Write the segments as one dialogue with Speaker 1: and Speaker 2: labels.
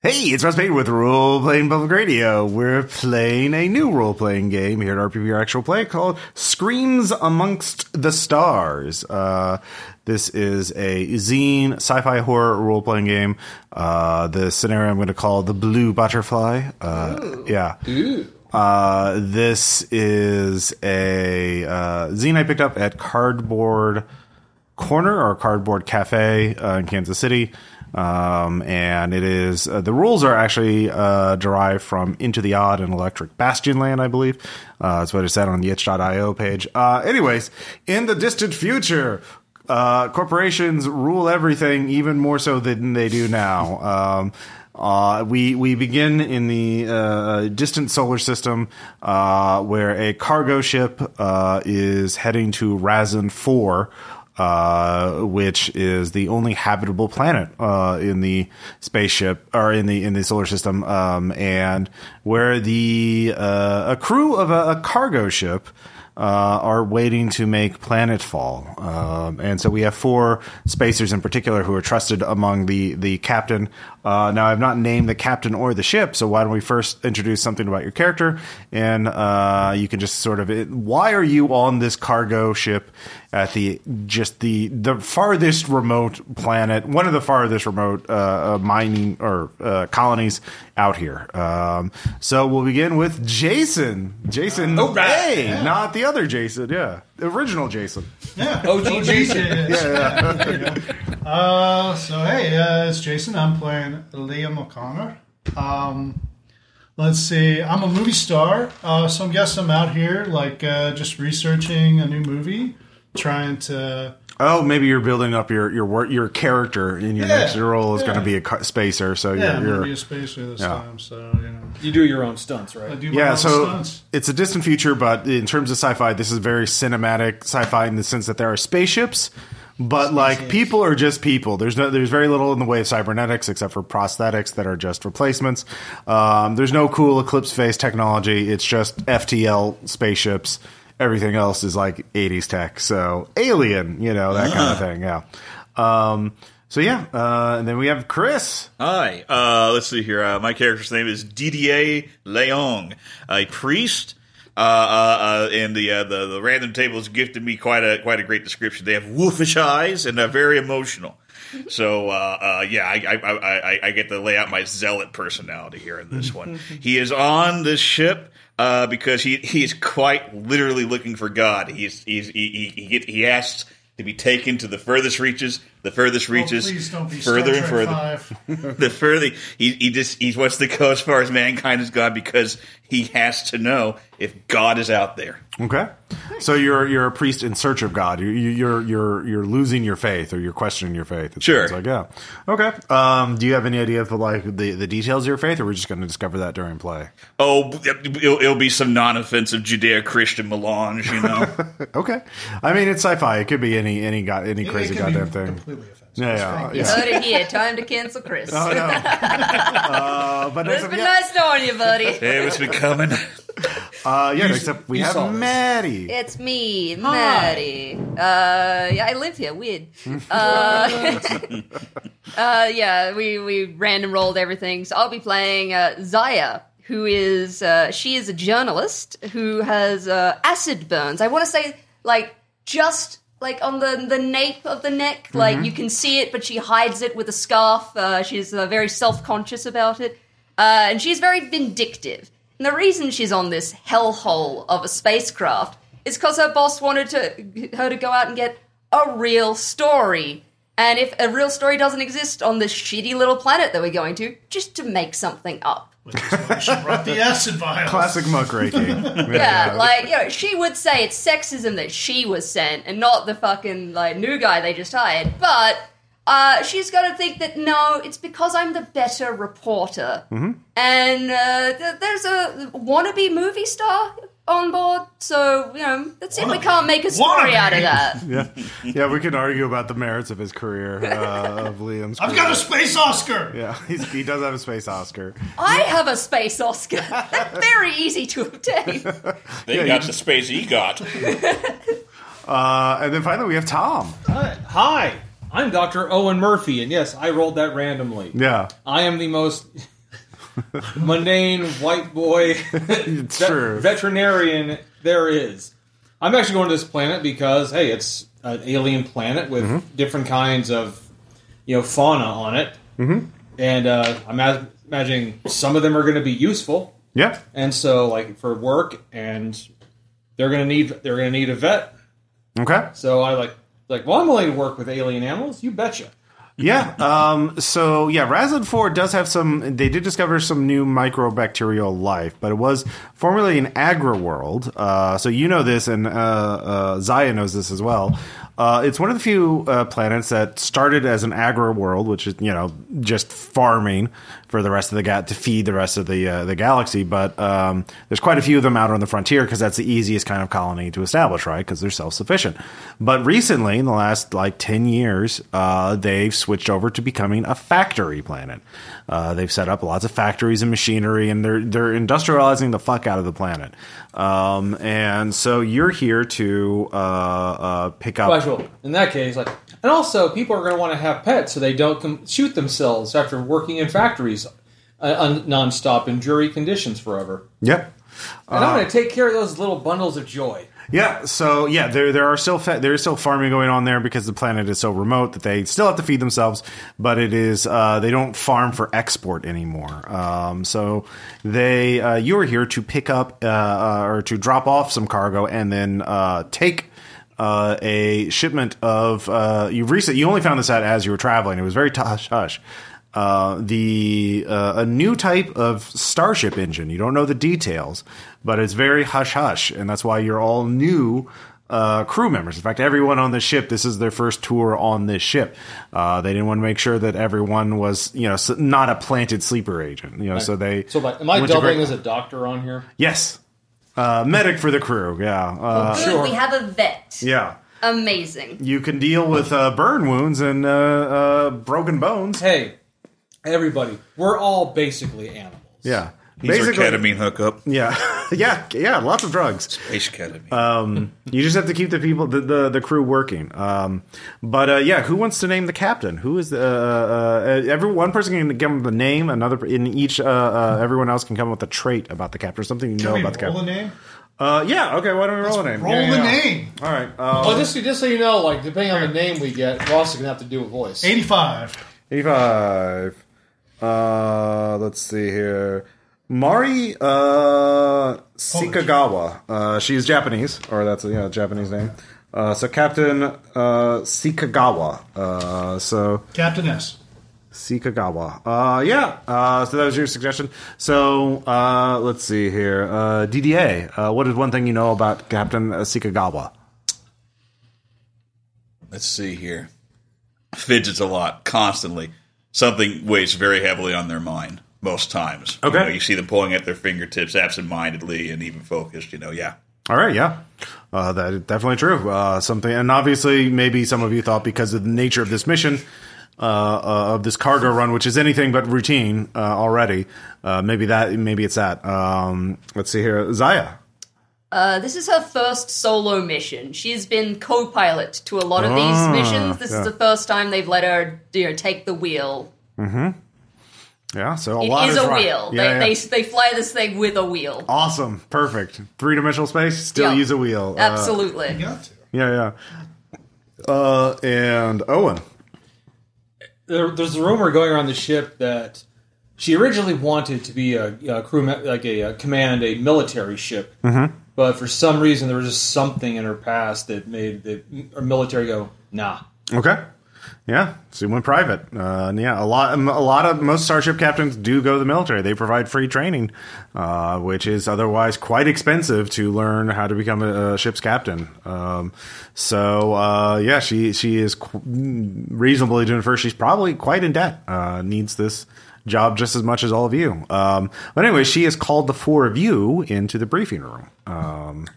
Speaker 1: Hey, it's Russ Payne with Role Playing Public Radio. We're playing a new role playing game here at RPP Actual Play called Screams Amongst the Stars. Uh, this is a zine sci fi horror role playing game. Uh, the scenario I'm going to call The Blue Butterfly. Uh, yeah. Uh, this is a uh, zine I picked up at Cardboard Corner or Cardboard Cafe uh, in Kansas City. Um, and it is uh, the rules are actually uh, derived from Into the Odd and Electric Bastion Land, I believe. Uh, that's what it said on the itch.io page. Uh, anyways, in the distant future, uh, corporations rule everything even more so than they do now. Um, uh, we we begin in the uh, distant solar system uh, where a cargo ship uh, is heading to Razan Four, uh, which is the only habitable planet uh, in the spaceship or in the in the solar system, um, and where the uh, a crew of a, a cargo ship uh, are waiting to make planetfall. Um, and so we have four spacers in particular who are trusted among the the captain. Uh, now I've not named the captain or the ship, so why don't we first introduce something about your character, and uh, you can just sort of it, why are you on this cargo ship at the just the the farthest remote planet, one of the farthest remote uh, uh, mining or uh, colonies out here. Um, so we'll begin with Jason. Jason,
Speaker 2: Oh,
Speaker 3: all right.
Speaker 1: hey, not the other Jason, yeah, the original Jason.
Speaker 3: OG Jason.
Speaker 2: Uh, so hey, uh, it's Jason. I'm playing Liam O'Connor. Um, let's see. I'm a movie star, uh, so I'm guessing I'm out here like uh, just researching a new movie, trying to.
Speaker 1: Oh, maybe you're building up your your wor- your character in your
Speaker 2: Yeah,
Speaker 1: next role is
Speaker 2: yeah.
Speaker 1: going to be a ca- spacer. So
Speaker 2: Yeah, I'm
Speaker 1: you're,
Speaker 2: gonna
Speaker 1: you're
Speaker 2: be a spacer this
Speaker 1: yeah.
Speaker 2: time, so you know.
Speaker 3: You do your own stunts,
Speaker 2: I
Speaker 3: right?
Speaker 2: do my
Speaker 1: yeah
Speaker 2: own
Speaker 1: so
Speaker 2: stunts.
Speaker 1: it's a distant future but in terms of sci-fi this is very cinematic sci-fi in the sense that there are spaceships but like people are just people there's no there's very little in the way of cybernetics except for prosthetics that are just replacements um, there's no cool eclipse phase technology it's just ftl spaceships everything else is like 80s tech so alien you know that kind of thing yeah um, so yeah uh, and then we have chris
Speaker 4: Hi. Uh, let's see here. Uh, my character's name is Didier Leong, a priest. Uh, uh, uh, and the, uh, the the random table has gifted me quite a quite a great description. They have wolfish eyes and they're very emotional. So uh, uh, yeah, I, I, I, I- I get to lay out my zealot personality here in this one. He is on this ship uh, because he he's quite literally looking for God. He's, he's he he he, get, he asks to be taken to the furthest reaches, the furthest
Speaker 2: Oh,
Speaker 4: reaches,
Speaker 2: please don't be
Speaker 4: further and further
Speaker 2: further.
Speaker 4: the further he, he just he wants to go as far as mankind has gone because he has to know if God is out there.
Speaker 1: Okay, so you're you're a priest in search of God. You're you're you're you're losing your faith or you're questioning your faith. It
Speaker 4: Sure.
Speaker 1: sounds Like yeah. Okay. Um, do you have any idea of the, like the, the details of your faith, or we're just going to discover that during play?
Speaker 4: Oh, it'll, it'll be some non-offensive Judeo-Christian melange, you know.
Speaker 1: Okay. I mean, it's sci-fi. It could be any any god any crazy
Speaker 2: could be
Speaker 1: goddamn thing.
Speaker 2: Completely offensive.
Speaker 1: Yeah, yeah, yeah.
Speaker 5: Buddy, yeah, time to cancel Chris.
Speaker 1: Oh, no. uh, but next
Speaker 5: it's
Speaker 1: up,
Speaker 5: been
Speaker 1: yeah,
Speaker 5: nice knowing you, buddy.
Speaker 4: it was becoming.
Speaker 1: uh, yeah next up we
Speaker 3: you saw
Speaker 1: have
Speaker 3: this.
Speaker 1: Maddie.
Speaker 5: It's me, Maddie. Uh, yeah, I live here. Weird. Uh, uh, yeah, we we random rolled everything. So I'll be playing uh, Zaya, who is uh, she is a journalist who has uh, acid burns. I want to say like just like on the the nape of the neck, like you can see it, but she hides it with a scarf. Uh, she's uh, very self conscious about it. Uh, and she's very vindictive. And the reason she's on this hellhole of a spacecraft is because her boss wanted to, her to go out and get a real story. And if a real story doesn't exist on this shitty little planet that we're going to, just to make something up.
Speaker 2: She brought the acid vials.
Speaker 1: Classic muck raking. yeah,
Speaker 5: Yeah, like, you know, she would say it's sexism that she was sent and not the fucking, like, new guy they just hired. But uh, she's got to think that, no, it's because I'm the better reporter. And uh, th- there's a wannabe movie star on board, so, you know, let's see if we
Speaker 2: Wannabe.
Speaker 5: can't make a story
Speaker 2: Wannabe.
Speaker 5: out of that.
Speaker 1: yeah, yeah. We can argue about the merits of his career uh, of Liam's.
Speaker 2: I've
Speaker 1: career.
Speaker 2: got a space Oscar.
Speaker 1: Yeah, he's, he does have a space Oscar.
Speaker 5: I have a space Oscar. That's very easy to obtain.
Speaker 4: They
Speaker 1: Yeah, you
Speaker 4: got
Speaker 1: just-
Speaker 4: the space he got.
Speaker 1: Uh, and then finally, we have Tom.
Speaker 3: Hi. Hi. I'm Dr. Owen Murphy, and yes, I rolled that randomly.
Speaker 1: Yeah,
Speaker 3: I am the most mundane white boy
Speaker 1: it's
Speaker 3: ve-
Speaker 1: true.
Speaker 3: veterinarian there is. I'm actually going to this planet because hey, it's an alien planet with different kinds of you know fauna on it, mm-hmm. and uh, I'm ma- imagining some of them are going to be useful,
Speaker 1: yeah,
Speaker 3: and so like for work, and they're going to need they're going to need a vet.
Speaker 1: okay.
Speaker 3: So I like like well, I'm willing to work with alien animals. You betcha.
Speaker 1: Yeah. Um, so yeah, Razid Four does have some. They did discover some new microbacterial life, but it was formerly an agri world. Uh, so you know this, and uh, uh, Zaya knows this as well. Uh, it's one of the few uh, planets that started as an agri world, which is you know just farming for the rest of the ga- to feed the rest of the uh, the galaxy. But um, there's quite a few of them out on the frontier because that's the easiest kind of colony to establish, right? Because they're self sufficient. But recently, in the last like ten years, uh, they've switched over to becoming a factory planet. Uh, they've set up lots of factories and machinery, and they're they're industrializing the fuck out of the planet. Um, and so you're here to uh, uh, pick up.
Speaker 3: Well, actually, in that case, like, and also people are going to want to have pets so they don't com- shoot themselves after working in factories uh, un- nonstop in dreary conditions forever.
Speaker 1: Yep.
Speaker 3: And I'm going to take care of those little bundles of joy.
Speaker 1: Yeah. So yeah, there there are still fa- there is still farming going on there because the planet is so remote that they still have to feed themselves, but it is uh, they don't farm for export anymore. Um, so they uh, you are here to pick up uh, uh, or to drop off some cargo and then uh, take. Uh, a shipment of uh, you recent you only found this out as you were traveling. It was very hush hush. Uh, the uh, a new type of starship engine. You don't know the details, but it's very hush hush, and that's why you're all new uh, crew members. In fact, everyone on the ship, this is their first tour on this ship. Uh, they didn't want to make sure that everyone was, you know, s- not a planted sleeper agent. You know, so they.
Speaker 3: So, like, am I
Speaker 1: went to
Speaker 3: doubling
Speaker 1: great-
Speaker 3: as a doctor on here?
Speaker 1: Yes, uh, medic for the crew. Yeah, uh,
Speaker 5: Good,
Speaker 3: sure.
Speaker 5: we have a vet.
Speaker 1: yeah.
Speaker 5: Amazing.
Speaker 1: You can deal with uh, burn wounds and uh, uh, broken bones.
Speaker 3: Hey, everybody, we're all basically animals.
Speaker 1: Yeah,
Speaker 4: These are ketamine hookup.
Speaker 1: Yeah, Uh, yeah, yeah. Lots of drugs.
Speaker 4: Space ketamine.
Speaker 1: You just have to keep the people, the the, the crew working. Um, but uh, yeah, who wants to name the captain? Who is the uh, uh, every one person can come up with a name. Another in each. Uh, uh, everyone else can come up with a trait about the captain or something you know
Speaker 2: Can we
Speaker 1: about the
Speaker 2: roll the
Speaker 1: captain.
Speaker 2: name?
Speaker 1: Uh, yeah. Okay. Why don't we roll a name?
Speaker 2: Roll
Speaker 1: Yeah,
Speaker 2: the
Speaker 1: yeah.
Speaker 2: name.
Speaker 1: All right. Uh,
Speaker 3: Oh, just, just so you know, like, depending on the name we get, Ross is going to have to do a voice.
Speaker 2: 85.
Speaker 1: Eighty-five. Uh, let's see here. Mari uh, Sikagawa. Uh, she's Japanese, or that's you know Japanese name. Uh, so Captain uh, Sikagawa. Uh, so
Speaker 2: Captain S.
Speaker 1: Sikagawa. Uh, yeah. Uh, so that was your suggestion. So uh, let's see here. Uh, DDA. Uh, what is one thing you know about Captain uh, Sikagawa?
Speaker 4: Let's see here. Fidgets a lot, constantly. Something weighs very heavily on their mind most times.
Speaker 1: Okay.
Speaker 4: You, know, you see them pulling at their fingertips, absent-mindedly and even focused. You know, yeah.
Speaker 1: All right, yeah, uh, that is definitely true. Uh, something, and obviously, maybe some of you thought because of the nature of this mission, uh, uh, of this cargo run, which is anything but routine uh, already. Uh, maybe that, maybe it's that. Um, let's see here, Zaya.
Speaker 5: Uh, this is her first solo mission. She's been co-pilot to a lot of
Speaker 1: Ah,
Speaker 5: these missions. This
Speaker 1: yeah.
Speaker 5: is the first time they've let her, you know, take the wheel.
Speaker 1: Yeah, so a
Speaker 5: It
Speaker 1: lot
Speaker 5: is
Speaker 1: is
Speaker 5: a
Speaker 1: right.
Speaker 5: wheel.
Speaker 1: Yeah, Uh, yeah.
Speaker 5: they, they they fly this thing with a wheel.
Speaker 1: awesome, perfect, three dimensional space. Still
Speaker 5: Yeah.
Speaker 1: use a wheel. Uh,
Speaker 5: Absolutely.
Speaker 2: You got to.
Speaker 1: yeah, yeah. Uh, and Owen.
Speaker 3: there, there's a rumor going around the ship that she originally wanted to be a, a crew, me- like a, uh command a military ship, but for some reason there was just something in her past that made the or military go nah.
Speaker 1: Okay. Yeah, so you went private. Uh, and yeah, a lot, a lot of most starship captains do go to the military. They provide free training, uh, which is otherwise quite expensive to learn how to become a, a ship's captain. Um, so uh, yeah, she she is qu- reasonably to infer she's probably quite in debt. Uh, needs this job just as much as all of you. Um, but anyway, she has called the four of you into the briefing room.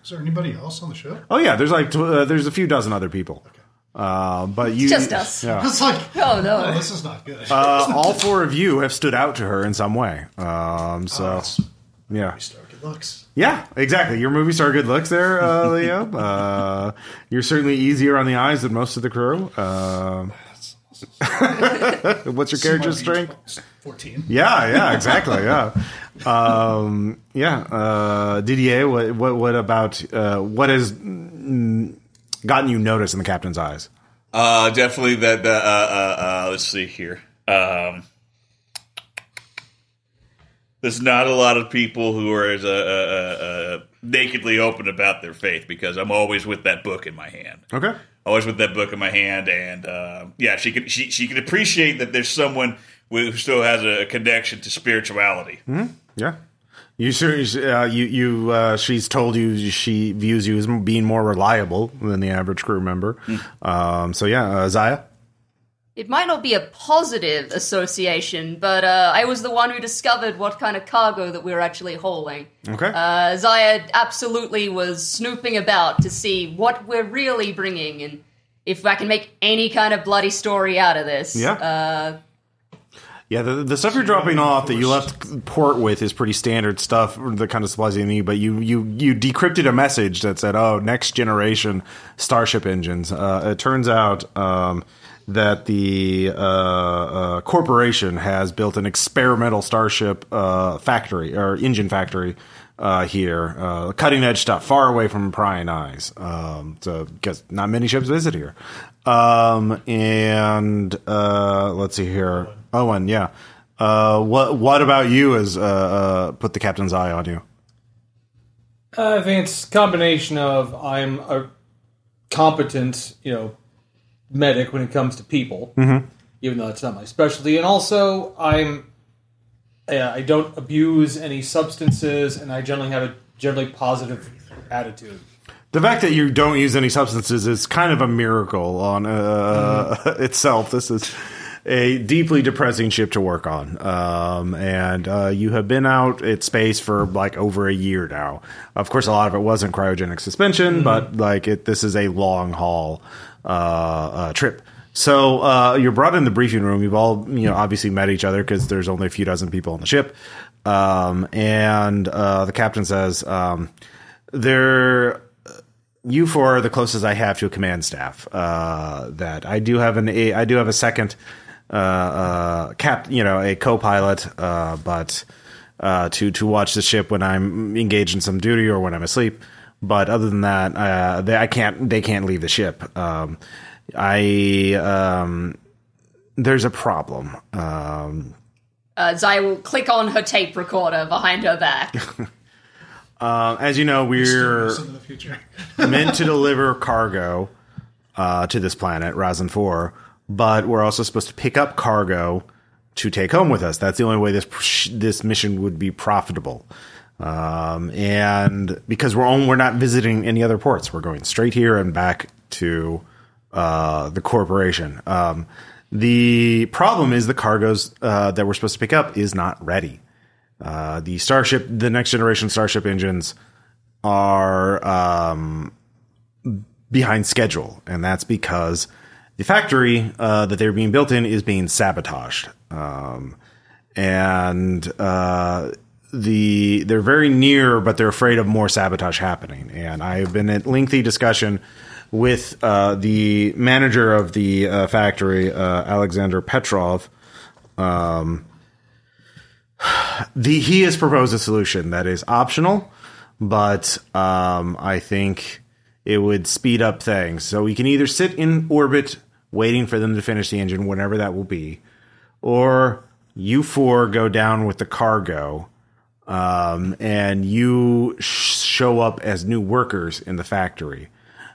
Speaker 2: Is there anybody else on the show?
Speaker 1: Oh yeah, there's like tw- uh, there's a few dozen other people. Uh, but you
Speaker 5: Just us.
Speaker 1: Yeah.
Speaker 2: It's like,
Speaker 5: Oh no.
Speaker 2: oh, this is not good.
Speaker 1: uh, all four of you have stood out to her in some way. Um, so
Speaker 2: Oh, That's-
Speaker 1: yeah,
Speaker 2: Star good looks.
Speaker 1: yeah, exactly. Your movie star good looks there, uh, Leo. Uh, you're certainly easier on the eyes than most of the crew. Um What's your character's
Speaker 2: My range
Speaker 1: strength?
Speaker 2: bonus, 14.
Speaker 1: Yeah, yeah, exactly. Yeah, um, yeah. Uh, Didier, what, what, what about uh, what has mm, gotten you noticed in the captain's eyes?
Speaker 4: Uh, definitely that. that uh, uh, uh, let's see here. Um, there's not a lot of people who are as uh, uh, uh, uh, nakedly open about their faith because I'm always with that book in my hand.
Speaker 1: Okay.
Speaker 4: Always with that book in my hand, and uh, yeah, she could she she could appreciate that there's someone who still has a connection to spirituality.
Speaker 1: Hmm. Yeah. You sure? Uh, you you? Uh, she's told you she views you as being more reliable than the average crew member.
Speaker 5: Hmm.
Speaker 1: Um, so yeah, uh, Zaya.
Speaker 5: It might not be a positive association, but uh, I was the one who discovered what kind of cargo that we were actually hauling.
Speaker 1: Okay.
Speaker 5: Uh, Zaya absolutely was snooping about to see what we're really bringing and if I can make any kind of bloody story out of this.
Speaker 1: Yeah.
Speaker 5: Uh,
Speaker 1: Yeah, the, the stuff you're dropping off that you left port with is pretty standard stuff, the kind of supplies you need. But you you you decrypted a message that said, "Oh, next generation starship engines." Uh, it turns out um, that the uh, uh, corporation has built an experimental starship uh, factory or engine factory uh, here, uh, cutting edge stuff, far away from prying eyes. Um, so, because not many ships visit here. Um, and uh, let's see here, Owen. Yeah. Uh, what What about you? Has uh, uh, put the captain's eye on you?
Speaker 3: Uh, I think it's a combination of I'm a competent, you know, medic when it comes to people, even though that's not my specialty, and also I'm yeah, I don't abuse any substances, and I generally have a generally positive attitude.
Speaker 1: The fact that you don't use any substances is kind of a miracle on uh, itself. This is a deeply depressing ship to work on, um, and uh, you have been out at space for like over a year now. Of course, a lot of it wasn't cryogenic suspension, but like it, this is a long haul uh, uh, trip. So uh, you're brought in the briefing room. You've all, you know, obviously met each other because there's only a few dozen people on the ship. Um, and uh, the captain says, um, "There, you four are the closest I have to a command staff. Uh, that I do have an a, I do have a second uh, uh, cap, you know, a co-pilot, uh, but uh, to to watch the ship when I'm engaged in some duty or when I'm asleep. But other than that, uh, they, I can't. They can't leave the ship. Um, I um, there's a problem. Um,
Speaker 5: uh, Zaya will click on her tape recorder behind her back.
Speaker 1: uh, as you know, we're
Speaker 2: Most of the future.
Speaker 1: meant to deliver cargo uh, to this planet, Razin 4, but we're also supposed to pick up cargo to take home with us. That's the only way this this mission would be profitable. Um, and because we're on, we're not visiting any other ports, we're going straight here and back to uh, the corporation. Um, the problem is the cargoes uh, that we're supposed to pick up is not ready. Uh, the starship, the next generation starship engines are um, behind schedule, and that's because the factory uh, that they're being built in is being sabotaged, um, and uh, the they're very near, but they're afraid of more sabotage happening. And I have been at lengthy discussion with uh, the manager of the uh, factory, uh, Alexander Petrov. Um, the he has proposed a solution that is optional, but um, I think it would speed up things. So we can either sit in orbit waiting for them to finish the engine, whenever that will be, or you four go down with the cargo, um, and you sh- show up as new workers in the factory.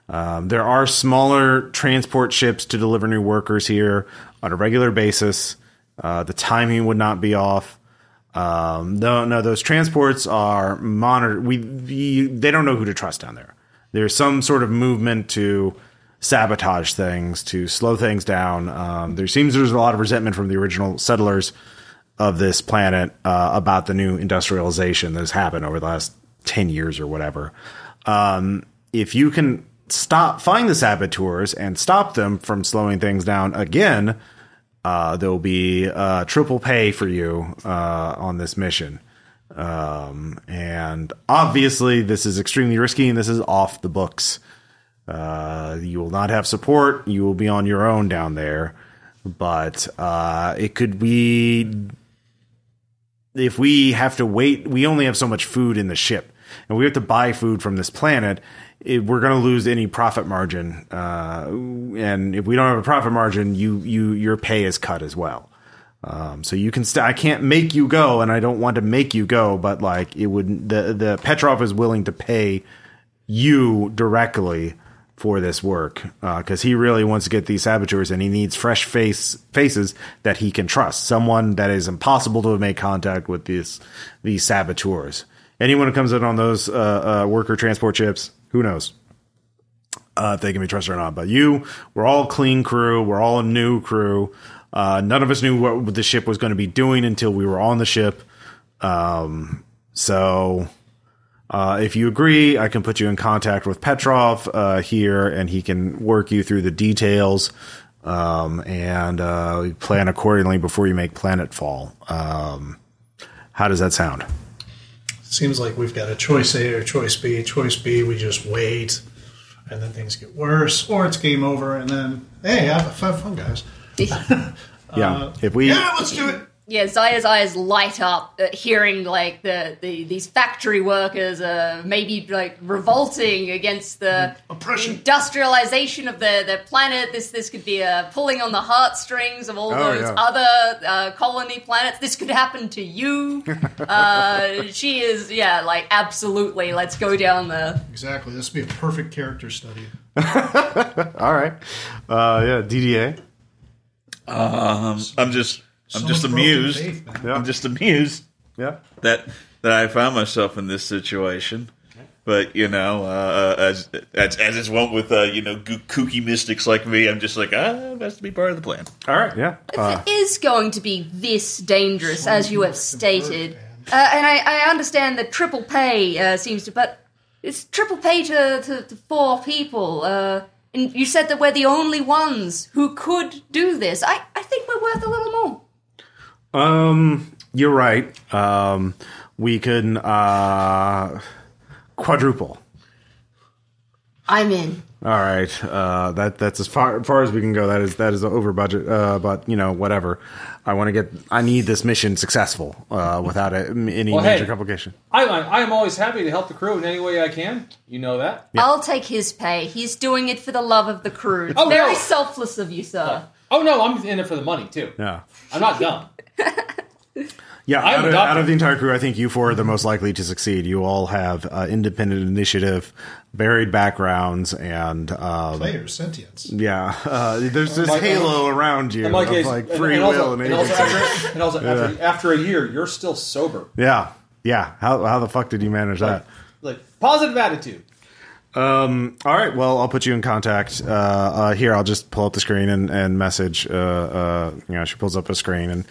Speaker 1: Um, there are smaller transport ships to deliver new workers here on a regular basis. Uh, the timing would not be off. Um, no, no, those transports are monitored. We, we, they don't know who to trust down there. There's some sort of movement to sabotage things, to slow things down. Um, there seems there's a lot of resentment from the original settlers of this planet uh, about the new industrialization that has happened over the last 10 years or whatever. Um, if you can stop, find the saboteurs and stop them from slowing things down again, uh, there will be uh, triple pay for you uh, on this mission. Um, and obviously, this is extremely risky and this is off the books. Uh, you will not have support. You will be on your own down there. but uh, it could be if we have to wait. We only have so much food in the ship, and we have to buy food from this planet. It, we're going to lose any profit margin, uh, and if we don't have a profit margin, you you your pay is cut as well. Um, so you can st- I can't make you go, and I don't want to make you go, but like it would the the Petrov is willing to pay you directly for this work because he really wants to get these saboteurs and he needs fresh face faces that he can trust someone that is impossible to make contact with these these saboteurs anyone who comes in on those uh, uh, worker transport ships who knows uh, if they can be trusted or not but you we're all clean crew we're all a new crew uh, none of us knew what the ship was going to be doing until we were on the ship um, so uh, if you agree, I can put you in contact with Petrov uh, here, and he can work you through the details um, and uh, plan accordingly before you make planetfall. Um, how does that sound?
Speaker 2: Seems like we've got a choice A or choice B. Choice B, we just wait, and then things get worse, or it's game over, and then hey, have, have fun, guys.
Speaker 1: yeah, if we
Speaker 2: Yeah, let's do it.
Speaker 5: yeah, Zaya's eyes light up at hearing like the, the these factory workers uh, maybe like revolting against the
Speaker 2: Oppression.
Speaker 5: industrialization of the, the planet. This this could be a pulling on the heartstrings of all
Speaker 1: Oh,
Speaker 5: those
Speaker 1: yeah.
Speaker 5: other uh, colony planets. This could happen to you. uh, she is yeah, like absolutely. Let's go down the
Speaker 2: Exactly. This would be a perfect character study.
Speaker 1: all right, uh, yeah, DDA,
Speaker 4: Um, I'm just, I'm
Speaker 2: So
Speaker 4: just
Speaker 2: much broken
Speaker 4: amused.
Speaker 2: faith, man.
Speaker 1: Yeah.
Speaker 4: I'm just amused
Speaker 1: yeah,
Speaker 4: that that I found myself in this situation. But you know, uh, as, as as is wont with uh, you know goo- kooky mystics like me, I'm just like ah, that's to be part of the plan.
Speaker 1: all right, yeah, uh,
Speaker 5: If it is going to be this dangerous, as you have stated, uh, and I, I understand that triple pay uh, seems to, but it's triple pay to, to, to four people. Uh, and you said that we're the only ones who could do this. I, I think we're worth a little more.
Speaker 1: Um, you're right. Um, we can uh, quadruple.
Speaker 5: I'm in.
Speaker 1: All right, uh, that that's as far, far as we can go. That is that is over budget, uh, but you know whatever. I want to get. I need this mission successful uh, without a, any
Speaker 3: Well,
Speaker 1: major
Speaker 3: hey.
Speaker 1: complication.
Speaker 3: I'm, I'm always happy to help the crew in any way I can. You know that.
Speaker 5: I'll take his pay. He's doing it for the love of the crew. It's
Speaker 3: Oh,
Speaker 5: very
Speaker 3: no.
Speaker 5: selfless of you, sir.
Speaker 3: Oh no, I'm in it for the money too.
Speaker 1: Yeah,
Speaker 3: I'm not dumb.
Speaker 1: yeah.
Speaker 3: I'm
Speaker 1: Out of,
Speaker 3: adopted.
Speaker 1: out of the entire crew, I think you four are the most likely to succeed. You all have uh, independent initiative, varied backgrounds, and um,
Speaker 2: Players, sentience.
Speaker 1: yeah, uh, there's this
Speaker 3: Like,
Speaker 1: halo around you
Speaker 3: In my
Speaker 1: of,
Speaker 3: case,
Speaker 1: like
Speaker 3: and-
Speaker 1: free
Speaker 3: and also-
Speaker 1: will and,
Speaker 3: and also
Speaker 1: agency.
Speaker 3: after, and also after, after a year, you're still sober.
Speaker 1: Yeah. Yeah. How, how the fuck did you manage that?
Speaker 3: Like positive attitude.
Speaker 1: All right. Well, I'll put you in contact. Uh, uh, here, I'll just pull up the screen and, and message. Uh, uh, you know, she pulls up a screen and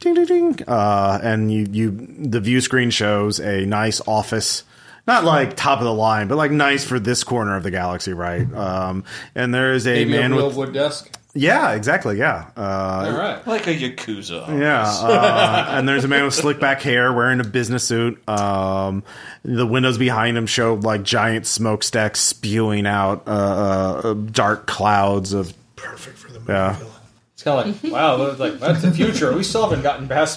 Speaker 1: ding, ding, ding. Uh, and you, you, the view screen shows a nice office. Not like top of the line, but like nice for this corner of the galaxy, right? Um, and there is a
Speaker 3: Maybe
Speaker 1: man
Speaker 3: a real
Speaker 1: with
Speaker 3: wood desk.
Speaker 1: yeah, exactly, yeah. Uh,
Speaker 3: All right.
Speaker 4: Like a yakuza.
Speaker 1: Yeah, uh, and there's a man with slick back hair wearing a business suit. Um, the windows behind him show like giant smokestacks spewing out uh, uh, dark clouds of.
Speaker 2: Perfect for the movie
Speaker 1: Yeah.
Speaker 2: villain.
Speaker 3: It's kind of like wow, that was like that's the future. We still haven't gotten past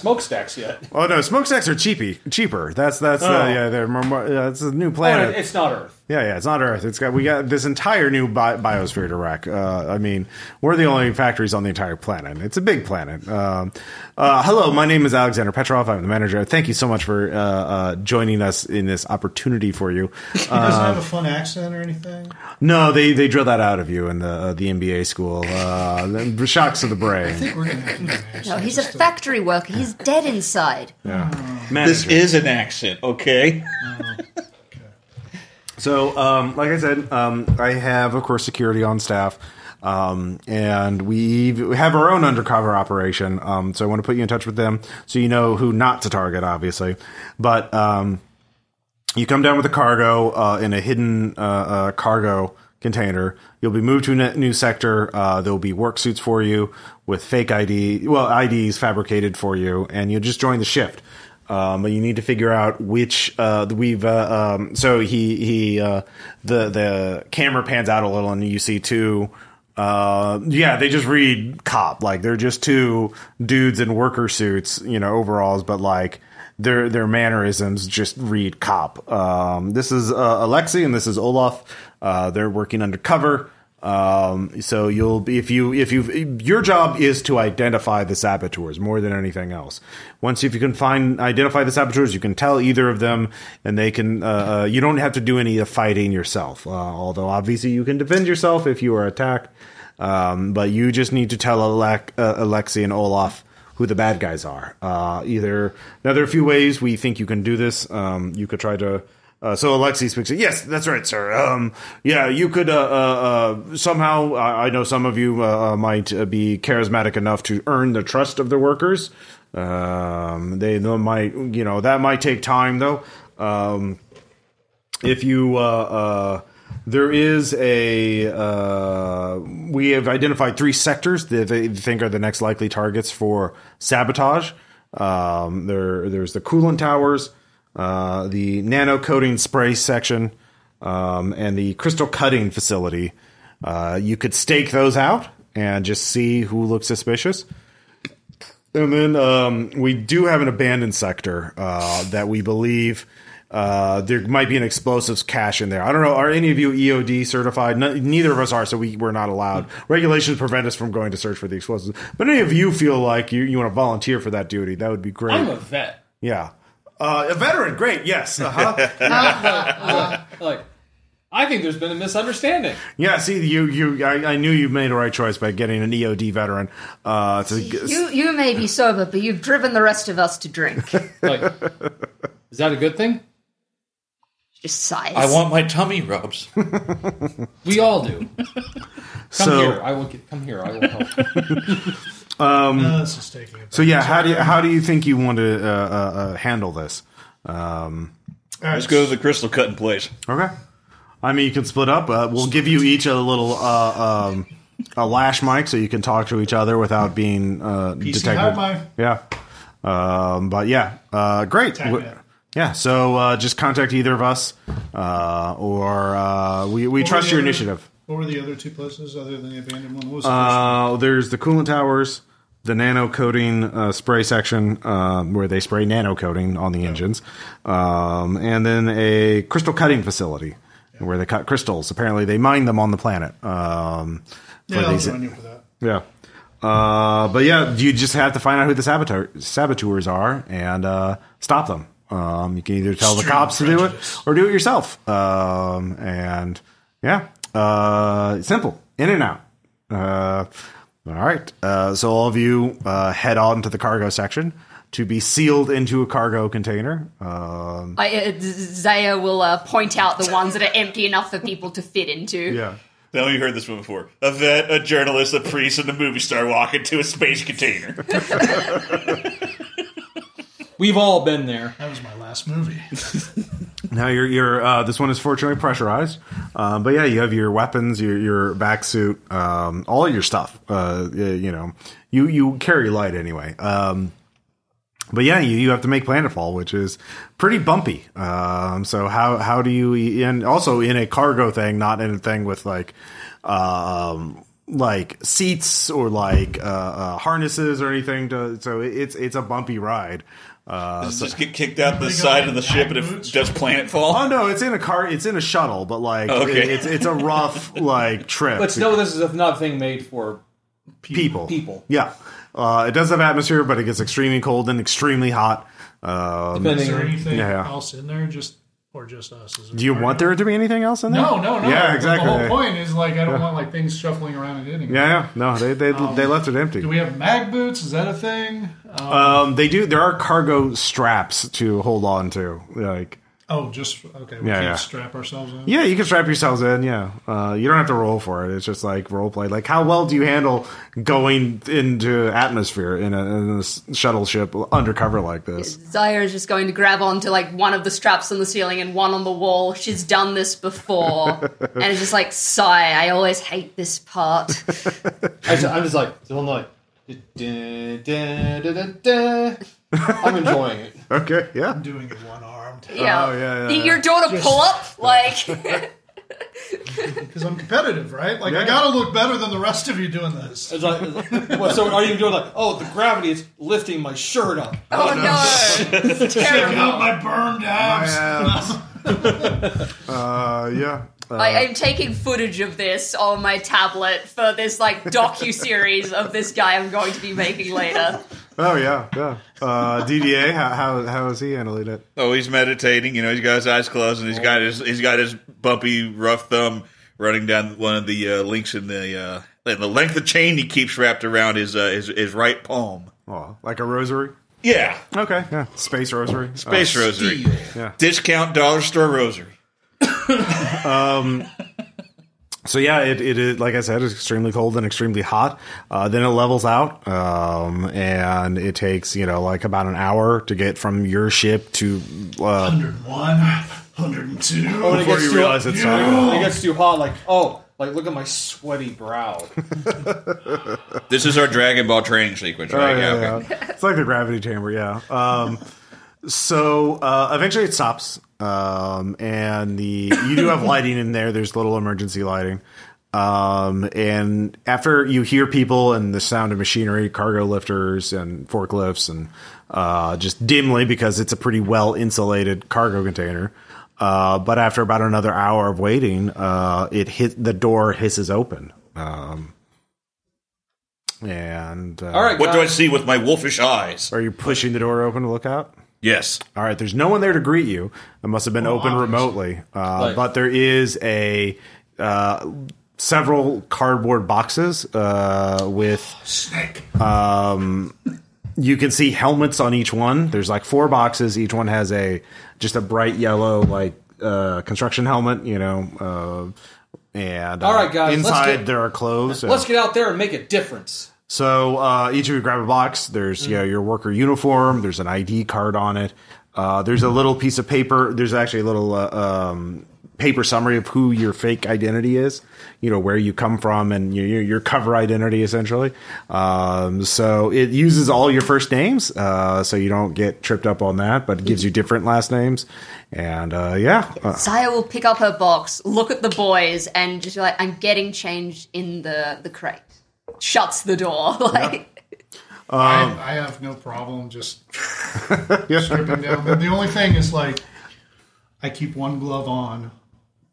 Speaker 3: smokestacks yet.
Speaker 1: Oh no, smokestacks are cheapy, cheaper. That's that's uh,
Speaker 3: Oh.
Speaker 1: yeah, they're more, more, yeah, it's a new
Speaker 3: Oh,
Speaker 1: planet.
Speaker 3: it's not Earth.
Speaker 1: yeah, yeah, it's not Earth. It's got we got this entire new bi- biosphere to wreck. Uh, I mean, we're the only factories on the entire planet. It's a big planet. Um, uh, hello, my name is Alexander Petrov. I'm the manager. Thank you so much for uh, uh, joining us in this opportunity for you. Uh,
Speaker 2: He doesn't have a fun accent or anything.
Speaker 1: No, they they drill that out of you in the uh, the MBA school. Uh, the shocks of the brain.
Speaker 2: We're gonna have to do an
Speaker 5: No,
Speaker 2: accent.
Speaker 5: he's a factory worker. He's dead inside.
Speaker 4: This is an accent, okay?
Speaker 1: So, um, like I said, um, I have, of course, security on staff, um, and we have our own undercover operation. Um, so, I want to put you in touch with them so you know who not to target, obviously. But um, you come down with a cargo uh, in a hidden uh, uh, cargo container. You'll be moved to a ne- new sector. Uh, there will be work suits for you with fake ID, well, IDs fabricated for you, and you'll just join the shift. Um, but you need to figure out which uh, we've. Uh, um, so he he uh, the the camera pans out a little, and you see two Uh, yeah, they just read cop. Like they're just two dudes in worker suits, you know, overalls, but like their their mannerisms just read cop. Um, this is uh, Alexi and this is Olaf. Uh, they're working undercover. Um, so you'll be if you if you your job is to identify the saboteurs more than anything else. Once if you can find identify the saboteurs, you can tell either of them, and they can. Uh, uh, you don't have to do any of the fighting yourself. Uh, although obviously you can defend yourself if you are attacked, um, but you just need to tell Alec, uh, Alexei and Olaf who the bad guys are. Uh, either now there are a few ways we think you can do this. Um, you could try to. Uh, so Alexei speaks. Yes, that's right, sir. Um, yeah, you could uh, uh, uh, somehow. I, I know some of you uh, uh, might uh, be charismatic enough to earn the trust of the workers. Um, they, they might, you know, that might take time though. Um, if you uh, uh, there is a uh, we have identified three sectors that they think are the next likely targets for sabotage um, there there's the coolant towers uh, the nano coating spray section um, and the crystal cutting facility uh, you could stake those out and just see who looks suspicious and then um, we do have an abandoned sector uh, that we believe uh, there might be an explosives cache in there. I don't know. Are any of you EOD certified? No, neither of us are, so we, we're not allowed. Regulations prevent us from going to search for the explosives. But any of you feel like you, you want to volunteer for that duty, that would be great.
Speaker 3: I'm a vet.
Speaker 1: yeah. Uh, a veteran, great, yes. Uh-huh.
Speaker 3: Like, I think there's been a misunderstanding.
Speaker 1: yeah, see, you, you, I, I knew you made the right choice by getting an EOD veteran. Uh, to,
Speaker 5: You you may be sober, but you've driven the rest of us to drink.
Speaker 3: Like, is that a good thing?
Speaker 5: Just sighs.
Speaker 4: I want my tummy rubs.
Speaker 3: We all do. Come
Speaker 1: so,
Speaker 3: here. I will get, come here. I will help.
Speaker 2: No, Uh, this is taking it.
Speaker 1: Mm. so yeah, how do you, how do you think you want to uh, uh, uh, handle this?
Speaker 4: Let's go to the crystal cutting place.
Speaker 1: Okay. I mean, you can split up. Uh, we'll give you each a little uh, um, a lash mic so you can talk to each other without being uh, detected.
Speaker 2: mic.
Speaker 1: Yeah. Um, but yeah, uh, great.
Speaker 2: Tag
Speaker 1: W-
Speaker 2: it.
Speaker 1: Yeah. So uh, just contact either of us, uh, or uh, we we trust your initiative.
Speaker 2: What were the other two places other than the abandoned one? What was
Speaker 1: Uh, there's the coolant towers, the nano coating uh, spray section um, where they spray nano coating on the engines, um, and then a crystal cutting facility where they cut crystals. Apparently, they mine them on the planet. Um,
Speaker 2: the
Speaker 1: for
Speaker 2: first one? Yeah, I'll
Speaker 1: these-
Speaker 2: join you for that.
Speaker 1: yeah. Uh, but yeah, you just have to find out who the saboteur, saboteurs are and uh, stop them. Um, you can either tell the
Speaker 2: Extreme
Speaker 1: cops to do
Speaker 2: prejudice.
Speaker 1: it or do it yourself. Um, and yeah, uh, simple in and out. Uh, all right. Uh, so all of you uh, head on to the cargo section to be sealed into a cargo container. Um,
Speaker 5: I, uh, Zaya will uh, point out the ones that are empty enough for people to fit into.
Speaker 1: yeah.
Speaker 4: Now you heard this one before. A vet, a journalist, a priest, and a movie star walk into a space container.
Speaker 3: We've all been there.
Speaker 2: That was my last movie.
Speaker 1: Now your your uh, this one is fortunately pressurized, um, but yeah, you have your weapons, your your back suit, um, all your stuff. Uh, y- you know, you you carry light anyway. Um, but yeah, you, you have to make planetfall, which is pretty bumpy. Um, so how how do you and also in a cargo thing, not in a thing with like um, like seats or like uh, uh, harnesses or anything. To, so it's it's a bumpy ride. Uh,
Speaker 4: Just get kicked out the
Speaker 2: They got
Speaker 4: side of the
Speaker 2: like
Speaker 4: ship and
Speaker 2: black
Speaker 4: if
Speaker 2: boots.
Speaker 4: does planet fall?
Speaker 1: Oh no, it's in a car. It's in a shuttle, but like
Speaker 4: Okay.
Speaker 1: it- it's it's a rough like trip.
Speaker 3: Let's know this is another thing made for
Speaker 1: people.
Speaker 3: people.
Speaker 1: Yeah, uh, it does have atmosphere, but it gets extremely cold and extremely hot. Um,
Speaker 2: Is there
Speaker 3: depending.
Speaker 2: anything
Speaker 1: Yeah.
Speaker 2: else in there? Just or just us? Is it
Speaker 1: do you want there to be anything else in there?
Speaker 2: No, no, no.
Speaker 1: Yeah,
Speaker 2: The-
Speaker 1: exactly.
Speaker 2: The whole point is like I don't want like things shuffling around and anything.
Speaker 1: Yeah, yeah. No, they they, they left it
Speaker 2: Um, Do
Speaker 1: empty.
Speaker 2: we have mag boots? Is that a thing? Um,
Speaker 1: Um, they do. There are cargo straps to hold on to. Like,
Speaker 2: oh, just okay. We
Speaker 1: yeah,
Speaker 2: can't
Speaker 1: yeah.
Speaker 2: strap ourselves in.
Speaker 1: yeah, you can strap yourselves in. Yeah, uh, you don't have to roll for it. It's just like role play. Like, how well do you handle going into atmosphere in a, in a s- shuttle ship undercover like this?
Speaker 5: Zaya is just going to grab onto like one of the straps on the ceiling and one on the wall. She's done this before, and it's just like sigh. I always hate this part.
Speaker 3: I just, I'm just like, the whole night. Da, da, da, da, da. I'm enjoying it.
Speaker 1: Okay, yeah.
Speaker 2: Doing it one armed.
Speaker 5: Yeah.
Speaker 1: Oh, yeah, yeah,
Speaker 5: Did
Speaker 1: yeah.
Speaker 5: your daughter pull up? Like,
Speaker 2: because I'm competitive, right? Like I gotta look better than the rest of you doing this.
Speaker 3: It's like, it's like- well, so are you doing like, oh, the gravity is lifting my shirt up?
Speaker 5: Oh, no. it's
Speaker 2: Check
Speaker 5: terrible.
Speaker 2: out my burned abs.
Speaker 1: uh, yeah. Uh,
Speaker 5: I, I'm taking footage of this on my tablet for this like docu series of this guy I'm going to be making later.
Speaker 1: oh yeah, yeah. Uh, DDA, how, how how is he handling it?
Speaker 4: Oh, he's meditating. You know, he's got his eyes closed, and he's got his he's got his bumpy, rough thumb running down one of the uh, links in the uh, in the length of chain he keeps wrapped around his uh, his, his right palm.
Speaker 1: Oh, like a rosary.
Speaker 4: Yeah,
Speaker 1: Okay, yeah. Space rosary.
Speaker 4: space rosary,
Speaker 1: Oh, Yeah.
Speaker 4: discount dollar store rosary.
Speaker 1: So yeah, it, it is like I said, it's extremely cold and extremely hot. Uh, then it levels out, um, and it takes you know like about an hour to get from your ship to. Uh,
Speaker 2: 101, 102.
Speaker 3: When it
Speaker 1: Before
Speaker 3: gets
Speaker 1: you
Speaker 3: too-
Speaker 1: realize it's not-
Speaker 3: when It gets too hot. Like, oh, like look at my sweaty brow.
Speaker 4: This is our Dragon Ball training sequence, right?
Speaker 1: Oh, yeah,
Speaker 4: okay.
Speaker 1: yeah. It's like the gravity chamber, yeah. Um, so uh, eventually it stops, um, and the you do have lighting in there. There's little emergency lighting, um, and after you hear people and the sound of machinery, cargo lifters and forklifts, and uh, just dimly because it's a pretty well insulated cargo container. Uh, but after about another hour of waiting, uh, it hit the door hisses open. Um, and uh,
Speaker 3: All right,
Speaker 4: What do I
Speaker 3: guys.
Speaker 4: see with my wolfish eyes?
Speaker 1: are you pushing the door open to look out?
Speaker 4: Yes.
Speaker 1: All right, there's no one there to greet you. It must have been
Speaker 3: Oh,
Speaker 1: open
Speaker 2: obvious.
Speaker 1: remotely, uh,
Speaker 3: Right.
Speaker 1: but there is a uh, several cardboard boxes uh, with
Speaker 2: Snake.
Speaker 1: Um, you can see helmets on each one. There's like four boxes. Each one has a just a bright yellow like uh, construction helmet, you know. Uh, and uh,
Speaker 3: All right, guys, let's
Speaker 1: inside
Speaker 3: get-
Speaker 1: there are clothes. so-
Speaker 3: Let's get out there and make a difference.
Speaker 1: So uh, each of you grab a box. There's you know, your worker uniform. There's an ID card on it. Uh, there's a little piece of paper. There's actually a little uh, um, paper summary of who your fake identity is. You know where you come from and your, your, your cover identity essentially. Um, so it uses all your first names, uh, so you don't get tripped up on that. But it gives you different last names. And uh, yeah, uh,
Speaker 5: Zaya will pick up her box, look at the boys, and just be like, "I'm getting changed in the the crate." Shuts the door. Like,
Speaker 2: I, I have no problem just stripping down. The only thing is like, I keep one glove on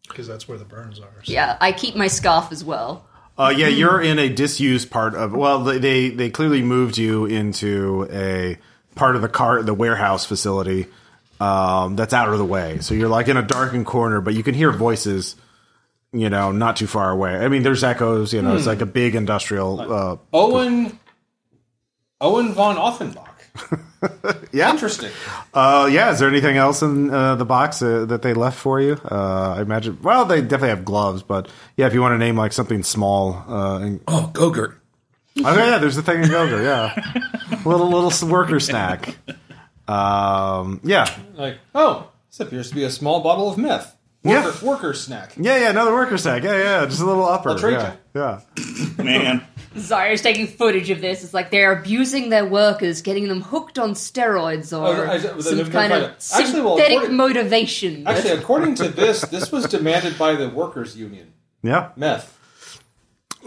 Speaker 2: because that's where the burns are. So.
Speaker 5: yeah, I keep my scarf as well.
Speaker 1: Uh, yeah, you're in a disused part of. Well, they- they they clearly moved you into a part of the car, the warehouse facility um, that's out of the way. So you're like in a darkened corner, but you can hear voices. You know, not too far away. I mean, there's echoes. You know, it's like a big industrial. Uh,
Speaker 3: Owen, Owen von Offenbach.
Speaker 1: Yeah.
Speaker 3: interesting.
Speaker 1: uh, yeah. Is there anything else in uh, the box uh, that they left for you? Uh, I imagine. Well, they definitely have gloves, but yeah, if you want to name like something small, uh, and,
Speaker 4: Oh, Gogurt.
Speaker 1: Oh yeah, there's the thing in Gogo. Yeah, little little worker snack. Um, yeah,
Speaker 3: Like, oh, this appears to be a small bottle of meth.
Speaker 1: Yeah.
Speaker 3: Worker, worker snack.
Speaker 1: yeah, yeah. Another worker snack. Yeah, yeah. Just a little upper.
Speaker 3: trade
Speaker 1: yeah, yeah.
Speaker 4: Man.
Speaker 5: Zaya's taking footage of this. It's like they're abusing their workers, getting them hooked on steroids or
Speaker 3: I- I- they've
Speaker 5: some
Speaker 3: been
Speaker 5: kind
Speaker 3: trying
Speaker 5: of
Speaker 3: to- actually, well,
Speaker 5: synthetic
Speaker 3: according-
Speaker 5: motivation.
Speaker 3: Actually, according to this, this was demanded by the workers' union.
Speaker 1: Yeah,
Speaker 3: Meth.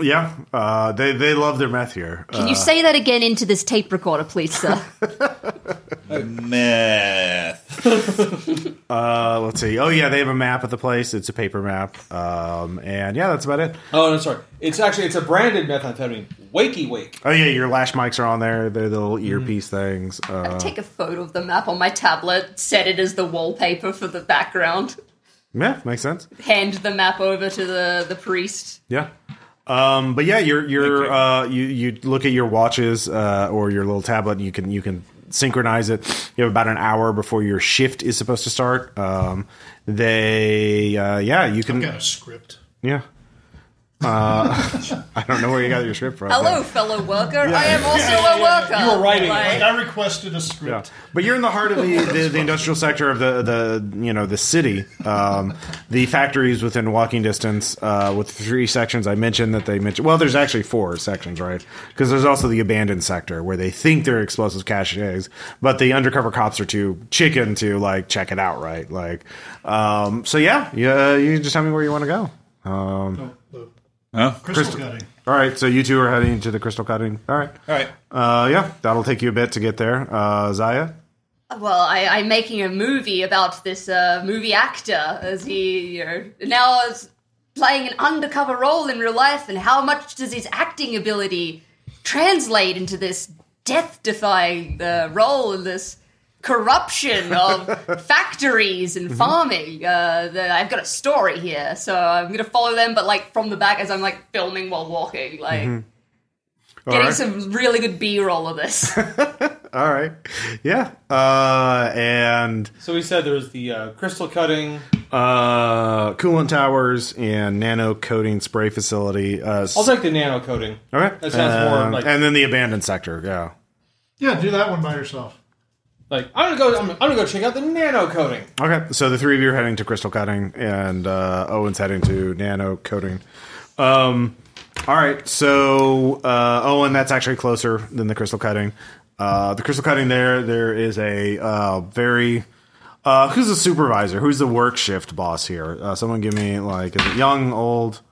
Speaker 1: yeah. Uh, they they love their meth here. Uh,
Speaker 5: Can you say that again into this tape recorder, please, sir?
Speaker 4: Meth.
Speaker 1: uh, let's see. Oh yeah, they have a map of the place. It's a paper map. Um, and yeah, that's about it.
Speaker 3: Oh, no, sorry. It's actually it's a branded methamphetamine. Wakey Wake.
Speaker 1: Oh yeah, your lash mics are on there. They're the little earpiece things. Uh,
Speaker 5: Take a photo of the map on my tablet, set it as the wallpaper for the background,
Speaker 1: yeah, makes sense.
Speaker 5: hand the map over to the, the priest.
Speaker 1: Yeah. Um, but yeah, you're you're uh, you you look at your watches uh, or your little tablet. And you can you can synchronize it. You have about an hour before your shift is supposed to start. Um, they uh, yeah, you can
Speaker 2: I've got a script.
Speaker 1: yeah. Uh, I don't know where you got your script from.
Speaker 5: Hello,
Speaker 1: but-
Speaker 5: fellow worker. I am also a worker.
Speaker 3: You were writing it.
Speaker 5: Like,
Speaker 2: Like I requested a script.
Speaker 1: But you're in the heart of the, the, the industrial sector of the, the you know the city. Um, the factories within walking distance uh, with three sections I mentioned that they mentioned. Well, there's actually four sections, right? Because there's also the abandoned sector where they think they're explosive caches, but the undercover cops are too chicken to like check it out, right? Like, um, so yeah, yeah, you just tell me where you want to go.
Speaker 2: No, the
Speaker 4: Huh?
Speaker 2: crystal
Speaker 1: Crystal.
Speaker 2: cutting.
Speaker 1: All right, so you two are heading to the crystal cutting. All right.
Speaker 4: All right.
Speaker 1: Uh, yeah, that'll take you a bit to get there. Uh, Zaya?
Speaker 5: Well, I, I'm making a movie about this uh, movie actor as he, you know, now is playing an undercover role in real life, and how much does his acting ability translate into this death-defying uh, role in this corruption of factories
Speaker 1: Mm-hmm.
Speaker 5: and farming? Uh, that I've got a story here, so I'm going to follow them, but like from the back as I'm like filming while walking, like
Speaker 1: Mm-hmm. All
Speaker 5: getting
Speaker 1: right.
Speaker 5: some really good B-roll of this.
Speaker 1: All right. Yeah. Uh, and
Speaker 3: So we said there was the uh, crystal cutting.
Speaker 1: uh, coolant towers and nano coating spray facility. Uh,
Speaker 3: I'll take the nano coating.
Speaker 1: all right.
Speaker 3: That sounds more
Speaker 1: Um,
Speaker 3: like-
Speaker 1: and then the abandoned sector. Yeah.
Speaker 2: Yeah, do that one by yourself.
Speaker 3: Like I'm gonna go. I'm, I'm gonna go check out the nano coating.
Speaker 1: Okay, so the three of you are heading to crystal cutting, and uh, Owen's heading to nano coating. Um, all right, so uh, Owen, that's actually closer than the crystal cutting. Uh, the crystal cutting there, there is a uh, very uh, who's the supervisor? Who's the work shift boss here? Uh, someone give me like is it young, old?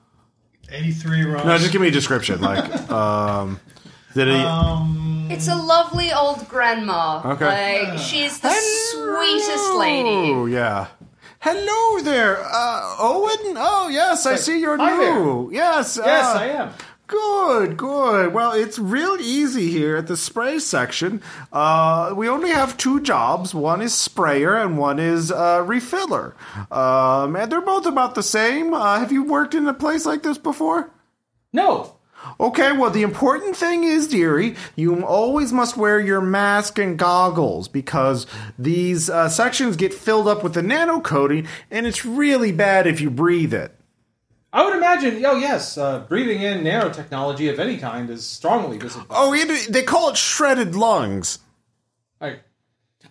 Speaker 2: 83 Ross.
Speaker 1: No, just give me a description. Like, um, did he?
Speaker 5: It's a lovely old grandma.
Speaker 1: Okay.
Speaker 5: Like she's the sweetest lady.
Speaker 1: Oh yeah. Hello there, uh, Owen. Oh yes, I see you're
Speaker 3: hi
Speaker 1: new. Yes,
Speaker 3: Yes,
Speaker 1: uh,
Speaker 3: I am.
Speaker 1: Good, good. Well, it's real easy here at the spray section. Uh, we only have two jobs. One is sprayer and one is uh, refiller. Um, and they're both about the same. Uh, have you worked in a place like this before?
Speaker 3: No,
Speaker 1: Okay, well, the important thing is, dearie, you always must wear your mask and goggles because these uh, sections get filled up with the nano coating, and it's really bad if you breathe it.
Speaker 3: I would imagine. Oh yes, uh, breathing in nanotechnology of any kind is strongly disadvantaged.
Speaker 1: Oh, it, they call it shredded lungs.
Speaker 3: I,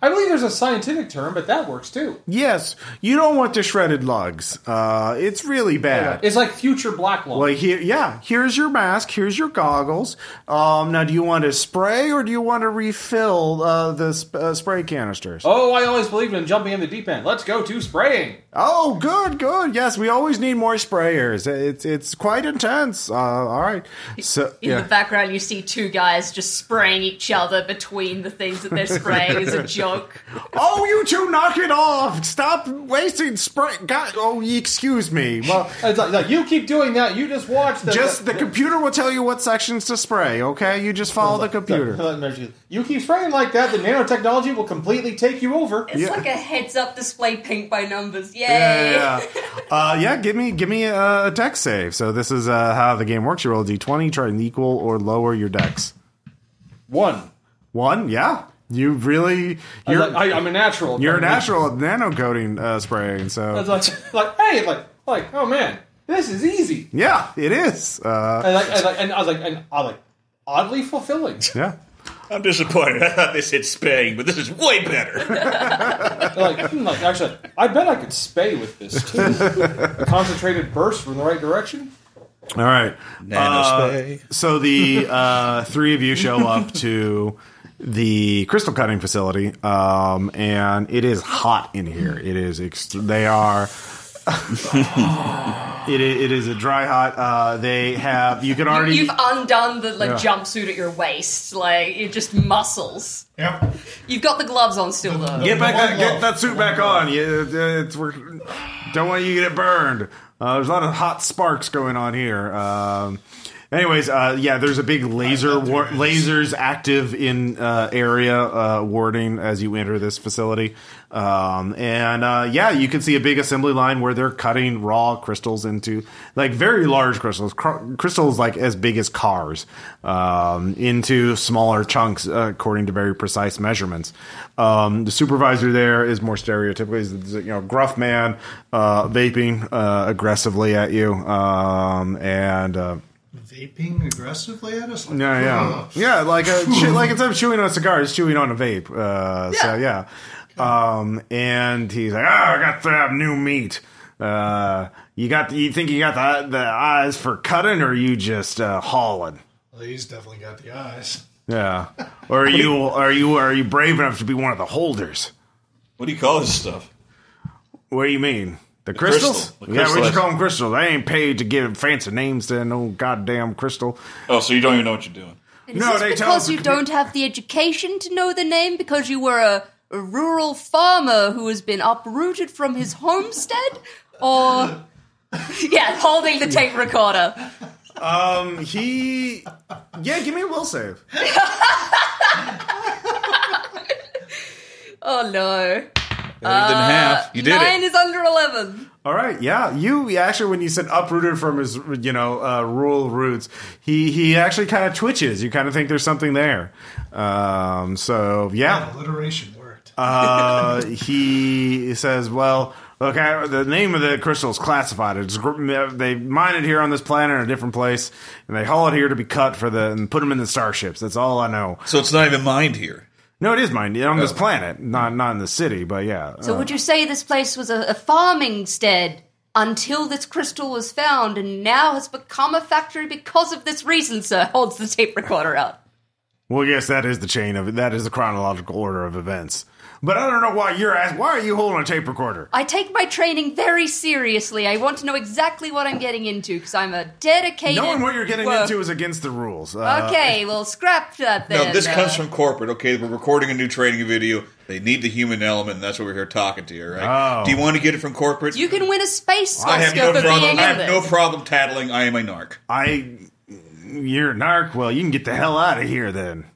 Speaker 3: I believe there's a scientific term, but that works too.
Speaker 1: Yes, you don't want the shredded lungs. Uh, it's really bad.
Speaker 3: It's like future black lung.
Speaker 1: Like here, yeah. Here's your mask. Here's your goggles. Um, now, do you want to spray or do you want to refill uh, the sp- uh, spray canisters?
Speaker 3: oh, I always believed in jumping in the deep end. Let's go to spraying.
Speaker 1: Oh, good, good. Yes, we always need more sprayers. It's it's quite intense. Uh, all right. So
Speaker 5: In
Speaker 1: yeah.
Speaker 5: the background, you see two guys just spraying each other between the things that they're spraying as a joke.
Speaker 1: Oh, you two, knock it off! Stop wasting spray. God, oh, ye- excuse me. Well,
Speaker 3: It's like, like, you keep doing that. You just watch the
Speaker 1: just the computer will tell you what sections to spray. Okay, you just follow the computer.
Speaker 3: You keep spraying like that, the nanotechnology will completely take you over.
Speaker 5: It's
Speaker 1: Yeah.
Speaker 5: like a heads-up display, pink by numbers. Yay!
Speaker 1: Yeah, yeah, yeah. Uh, yeah. Give me, give me a, a deck save. So this is uh, how the game works. You roll a d twenty, try and equal or lower your decks.
Speaker 3: One.
Speaker 1: One, yeah. You really,
Speaker 3: I,
Speaker 1: you're
Speaker 3: I, I'm a natural.
Speaker 1: you're a natural at nano coating uh, spraying. So
Speaker 3: It's like, like, hey, like, like, oh man, this is easy.
Speaker 1: Yeah, it is. Uh,
Speaker 3: And, like, and, like, and I was like, and I was like, oddly fulfilling.
Speaker 1: yeah.
Speaker 4: I'm disappointed. I thought this hit spaying, but this is way better.
Speaker 3: like, hmm, like, actually, I bet I could spay with this too. a concentrated burst from the right direction.
Speaker 1: All right.
Speaker 4: Nano
Speaker 1: Uh, so the uh, three of you show up to the crystal cutting facility, um, and it is hot in here. It is. Ext- they are. it, i- it is a dry hot. Uh, they have. You can already.
Speaker 5: You've undone the like,
Speaker 1: Yeah.
Speaker 5: jumpsuit at your waist, like you're just muscles.
Speaker 2: Yep.
Speaker 5: You've got the gloves on still though.
Speaker 1: Get back,
Speaker 2: One
Speaker 1: get
Speaker 2: love.
Speaker 1: that suit back on. You, it's, we're, don't want you to get burned. Uh, there's a lot of hot sparks going on here. Um, anyways, uh, yeah, there's a big laser war- lasers active in uh, area uh, warding as you enter this facility, um, and uh, yeah, you can see a big assembly line where they're cutting raw crystals into like very large crystals, cr- crystals like as big as cars, um, into smaller chunks uh, according to very precise measurements. Um, the supervisor there is more stereotypically, is, you know, gruff man, uh, vaping uh, aggressively at you, um, and. Uh,
Speaker 2: Vaping aggressively at us? Like,
Speaker 1: yeah, yeah,
Speaker 2: ugh.
Speaker 1: yeah. Like a, chew- like instead of chewing on a cigar, he's chewing on a vape. Uh, So yeah, um, and he's like, "Oh, I got that new meat. Uh, you got? The, you think you got the the eyes for cutting, or you just uh, hauling?
Speaker 2: Well, he's definitely got the eyes.
Speaker 1: Yeah. Or are you are you are you brave enough to be one of the holders?
Speaker 4: what do you call this stuff?
Speaker 1: What do you mean? The crystals?
Speaker 4: crystal. The
Speaker 1: yeah, we
Speaker 4: crystal.
Speaker 1: just call them crystals. I ain't paid to give fancy names to no goddamn crystal.
Speaker 4: Oh, so you don't even know what you're doing.
Speaker 5: And
Speaker 1: No,
Speaker 5: is
Speaker 1: they
Speaker 5: this
Speaker 1: tell us
Speaker 5: because
Speaker 1: the
Speaker 5: you
Speaker 1: commu-
Speaker 5: don't have the education to know the name? Because you were a, a rural farmer who has been uprooted from his homestead? Or. yeah, holding the tape recorder.
Speaker 1: He, yeah, give me a will save.
Speaker 5: Oh no. Uh,
Speaker 4: you didn't have. You did it.
Speaker 5: Nine is under 11.
Speaker 1: All right, yeah, you actually when you said uprooted from his you know uh, rural roots, he he actually kind of twitches. You kind of think there's something there. Um, so yeah,
Speaker 2: Alliteration worked.
Speaker 1: uh, he says, "Well, look, I, the name of the crystal is classified. It's gr- they mine it here on this planet in a different place, and they haul it here to be cut for the and put them in the starships. That's all I know.
Speaker 4: So it's not even mined here.
Speaker 1: No, it is mine on this planet, not not in the city, but yeah.
Speaker 5: So would you say this place was a, a farming stead until this crystal was found and now has become a factory because of this reason, sir? Holds the tape recorder out.
Speaker 1: well, yes, that is the chain of that is the chronological order of events. But I don't know why you're asking. Why are you holding a tape recorder?
Speaker 5: I take my training very seriously. I want to know exactly what I'm getting into because I'm a dedicated.
Speaker 1: Knowing what you're getting
Speaker 5: work-
Speaker 1: into is against the rules. Uh,
Speaker 5: Okay, well, scrap that then.
Speaker 4: No, this
Speaker 5: uh,
Speaker 4: comes from corporate. Okay, we're recording a new training video. They need the human element, and that's what we're here talking to you, right?
Speaker 1: Oh.
Speaker 4: Do you want to get it from corporate?
Speaker 5: You can win a space
Speaker 4: I have
Speaker 5: Oscar
Speaker 4: no
Speaker 5: for being
Speaker 4: problem. I
Speaker 5: in
Speaker 4: have no
Speaker 5: this.
Speaker 4: problem tattling. I am a narc.
Speaker 1: I, you're a narc. Well, you can get the hell out of here then.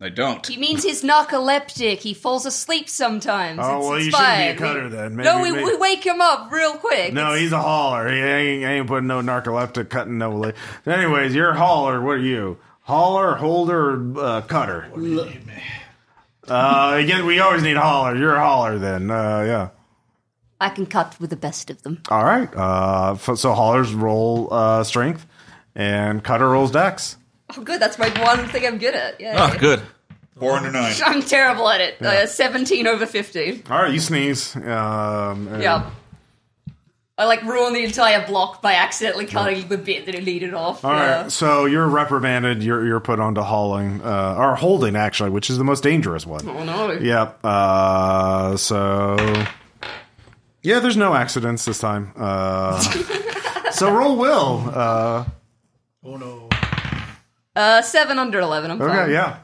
Speaker 4: I don't.
Speaker 5: He means he's narcoleptic. He falls asleep sometimes.
Speaker 1: Oh,
Speaker 5: It's-
Speaker 1: well,
Speaker 5: it's
Speaker 1: you shouldn't be a
Speaker 5: fine.
Speaker 1: cutter
Speaker 5: We-
Speaker 1: then.
Speaker 5: no,
Speaker 1: Maybe-
Speaker 5: we,
Speaker 1: maybe-
Speaker 5: we wake him up real quick.
Speaker 1: No,
Speaker 5: It's-
Speaker 1: he's a hauler. He ain't, ain't putting no narcoleptic cutting no. Li- Anyways, you're a hauler. What are you? Hauler, holder, or, uh, cutter. Uh, again, we always need a hauler. You're a hauler then. Uh, yeah.
Speaker 5: I can cut with the best of them.
Speaker 1: All right. Uh, f- so haulers roll uh, strength, and cutter rolls dex.
Speaker 5: Oh, good. That's my one thing I'm good at. Yeah.
Speaker 4: Ah, good. Four under nine.
Speaker 5: I'm terrible at it. Uh, 17 over 15.
Speaker 1: All right, you sneeze. Um, and-
Speaker 5: Yeah. I like ruin the entire block by accidentally cutting the bit that it needed off.
Speaker 1: All
Speaker 5: yeah.
Speaker 1: right, so you're reprimanded. You're you're put onto hauling uh, or holding actually, which is the most dangerous one.
Speaker 5: Oh no.
Speaker 1: Yep. Uh, so yeah, there's no accidents this time. Uh, so roll will. Uh,
Speaker 2: Oh no.
Speaker 5: Uh, seven under eleven. I'm fine.
Speaker 1: okay, yeah,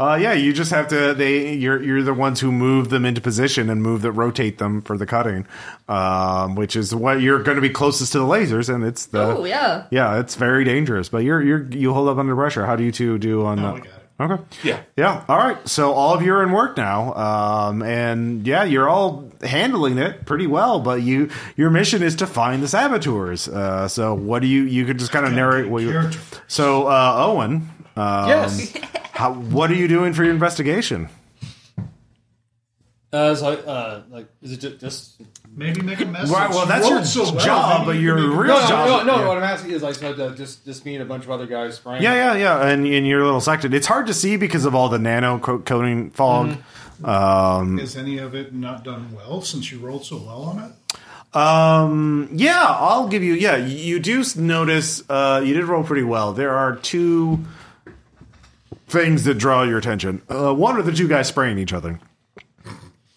Speaker 1: uh, yeah. You just have to. They you're you're the ones who move them into position and move that rotate them for the cutting, um, which is what you're going to be closest to the lasers, and it's the
Speaker 5: Oh yeah.
Speaker 1: yeah, it's very dangerous. But you're you're you hold up under pressure. How do you two do on?
Speaker 2: No,
Speaker 1: uh,
Speaker 2: we got it.
Speaker 1: Okay.
Speaker 4: Yeah.
Speaker 1: Yeah. All right. So all of you are in work now, um, and yeah, you're all handling it pretty well. But you, your mission is to find the saboteurs. Uh, so what do you? You could just kind of narrate what you.
Speaker 2: Character.
Speaker 1: So uh, Owen, um,
Speaker 3: Yes.
Speaker 1: how, what are you doing for your investigation?
Speaker 3: Uh, so, uh, like, is it ju- just?
Speaker 2: Maybe make a mess.
Speaker 1: Right,
Speaker 2: since
Speaker 1: well,
Speaker 2: you
Speaker 1: that's your
Speaker 2: rolled so well,
Speaker 1: job, but
Speaker 2: maybe you
Speaker 1: your
Speaker 2: can make a
Speaker 1: real
Speaker 3: No,
Speaker 2: mess.
Speaker 1: job-
Speaker 3: no, no. no
Speaker 1: yeah.
Speaker 3: What I'm asking is, like, so, uh, just just me and a bunch of other guys, right?
Speaker 1: Yeah, yeah, yeah. And in your little sector, it's hard to see because of all the nano co- coating fog. Um,
Speaker 2: Is any of it not done well since you rolled so well on it?
Speaker 1: Um. Yeah, I'll give you. Yeah, you do s- notice. Uh, you did roll pretty well. There are two things that draw your attention. Uh, one are the two guys spraying each other.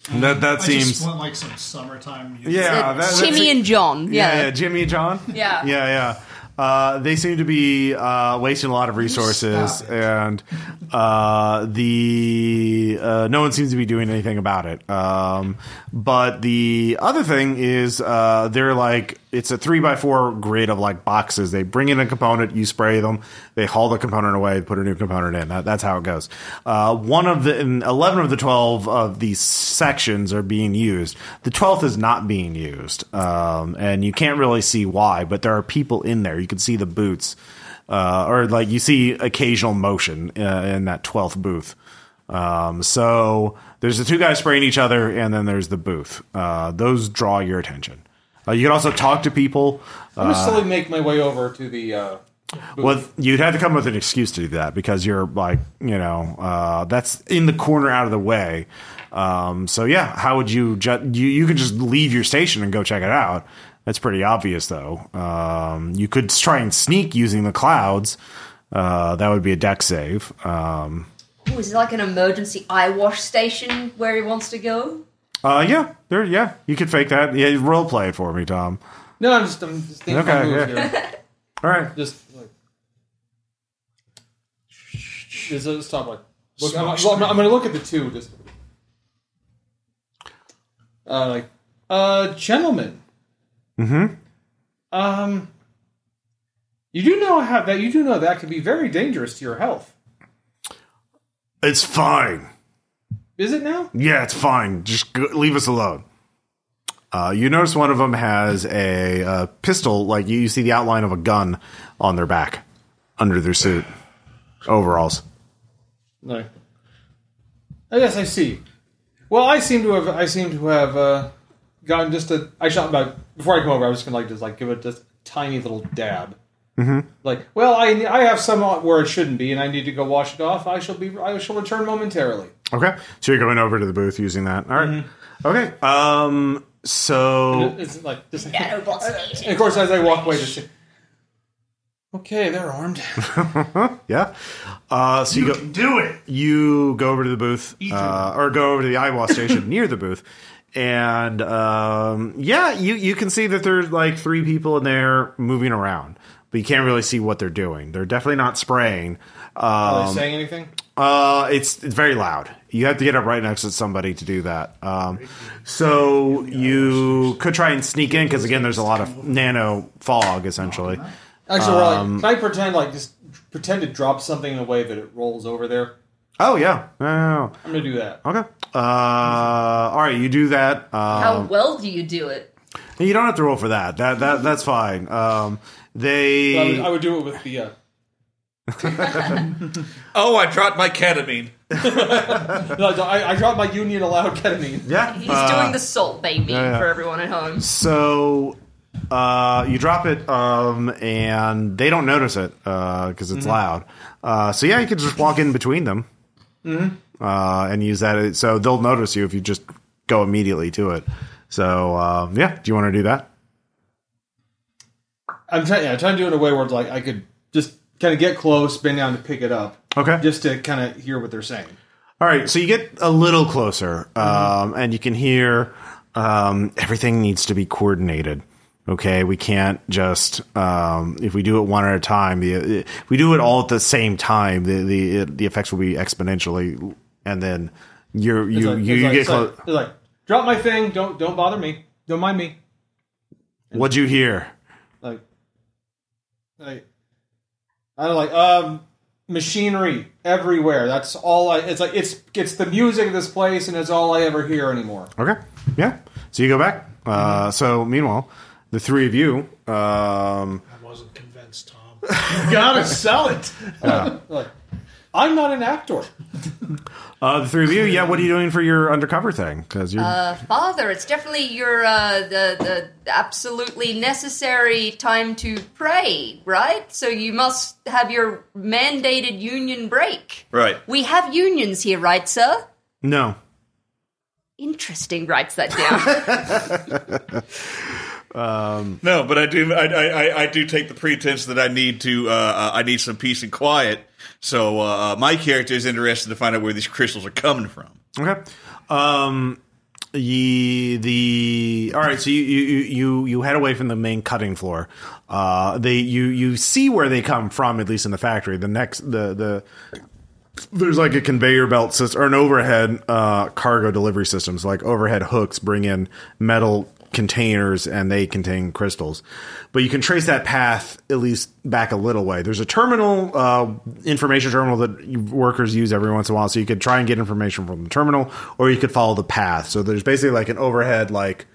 Speaker 1: That that
Speaker 2: I
Speaker 1: seems.
Speaker 2: just want like some summertime music.
Speaker 1: yeah,
Speaker 5: Uh,
Speaker 1: that- that
Speaker 5: Timmy
Speaker 1: se-
Speaker 5: and
Speaker 1: yeah,
Speaker 5: John. Yeah.
Speaker 1: yeah, Jimmy and John.
Speaker 5: Yeah.
Speaker 1: yeah, yeah. Uh, they seem to be uh, wasting a lot of resources,
Speaker 2: stop it.
Speaker 1: and uh, the uh, no one seems to be doing anything about it. Um, but the other thing is, uh, they're like it's a three by four grid of like boxes. They bring in a component, you spray them, they haul the component away, put a new component in. That, that's how it goes. Uh, one of the and eleven of the twelve of these sections are being used. The twelfth is not being used, um, and you can't really see why. But there are people in there. You can see the boots uh, or like you see occasional motion uh, in that 12th booth. Um, so there's the two guys spraying each other, and then there's the booth. Uh, those draw your attention. Uh, you can also talk to people.
Speaker 3: I'm gonna
Speaker 1: Uh,
Speaker 3: slowly make my way over to the. Uh, booth.
Speaker 1: Well, you'd have to come up with an excuse to do that because you're like, you know, uh, that's in the corner out of the way. Um, so yeah, how would you ju- you you could just leave your station and go check it out. That's pretty obvious though. Um, you could try and sneak using the clouds. Uh, that would be a deck save. Um,
Speaker 5: Ooh, is it like an emergency eye wash station where he wants to go?
Speaker 1: Uh, yeah, there. Yeah, you could fake that. Yeah, role play it for me, Tom.
Speaker 3: No, I'm just, I'm just thinking
Speaker 1: Okay,
Speaker 3: okay, moves
Speaker 1: yeah.
Speaker 3: here.
Speaker 1: All right.
Speaker 3: Just like. Just, just stop like. Look, I'm, I'm, I'm going to look at the two. Just. Uh, like, uh, gentlemen. Mm-hmm. Um. You do know how that you do know that can be very dangerous to your health.
Speaker 1: It's fine.
Speaker 3: Is it now?
Speaker 1: Yeah, it's fine. Just go, leave us alone. Uh, you notice one of them has a uh, pistol. Like you, you see the outline of a gun on their back, under their suit, overalls.
Speaker 3: No. I guess I see. Well, I seem to have. I seem to have uh, gotten just a. I shot about before I come over. I was just gonna like just like give it just a tiny little dab. Mm-hmm. Like, well, I I have some out where it shouldn't be, and I need to go wash it off. I shall be. I shall return momentarily.
Speaker 1: Okay, so you're going over to the booth using that. All right. Okay. Um. So
Speaker 3: It's like just.
Speaker 5: Nanobots.
Speaker 3: And of course, as I walk away, just. Okay, they're armed.
Speaker 1: yeah. Uh. So you, go.
Speaker 2: Do it.
Speaker 1: you go over to the booth uh, or go over to the Iowa station near the booth and um, yeah you, you can see that there's like three people in there moving around but you can't really see what they're doing they're definitely not spraying
Speaker 3: Are they
Speaker 1: um,
Speaker 3: saying anything?
Speaker 1: uh, it's, it's very loud you have to get up right next to somebody to do that um, so you could try and sneak in because again there's a lot of nano fog essentially
Speaker 3: Actually, we're like, can I pretend like just pretend to drop something in a way that it rolls over there?
Speaker 1: oh yeah oh,
Speaker 3: I'm gonna do that.
Speaker 1: okay uh, all right you do that um,
Speaker 5: How well do you do it?
Speaker 1: Hey, You don't have to roll for that. That that that's fine. Um,
Speaker 3: I would,
Speaker 1: they
Speaker 3: I would do it with the. Uh,
Speaker 4: Oh, I dropped my ketamine.
Speaker 3: No, I, I dropped my union allowed ketamine.
Speaker 1: yeah.
Speaker 5: He's
Speaker 1: uh,
Speaker 5: doing the salt baby
Speaker 1: yeah.
Speaker 5: for everyone at home.
Speaker 1: so uh, you drop it, um, and they don't notice it because it's loud. Uh, so yeah, you could just walk in between them uh, and use that. So they'll notice you if you just go immediately to it. So uh, yeah, do you want to do that?
Speaker 3: I'm trying, yeah, I'm trying to do it in a way where like I could just kind of get close, bend down to pick it up,
Speaker 1: Okay.
Speaker 3: just to kind of hear what they're saying.
Speaker 1: All right, so you get a little closer, um,
Speaker 3: Mm-hmm.
Speaker 1: and you can hear um, everything needs to be coordinated. Okay, we can't just um, if we do it one at a time. The, if we do it all at the same time, the the, the effects will be exponentially, and then you're,
Speaker 3: It's
Speaker 1: you
Speaker 3: like-
Speaker 1: you,
Speaker 3: it's
Speaker 1: you
Speaker 3: like-
Speaker 1: get
Speaker 3: it's like-
Speaker 1: close.
Speaker 3: it's like drop my thing. Don't don't bother me. Don't mind me.
Speaker 1: What'd you hear?
Speaker 3: Like, like I don't like um machinery everywhere. That's all I. It's like it's it's the music of this place, and it's all I ever hear anymore.
Speaker 1: Okay. Yeah. So you go back.
Speaker 3: Mm-hmm.
Speaker 1: Uh, so meanwhile, the three of you. Um,
Speaker 2: I wasn't convinced, Tom. You gotta sell it.
Speaker 3: Like, I'm not an actor.
Speaker 1: uh, the three of you. Yeah. What are you doing for your undercover thing? Because you're.
Speaker 5: Uh, father, it's definitely your uh, the the absolutely necessary time to pray, right? So you must have your mandated union break.
Speaker 4: Right.
Speaker 5: We have unions here, right, sir?
Speaker 1: no.
Speaker 5: Interesting. Writes that down.
Speaker 4: No, but I do. I, I, I- I do take the pretense that I need to. Uh, uh, I need some peace and quiet. So uh, uh, my character is interested to find out where these crystals are coming from.
Speaker 1: Okay. Um, ye, the all right. So you, you you you head away from the main cutting floor. Uh, they you you see where they come from at least in the factory. The next the the there's like a conveyor belt system or an overhead uh, cargo delivery systems. Like overhead hooks bring in metal containers and they contain crystals. But you can trace that path at least back a little way. There's a terminal, uh, information terminal that you- workers use every once in a while. So you could try and get information from the terminal or you could follow the path. So there's basically like an overhead, like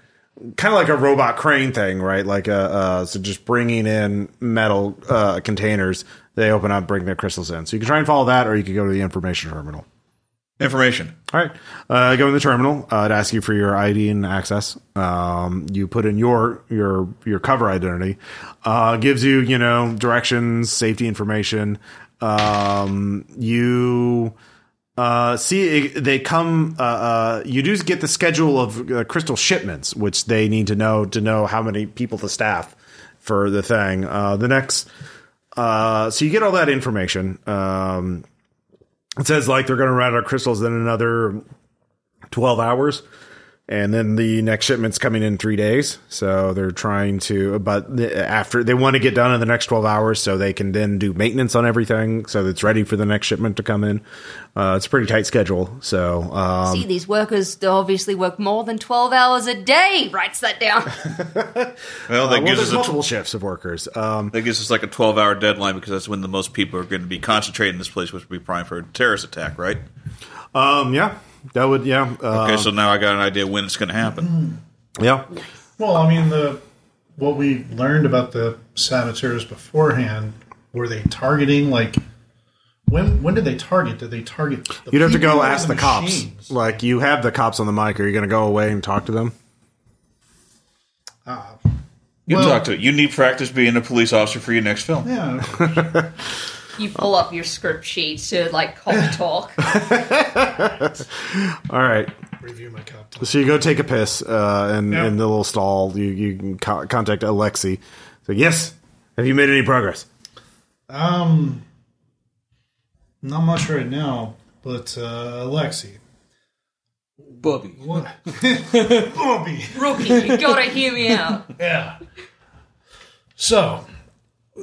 Speaker 1: kind of like a robot crane thing, right? Like a uh, so just bringing in metal uh, containers. They open up, bring their crystals in. So you can try and follow that, or you can go to the information terminal.
Speaker 4: Information.
Speaker 1: All right, uh, go in the terminal. Uh, it asks you for your ID and access. Um, you put in your your your cover identity. Uh, gives you you know directions, safety information. Um, you uh, see, it- they come. Uh, uh, you do get the schedule of uh, crystal shipments, which they need to know to know how many people to staff for the thing. Uh, the next, uh, so you get all that information. Um, it says like they're going to run out of crystals in another 12 hours and then the next shipment's coming in three days. So they're trying to, but the- after they want to get done in the next 12 hours so they can then do maintenance on everything so that it's ready for the next shipment to come in. Uh, it's a pretty tight schedule. So, um,
Speaker 5: See, these workers they obviously work more than 12 hours a day. Writes that down.
Speaker 4: Uh, Well, that
Speaker 1: well,
Speaker 4: gives
Speaker 1: there's
Speaker 4: us a
Speaker 1: multiple shifts of workers. Um,
Speaker 4: That gives us like a 12 hour deadline because that's when the most people are going to be concentrated in this place, which would be prime for a terrorist attack, right?
Speaker 1: um, yeah, that would, yeah. Uh,
Speaker 4: Okay, so now I got an idea when it's going to happen.
Speaker 1: yeah.
Speaker 2: Well, I mean, the what we learned about the saboteurs beforehand were they targeting like when? When did they target? Did they target? The
Speaker 1: You'd have to
Speaker 2: people
Speaker 1: go
Speaker 2: or
Speaker 1: ask the cops.
Speaker 2: machines?
Speaker 1: Like, you have the cops on the mic. Are you going to go away and talk to them?
Speaker 4: You
Speaker 2: Well-
Speaker 4: talk to it. You need practice being a police officer for your next film.
Speaker 2: Yeah,
Speaker 5: You pull up your script sheet to like cop talk.
Speaker 1: All right.
Speaker 2: review my cop.
Speaker 1: So you go take a piss, uh, and
Speaker 2: Yeah.
Speaker 1: in the little stall, you you can co- contact Alexi. So yes, have you made any progress?
Speaker 2: Um, not much right now, but uh, Alexi,
Speaker 3: Bubby.
Speaker 2: what? Bobby.
Speaker 5: Rookie, you gotta hear me out.
Speaker 2: Yeah. So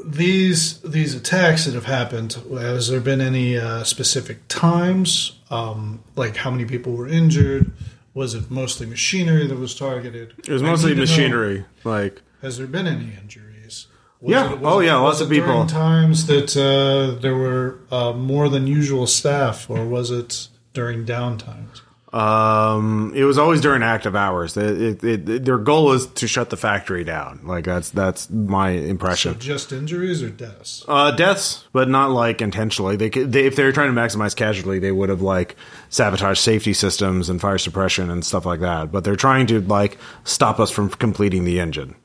Speaker 2: these these attacks that have happened, has there been any uh, specific times? Um, like how many people were injured? Was it mostly machinery that was targeted?
Speaker 1: It was mostly machinery. Like
Speaker 2: Has there been any injuries? Was
Speaker 1: Yeah.
Speaker 2: was
Speaker 1: Oh, yeah, lots
Speaker 2: was
Speaker 1: of
Speaker 2: it during
Speaker 1: people.
Speaker 2: Times that uh, there were uh, more than usual staff, or was it during downtimes?
Speaker 1: um, it was always during active hours. It, it, it, their goal is to shut the factory down. Like that's that's my impression.
Speaker 2: Just injuries or deaths?
Speaker 1: Uh, deaths, but not like intentionally. They, could, they if they were trying to maximize casualty, they would have like sabotaged safety systems and fire suppression and stuff like that. But they're trying to like stop us from completing the engine.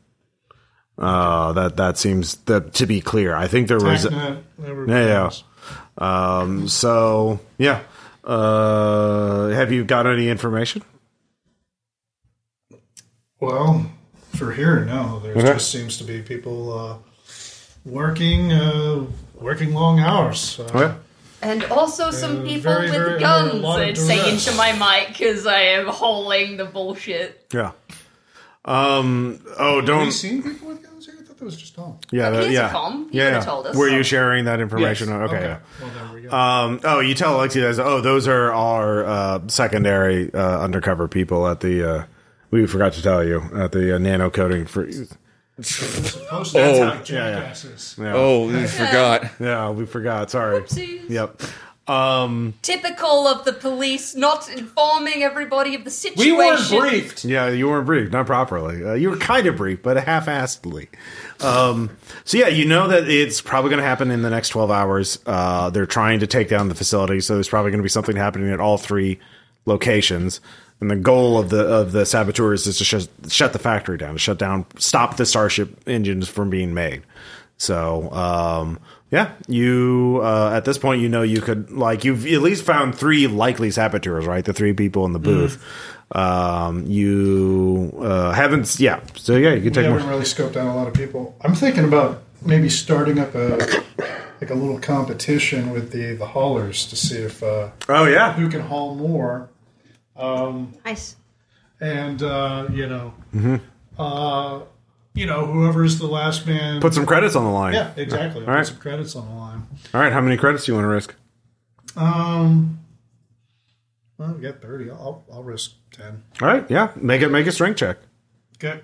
Speaker 1: Uh, that that seems the, to be clear. I think there was
Speaker 2: Uh, there were
Speaker 1: yeah, yeah. Um, so yeah. Uh, have you got any information?
Speaker 2: Well, for here, no. There
Speaker 1: Okay.
Speaker 2: just seems to be people uh, working uh, working long hours. Uh,
Speaker 1: Um,
Speaker 5: And also some
Speaker 2: Uh,
Speaker 5: people
Speaker 2: very,
Speaker 5: with
Speaker 2: very, uh,
Speaker 5: guns
Speaker 2: lot of
Speaker 5: are saying
Speaker 2: duress.
Speaker 5: to my mic because I am hauling the bullshit.
Speaker 1: Yeah. Um. Oh,
Speaker 2: Have you
Speaker 1: don't.
Speaker 2: seen people with guns here? I thought that was just all.
Speaker 1: Yeah.
Speaker 5: Here's
Speaker 1: That,
Speaker 5: a
Speaker 1: yeah.
Speaker 5: com. You
Speaker 1: yeah.
Speaker 5: could've
Speaker 1: yeah.
Speaker 5: told us.
Speaker 1: Were you sharing that information?
Speaker 3: Yes.
Speaker 1: Okay. yeah.
Speaker 2: Well, there we go.
Speaker 1: Um, oh, you tell Alexi that. Oh, those are our uh, secondary uh, undercover people at the. Uh, we forgot to tell you at the uh, nano coding for.
Speaker 2: Most of
Speaker 4: oh,
Speaker 2: the time, jackasses.
Speaker 4: Oh, I forgot.
Speaker 1: Yeah, we forgot. Sorry.
Speaker 5: Whoopsies.
Speaker 1: Yep.
Speaker 5: Typical of the police not informing everybody of the situation.
Speaker 3: We weren't briefed.
Speaker 1: Yeah, you weren't brief, not properly. Uh, you were kind of brief, but half-assedly. Um, so yeah, you know that it's probably going to happen in the next twelve hours. Uh, they're trying to take down the facility, so there's probably going to be something happening at all three locations. And the goal of the of the saboteurs is to sh- shut the factory down, to shut down, stop the starship engines from being made. So um, yeah, you uh, at this point you know you could like you've at least found three likely saboteurs, right? The three people
Speaker 2: Hmm.
Speaker 1: in the booth. Um, you uh, haven't, yeah. So yeah, you can
Speaker 2: We
Speaker 1: take
Speaker 2: haven't
Speaker 1: more.
Speaker 2: really scoped out a lot of people. I'm thinking about maybe starting up a like a little competition with the the haulers to see if uh,
Speaker 1: Oh yeah,
Speaker 2: who can haul more.
Speaker 5: Nice.
Speaker 2: and uh, you know,
Speaker 1: Mm-hmm.
Speaker 2: uh, you know, whoever's the last man.
Speaker 1: put some credits on the line.
Speaker 2: yeah, exactly.
Speaker 1: right.
Speaker 2: Put some credits on the line.
Speaker 1: All right, how many credits do you want to risk?
Speaker 2: Um, well, we got thirty. I'll, I'll risk ten.
Speaker 1: All right, yeah, make it make a strength check.
Speaker 2: Okay.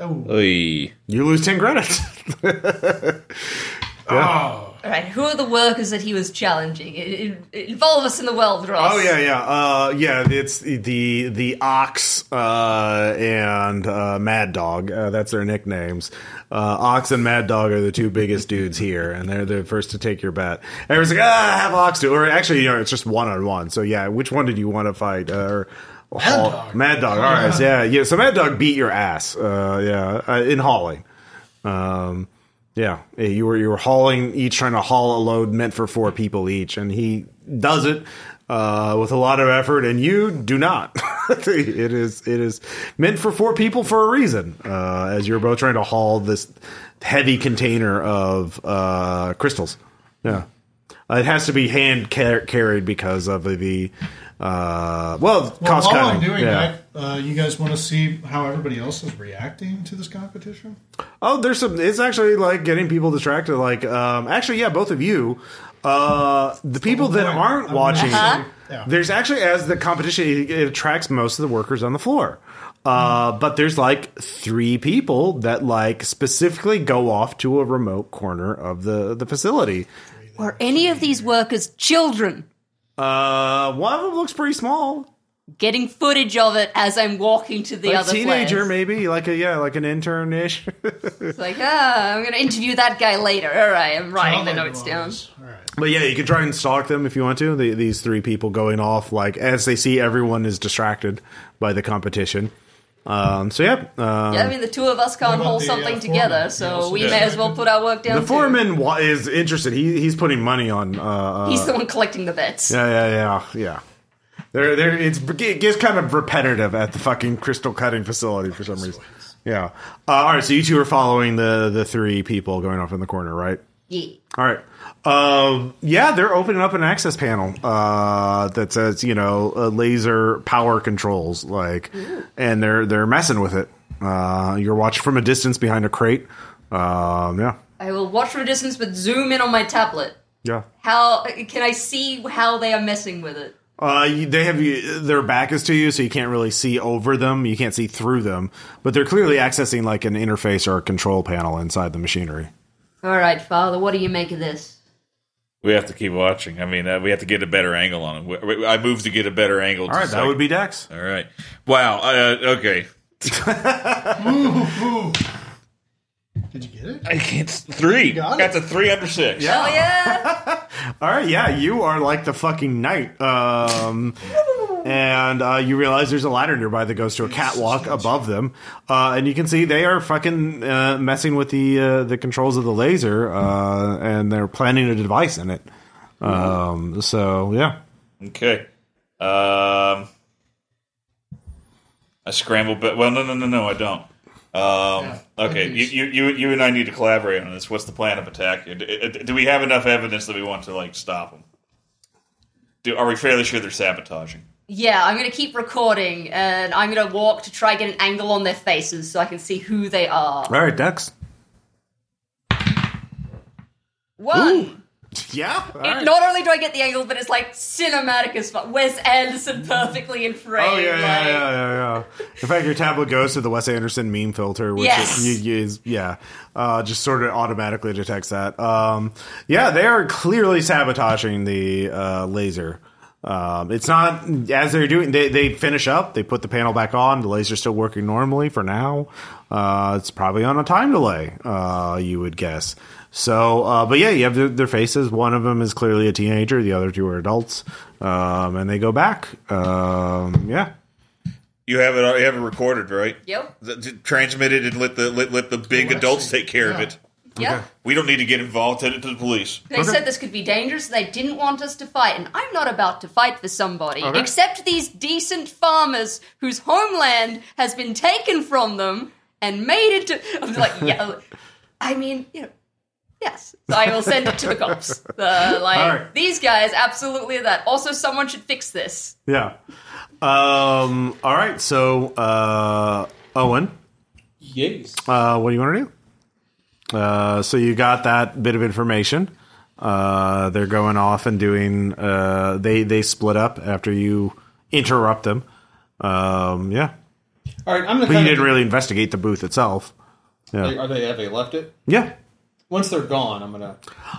Speaker 2: Oh,
Speaker 4: Oy.
Speaker 1: You lose ten credits.
Speaker 5: All right, who are the workers that he was challenging? I- I- Involve us in the world, Ross.
Speaker 1: oh yeah, yeah, uh, yeah. It's the the ox uh, and uh, Mad Dog. Uh, that's their nicknames. Uh, ox and Mad Dog are the two biggest dudes here, and they're the first to take your bet. Everyone's like, ah, have ox do, or actually, you know, it's just one on one. So yeah, which one did you want to fight? Uh, or, Mad
Speaker 2: Dog.
Speaker 1: Mad Dog. All right, yeah, yeah. So Mad Dog beat your ass. Uh, yeah, uh, in hauling. Um, yeah, eh, you were you were hauling each trying to haul a load meant for four people each, and he does it uh, with a lot of effort, and you do not. it is it is meant for four people for a reason, uh, as you're both trying to haul this heavy container of uh, crystals. Yeah. Uh, it has to be hand car- carried because of the, the uh, well,
Speaker 2: Well,
Speaker 1: cost
Speaker 2: while
Speaker 1: cutting.
Speaker 2: I'm doing
Speaker 1: yeah.
Speaker 2: that, uh, you guys want to see how everybody else is reacting to this competition?
Speaker 1: Oh, there's some. It's actually like getting people distracted. Like, um, actually, yeah, both of you. Uh, the people that
Speaker 2: point.
Speaker 1: aren't
Speaker 2: I'm
Speaker 1: watching,
Speaker 2: Uh-huh.
Speaker 1: it, there's actually as the competition, it, it attracts most of the workers on the floor. Uh,
Speaker 2: Hmm.
Speaker 1: but there's like three people that like specifically go off to a remote corner of the the facility.
Speaker 5: Were any of these workers children?
Speaker 1: Uh, one of them looks pretty small,
Speaker 5: Getting footage of it as I'm walking to the
Speaker 1: like
Speaker 5: other
Speaker 1: teenager
Speaker 5: place.
Speaker 1: maybe, like a yeah, like an intern ish.
Speaker 5: It's like, ah, I'm going to interview that guy later. All right, I'm writing the
Speaker 2: Sound like
Speaker 5: notes down.
Speaker 2: lawyers. All right.
Speaker 1: But yeah, you could try and stalk them if you want to. The, these three people going off like as they see everyone is distracted by the competition. Um, so yeah, uh,
Speaker 5: Yeah, I mean, the two of us can't
Speaker 2: about
Speaker 5: hold
Speaker 2: the, uh,
Speaker 5: something
Speaker 2: foreman?
Speaker 5: together,
Speaker 2: He
Speaker 5: so
Speaker 2: also
Speaker 5: we
Speaker 4: does
Speaker 5: may
Speaker 4: that.
Speaker 5: as well put our work down.
Speaker 1: the
Speaker 5: too.
Speaker 1: foreman wa- is interested. He he's putting money on. Uh, uh,
Speaker 5: He's the one collecting the bets.
Speaker 1: yeah, yeah, yeah, yeah. There, there. It's it gets kind of repetitive at the fucking crystal cutting facility for some reason. Yeah. Uh, all right. So you two are following the the three people going off in the corner, right?
Speaker 5: Yeah.
Speaker 1: All right. Um, yeah, they're opening up an access panel uh, that says, you know, uh, laser power controls, like, and they're they're messing with it. Uh, you're watching from a distance behind a crate. Um, yeah,
Speaker 5: I will watch from a distance, but zoom in on my tablet.
Speaker 1: yeah.
Speaker 5: How can I see how they are messing with it?
Speaker 1: Uh, you- they have you, their back is to you, so you can't really see over them. You can't see through them, but they're clearly accessing like an interface or a control panel inside the machinery.
Speaker 5: All right, Father, what do you make of this?
Speaker 4: We have to keep watching. I mean, uh, we have to get a better angle on him. We- we- I moved to get a better angle.
Speaker 1: All right, that would be Dex.
Speaker 4: All right. Wow. Uh, okay.
Speaker 2: Did you get it?
Speaker 4: I can't. Three.
Speaker 2: got
Speaker 4: That's
Speaker 2: it.
Speaker 4: a three under six.
Speaker 5: Oh yeah,
Speaker 1: All right, yeah, you are like the fucking knight. Um, and uh, you realize there's a ladder nearby that goes to a catwalk above them, uh, and you can see they are fucking uh, messing with the uh, the controls of the laser, uh, and they're planting a device in it. Um, so yeah,
Speaker 4: Okay. Um, I scramble, but well, no, no, no, no, I don't. Um, okay, you, you, you, you and I need to collaborate on this. What's the plan of attack? here? Do, do we have enough evidence that we want to like stop them? Do are we fairly sure they're sabotaging?
Speaker 5: yeah. I'm gonna keep recording, and I'm gonna walk to try get an angle on their faces so I can see who they are.
Speaker 1: all right, Dex.
Speaker 5: One.
Speaker 1: Yeah, all
Speaker 5: It-
Speaker 1: right.
Speaker 5: Not only do I get the angle, but it's like cinematic as fuck. Wes Anderson perfectly in frame.
Speaker 1: Oh yeah, yeah,
Speaker 5: like,
Speaker 1: yeah, yeah, yeah. In fact, your tablet goes to the Wes Anderson meme filter, which
Speaker 5: Yes.
Speaker 1: is, you, you- is- yeah, uh, just sort of automatically detects that. Um, yeah, they are clearly sabotaging the uh, laser. Um, it's not as they're doing. They, they finish up. They put the panel back on. The laser's still working normally for now. Uh, it's probably on a time delay. Uh, you would guess. So, uh, but yeah, you have their, their faces. One of them is clearly a teenager. The other two are adults, um, and they go back. Um, yeah.
Speaker 4: You have it. You have it recorded, right?
Speaker 5: Yep.
Speaker 4: Th- th- Transmit it and let the let, let the big
Speaker 2: Oh,
Speaker 4: adults
Speaker 2: actually,
Speaker 4: take care of
Speaker 2: yeah.
Speaker 4: it.
Speaker 5: Yep.
Speaker 4: We don't need to get involved. Send it to the police.
Speaker 5: They said this could be dangerous. They didn't want us to fight, and I'm not about to fight for somebody
Speaker 1: Okay.
Speaker 5: except these decent farmers whose homeland has been taken from them and made into. I'm like, yeah. I mean, you know, yes. So I will send it to the cops. Uh, like
Speaker 1: All right.
Speaker 5: these guys, absolutely are that. Also, someone should fix this.
Speaker 1: Yeah. Um, all right. So, uh, Owen,
Speaker 3: Yes.
Speaker 1: uh, what do you want to do? Uh, so you got that bit of information. Uh, they're going off and doing. Uh, they they split up after you interrupt them. Um, yeah,
Speaker 3: All right, I'm gonna.
Speaker 1: but you
Speaker 3: Kind of,
Speaker 1: didn't really investigate the booth itself.
Speaker 3: Are they? Have they left it?
Speaker 1: Yeah.
Speaker 3: Once they're gone, I'm gonna.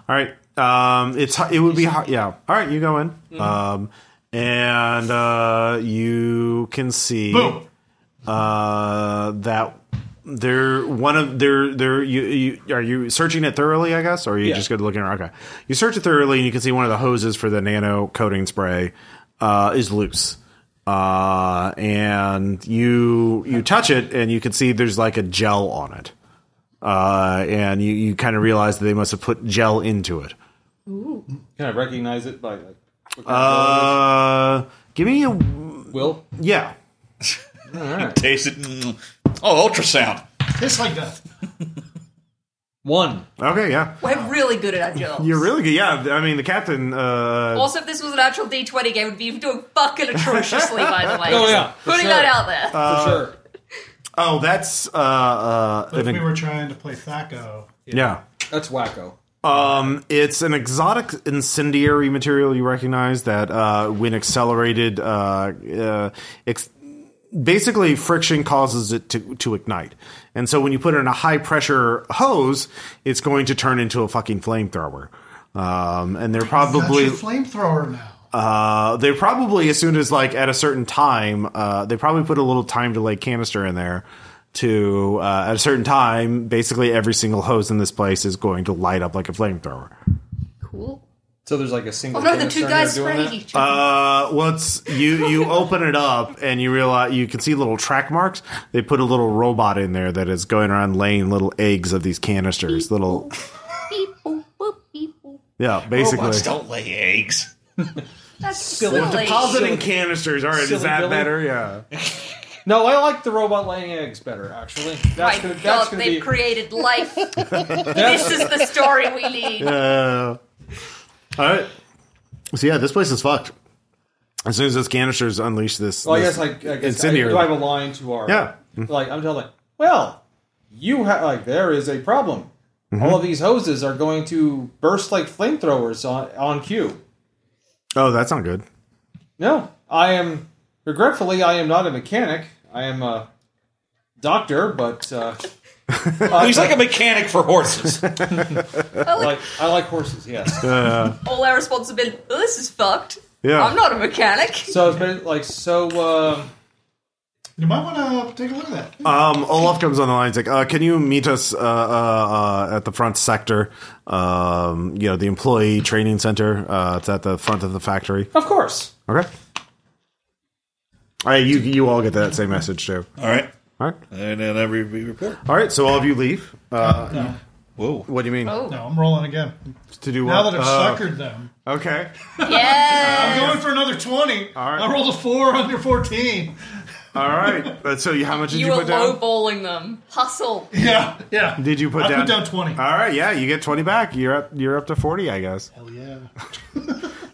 Speaker 1: All right. Um, it's it would be hard. Yeah. All right. You go in. Um, and uh, you can see.
Speaker 2: Boom.
Speaker 1: uh, that they're one of they're they're you, you are you searching it thoroughly i guess or are you
Speaker 3: Yeah.
Speaker 1: just good looking around okay you search it thoroughly and you can see one of the hoses for the nano coating spray uh, is loose uh, and you you touch it and you can see there's like a gel on it uh, and you, you kind of realize that they must have put gel into it
Speaker 3: Can I recognize it by like? what kind of
Speaker 1: uh, give me a
Speaker 3: will.
Speaker 1: yeah
Speaker 4: Taste it. Mm. Oh, ultrasound.
Speaker 2: Tastes like death.
Speaker 3: One.
Speaker 1: Okay, yeah.
Speaker 5: We're really good at our jobs.
Speaker 1: You're really good. Yeah, I mean, the captain. Uh,
Speaker 5: also, if this was an actual D20 game, we'd be doing fucking atrociously, by the way.
Speaker 3: Oh, yeah, for
Speaker 5: Putting
Speaker 3: sure. Uh,
Speaker 5: that out there.
Speaker 3: for sure.
Speaker 1: oh, that's uh, uh,
Speaker 2: But
Speaker 1: an-
Speaker 2: if we were trying to play Thaco,
Speaker 1: yeah.
Speaker 3: That's wacko.
Speaker 1: Um, it's an exotic incendiary material you recognize that uh, when accelerated, uh, uh, ex- basically friction causes it to, to ignite. And so when you put it in a high pressure hose, it's going to turn into a fucking flamethrower. Um, and they're
Speaker 2: that's
Speaker 1: probably
Speaker 2: your flamethrower now.
Speaker 1: uh, they probably as soon as like at a certain time, uh, they probably put a little time delay canister in there to uh, at a certain time. Basically, every single hose in this place is going to light up like a flamethrower.
Speaker 5: cool.
Speaker 3: So there's like a single.
Speaker 5: Oh no, the
Speaker 3: canister
Speaker 5: two
Speaker 3: in there
Speaker 5: guys
Speaker 3: doing
Speaker 5: sprayed
Speaker 3: that?
Speaker 5: each other.
Speaker 1: Uh, well, it's you. You open it up and you realize you can see little track marks. They put a little robot in there that is going around laying little eggs of these canisters. Little,
Speaker 5: Beep, boop, boop, beep, boop.
Speaker 1: yeah, basically.
Speaker 4: Robots don't lay eggs.
Speaker 5: That's silly.
Speaker 1: Depositing canisters. All right, is
Speaker 3: Silly
Speaker 1: that
Speaker 3: Billy.
Speaker 1: better? Yeah.
Speaker 3: No, I like the robot laying eggs better. Actually, that's
Speaker 5: My
Speaker 3: gonna, that's
Speaker 5: God,
Speaker 3: gonna
Speaker 5: they've
Speaker 3: be.
Speaker 5: created life. this is the story we need.
Speaker 1: Uh, all right. So yeah, this place is fucked. As soon as those canisters unleash this,
Speaker 3: well, I
Speaker 1: this
Speaker 3: guess like I guess I,
Speaker 1: incendiary.
Speaker 3: do I have a line to our
Speaker 1: Yeah.
Speaker 3: Like I'm telling, well, you have like there is a problem. All of these hoses are going to burst like flamethrowers on on cue.
Speaker 1: oh, that's not good.
Speaker 3: No, I am regretfully I am not a mechanic. I am a doctor, but uh,
Speaker 4: He's like a mechanic for horses.
Speaker 3: like I like horses. Yes.
Speaker 5: All our responsibility. Well, this is fucked.
Speaker 1: Yeah.
Speaker 5: I'm not a mechanic.
Speaker 3: So it's been like so. Uh,
Speaker 2: You might want to take a look at that.
Speaker 1: Um, Olaf comes on the line. He's like, uh, "Can you meet us uh, uh, uh, at the front sector? Um, you know, the employee training center. Uh, it's at the front of the factory."
Speaker 3: of course.
Speaker 1: Okay. All right, you you all get that same message too.
Speaker 4: All right.
Speaker 1: All right,
Speaker 4: And then every we report.
Speaker 1: all right. So all of you leave. Uh,
Speaker 2: no,
Speaker 4: Whoa.
Speaker 1: what do you mean
Speaker 5: Oh,
Speaker 2: no, I'm rolling again.
Speaker 1: to do?
Speaker 2: Now
Speaker 1: what?
Speaker 2: that I've
Speaker 1: Uh,
Speaker 2: suckered them,
Speaker 1: Okay.
Speaker 5: yeah.
Speaker 2: I'm going for another twenty.
Speaker 1: All right.
Speaker 2: I rolled a four under fourteen.
Speaker 1: All right. Uh, So you- how much did you,
Speaker 5: You were
Speaker 1: put down?
Speaker 5: lowballing them. Hustle.
Speaker 2: Yeah, yeah.
Speaker 1: Did you put
Speaker 2: I
Speaker 1: down Uh,
Speaker 2: put down twenty?
Speaker 1: All right, yeah, you get twenty back. You're up. You're up to forty, I guess.
Speaker 2: Hell yeah.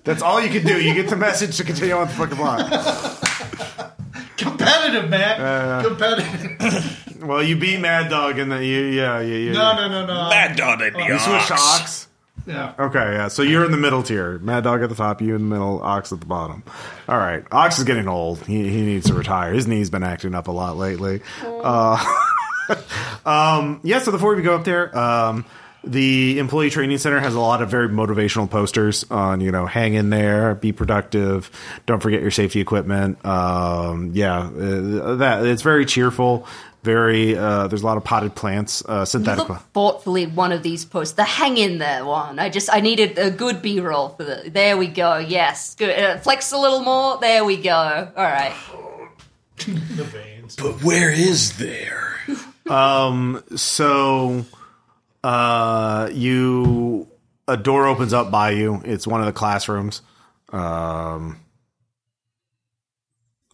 Speaker 1: That's all you can do. You get the message to continue on with the fucking plot.
Speaker 2: Competitive, man.
Speaker 1: uh,
Speaker 2: Competitive.
Speaker 1: Well, you beat Mad Dog, and then you, yeah, yeah, yeah.
Speaker 2: No, no, no, no.
Speaker 4: Mad Dog at the
Speaker 1: You switch to
Speaker 4: ox.
Speaker 1: Ox.
Speaker 2: Yeah.
Speaker 1: Okay, yeah. So you're in the middle tier. Mad Dog at the top, you in the middle, Ox at the bottom. All right, Ox is getting old. He he needs to retire. His knee's been acting up a lot lately. Uh, um, yeah, so the four of you go up there. Um, the employee training center has a lot of very motivational posters on, you know, hang in there, be productive, don't forget your safety equipment. Um, yeah, uh, that it's very cheerful. Very, uh, there's a lot of potted plants, uh, synthetic.
Speaker 5: Look thoughtfully at one of these posts, the hang in there one. I just I needed a good B roll for the. There we go. Yes, good. Uh, flex a little more. There we go. All right.
Speaker 2: The veins.
Speaker 4: But where is there?
Speaker 1: Um, So, uh, you a door opens up by you. It's one of the classrooms, um,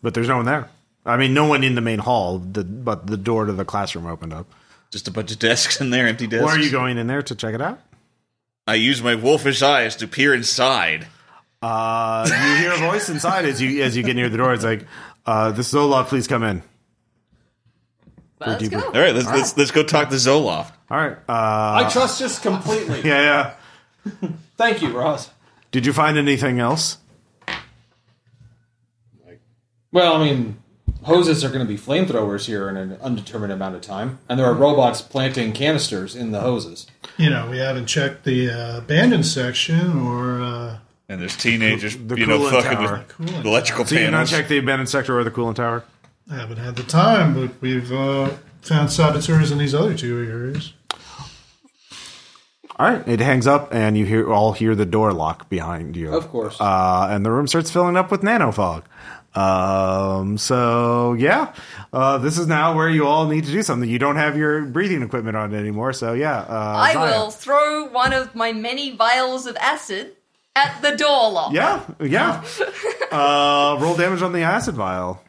Speaker 1: but there's no one there. I mean, no one in the main hall. The, but the door to the classroom opened up.
Speaker 4: Just a bunch of desks in there, empty desks.
Speaker 1: Or are you going in there to check it out?
Speaker 4: I use my wolfish eyes to peer inside.
Speaker 1: Uh, you hear a voice inside as you as you get near the door. It's like, uh, "This is Olaf. Please come in."
Speaker 5: Well, let's
Speaker 1: deeper.
Speaker 5: go.
Speaker 4: All right, let's let's, let's go talk to Zoloft.
Speaker 1: All right. Uh,
Speaker 3: I trust this completely.
Speaker 1: yeah, yeah.
Speaker 3: Thank you, Ross.
Speaker 1: Did you find anything else?
Speaker 3: Well, I mean, hoses are going to be flamethrowers here in an undetermined amount of time, and there are robots planting canisters in the hoses.
Speaker 2: You know, we haven't checked the uh, abandoned section or. Uh,
Speaker 4: And there's teenagers,
Speaker 1: The
Speaker 4: you know,
Speaker 1: coolant
Speaker 4: fucking
Speaker 1: tower.
Speaker 4: with
Speaker 2: Coolant
Speaker 4: the electrical
Speaker 1: So you not
Speaker 4: panels.
Speaker 1: check the abandoned sector or the coolant tower?
Speaker 2: I haven't had the time, but we've uh, found saboteurs in these other two areas.
Speaker 1: All right, it hangs up, and you hear all hear the door lock behind you.
Speaker 3: Of course.
Speaker 1: uh, and the room starts filling up with nanofog. Um, so yeah, uh, this is now where you all need to do something. You don't have your breathing equipment on anymore, so yeah. Uh,
Speaker 5: I
Speaker 1: Zaya.
Speaker 5: will throw one of my many vials of acid at the door lock.
Speaker 1: Yeah, yeah. uh, roll damage on the acid vial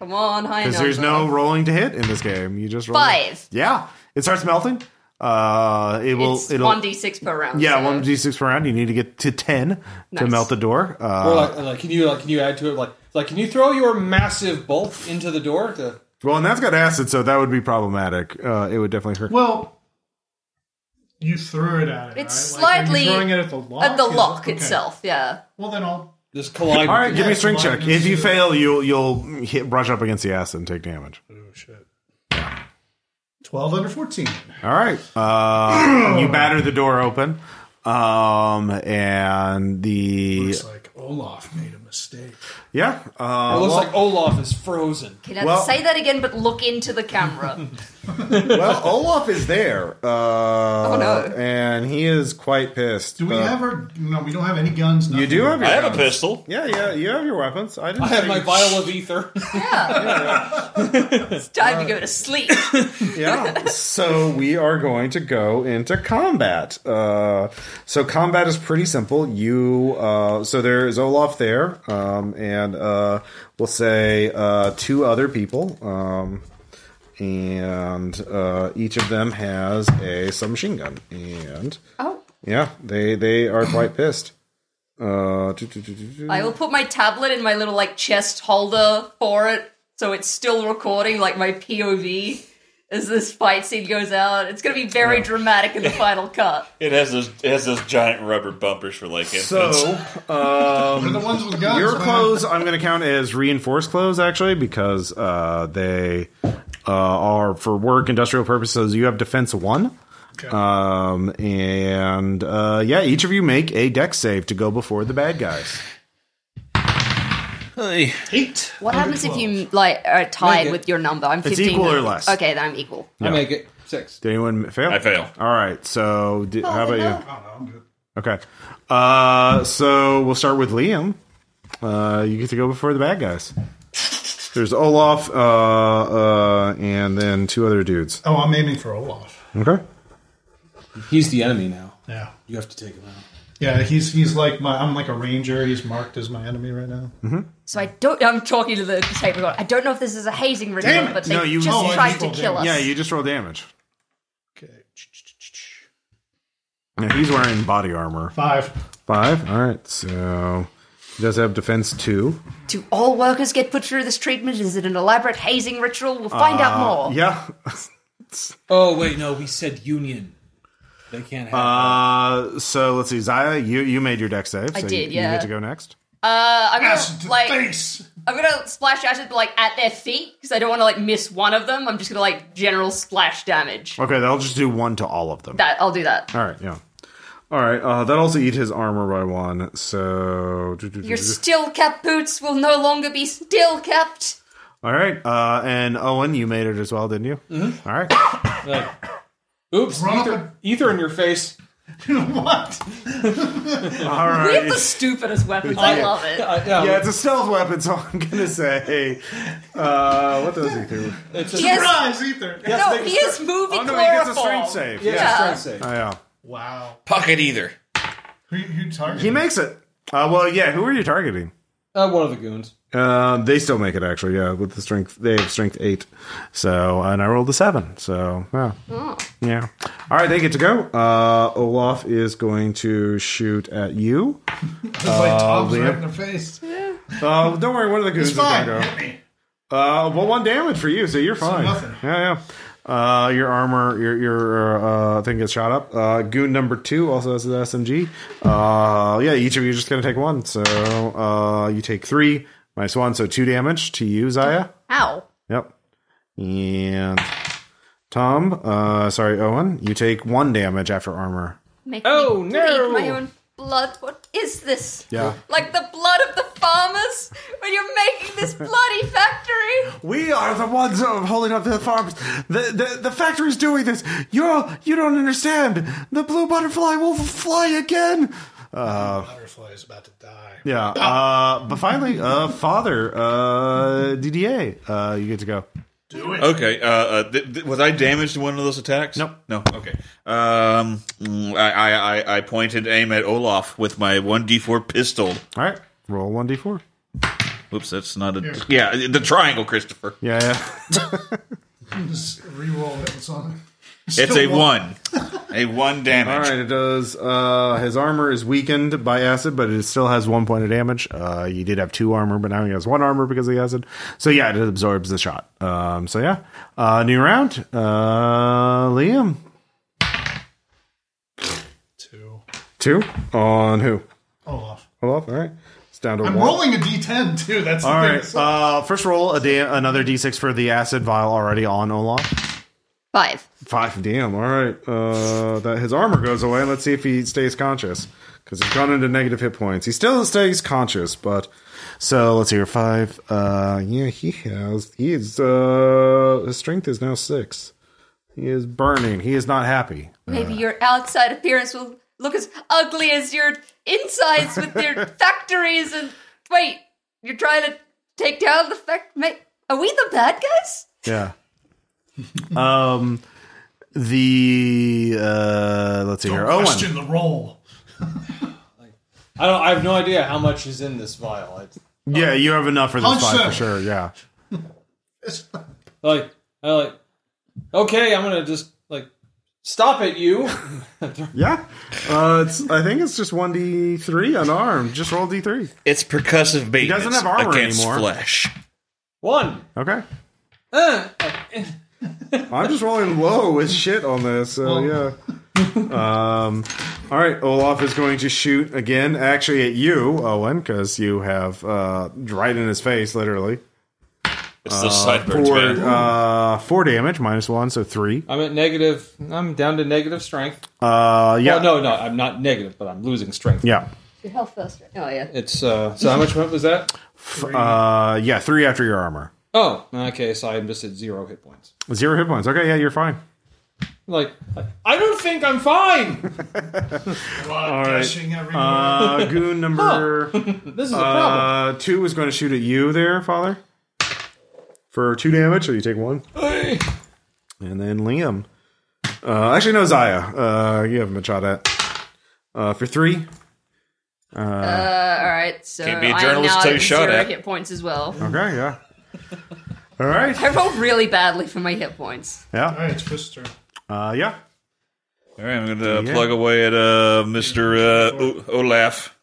Speaker 5: Come on, high
Speaker 1: because
Speaker 5: number.
Speaker 1: there's no rolling to hit in this game. You just roll
Speaker 5: Five.
Speaker 1: Yeah, it starts melting. Uh, it will.
Speaker 5: it's
Speaker 1: it'll.
Speaker 5: one d six per round.
Speaker 1: yeah,
Speaker 5: so-
Speaker 1: one d six per round. You need to get to ten to
Speaker 5: Nice.
Speaker 1: melt the door.
Speaker 3: Or
Speaker 1: Uh,
Speaker 3: like, like, can you like, can you add to it? Like, like, can you throw your massive bulk into the door? To
Speaker 1: well, and that's got acid, so that would be problematic. Uh, it would definitely hurt.
Speaker 2: Well, you threw it at it.
Speaker 5: It's
Speaker 2: right? Like, are you
Speaker 5: slightly
Speaker 2: throwing it at the lock.
Speaker 5: at the
Speaker 2: Is it-
Speaker 5: lock
Speaker 2: okay.
Speaker 5: itself. Yeah.
Speaker 2: Well, then I'll.
Speaker 3: just collide.
Speaker 1: All right, give me a strength
Speaker 2: combine
Speaker 1: check.
Speaker 2: those
Speaker 1: If you
Speaker 2: two.
Speaker 1: fail, you'll you'll hit, brush up against the acid and take damage.
Speaker 2: Oh shit. Twelve under fourteen.
Speaker 1: All right. Uh, you batter the door open, um, and the
Speaker 2: It's like Olaf made a mistake.
Speaker 1: yeah. Uh,
Speaker 3: It looks
Speaker 1: well,
Speaker 3: like Olaf is frozen.
Speaker 5: Can I
Speaker 1: Well-
Speaker 5: say that again, but look into the camera?
Speaker 1: well, Olaf is there. Uh, oh
Speaker 5: no.
Speaker 1: And he is quite pissed.
Speaker 2: Do we
Speaker 1: Uh,
Speaker 2: have our? No, we don't have any guns.
Speaker 1: You
Speaker 2: nothing.
Speaker 1: do have. Your
Speaker 4: I have a
Speaker 1: weapons.
Speaker 4: pistol.
Speaker 1: Yeah, yeah. You have your weapons. I didn't.
Speaker 3: I have
Speaker 1: say
Speaker 3: my
Speaker 1: you-
Speaker 3: vial of ether.
Speaker 5: it's time to go to sleep.
Speaker 1: yeah. So we are going to go into combat. Uh, so combat is pretty simple. You uh, so there is Olaf there, um, and uh, we'll say uh, two other people, um, and uh, each of them has a submachine gun, and
Speaker 5: Oh,
Speaker 1: yeah, they they are quite pissed. Uh, do, do, do, do, do.
Speaker 5: I will put my tablet in my little like chest holder for it, so it's still recording like my POV as this fight scene goes out. It's going to be very dramatic in the final cut.
Speaker 4: It has those it has those giant rubber bumpers for like infants.
Speaker 1: so um,
Speaker 2: We're the ones with guns.
Speaker 1: Your
Speaker 2: man.
Speaker 1: clothes, I'm going to count as reinforced clothes, actually, because uh, they uh, are for work, industrial purposes. You have defense one.
Speaker 2: Okay.
Speaker 1: Um, and uh, yeah, each of you make a deck save to go before the bad guys.
Speaker 4: Hey.
Speaker 2: Eight.
Speaker 5: What
Speaker 2: under
Speaker 5: happens if
Speaker 2: 12.
Speaker 5: you like are
Speaker 3: Make
Speaker 5: tied
Speaker 3: it.
Speaker 5: with your number? I'm 15.
Speaker 1: equal or
Speaker 5: now.
Speaker 1: less.
Speaker 5: Okay, then I'm equal.
Speaker 3: I make it six.
Speaker 1: Did anyone fail?
Speaker 4: I fail.
Speaker 1: All right. So, di- how about you?
Speaker 5: no.
Speaker 2: I don't know. Oh, I'm good.
Speaker 1: Okay. Uh, so we'll start with Liam. Uh, you get to go before the bad guys. There's Olaf, uh, uh, and then two other dudes.
Speaker 2: Oh, I'm aiming for Olaf.
Speaker 1: Okay.
Speaker 3: He's the enemy now.
Speaker 2: Yeah.
Speaker 3: You have to take him out.
Speaker 2: Yeah, he's he's like my I'm like a ranger. He's marked as my enemy right now.
Speaker 5: So I don't. I'm talking to the tape recorder. I don't know if this is a hazing ritual,
Speaker 1: it.
Speaker 5: but they
Speaker 1: No, you-
Speaker 5: just
Speaker 1: Oh, I
Speaker 5: tried
Speaker 2: just
Speaker 5: to
Speaker 2: rolled
Speaker 5: kill us.
Speaker 1: Yeah, you just roll damage.
Speaker 2: Okay.
Speaker 1: Yeah, he's wearing body armor.
Speaker 2: Five.
Speaker 1: Five. All right. So he does have defense two.
Speaker 5: Do all workers get put through this treatment? Is it an elaborate hazing ritual? We'll find out more.
Speaker 1: Uh, Yeah.
Speaker 3: Oh wait, no. We said union. They can't have.
Speaker 1: Uh, so let's see, Zaya, you you made your deck save. So you-
Speaker 5: did,
Speaker 1: You
Speaker 5: yeah.
Speaker 1: get to go next.
Speaker 5: Uh, I'm
Speaker 2: Acid
Speaker 5: gonna
Speaker 2: to
Speaker 5: like
Speaker 2: the face.
Speaker 5: I'm gonna splash acid like at their feet because I don't want to like miss one of them. I'm just gonna like general splash damage.
Speaker 1: Okay, that'll just do one to all of them.
Speaker 5: That I'll do that.
Speaker 1: all right. Yeah. All right. Uh, that also eat his armor by one. So.
Speaker 5: Your still cap boots will no longer be still capped.
Speaker 1: all right. Uh, and Owen, you made it as well, didn't you? Mm-hmm. All right.
Speaker 3: Like, oops,
Speaker 2: Run up
Speaker 3: ether,
Speaker 2: and-
Speaker 3: ether in your face.
Speaker 2: what?
Speaker 1: All
Speaker 5: We have the
Speaker 1: right.
Speaker 5: stupidest weapons. I love it.
Speaker 3: Uh, yeah,
Speaker 1: Yeah, it's a stealth weapon, so I'm gonna say, uh, what does he do?
Speaker 3: it's a,
Speaker 5: He has,
Speaker 2: Rise ether.
Speaker 5: no, he is movie
Speaker 1: Oh no, he gets a
Speaker 5: chloroform.
Speaker 1: strength save.
Speaker 3: yeah, it's a
Speaker 5: Yeah.
Speaker 3: strength save.
Speaker 1: Oh, yeah.
Speaker 2: Wow.
Speaker 4: Pocket either.
Speaker 2: Who who targeted?
Speaker 1: He makes it. Uh, well, yeah. Who are you targeting?
Speaker 3: Uh, one of the goons.
Speaker 1: Uh, they still make it actually. Yeah, with the strength, they have strength eight. So, and I rolled a seven. So, yeah,
Speaker 2: Oh.
Speaker 1: yeah. All right, they get to go. Uh, Olaf is going to shoot at you.
Speaker 2: It's like Tom's
Speaker 1: Liam.
Speaker 2: right in the face.
Speaker 1: Uh, don't worry, one of the goons
Speaker 2: It's
Speaker 1: is
Speaker 2: fine.
Speaker 1: going to
Speaker 2: Hit
Speaker 1: go.
Speaker 2: me.
Speaker 1: Uh, well, one damage for you, so you're fine.
Speaker 2: nothing.
Speaker 1: Yeah, yeah. Uh, your armor, your your uh, thing gets shot up. Uh, goon number two also has an SMG. Uh, yeah, each of you is just gonna take one. So uh, you take three minus one, so two damage to you, Zaya.
Speaker 5: Ow.
Speaker 1: Yep. And Tom, uh, sorry, Owen, you take one damage after armor.
Speaker 5: Make
Speaker 3: Oh,
Speaker 5: me
Speaker 3: no.
Speaker 5: bleed my own blood. What is this?
Speaker 1: Yeah.
Speaker 5: Like the blood of the farmers when you're making this bloody factory.
Speaker 1: We are the ones who are holding up the farms. The the, the factory's doing this. You're you don't understand. The blue butterfly will fly again. Uh,
Speaker 2: Butterfly is about to die.
Speaker 1: Yeah. Uh, but finally, uh, father, uh, DDA, uh, you get to go.
Speaker 4: Okay. Uh, uh, th- th- was I damaged in one of those attacks?
Speaker 1: Nope.
Speaker 4: No. Okay. Um, mm, I, I, I, I pointed aim at Olaf with my one d four pistol.
Speaker 1: All right, roll one d four.
Speaker 4: Oops, that's not a. Yeah, the triangle, Christopher.
Speaker 1: Yeah, yeah.
Speaker 2: Just re-roll it. It's on.
Speaker 4: It's a one. a one
Speaker 1: All
Speaker 4: damage.
Speaker 1: right, it does. Uh, his armor is weakened by acid, but it still has one point of damage. Uh, you did have two armor, but now he has one armor because of the acid. So yeah, it absorbs the shot. Um, so yeah, uh, new round. Uh, Liam,
Speaker 2: Two.
Speaker 1: two on who?
Speaker 2: Olaf.
Speaker 1: Olaf. All right, it's down to
Speaker 2: I'm
Speaker 1: one.
Speaker 2: rolling a d10 too. That's the
Speaker 1: All
Speaker 2: thing.
Speaker 1: right.
Speaker 2: So-
Speaker 1: Uh, first roll a da- another d6 for the acid vial already on Olaf.
Speaker 5: Five.
Speaker 1: Five. Damn. All right. Uh, that his armor goes away. Let's see if he stays conscious because he's gone into negative hit points. He still stays conscious, but so let's hear five. Uh, yeah, he has. He is. Uh, his strength is now six. He is burning. He is not happy.
Speaker 5: Maybe your outside appearance will look as ugly as your insides with their factories and wait, you're trying to take down the fact. ma- Are we the bad guys?
Speaker 1: Yeah. um, the uh, let's see here. Owen.
Speaker 2: Question the roll.
Speaker 3: I don't. I have no idea how much is in this vial. It's
Speaker 1: Yeah, you have enough for this
Speaker 2: Punch
Speaker 1: five for
Speaker 2: them.
Speaker 1: sure. Yeah.
Speaker 2: It's-
Speaker 3: like I like. Okay, I'm gonna just like stop at you.
Speaker 1: Yeah, uh, it's, I think it's just one d three unarmed. Just roll d three.
Speaker 4: It's percussive maintenance
Speaker 1: doesn't have armor
Speaker 4: against
Speaker 1: anymore.
Speaker 4: flesh.
Speaker 3: One.
Speaker 1: Okay,
Speaker 3: Uh, uh,
Speaker 1: I'm just rolling low as shit on this. So yeah. Um, all right, Olaf is going to shoot again. Actually, at you, Owen, because you have uh, right in his face, literally.
Speaker 4: It's those sideburns,
Speaker 1: Four,
Speaker 4: man.
Speaker 1: uh, four damage minus one, so three.
Speaker 3: I'm at negative. I'm down to negative strength.
Speaker 1: Uh, yeah,
Speaker 3: Well, Oh, no, no, I'm not negative, but I'm losing strength.
Speaker 1: yeah,
Speaker 5: Your health first. right? Oh yeah.
Speaker 3: It's uh. So how much was that?
Speaker 1: uh, yeah, three after your armor.
Speaker 3: Oh, okay. So I'm just at zero hit points.
Speaker 1: Zero hit points. Okay, yeah, you're fine.
Speaker 3: Like I don't think I'm fine.
Speaker 2: Blood gushing everywhere.
Speaker 1: Uh, goon number.
Speaker 3: This is a problem.
Speaker 1: Uh, two is going to shoot at you there, Father. For two damage, so you take one. And then Liam. Uh, actually, no, Zaya. Uh, you haven't been shot at. Uh, for three.
Speaker 5: Uh, all right. So
Speaker 4: Can't be a
Speaker 5: I'm
Speaker 4: journalist
Speaker 5: now
Speaker 4: till you're
Speaker 5: at
Speaker 4: shot
Speaker 5: zero
Speaker 4: at.
Speaker 5: hit points as well.
Speaker 1: Okay, yeah. All right.
Speaker 5: I rolled really badly for my hit points.
Speaker 2: All
Speaker 1: Yeah.
Speaker 2: right, it's Twister.
Speaker 1: Uh, yeah.
Speaker 4: All right, I'm going to
Speaker 1: Yeah.
Speaker 4: plug away at uh, Mr. Uh, o- Olaf.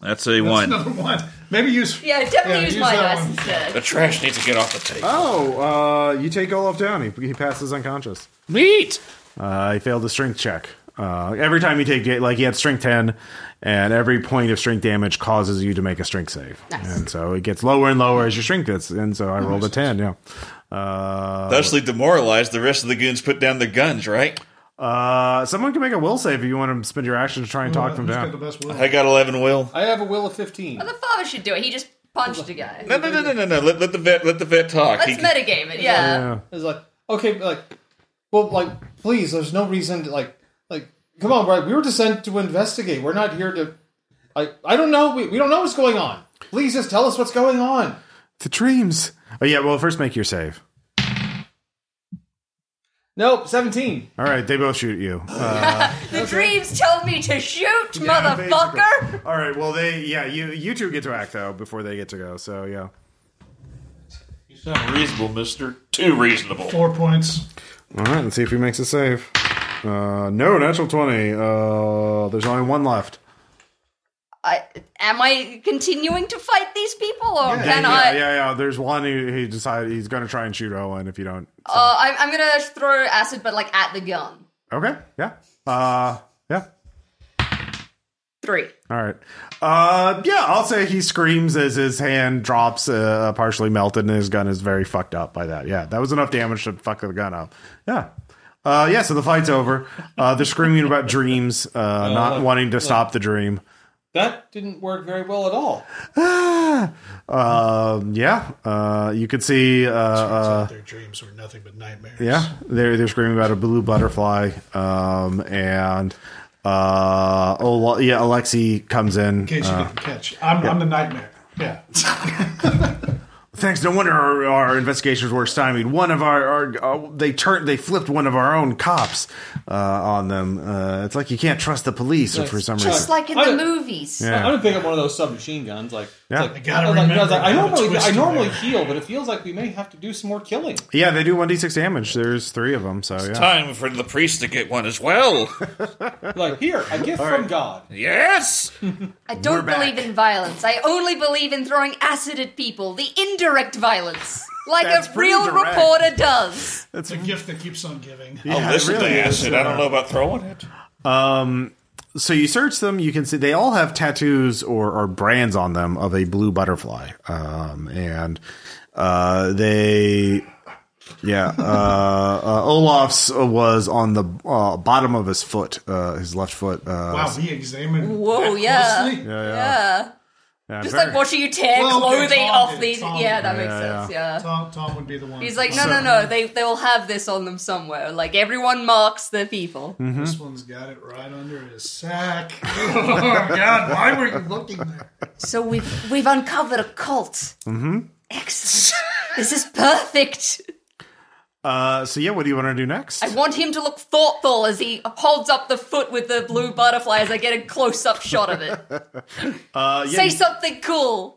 Speaker 4: That's a one.
Speaker 2: Another one. Maybe use.
Speaker 5: Yeah, definitely
Speaker 2: Yeah,
Speaker 5: use
Speaker 2: use
Speaker 5: my
Speaker 2: that
Speaker 5: dice
Speaker 2: one.
Speaker 4: the
Speaker 5: instead.
Speaker 4: trash needs to get off the table.
Speaker 1: Oh, uh, you take Olaf down. He, he passes unconscious.
Speaker 4: Meat.
Speaker 1: Uh, he failed a strength check. Uh, every time you take, da- like, he had strength 10, and every point of strength damage causes you to make a strength save.
Speaker 5: Nice.
Speaker 1: And so it gets lower and lower as your strength gets. And so I rolled a 10, yeah. Uh,
Speaker 4: Thusly demoralized, the rest of the goons put down their guns, right?
Speaker 1: uh, someone can make a will save if you want to spend your action to try and talk them
Speaker 2: Who's got
Speaker 1: down.
Speaker 2: Mm, the best will?
Speaker 4: I got 11 will.
Speaker 3: I have a will of fifteen.
Speaker 5: The father should do it. He just punched a guy.
Speaker 4: No, no, no, no, no, no. Let, let the vet, let the vet talk.
Speaker 5: Let's
Speaker 4: He-
Speaker 5: metagame it. Yeah.
Speaker 1: Yeah.
Speaker 3: It's like, okay, but like, well, like, please, there's no reason to, like, like, come on, Brad. We were just sent to investigate. We're not here to, like, I don't know. We, we don't know what's going on. Please just tell us what's going on.
Speaker 1: The dreams. Oh, yeah, well, first make your save.
Speaker 3: Nope, 17.
Speaker 1: All right, they both shoot at you. Uh,
Speaker 5: The dreams tell me to shoot, motherfucker.
Speaker 1: basically. All right, well, they, yeah, you, you two get to act, though, before they get to go. So, yeah.
Speaker 4: You sound reasonable, mister. Too reasonable.
Speaker 2: Four
Speaker 1: Uh,
Speaker 2: points.
Speaker 1: All right, let's see if he makes a save. Uh, no, natural 20. Uh, there's only one left.
Speaker 5: I, am I continuing to fight these people, or
Speaker 1: Yeah,
Speaker 5: can
Speaker 1: yeah,
Speaker 5: I?
Speaker 1: Yeah, yeah. There's one who he decided he's going to try and shoot Owen if you don't.
Speaker 5: Uh, I'm, I'm gonna throw acid, but like at the gun.
Speaker 1: Okay. Yeah. Uh, yeah.
Speaker 5: Three.
Speaker 1: All right. Uh, yeah, I'll say he screams as his hand drops uh, partially melted and his gun is very fucked up by that. Yeah, that was enough damage to fuck the gun up. Yeah. Uh, yeah, so the fight's over. Uh, they're screaming about dreams, uh, not
Speaker 3: look,
Speaker 1: wanting to stop the dream.
Speaker 3: That didn't work very well at all.
Speaker 1: Ah! Um, yeah, uh, you could see uh, uh,
Speaker 2: Their dreams were nothing but nightmares.
Speaker 1: Yeah, they're they're screaming about a blue butterfly, um, and uh, oh yeah, Alexi comes in.
Speaker 2: In case you didn't catch, I'm, I'm the nightmare. Yeah.
Speaker 1: Thanks. No wonder our, our investigations were stymied. One of our, our uh, they turned, they flipped one of our own cops uh, on them. Uh, it's like you can't trust the police, or for some reason,
Speaker 3: Just
Speaker 6: It's like in
Speaker 3: I
Speaker 6: the
Speaker 3: don't-
Speaker 6: movies.
Speaker 1: Yeah.
Speaker 3: I'm gonna pick up one of those submachine guns. Like,
Speaker 1: Yeah.
Speaker 3: it's like
Speaker 1: I
Speaker 2: gotta
Speaker 3: I was like- I was
Speaker 2: remember
Speaker 3: like, I
Speaker 2: how to
Speaker 3: normally,
Speaker 2: twist
Speaker 3: I
Speaker 2: them
Speaker 3: normally
Speaker 2: there.
Speaker 3: heal, but it feels like we may have to do some more killing.
Speaker 1: yeah, they do one d six damage. There's three of them, so yeah.
Speaker 4: Time for the priest to get one as well.
Speaker 3: Like, here, a gift from God.
Speaker 4: yes.
Speaker 6: I don't
Speaker 1: back.
Speaker 6: believe in violence. I only believe in throwing acid at people, the indirect violence, like
Speaker 1: That's
Speaker 6: a
Speaker 1: pretty
Speaker 6: real
Speaker 1: direct.
Speaker 6: reporter does.
Speaker 2: It's a gift that keeps on giving.
Speaker 1: Yeah,
Speaker 4: I'll
Speaker 1: it
Speaker 4: listen
Speaker 1: really
Speaker 4: to
Speaker 1: is,
Speaker 4: acid. I
Speaker 1: uh,
Speaker 4: don't know about throwing it.
Speaker 1: Um, so you search them, you can see they all have tattoos or, or brands on them of a blue butterfly. Um, and uh, they, yeah, uh, uh, Olaf's was on the uh, bottom of his foot, uh, his left foot. Uh,
Speaker 2: Wow, we examined.
Speaker 5: Whoa,
Speaker 2: that
Speaker 5: yeah.
Speaker 2: closely?
Speaker 5: Yeah.
Speaker 1: yeah,
Speaker 5: Just
Speaker 1: very-
Speaker 5: like watching you tear
Speaker 2: Well, okay,
Speaker 5: clothing
Speaker 2: Tom
Speaker 5: off
Speaker 2: did,
Speaker 5: these.
Speaker 2: Tom
Speaker 5: Yeah,
Speaker 2: did.
Speaker 5: that makes
Speaker 1: Yeah,
Speaker 5: sense. Yeah.
Speaker 2: Tom, Tom would be the one.
Speaker 5: He's like, no, no, no. They they will have this on them somewhere. Like everyone marks their people.
Speaker 1: Mm-hmm.
Speaker 2: This one's got it right under his sack. oh God, why were you looking there?
Speaker 6: So we've we've uncovered a cult. Mm-hmm. Excellent. this is perfect.
Speaker 1: uh, so yeah, what do you want to do next? Uh,
Speaker 5: I want him to look thoughtful as he holds up the foot with the blue butterfly as I get a close up shot of it.
Speaker 1: Uh, yeah,
Speaker 5: Say
Speaker 1: you-
Speaker 5: something cool.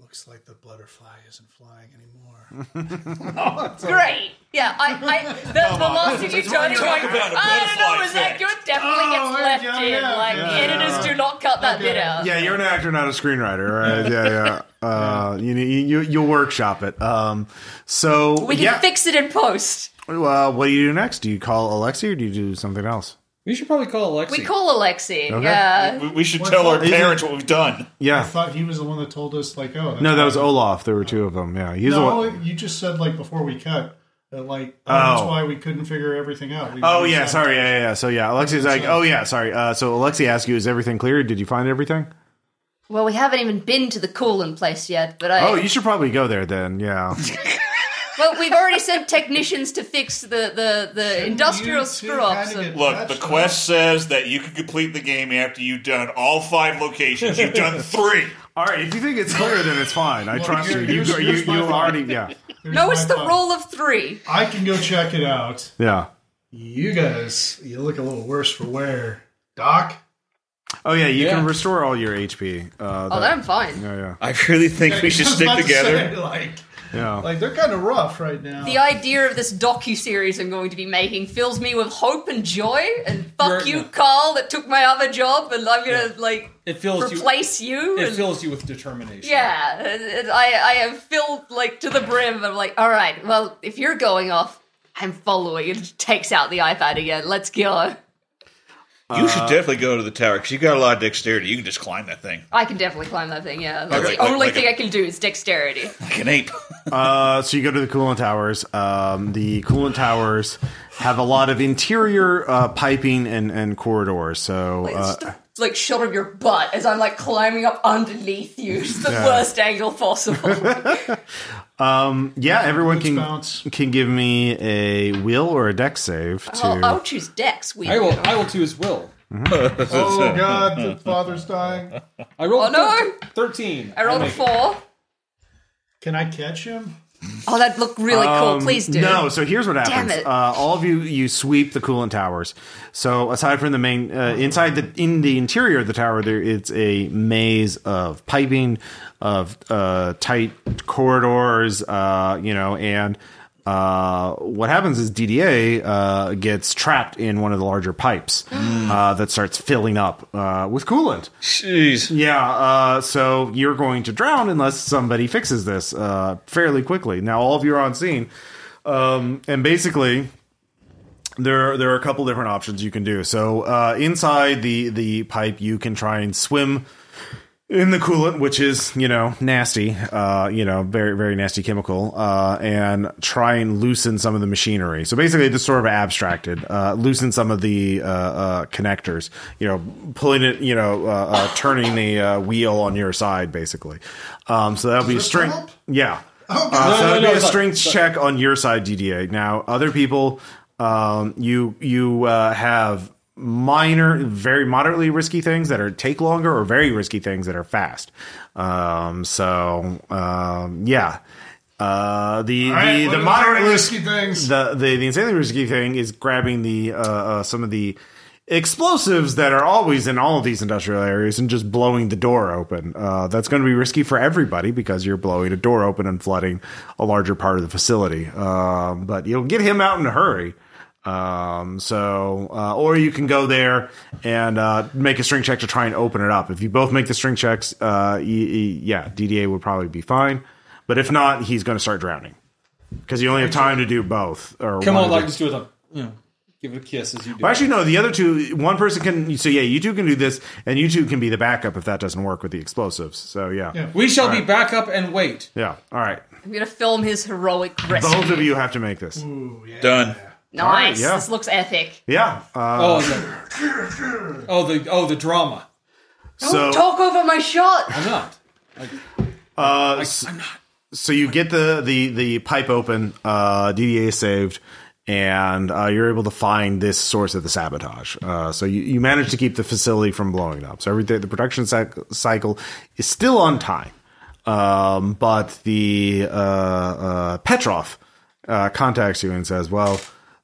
Speaker 2: Looks like the butterfly isn't flying anymore.
Speaker 5: Great. Yeah, I, I the, the last thing you done is like, I
Speaker 4: talking about, a
Speaker 5: don't know,
Speaker 4: butterfly
Speaker 5: was that
Speaker 4: effect."
Speaker 5: good? Definitely
Speaker 2: Oh,
Speaker 5: gets
Speaker 2: yeah,
Speaker 5: left
Speaker 2: yeah,
Speaker 5: in.
Speaker 2: yeah,
Speaker 5: like,
Speaker 2: yeah,
Speaker 5: the editors
Speaker 2: yeah.
Speaker 5: do not cut that bit
Speaker 2: Okay.
Speaker 5: out.
Speaker 1: yeah, you're an actor, not a screenwriter. All right, yeah, yeah. Uh, you you you workshop it. Um, so
Speaker 5: We can
Speaker 1: yeah.
Speaker 5: fix it in post.
Speaker 1: Uh, what do you do next? Do you call Alexi or do you do something else?
Speaker 3: We should probably call Alexi.
Speaker 5: We call Alexi. Uh,
Speaker 1: Okay.
Speaker 5: Yeah.
Speaker 4: We, we should tell our
Speaker 1: Isn't-
Speaker 4: parents what we've done.
Speaker 1: Yeah.
Speaker 2: I thought he was the one that told us, like, oh, that's
Speaker 1: No, that was Olaf. There were two of them. Yeah, he's the
Speaker 2: No,
Speaker 1: one.
Speaker 2: you just said like before we cut that like oh,
Speaker 1: Oh.
Speaker 2: that's why we couldn't figure everything out. We-
Speaker 1: Oh
Speaker 2: we
Speaker 1: yeah,
Speaker 2: just-
Speaker 1: sorry. Yeah, yeah. yeah. So yeah, Alexi's like,
Speaker 2: Sorry.
Speaker 1: oh yeah, sorry. Uh, so Alexi asked you, is everything clear? Did you find everything?
Speaker 5: Well, we haven't even been to the cooling place yet, but I.
Speaker 1: Oh, you should probably go there then. Yeah.
Speaker 5: Well, we've already sent technicians to fix the the, the industrial
Speaker 2: you two
Speaker 5: screw ups.
Speaker 2: kinda get-
Speaker 4: Look,
Speaker 2: That's
Speaker 4: the quest says that you can complete the game after you've done all five locations. You've done three.
Speaker 1: All right. If you think it's clear, then it's fine. I
Speaker 2: Well,
Speaker 1: trust you.
Speaker 2: here-
Speaker 1: You
Speaker 2: here's-
Speaker 1: go- you
Speaker 2: here's my
Speaker 1: you
Speaker 2: thought.
Speaker 1: already. Yeah.
Speaker 2: Here's
Speaker 5: No,
Speaker 2: my
Speaker 5: it's the
Speaker 2: thought.
Speaker 5: rule of three.
Speaker 2: I can go check it out.
Speaker 1: Yeah.
Speaker 2: You guys, you look a little worse for wear, Doc.
Speaker 1: Oh yeah, you can
Speaker 3: Yeah.
Speaker 1: restore all your HP. Uh,
Speaker 5: Oh,
Speaker 1: that-
Speaker 5: then I'm fine.
Speaker 1: yeah, yeah,
Speaker 4: I really think we should
Speaker 2: I was
Speaker 4: stick
Speaker 2: about to
Speaker 4: together.
Speaker 2: say, like,
Speaker 1: yeah.
Speaker 2: like they're kind of rough right now.
Speaker 5: The idea of this docu series I'm going to be making fills me with hope and joy. And fuck
Speaker 3: You're-
Speaker 5: you, Carl, that took my other job, and I'm gonna like
Speaker 3: it fills you.
Speaker 5: replace you.
Speaker 3: It
Speaker 5: and-
Speaker 3: fills you with determination.
Speaker 5: yeah, it- it- I I am filled like to the brim. I'm like, all right, well, if you're going off, I'm following. It takes out the iPad again. Let's go.
Speaker 4: You should definitely go to the tower because you got a lot of dexterity. You can just climb that thing
Speaker 5: I can definitely climb that thing. Yeah, that's
Speaker 4: like-
Speaker 5: the
Speaker 4: like-
Speaker 5: only
Speaker 4: like
Speaker 5: thing
Speaker 4: a-
Speaker 5: I can do is dexterity.
Speaker 4: like an ape.
Speaker 1: Uh, so you go to the coolant towers. Um, the coolant towers have a lot of interior uh, piping and, and corridors. So
Speaker 5: It's
Speaker 1: uh,
Speaker 5: just a, like shot of your butt as I'm like climbing up underneath you. It's the worst angle possible.
Speaker 1: Yeah, everyone
Speaker 2: Let's
Speaker 1: can
Speaker 2: bounce.
Speaker 1: can give me a will or a deck save to.
Speaker 5: I'll, I'll choose Dex. We.
Speaker 3: I will. I will too as will.
Speaker 2: oh God, the father's dying.
Speaker 3: I rolled
Speaker 5: Oh, no.
Speaker 3: a thir- thirteen.
Speaker 5: I rolled a
Speaker 3: make it.
Speaker 5: four.
Speaker 2: Can I catch him?
Speaker 5: Oh, that looked really cool.
Speaker 1: Um,
Speaker 5: Please do.
Speaker 1: No, so here's what happens.
Speaker 5: it.
Speaker 1: Uh, all of you you sweep the coolant towers. So aside from the main uh, inside the in the interior of the tower, there it's a maze of piping, of uh, tight corridors, uh, you know, and uh, what happens is DDA uh, gets trapped in one of the larger pipes uh, that starts filling up uh, with coolant.
Speaker 4: Jeez.
Speaker 1: Yeah, uh, so you're going to drown unless somebody fixes this uh, fairly quickly. Now, all of you are on scene, um, and basically, there there are a couple different options you can do. So, uh, inside the the pipe, you can try and swim in the coolant, which is you know nasty, uh, you know very very nasty chemical, uh, and try and loosen some of the machinery. So basically, just sort of abstracted, uh, loosen some of the uh, uh, connectors, you know, pulling it, you know, uh, uh, turning the uh, wheel on your side, basically. Um, so that'll be a
Speaker 2: this
Speaker 1: strength,
Speaker 2: help?
Speaker 1: yeah. Uh,
Speaker 2: God.
Speaker 1: so
Speaker 3: No, no,
Speaker 1: that'll
Speaker 3: no,
Speaker 1: be a
Speaker 3: it's not-
Speaker 1: strength check on your side, DDA. Now, other people, um, you you uh, have minor, very moderately risky things that are take longer, or very risky things that are fast. Um, so um, yeah, uh, the
Speaker 2: All right,
Speaker 1: the,
Speaker 2: what
Speaker 1: the
Speaker 2: are
Speaker 1: moderate risk
Speaker 2: risky things.
Speaker 1: the the, the insanely risky thing is grabbing the uh, uh, some of the explosives that are always in all of these industrial areas and just blowing the door open. Uh, that's going to be risky for everybody because you're blowing a door open and flooding a larger part of the facility. Um, but you'll get him out in a hurry. Um, so, uh, or you can go there and uh, make a string check to try and open it up. If you both make the string checks, uh, y- y- yeah, DDA would probably be fine. But if not, he's going to start drowning because you only have time to do both. Or
Speaker 3: Come
Speaker 1: one
Speaker 3: on,
Speaker 1: of
Speaker 3: like
Speaker 1: the-
Speaker 3: just do it. Like, you know, give it a kiss as you do.
Speaker 1: Well, actually, no. The other two, one person can. So yeah, you two can do this, and you two can be the backup if that doesn't work with the explosives. So yeah,
Speaker 2: Yeah.
Speaker 3: we shall be back up and wait.
Speaker 1: Yeah. All right,
Speaker 5: I'm gonna film his heroic rescue.
Speaker 1: both of you have to make this.
Speaker 4: Done.
Speaker 5: Nice.
Speaker 1: yeah.
Speaker 5: This looks epic.
Speaker 1: Yeah. Uh,
Speaker 3: Oh, the, oh the oh the drama.
Speaker 1: so
Speaker 6: Talk over my shot.
Speaker 3: I'm not.
Speaker 1: Uh, s- So you get the the the pipe open, uh, DDA is saved, and uh, you're able to find this source of the sabotage. Uh, so you, you manage to keep the facility from blowing up. So everything the production cycle, cycle is still on time, um, but the uh, uh, Petrov uh, contacts you and says, "Well."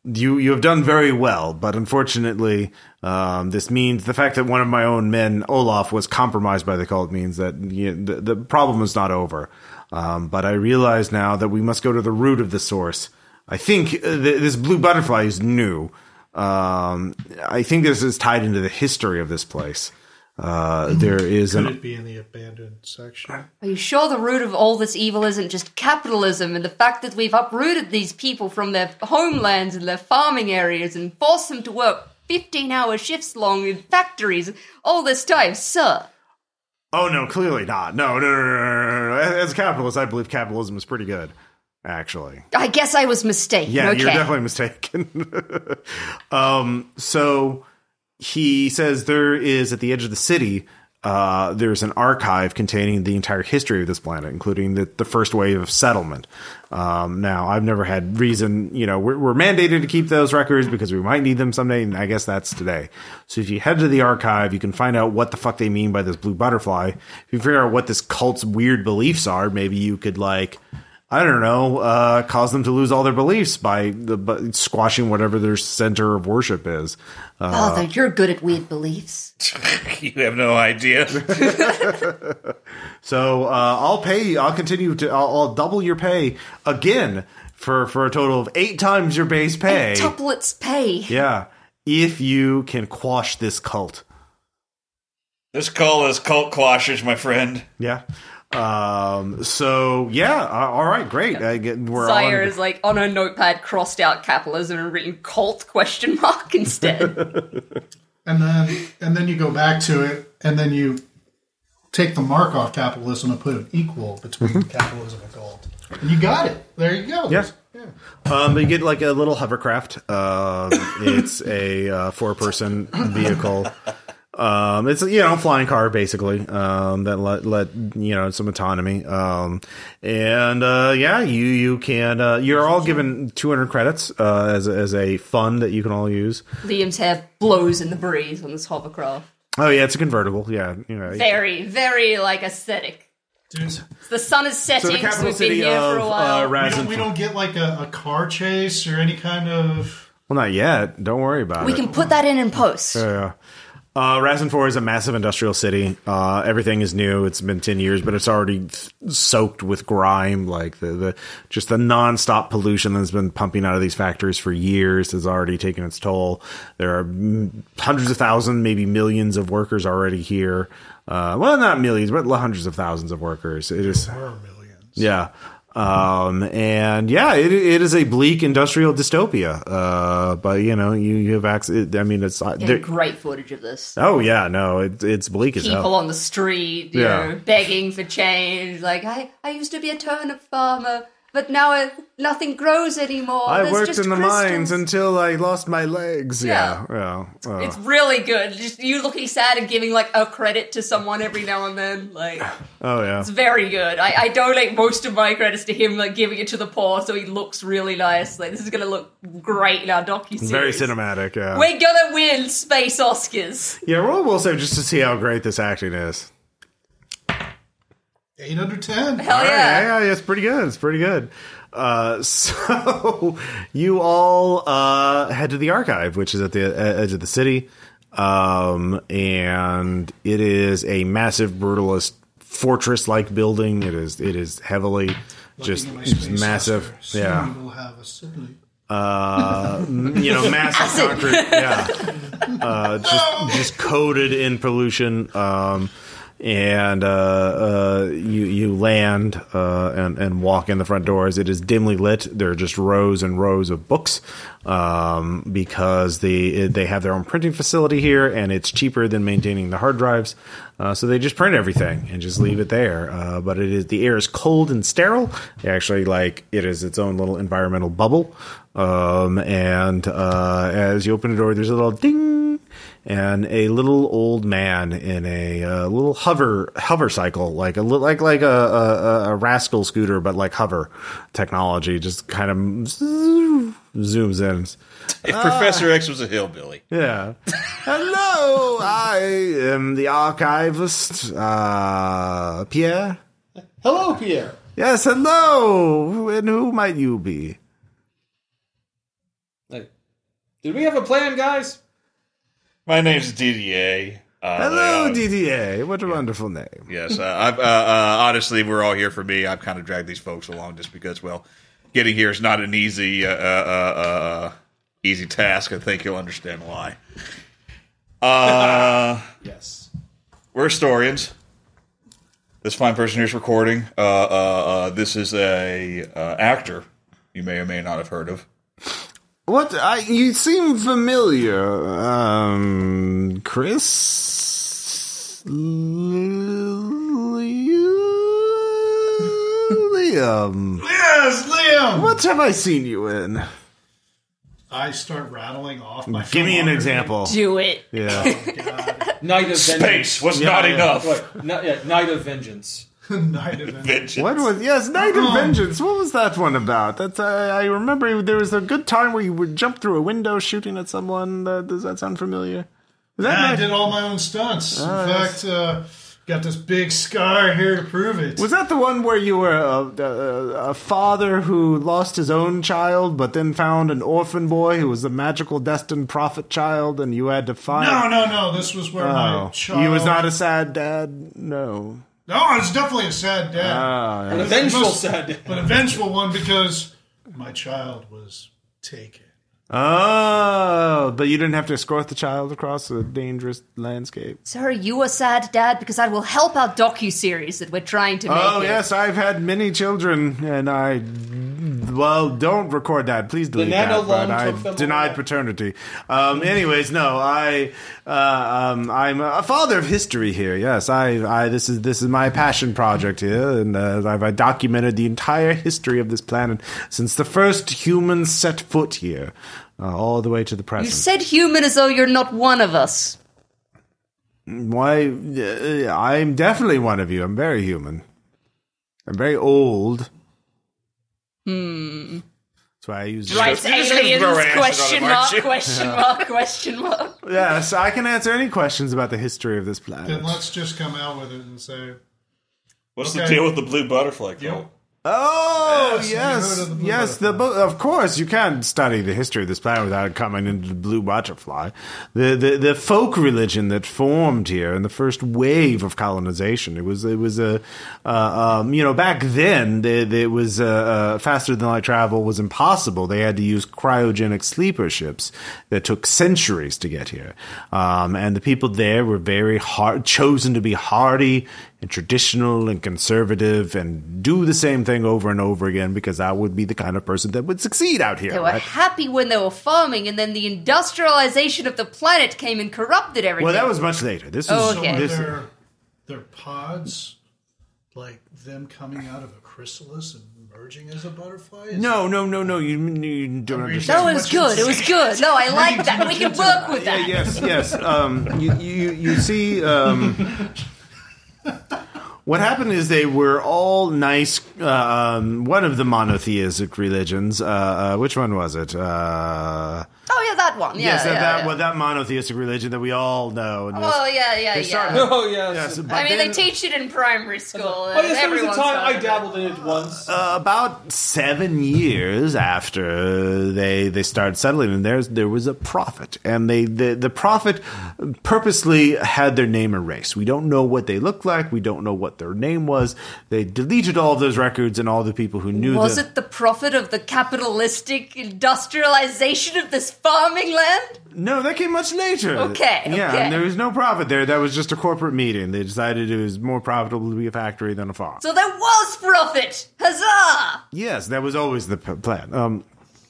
Speaker 1: You you have done very well, but unfortunately, um, this means the fact that one of my own men, Olaf, was compromised by the cult means that you the, the problem is not over. Um, but I realize now that we must go to the root of the source. I think uh, th- this blue butterfly is new. Um, I think this is tied into the history of this place. Uh, there is
Speaker 2: Mm-hmm. Could
Speaker 1: an
Speaker 2: it be in the abandoned section?
Speaker 6: Are you sure the root of all this evil isn't just capitalism and the fact that we've uprooted these people from their homelands and their farming areas and forced them to work 15 hour shifts long in factories all this time, sir?
Speaker 1: Oh no, clearly not. No, no, no, no, no, no. As as a capitalist, I believe capitalism is pretty good, actually.
Speaker 6: I guess I was mistaken.
Speaker 1: Yeah,
Speaker 6: okay.
Speaker 1: you're definitely mistaken. um, so he says there is at the edge of the city. Uh, there's an archive containing the entire history of this planet, including the, the first wave of settlement. Um, now, I've never had reason, you know, we're, we're mandated to keep those records because we might need them someday, and I guess that's today. So if you head to the archive, you can find out what the fuck they mean by this blue butterfly. If you figure out what this cult's weird beliefs are, maybe you could, like, I don't know, uh, cause them to lose all their beliefs by the by squashing whatever their center of worship is.
Speaker 6: Father, you're good at weird beliefs.
Speaker 4: you have no idea.
Speaker 1: So uh, I'll pay. you- I'll continue to. I'll, I'll double your pay again for for a total of eight times your base pay.
Speaker 6: Tuplets pay.
Speaker 1: yeah, if you can quash this cult.
Speaker 4: this call is cult closhers, my friend.
Speaker 1: Yeah. Um. So yeah. uh, All right. Great. I get, we're
Speaker 5: Sire
Speaker 1: on.
Speaker 5: is like on her notepad, crossed out capitalism and written cult question mark instead.
Speaker 2: And then and then you go back to it, and then you take the mark off capitalism and put an equal between
Speaker 4: Mm-hmm.
Speaker 2: capitalism and gold. And you got it. There you go.
Speaker 1: Yeah. Um, but you get like a little hovercraft. Um, it's a uh, four-person vehicle. Um, it's you know flying car basically. Um, that let, let you know some autonomy. Um, and uh, yeah, you you can. Uh, you're all given 200 credits uh, as a- as a fund that you can all use.
Speaker 5: Liam's hair blows in the breeze on this hovercraft.
Speaker 1: Oh yeah, it's a convertible. Yeah, you know.
Speaker 5: Very, very like aesthetic.
Speaker 2: Dude,
Speaker 5: The sun is setting,
Speaker 1: So the
Speaker 5: so,
Speaker 1: capital
Speaker 5: we've been
Speaker 1: city
Speaker 5: here for
Speaker 1: of
Speaker 5: a
Speaker 1: uh,
Speaker 5: while.
Speaker 2: we
Speaker 1: Razin.
Speaker 2: don't, we don't get like a, a car chase or any kind of.
Speaker 1: well, not yet. Don't worry about
Speaker 6: We
Speaker 1: it.
Speaker 6: can put that in in post.
Speaker 1: Yeah. Uh, Razanfor is a massive industrial city. Uh, everything is new. It's been ten years, but it's already th- soaked with grime. Like the, the just the nonstop pollution that's been pumping out of these factories for years has already taken its toll. There are mm, hundreds of thousands, maybe millions of workers already here. Uh, well, not millions, but hundreds of thousands of workers. It is
Speaker 2: Or millions.
Speaker 1: yeah. Um, and yeah, it, it is a bleak industrial dystopia. Uh, but you know, you, you have access. I mean, it's there-
Speaker 5: Getting great footage of this.
Speaker 1: Oh yeah, no, it, it's bleak as
Speaker 5: People
Speaker 1: hell.
Speaker 5: on the street, you
Speaker 1: Yeah.
Speaker 5: know, begging for change. Like I, I used to be a turnip farmer.
Speaker 6: but now uh, nothing grows anymore.
Speaker 1: I
Speaker 6: There's
Speaker 1: worked
Speaker 6: just
Speaker 1: in the
Speaker 6: crystals.
Speaker 1: mines until I lost my legs. Yeah.
Speaker 6: Yeah.
Speaker 1: yeah. well,
Speaker 6: It's really good. Just you looking sad and giving like a credit to someone every now and then. Like
Speaker 1: oh, yeah.
Speaker 6: it's very good. I, I donate most of my credits to him, like giving it to the poor, so he looks really nice. Like this is gonna look great in our docu series.
Speaker 1: Very cinematic. Yeah.
Speaker 6: We're gonna win space Oscars.
Speaker 1: Yeah, roll will save just to see how great this acting is.
Speaker 2: Eight under ten.
Speaker 6: Hell
Speaker 1: All right,
Speaker 6: Oh, yeah.
Speaker 1: yeah, yeah, it's pretty good. It's pretty good. Uh, so you all uh, head to the archive, which is at the e- edge of the city, um, and it is a massive brutalist fortress-like building. It is. It is heavily just
Speaker 2: Looking at my space
Speaker 1: massive.
Speaker 2: after. Soon
Speaker 1: Yeah.
Speaker 2: We'll have a sibling.
Speaker 1: uh, you know, massive concrete, yeah, uh, just just coated in pollution. Um, and uh, uh, you you land uh, and and walk in the front doors. It is dimly lit. There are just rows and rows of books um, because the they have their own printing facility here, and it's cheaper than maintaining the hard drives. Uh, so they just print everything and just leave it there. Uh, but it is the air is cold and sterile. They actually like it is its own little environmental bubble. Um, and uh, as you open the door, there's a little ding, and a little old man in a uh, little hover hover cycle, like a li- like like a, a, a- a rascal scooter, but like hover technology, just kind of zooms in.
Speaker 4: If Professor X was a hillbilly,
Speaker 1: Yeah. Hello, I am the archivist, uh, Pierre.
Speaker 3: Hello, Pierre.
Speaker 1: Yes, hello. And who might you be?
Speaker 3: Like, did we have a plan, guys?
Speaker 4: my name's DDA. Uh,
Speaker 1: Hello,
Speaker 4: Leon.
Speaker 1: DDA. What a wonderful name.
Speaker 4: Yes, uh, I've, uh, uh, honestly, we're all here for me. I've kind of dragged these folks along just because, well, getting here is not an easy, uh, uh, uh, uh, easy task. I think you'll understand why. Uh,
Speaker 3: Yes.
Speaker 4: we're historians. This fine person here's recording. Uh, uh, uh, this is a uh, actor you may or may not have heard of.
Speaker 1: What? I, you seem familiar, um, Chris. Liam.
Speaker 2: Yes, Liam.
Speaker 1: What have I seen you in?
Speaker 2: I start rattling off my.
Speaker 1: Give me an
Speaker 2: filmography.
Speaker 1: example.
Speaker 6: Do it.
Speaker 1: Yeah.
Speaker 3: Night of
Speaker 4: Space was not
Speaker 1: yeah.
Speaker 4: enough.
Speaker 3: Vengeance. Wait, not, yeah, Night of Vengeance.
Speaker 2: Night event.
Speaker 4: Vengeance.
Speaker 1: What was yes, Night of Vengeance? What was that one about? That's I I remember there was a good time where you would jump through a window shooting at someone. Uh, does that sound familiar? Is that
Speaker 2: And I
Speaker 1: Night-
Speaker 2: did all my own stunts. In fact, uh, got this big scar here to prove it.
Speaker 1: was that the one where you were a, a, a father who lost his own child, but then found an orphan boy who was a magical destined prophet child, and you had to find?
Speaker 2: no, no, no. This was where my
Speaker 1: Oh.
Speaker 2: child.
Speaker 1: He was not a sad dad. No.
Speaker 2: No, it's definitely a sad dad,
Speaker 1: Ah.
Speaker 3: An eventual said.
Speaker 2: but a vengeful one because my child was taken.
Speaker 1: Oh, but you didn't have to escort the child across a dangerous landscape.
Speaker 6: Sir, you a sad dad because that will help our docu series that we're trying to make.
Speaker 1: Oh
Speaker 6: here.
Speaker 1: yes, I've had many children, and I well don't record that. Please delete
Speaker 3: nano
Speaker 1: that. But
Speaker 3: loan
Speaker 1: I've
Speaker 3: took them
Speaker 1: denied
Speaker 3: away.
Speaker 1: paternity. Um, anyways, no, I uh, um, I'm a father of history here. Yes, I, I this is this is my passion project here, and uh, I've I documented the entire history of this planet since the first human set foot here, uh, all the way to the
Speaker 6: You
Speaker 1: present.
Speaker 6: said human as though you're not one of us.
Speaker 1: Why? Uh, I'm definitely one of you. I'm very human. I'm very old. Hmm. That's why I use.
Speaker 6: Right,
Speaker 4: You're just gonna
Speaker 6: aliens,
Speaker 4: throw an answer
Speaker 6: question
Speaker 4: on it, aren't
Speaker 6: mark,
Speaker 4: you?
Speaker 6: question mark, question mark.
Speaker 1: Yes, I can answer any questions about the history of this planet.
Speaker 2: Then let's just come out with it and say,
Speaker 4: What's the
Speaker 2: Okay.
Speaker 4: deal with the blue butterfly? cult?
Speaker 1: Oh
Speaker 2: Yes, you
Speaker 1: yes,
Speaker 2: heard of the blue
Speaker 1: yes. The bo- of course you can't study the history of this planet without coming into the blue butterfly, the, the the folk religion that formed here in the first wave of colonization. It was it was a uh, um, you know back then the- the- it was uh, uh, faster than light travel was impossible. They had to use cryogenic sleeper ships that took centuries to get here, um, and the people there were very hard chosen to be hardy and traditional and conservative and do the same thing over and over again because I would be the kind of person that would succeed out here.
Speaker 6: They were
Speaker 1: right?
Speaker 6: happy when they were farming, and then the industrialization of the planet came and corrupted everything.
Speaker 5: Oh,
Speaker 1: Well, that was much later. This is
Speaker 6: Oh,
Speaker 2: so
Speaker 6: Okay.
Speaker 2: are
Speaker 1: this.
Speaker 2: there, there pods like them coming out of a chrysalis and merging as a butterfly? Is
Speaker 1: No, no, no, no. You, you don't
Speaker 2: Are you
Speaker 1: understand.
Speaker 2: sure?
Speaker 5: That was good. It was good. No, I like that. We can work with
Speaker 1: Yeah,
Speaker 5: that.
Speaker 1: yes, yes. Um, you, you, you see, um, what happened is they were all nice. uh, Um, one of the monotheistic religions. Uh, uh, which one was it? Uh,
Speaker 5: Oh yeah, that one. Yeah,
Speaker 1: yes, that,
Speaker 5: yeah,
Speaker 1: that,
Speaker 5: yeah.
Speaker 1: Well, that monotheistic religion that we all know. And
Speaker 5: Well, yeah, yeah,
Speaker 1: They
Speaker 5: yeah.
Speaker 1: started-
Speaker 3: Oh yes.
Speaker 1: yes, but
Speaker 5: I mean,
Speaker 1: then,
Speaker 5: they teach it in primary school.
Speaker 3: Oh yes,
Speaker 5: and
Speaker 3: there was a
Speaker 5: everyone's
Speaker 3: time
Speaker 5: got
Speaker 3: I
Speaker 5: it.
Speaker 3: dabbled in it once.
Speaker 1: Uh, about seven years after they they started settling in there, there was a prophet, and they the, the prophet purposely had their name erased. We don't know what they looked like. We don't know what their name was. They deleted all of those records and all the people who knew.
Speaker 5: Was
Speaker 1: them.
Speaker 5: it the profit of the capitalistic industrialization of this farming land?
Speaker 1: No, that came much later.
Speaker 5: Okay,
Speaker 1: Yeah,
Speaker 5: okay.
Speaker 1: and there was no profit there. That was just a corporate meeting. They decided it was more profitable to be a factory than a farm.
Speaker 5: So there was profit. Huzzah!
Speaker 1: yes, that was always the p- plan. Um.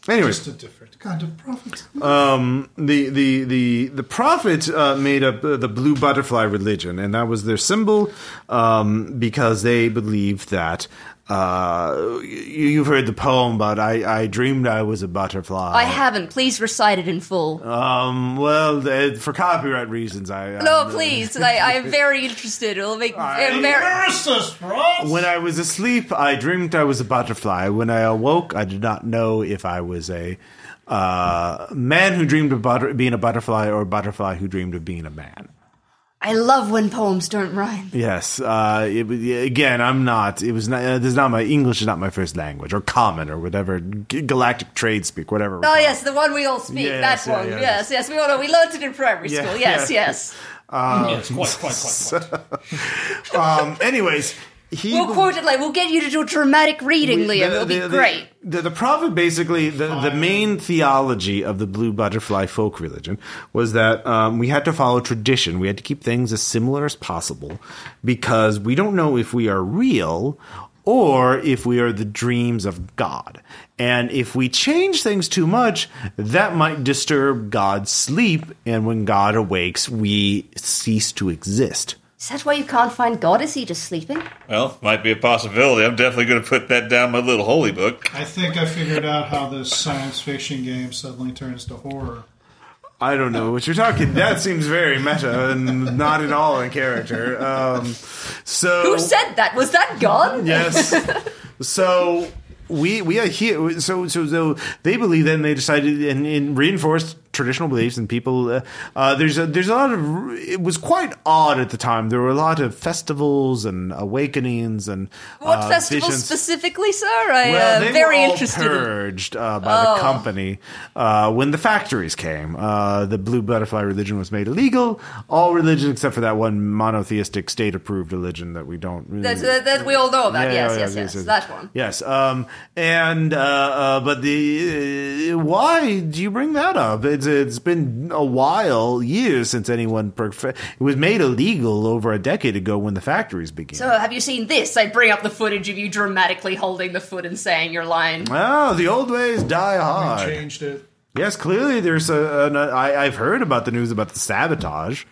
Speaker 1: Anyways,
Speaker 2: just a different kind of prophet.
Speaker 1: the the the the prophet uh, made up uh, the blue butterfly religion, and that was their symbol um, because they believed that. Uh, you, you've heard the poem, but I, I dreamed I was a butterfly.
Speaker 5: I haven't. Please recite it in full.
Speaker 1: um, well, th- for copyright reasons, I
Speaker 5: no,
Speaker 1: I-
Speaker 5: please. I, I'm very interested. It'll make.
Speaker 1: I-
Speaker 5: I'm very-
Speaker 1: When I was asleep, I dreamed I was a butterfly. When I awoke, I did not know if I was a uh, man who dreamed of butter- being a butterfly or a butterfly who dreamed of being a man.
Speaker 5: I love when poems don't rhyme.
Speaker 1: Yes. Uh, it, was- yeah, again, I'm not. It was not. Uh, this is not my English is not my first language, or common, or whatever g- galactic trade speak, whatever.
Speaker 5: Oh yes, the one we all speak.
Speaker 1: Yes,
Speaker 5: that
Speaker 1: yeah,
Speaker 5: one.
Speaker 1: yeah,
Speaker 5: yes, yes. We all know. We learnt it in primary
Speaker 1: Yeah,
Speaker 5: school. Yes,
Speaker 1: yeah.
Speaker 5: yes.
Speaker 3: yes, quite, quite, quite, quite.
Speaker 1: Um, anyways, he.
Speaker 5: We'll quote it like we'll get you to do a dramatic reading, Liam. It'll be great.
Speaker 1: The, the prophet basically the, the main theology of the blue butterfly folk religion was that um, we had to follow tradition. We had to keep things as similar as possible because we don't know if we are real or if we are the dreams of God. And if we change things too much, that might disturb God's sleep. And when God awakes, we cease to exist.
Speaker 5: Is that why you can't find God? Is he just sleeping?
Speaker 4: Well, might be a possibility. I'm definitely going to put that down my little holy book.
Speaker 2: I think I figured out how this science fiction game suddenly turns to horror.
Speaker 1: I don't know what you're talking. That seems very meta and not at all in character. Um, so
Speaker 5: Who said that? Was that God?
Speaker 1: yes? So we we are here. So so so they believe that, and they decided and, and reinforced traditional beliefs and people. Uh, uh, there's a there's a lot of it was quite odd at the time. There were a lot of festivals and awakenings and
Speaker 5: What
Speaker 1: uh,
Speaker 5: festival
Speaker 1: visions.
Speaker 5: specifically, sir? I
Speaker 1: Well,
Speaker 5: uh,
Speaker 1: they
Speaker 5: very
Speaker 1: were all
Speaker 5: interested. in- Oh.
Speaker 1: purged uh, by the company uh, when the factories came. Uh, the blue butterfly religion was made illegal. All religion except for that one monotheistic state-approved religion that we don't. Really
Speaker 5: That, that, that we all know about.
Speaker 1: yeah,
Speaker 5: yes,
Speaker 1: yeah,
Speaker 5: yes, yes, That one.
Speaker 1: Yes, um, and uh, uh, but the uh, why do you bring that up? It's it's been a while, years since anyone. Perf- it was made illegal over a decade ago when the factories began.
Speaker 5: So, Uh, have you seen this? I bring up the footage of you dramatically holding the foot and saying your line.
Speaker 1: Oh, the old ways die hard.
Speaker 2: I changed it. Yes.
Speaker 1: Yes, clearly there's a. An, I, I've heard about the news about the sabotage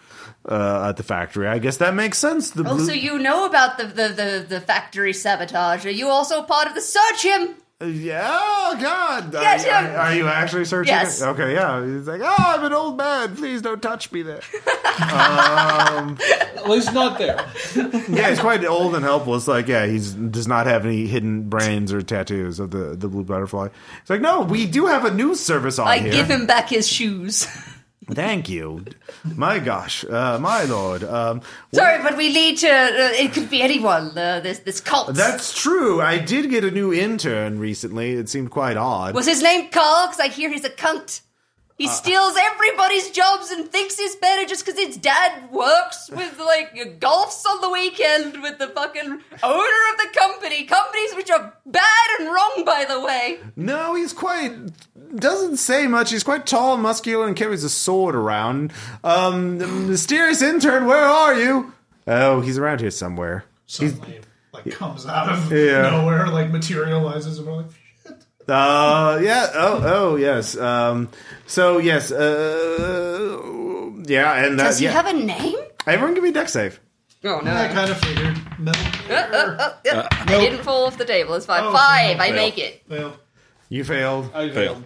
Speaker 1: uh, at the factory. I guess that makes sense. The
Speaker 5: Oh,
Speaker 1: blue-
Speaker 5: so you know about the, the, the, the factory sabotage. Are you also part of the search him?
Speaker 1: yeah, oh God, Are-
Speaker 5: Yes,
Speaker 1: are,
Speaker 5: yeah.
Speaker 1: are you actually searching?
Speaker 5: Yes.
Speaker 1: it? Okay, yeah. He's like, oh, I'm an old man. Please don't touch me there.
Speaker 3: At least not there.
Speaker 1: yeah, he's quite old and helpless. Like, yeah, he's does not have any hidden brains or tattoos of the the blue butterfly. It's like, no, we do have a news service on
Speaker 5: I
Speaker 1: here.
Speaker 5: give him back his shoes.
Speaker 1: Thank you. My gosh, uh, my lord. Um,
Speaker 5: Sorry, but we need to. Uh, it could be anyone. Uh, this this cult.
Speaker 1: That's true. I did get a new intern recently. It seemed quite odd.
Speaker 5: Was his name Carl? Because I hear he's a cunt. He steals everybody's jobs and thinks he's better just because his dad works with, like, golfs on the weekend with the fucking owner of the company. Companies which are bad and wrong, by the way.
Speaker 1: no, he's quite doesn't say much. He's quite tall, muscular, and carries a sword around. Um, the mysterious intern, where are you? Oh, he's around here somewhere.
Speaker 2: Suddenly, like comes out of
Speaker 1: Yeah.
Speaker 2: nowhere, like materializes, and we're like,
Speaker 1: Uh, yeah. Oh, oh, yes. Um, so yes. Uh, yeah, and that,
Speaker 5: Does he
Speaker 1: Uh, yeah.
Speaker 5: have a name?
Speaker 1: Everyone, give me a deck save.
Speaker 5: Oh no!
Speaker 2: I kind of figured. Metal Gear.
Speaker 5: Oh, oh, I didn't fall off the table. It's fine.
Speaker 2: Oh,
Speaker 5: Five.
Speaker 2: no.
Speaker 5: I
Speaker 4: Fail.
Speaker 5: make it.
Speaker 2: Well,
Speaker 1: You failed.
Speaker 3: I
Speaker 4: Fail.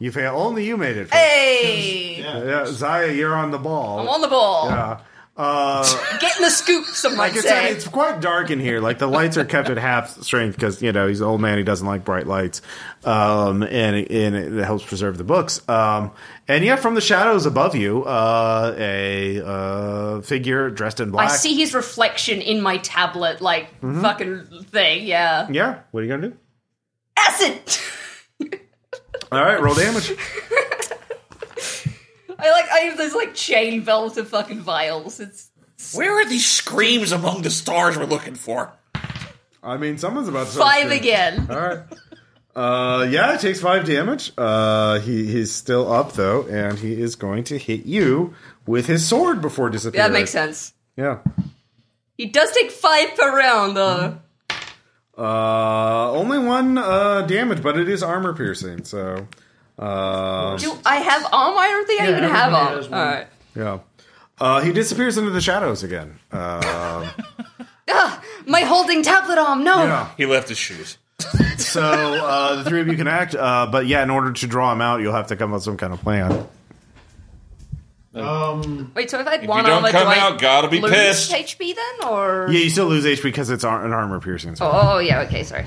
Speaker 1: You failed. Only you made it. first.
Speaker 5: Hey,
Speaker 2: yeah.
Speaker 1: Yeah, Zaya, you're on the ball.
Speaker 5: I'm on the ball.
Speaker 1: Yeah. Uh,
Speaker 5: Getting the scoop, some might
Speaker 1: like I
Speaker 5: say.
Speaker 1: said, it's quite dark in here. Like the lights are kept at half strength because you know he's an old man. He doesn't like bright lights, um, and and it helps preserve the books. Um, and yeah, from the shadows above you, uh, a uh, figure dressed in
Speaker 5: I
Speaker 1: black.
Speaker 5: see his reflection in my tablet, like fucking thing. Yeah,
Speaker 1: Yeah. What are you gonna do?
Speaker 5: acid.
Speaker 1: All right, roll damage.
Speaker 5: I like. I have those like chain belt of fucking vials. It's
Speaker 4: Where are these screams among the stars we're looking for?
Speaker 1: I mean, someone's about to
Speaker 5: five again.
Speaker 1: All right. Uh, yeah, it takes five damage. Uh, he he's still up though, and he is going to hit you with his sword before disappearing.
Speaker 5: That makes sense.
Speaker 1: Yeah.
Speaker 5: He does take five per round, though.
Speaker 1: Mm-hmm. Uh, only one uh damage, but it is armor piercing. So, uh,
Speaker 5: Do I have armor? I don't think I even have
Speaker 2: everybody
Speaker 5: armor.
Speaker 2: has
Speaker 5: All
Speaker 2: one.
Speaker 5: right.
Speaker 1: yeah. Uh, he disappears into the shadows again. Uh,
Speaker 5: Ah, My holding tablet arm. No.
Speaker 1: yeah.
Speaker 4: He left his shoes.
Speaker 1: So uh, the three of you can act, uh, but yeah, in order to draw him out, you'll have to come up with some kind of plan.
Speaker 2: Um,
Speaker 5: Wait. So if I had
Speaker 4: If
Speaker 5: one
Speaker 4: you don't
Speaker 5: armor,
Speaker 4: come
Speaker 5: do I
Speaker 4: out, gotta be
Speaker 5: lose
Speaker 4: pissed.
Speaker 5: HP then, or
Speaker 1: Yeah, you still lose HP because it's ar- an armor piercing. So.
Speaker 5: oh yeah, okay, sorry.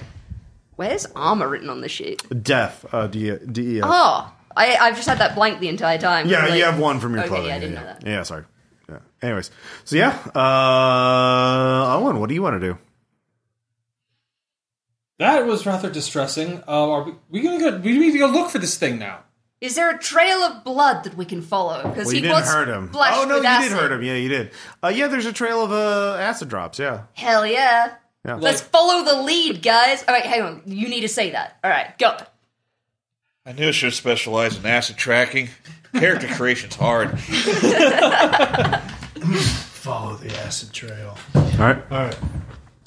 Speaker 5: Where's armor written on the sheet?
Speaker 1: Death, uh, D- DEF.
Speaker 5: Oh, I, I've just had that blank the entire time.
Speaker 1: Yeah,
Speaker 5: Like-
Speaker 1: you have one from your
Speaker 5: Okay,
Speaker 1: clothing.
Speaker 5: yeah, I didn't
Speaker 1: yeah.
Speaker 5: know that.
Speaker 1: Yeah, sorry. Yeah. Anyways, so yeah, uh, Owen, what do you want to do?
Speaker 3: That was rather distressing. Um, are we, we gonna go? We need to go look for this thing now.
Speaker 5: Is there a trail of blood that we can follow? Because
Speaker 1: Well,
Speaker 5: he
Speaker 1: you didn't
Speaker 5: was
Speaker 1: hurt him.
Speaker 5: splashed
Speaker 1: Oh no,
Speaker 5: with
Speaker 1: you
Speaker 5: acid.
Speaker 1: did hurt him. Yeah, you did. Uh, yeah, there's a trail of uh, acid drops. Yeah,
Speaker 5: Hell yeah.
Speaker 1: yeah.
Speaker 5: Let's follow the lead, guys. All right, hang on. You need to say that. All right, go.
Speaker 4: I knew I should specialize in acid tracking. Character creation's hard.
Speaker 2: follow the acid trail.
Speaker 1: All right,
Speaker 2: All right.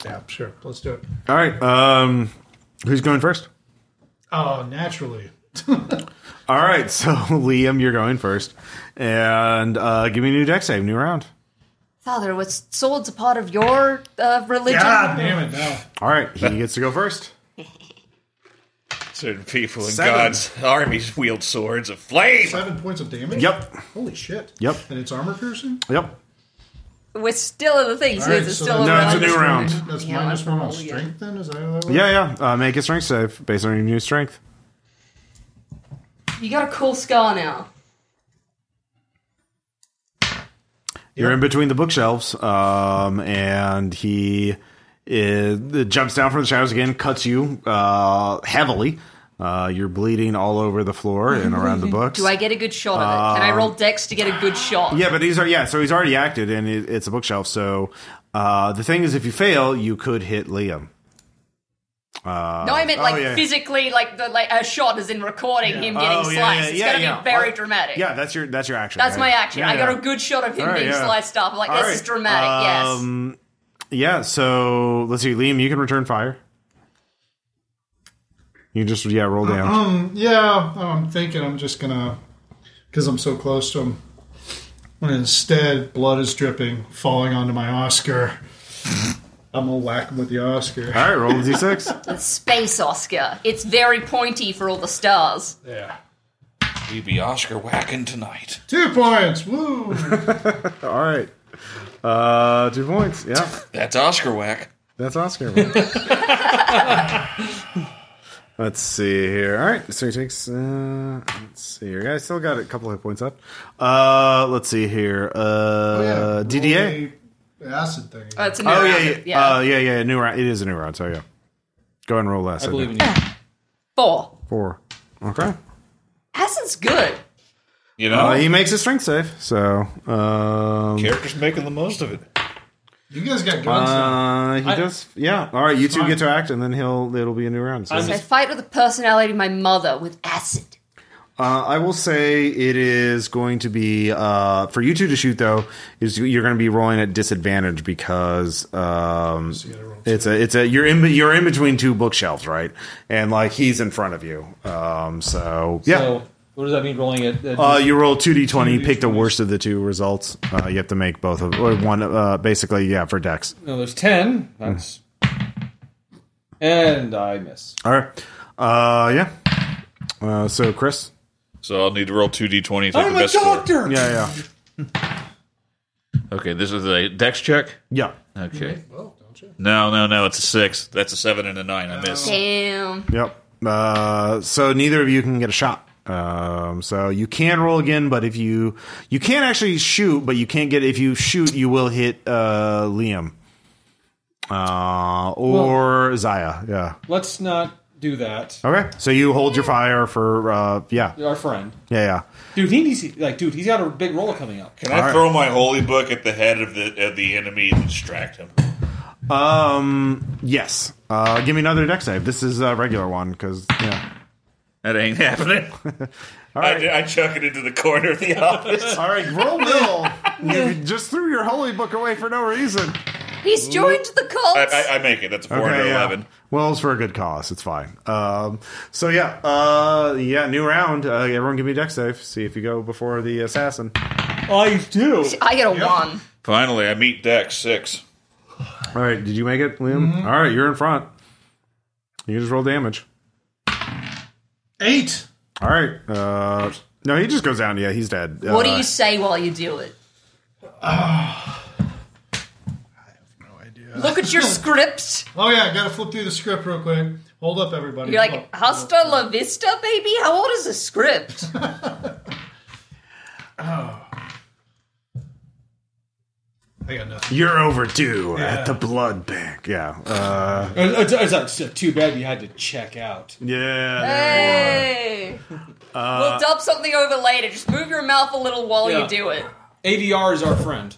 Speaker 2: Yeah, sure. Let's do it.
Speaker 1: all right. Um, who's going first?
Speaker 2: Oh, naturally.
Speaker 1: All right, so Liam, you're going first, and uh, give me a new deck save, new round.
Speaker 5: Father, was swords a part of your uh, religion?
Speaker 2: God damn it! No.
Speaker 1: All right, he gets to go first.
Speaker 4: Certain people in
Speaker 1: Seven.
Speaker 4: God's armies wield swords of flame.
Speaker 2: Seven points of damage.
Speaker 1: Yep,
Speaker 2: Holy shit.
Speaker 1: Yep.
Speaker 2: And it's armor piercing.
Speaker 1: yep.
Speaker 5: We're still in the thing, so
Speaker 2: All right,
Speaker 5: it's
Speaker 2: so
Speaker 5: still
Speaker 1: No,
Speaker 5: a
Speaker 1: it's a
Speaker 5: religion.
Speaker 1: new round.
Speaker 2: That's
Speaker 5: Yeah,
Speaker 2: minus
Speaker 5: I
Speaker 2: one on
Speaker 5: roll again.
Speaker 2: strength. Then is that how that works?
Speaker 1: Yeah, yeah. Uh, make a strength save based on your new strength.
Speaker 5: You got a cool scar now.
Speaker 1: You're in between the bookshelves, um, and he uh jumps down from the shadows again, cuts you uh, heavily. Uh, you're bleeding all over the floor and around the books.
Speaker 5: Do I get a good shot of it? Can I roll dex to get a good shot?
Speaker 1: Uh, yeah, but he's al- yeah, so he's already acted, and it, it's a bookshelf. So uh, the thing is, if you fail, you could hit Liam.
Speaker 5: No, I meant like
Speaker 1: oh, yeah.
Speaker 5: physically, like the like a shot is in recording him getting
Speaker 1: Oh,
Speaker 5: sliced.
Speaker 1: yeah, yeah,
Speaker 5: it's
Speaker 1: yeah,
Speaker 5: gonna
Speaker 1: yeah.
Speaker 5: be very
Speaker 1: Oh,
Speaker 5: dramatic.
Speaker 1: Yeah, that's your that's your action.
Speaker 5: That's
Speaker 1: right?
Speaker 5: my action.
Speaker 1: Yeah,
Speaker 5: I got
Speaker 1: yeah.
Speaker 5: a good shot of him
Speaker 1: All right,
Speaker 5: being
Speaker 1: yeah.
Speaker 5: sliced up. I'm like,
Speaker 1: All
Speaker 5: this
Speaker 1: right.
Speaker 5: is dramatic, yes.
Speaker 1: Um, yeah, so let's see, Liam, you can return fire. You just yeah roll down.
Speaker 2: Um, yeah, I'm thinking I'm just gonna, because I'm so close to him. When instead blood is dripping, falling onto my Oscar, I'm gonna whack him with the Oscar.
Speaker 1: All right, roll the d6.
Speaker 5: It's Space Oscar. It's very pointy for all the stars.
Speaker 2: Yeah,
Speaker 4: We be Oscar whacking tonight.
Speaker 2: two points. Woo!
Speaker 1: Uh, All right, uh, two points. Yeah,
Speaker 4: That's Oscar whack.
Speaker 1: that's Oscar. let's see here. All right, so he takes. Uh, let's see here. Yeah, I still got a couple hit points left. Uh, let's see here. Uh,
Speaker 2: Oh, Yeah,
Speaker 1: DDA.
Speaker 2: roll the Acid thing.
Speaker 5: Oh, it's a new
Speaker 1: Oh yeah,
Speaker 5: round.
Speaker 1: yeah,
Speaker 5: yeah.
Speaker 1: Uh, yeah, yeah. New round. It is a new round. So yeah, go ahead and roll less.
Speaker 3: I believe in you.
Speaker 5: Four.
Speaker 1: Four. Okay.
Speaker 5: Acid's good.
Speaker 4: You know?
Speaker 1: Uh, he makes a strength save. So um,
Speaker 4: Character's making the most of it.
Speaker 2: you guys got guns. though.
Speaker 1: uh, he
Speaker 3: I-
Speaker 1: does. Yeah. All right. You two
Speaker 2: Fine.
Speaker 1: get to act, and then he'll. It'll be a new round. So.
Speaker 3: I'm
Speaker 5: So I fight with the personality of my mother with acid.
Speaker 1: Uh, I will say it is going to be uh, for you two to shoot though. Is you're going to be rolling at disadvantage because um,
Speaker 2: you gotta roll
Speaker 1: it's a it's a you're in be- you're in between two bookshelves, right? And like he's in front of you, um, so yeah.
Speaker 3: So What does that mean? Rolling it. at-
Speaker 1: Uh, you roll two d twenty, pick the worst of the two results. Uh, you have to make both of or one. Uh, basically, yeah, for dex.
Speaker 3: no, there's ten. That's and I miss.
Speaker 1: All right. Uh, yeah. Uh, so Chris.
Speaker 4: So I'll need to roll two d20.
Speaker 3: I'm a doctor.
Speaker 1: Yeah,
Speaker 4: Okay, this is a dex check.
Speaker 1: yeah, yeah.
Speaker 4: Okay. No, no, no. It's a six. That's a seven and a nine. I missed.
Speaker 5: Damn.
Speaker 1: Yep. Uh, so neither of you can get a shot. Um, so you can roll again, but if you you can't actually shoot, but you can't get if you shoot, you will hit uh, Liam uh, or Zaya. Yeah.
Speaker 3: Let's not do that.
Speaker 1: Okay. So you hold your fire for uh, yeah, yeah,
Speaker 3: Our friend,
Speaker 1: yeah.
Speaker 3: dude. He needs like, dude. He's got a big roller coming up.
Speaker 4: Can I throw my holy book at the head of the of the enemy and distract him?
Speaker 1: Um. Yes. Uh. Give me another deck save. This is a regular one because yeah.
Speaker 4: That ain't happening.
Speaker 1: right.
Speaker 4: I, I chuck it into the corner of the office.
Speaker 1: All right. Roll will. you just threw your holy book away for no reason.
Speaker 5: He's joined the cult.
Speaker 4: I, I, I make it. That's a four and
Speaker 1: Okay,
Speaker 4: a
Speaker 1: yeah.
Speaker 4: eleven.
Speaker 1: Well, it's for a good cause. It's fine. Um, so yeah, uh, yeah. New round. Uh, everyone, give me a deck save. See if you go before the assassin.
Speaker 3: I do.
Speaker 5: I get a one.
Speaker 4: Finally, I meet Dex six.
Speaker 1: All right. Did you make it, Liam?
Speaker 5: Mm-hmm.
Speaker 1: All right. You're in front. You just roll damage.
Speaker 2: Eight.
Speaker 1: All right. Uh, no, he just goes down. Yeah, he's dead.
Speaker 5: What do
Speaker 1: Uh,
Speaker 5: you say while you do it?
Speaker 2: No idea.
Speaker 5: Look at your script.
Speaker 2: Oh yeah, I gotta flip through the script real quick. Hold up, everybody. Oh,
Speaker 5: You're
Speaker 2: Hold
Speaker 5: like,
Speaker 2: up.
Speaker 5: hasta la vista, baby? How old is the script?
Speaker 2: I got nothing.
Speaker 1: You're overdue at the blood bank. Yeah. Uh,
Speaker 3: It's, it's, it's, it's too bad you had to check out.
Speaker 1: yeah.
Speaker 5: hey. we'll dub something over later. Just move your mouth a little while
Speaker 3: Yeah.
Speaker 5: you do it.
Speaker 3: ADR is our friend.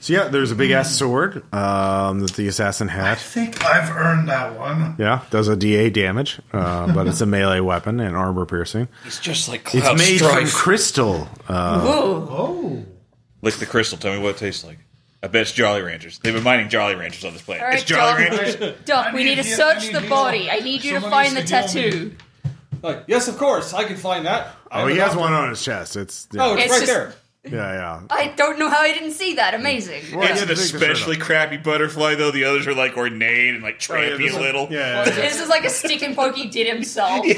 Speaker 1: So yeah, there's a big ass sword um, that the assassin had.
Speaker 2: I think I've earned that one.
Speaker 1: Yeah, does a DA damage, uh, but it's a melee weapon and armor piercing.
Speaker 4: It's just like
Speaker 1: It's
Speaker 4: Cloud
Speaker 1: made
Speaker 4: Strife.
Speaker 1: from crystal.
Speaker 5: Ooh.
Speaker 2: Oh,
Speaker 4: Lick the crystal. Tell me what it tastes like. I bet it's Jolly Ranchers. They've been mining Jolly Ranchers on this planet.
Speaker 5: All right,
Speaker 4: it's Jolly
Speaker 5: Doc.
Speaker 4: Ranchers.
Speaker 5: Doc,
Speaker 2: I
Speaker 5: we
Speaker 2: need
Speaker 5: need to
Speaker 2: heal- I
Speaker 5: search
Speaker 2: need
Speaker 5: the
Speaker 2: heal.
Speaker 5: body. I need you to
Speaker 2: Someone
Speaker 5: find the
Speaker 2: needs to heal me.
Speaker 5: tattoo.
Speaker 3: Like, yes, of course, I can find that.
Speaker 1: Oh,
Speaker 3: I'm
Speaker 1: he
Speaker 3: a
Speaker 1: has
Speaker 3: doctor.
Speaker 1: one on his chest. It's yeah,
Speaker 3: Oh, it's,
Speaker 5: It's
Speaker 3: right
Speaker 5: just-
Speaker 3: there.
Speaker 1: yeah, yeah.
Speaker 5: I don't know how I didn't see that. Amazing.
Speaker 1: Well,
Speaker 4: It's
Speaker 1: yeah,
Speaker 4: an
Speaker 1: the big crystal.
Speaker 4: especially crappy butterfly, though. The others are like ornate and like trampy
Speaker 1: Oh, this
Speaker 4: a
Speaker 1: one-
Speaker 4: little.
Speaker 1: Yeah, yeah, yeah.
Speaker 5: This is like a stick and poke he did himself. Like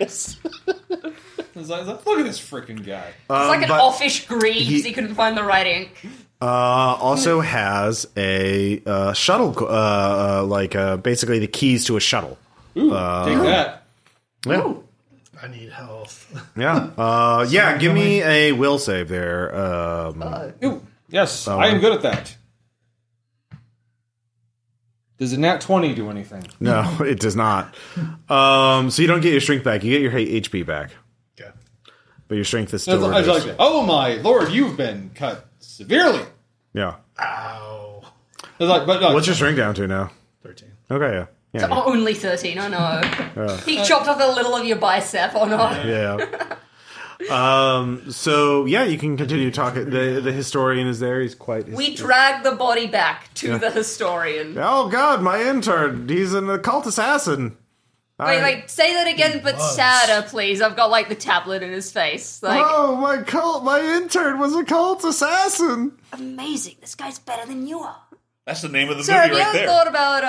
Speaker 5: it's
Speaker 3: It's like- it's like, Look at this freaking guy.
Speaker 5: like an
Speaker 1: Um, but-
Speaker 5: offish green because
Speaker 1: he-
Speaker 5: he couldn't find the right ink.
Speaker 1: Uh, also has a uh, shuttle, co- uh, uh, like uh, basically the keys to a shuttle.
Speaker 3: Ooh, take that.
Speaker 1: Yeah,
Speaker 2: I need health.
Speaker 1: yeah, uh, yeah. Give me a will save there. Um,
Speaker 3: Ooh, yes, I am
Speaker 1: one.
Speaker 3: good at that. Does a nat twenty do anything?
Speaker 1: No, it does not. Um, so you don't get your strength back. You get your H- HP back,
Speaker 2: Okay.
Speaker 1: but your strength is still
Speaker 3: I was I was
Speaker 1: reduced.
Speaker 3: like, oh my lord, you've been cut severely.
Speaker 1: yeah.
Speaker 2: Ow.
Speaker 3: I was like, but like,
Speaker 1: What's your strength down to now?
Speaker 2: Thirteen.
Speaker 1: Okay, yeah. Yeah.
Speaker 5: Oh, only thirteen. I know. He chopped off a little of your bicep. Oh no.
Speaker 1: yeah. Um. So yeah, you can continue talking. The the historian is there. He's quite.
Speaker 5: We drag the body back to the historian.
Speaker 1: oh God, my intern. He's an occult assassin.
Speaker 5: Wait, wait. Say that again, but
Speaker 2: was.
Speaker 5: sadder, please. I've got like the tablet in his face. Like
Speaker 1: oh my cult! My intern was a cult assassin.
Speaker 5: amazing. This guy's better than you are.
Speaker 4: That's the name of the
Speaker 5: So have
Speaker 4: movie
Speaker 5: you
Speaker 4: right
Speaker 5: ever
Speaker 4: there.
Speaker 5: thought about uh,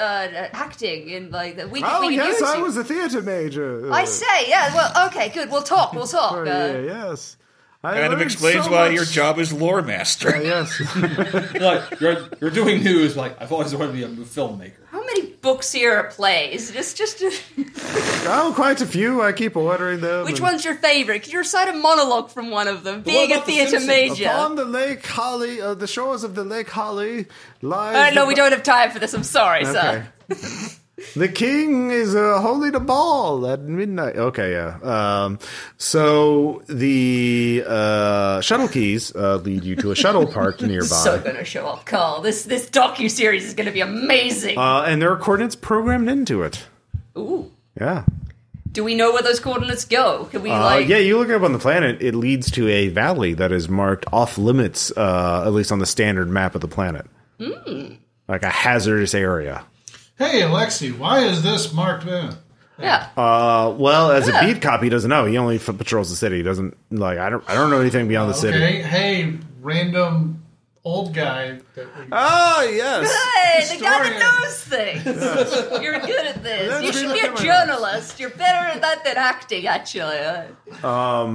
Speaker 5: uh, acting in like that? We, could-
Speaker 1: Oh
Speaker 5: we could
Speaker 1: yes,
Speaker 5: use
Speaker 1: I
Speaker 5: you.
Speaker 1: was a theater major.
Speaker 5: I say, yeah. Well, okay, good. We'll talk. We'll talk.
Speaker 1: Oh,
Speaker 5: Uh,
Speaker 1: yeah, yes. I
Speaker 4: Kind of
Speaker 1: learned
Speaker 4: explains
Speaker 1: so
Speaker 4: why
Speaker 1: much.
Speaker 4: your job is lore master.
Speaker 1: Yes.
Speaker 3: like you're you're doing news? Like I've always wanted to be a filmmaker.
Speaker 5: How many books here are plays? Just, just. uh,
Speaker 1: oh, quite a few. I keep ordering them.
Speaker 5: which
Speaker 1: and-
Speaker 5: one's your favorite? Can you recite a monologue from one of them? Being a
Speaker 3: about The
Speaker 5: theatre
Speaker 3: Simpsons?
Speaker 5: major.
Speaker 1: Upon the Lake Holly, uh, the shores of the Lake Holly, lies.
Speaker 5: Uh, no,
Speaker 1: the-
Speaker 5: we don't have time for this. I'm sorry,
Speaker 1: Okay.
Speaker 5: sir.
Speaker 1: the king is uh, holding a ball at midnight. Okay, yeah. Um, so the uh, shuttle keys uh, lead you to a shuttle park nearby.
Speaker 5: So gonna show up, Carl. This this docu series is gonna be amazing.
Speaker 1: uh, and there are coordinates programmed into it.
Speaker 5: Ooh,
Speaker 1: Yeah.
Speaker 5: do we know where those coordinates go? Can we
Speaker 1: Uh,
Speaker 5: like?
Speaker 1: yeah, you look up on the planet, it leads to a valley that is marked off limits, uh, at least on the standard map of the planet.
Speaker 5: Hmm.
Speaker 1: Like a hazardous area.
Speaker 2: Hey Alexi, why is this marked in?
Speaker 5: Yeah.
Speaker 1: Uh, well, as
Speaker 5: Yeah.
Speaker 1: a beat cop, he doesn't know. He only f- patrols the city. He doesn't like. I don't. I don't know anything beyond the city.
Speaker 2: Oh, Okay, hey, random old guy. That we,
Speaker 1: Oh yes.
Speaker 5: Hey, the guy that
Speaker 2: Historian.
Speaker 5: knows things. You're good at this.
Speaker 1: That's
Speaker 5: You should
Speaker 1: really
Speaker 5: be a
Speaker 1: good.
Speaker 5: journalist. You're better at that than acting, actually. Uh,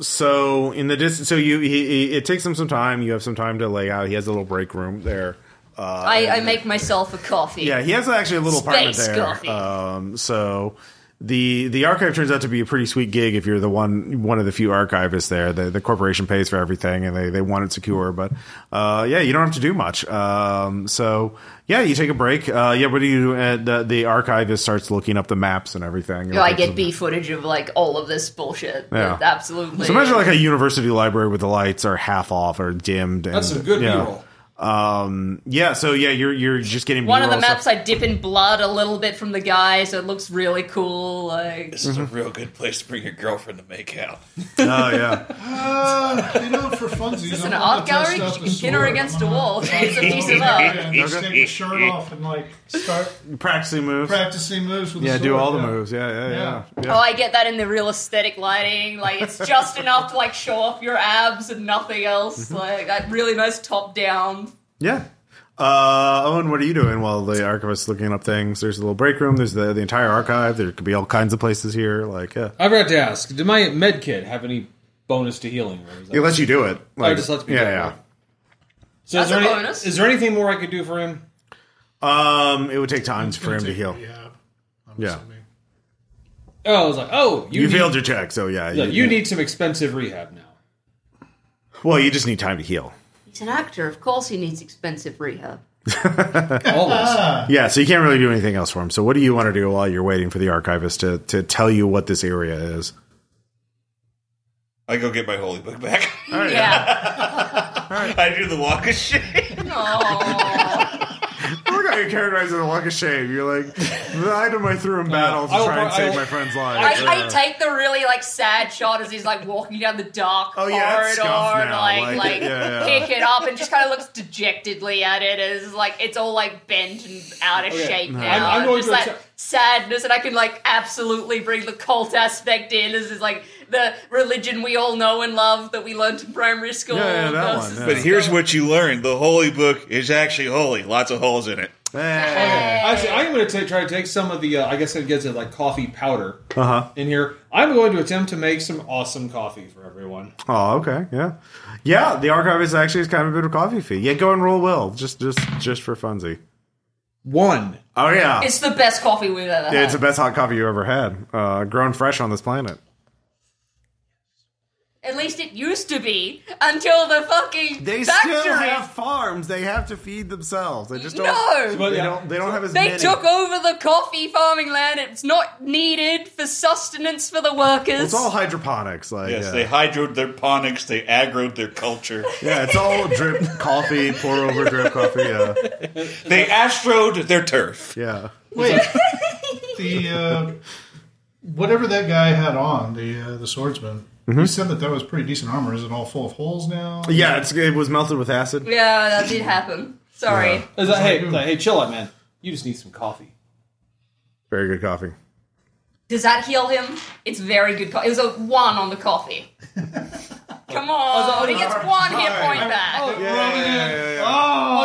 Speaker 1: So in the distance, so you he, he, it takes him some time. You have some time to lay out. He has a little break room there. Uh,
Speaker 5: I, I make myself a coffee.
Speaker 1: Yeah, he has actually a little apartment
Speaker 5: Space coffee.
Speaker 1: there. Um, so the the archive turns out to be a pretty sweet gig if you're the one one of the few archivists there. The, the corporation pays for everything and they, they want it secure, but uh, yeah, you don't have to do much. Um, so yeah, you take a break. Uh, yeah, what do you? Uh, the, the archivist starts looking up the maps and everything.
Speaker 5: So I get B footage of like all of this bullshit.
Speaker 1: Yeah.
Speaker 5: Absolutely.
Speaker 1: So imagine like a university library where the lights are half off or dimmed. And,
Speaker 3: That's a good
Speaker 1: yeah.
Speaker 3: B-roll.
Speaker 1: Um, yeah, so yeah, you're you're just getting
Speaker 5: One of the
Speaker 1: B-roll stuff.
Speaker 5: maps, I dip in blood a little bit from the guy, so it looks really cool. Like,
Speaker 4: This is a real good place to bring your girlfriend to make out.
Speaker 1: Oh yeah. Ah.
Speaker 2: uh, you know, for funsies,
Speaker 5: Is this
Speaker 2: I'm
Speaker 5: an
Speaker 2: gonna
Speaker 5: art
Speaker 2: test
Speaker 5: gallery?
Speaker 2: out the
Speaker 5: Pin her
Speaker 2: sword.
Speaker 5: against
Speaker 2: I'm
Speaker 5: a
Speaker 2: gonna-
Speaker 5: wall. It's a piece of art.
Speaker 2: Yeah, just take the shirt off and like start
Speaker 1: Practicing moves.
Speaker 2: practicing moves with
Speaker 1: Yeah,
Speaker 2: the sword.
Speaker 1: do all the moves. Yeah, yeah, yeah.
Speaker 2: Yeah.
Speaker 1: yeah.
Speaker 5: Oh, I get that in the real aesthetic lighting. Like, it's just enough to like show off your abs and nothing else. Like, that really nice top down.
Speaker 1: Yeah. Uh, Owen, what are you doing while the archivist's looking up things? There's a little break room. There's the, the entire archive. There could be all kinds of places here. Like, yeah.
Speaker 3: I forgot to ask. Did my med kit have any bonus to healing? Or is that-
Speaker 1: It lets you do it. Like,
Speaker 3: just lets me do it.
Speaker 1: yeah,
Speaker 3: so is
Speaker 5: That's
Speaker 3: there,
Speaker 5: a
Speaker 3: any-
Speaker 5: bonus.
Speaker 3: is there anything more I could do for him?
Speaker 1: yeah. Um, it would take time for him to
Speaker 2: Take
Speaker 1: heal.
Speaker 2: rehab, I'm
Speaker 1: Yeah.
Speaker 2: assuming.
Speaker 3: Oh, I was like, oh, you,
Speaker 1: You
Speaker 3: need,
Speaker 1: failed your check, so yeah.
Speaker 3: yeah, you need some expensive rehab now.
Speaker 1: Well, you just need time to heal.
Speaker 6: He's an actor. Of course, he needs expensive rehab.
Speaker 3: Always.
Speaker 1: Yeah, so you can't really do anything else for him. So, what do you want to do while you're waiting for the archivist to, to tell you what this area is?
Speaker 4: I go get my holy book back.
Speaker 5: Yeah.
Speaker 4: I do the walk of shame.
Speaker 5: No.
Speaker 1: Look how you characterize it as a luck of shame. You're like, the item I threw in battle
Speaker 3: Uh, I
Speaker 1: to
Speaker 3: will
Speaker 1: try and
Speaker 3: pro- I
Speaker 1: save
Speaker 3: will-
Speaker 1: my friend's life.
Speaker 5: I, I
Speaker 1: Yeah.
Speaker 5: take the really like sad shot as he's like walking down the dark
Speaker 1: Oh,
Speaker 5: corridor,
Speaker 1: yeah, that's scuffed
Speaker 5: and,
Speaker 1: now,
Speaker 5: like
Speaker 1: like,
Speaker 5: like
Speaker 1: yeah, yeah.
Speaker 5: pick it up and just kind of looks dejectedly at it as like it's all like bent and out of
Speaker 3: Okay.
Speaker 5: shape now.
Speaker 3: I'm- I'm
Speaker 5: and
Speaker 3: going
Speaker 5: just
Speaker 3: to
Speaker 5: like
Speaker 3: accept-
Speaker 5: sadness, and I can like absolutely bring the cult aspect in. This is like the religion we all know and love that we learned in primary school.
Speaker 1: Yeah, yeah, that
Speaker 5: versus-
Speaker 1: one, yeah.
Speaker 4: But here's what you learn: the holy book is actually holy. Lots of holes in it.
Speaker 1: Eh.
Speaker 3: Actually, I'm going to try to take some of the, uh, I guess it gets it like coffee powder
Speaker 1: Uh-huh.
Speaker 3: in here. I'm going to attempt to make some awesome coffee for everyone.
Speaker 1: Oh, okay, yeah, yeah. The archivist actually is kind of a bit of a coffee fee. Yeah, go and roll will just just just for funsy.
Speaker 3: One.
Speaker 1: Oh yeah,
Speaker 5: It's the best coffee we've ever
Speaker 1: yeah,
Speaker 5: had.
Speaker 1: it's the best hot coffee you ever had, uh, grown fresh on this planet.
Speaker 5: At least it used to be until the fucking factory.
Speaker 1: farms. They have to feed themselves. They just
Speaker 5: no.
Speaker 3: But yeah,
Speaker 1: They don't have as
Speaker 5: They took over the coffee farming land. It's not needed for sustenance for the workers.
Speaker 1: It's all hydroponics. Like
Speaker 4: Yes,
Speaker 1: yeah.
Speaker 4: they hydroed their ponics. They aggroed their culture.
Speaker 1: yeah, it's all drip coffee, pour over drip coffee. Yeah,
Speaker 4: they astroed their turf.
Speaker 1: yeah.
Speaker 2: Wait, the uh, whatever that guy had on the uh, the swordsman. You said that that was pretty decent armor. Is it all full of holes now?
Speaker 1: Mm-hmm. Yeah, it's, it was melted with acid.
Speaker 5: yeah, that did happen. Sorry.
Speaker 1: Yeah.
Speaker 3: I was like, hey, I was like, hey, chill out, man. You just need some coffee.
Speaker 1: Very good coffee.
Speaker 5: Does that heal him? It's very good. Co- it was a one on the coffee. Come on, he gets one hit point back.
Speaker 3: Oh,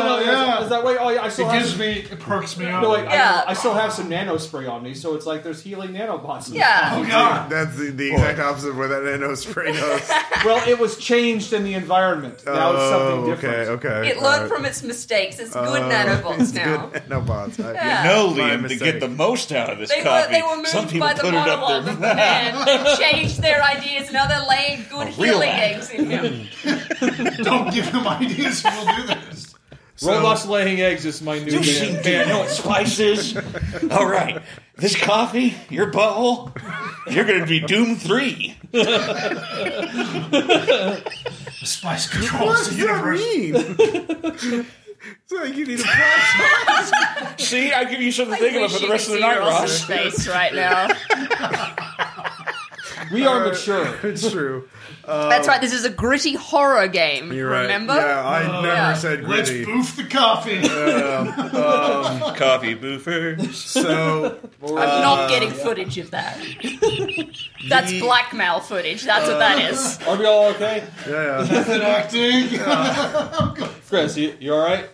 Speaker 3: no,
Speaker 2: yeah.
Speaker 3: is, is that way? Oh, yeah, I still
Speaker 2: It
Speaker 3: have
Speaker 2: gives me, it perks me up.
Speaker 3: No, wait,
Speaker 5: Yeah.
Speaker 3: I, I still have some nano spray on me, so it's like there's healing nanobots. in it.
Speaker 2: "Oh
Speaker 5: Yeah.
Speaker 1: God, that's the, the exact opposite of where that nano spray goes.
Speaker 3: Well, it was changed in the environment. Now it's something
Speaker 1: Oh,
Speaker 3: different.
Speaker 1: Okay, okay.
Speaker 5: It learned from its mistakes. It's good
Speaker 4: Uh,
Speaker 5: nanobots now.
Speaker 1: no bots. I-
Speaker 5: Yeah.
Speaker 4: No,
Speaker 1: My
Speaker 4: Liam, to
Speaker 1: mistake.
Speaker 4: get the most out of this
Speaker 5: Uh, They were,
Speaker 4: coffee.
Speaker 5: they were
Speaker 4: Some
Speaker 5: moved
Speaker 4: people
Speaker 5: by the
Speaker 4: put it
Speaker 5: monologue
Speaker 4: up
Speaker 5: of
Speaker 4: there.
Speaker 5: the man. They changed their ideas. Now they're laying good
Speaker 4: real
Speaker 5: healing
Speaker 4: act.
Speaker 5: eggs in him.
Speaker 2: Don't give him ideas. We'll do this.
Speaker 3: Robots laying eggs is my new
Speaker 4: You
Speaker 3: band.
Speaker 4: seem to know what spices. All right, this coffee, your butthole, you're going to be Doom Three.
Speaker 2: The spice controls the universe.
Speaker 1: mean? it's like you need a flashlight.
Speaker 4: See, I give you something to think
Speaker 5: I
Speaker 4: about
Speaker 5: wish
Speaker 4: for the
Speaker 5: you
Speaker 4: rest of the
Speaker 5: could
Speaker 4: night,
Speaker 5: see Ross's
Speaker 4: Ross.
Speaker 5: face right now.
Speaker 3: We are mature.
Speaker 1: It's true.
Speaker 5: That's right. This is a gritty horror game.
Speaker 1: Oh. You're right.
Speaker 5: Remember?
Speaker 1: Yeah, I
Speaker 3: Oh.
Speaker 1: never
Speaker 5: Yeah.
Speaker 1: said
Speaker 2: Let's
Speaker 1: gritty.
Speaker 2: boof the coffee.
Speaker 4: Coffee boofers.
Speaker 1: So
Speaker 5: I'm not getting footage of that. That's
Speaker 1: uh, The- Uh.
Speaker 5: blackmail footage. That's what that is.
Speaker 3: Are we all okay?
Speaker 1: yeah,
Speaker 2: Method acting.
Speaker 3: Chris, you, you all right?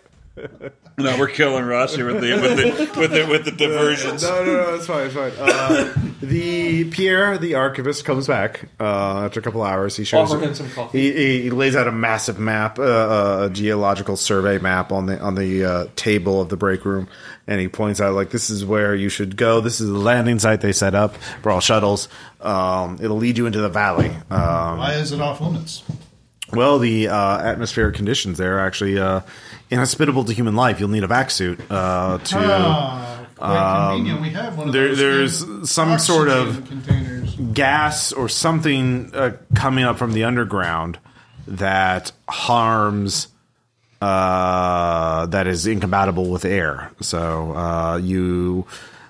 Speaker 4: No, we're killing Ross here with the with the with the, with the diversions.
Speaker 1: no, no, no, it's fine, it's fine. Uh, the Pierre, the archivist, comes back uh, after a couple hours. He shows
Speaker 3: Offer him some coffee.
Speaker 1: He, he- he lays out a massive map, uh, uh, a geological survey map on the on the uh, table of the break room, and he points out like this is where you should go. This is the landing site they set up for all shuttles. Um, it'll lead you into the valley. Um,
Speaker 2: Oh, Why is it off limits?
Speaker 1: well, the uh, atmospheric conditions there are actually uh, inhospitable to human life. You'll need a vac suit uh, to.
Speaker 2: Ah, quite convenient. We have one of
Speaker 1: Um, there-
Speaker 2: those
Speaker 1: there's
Speaker 2: in
Speaker 1: some sort of-
Speaker 2: oxygen containers.
Speaker 1: gas or something uh, coming up from the underground that harms uh, that is incompatible with air. So uh, you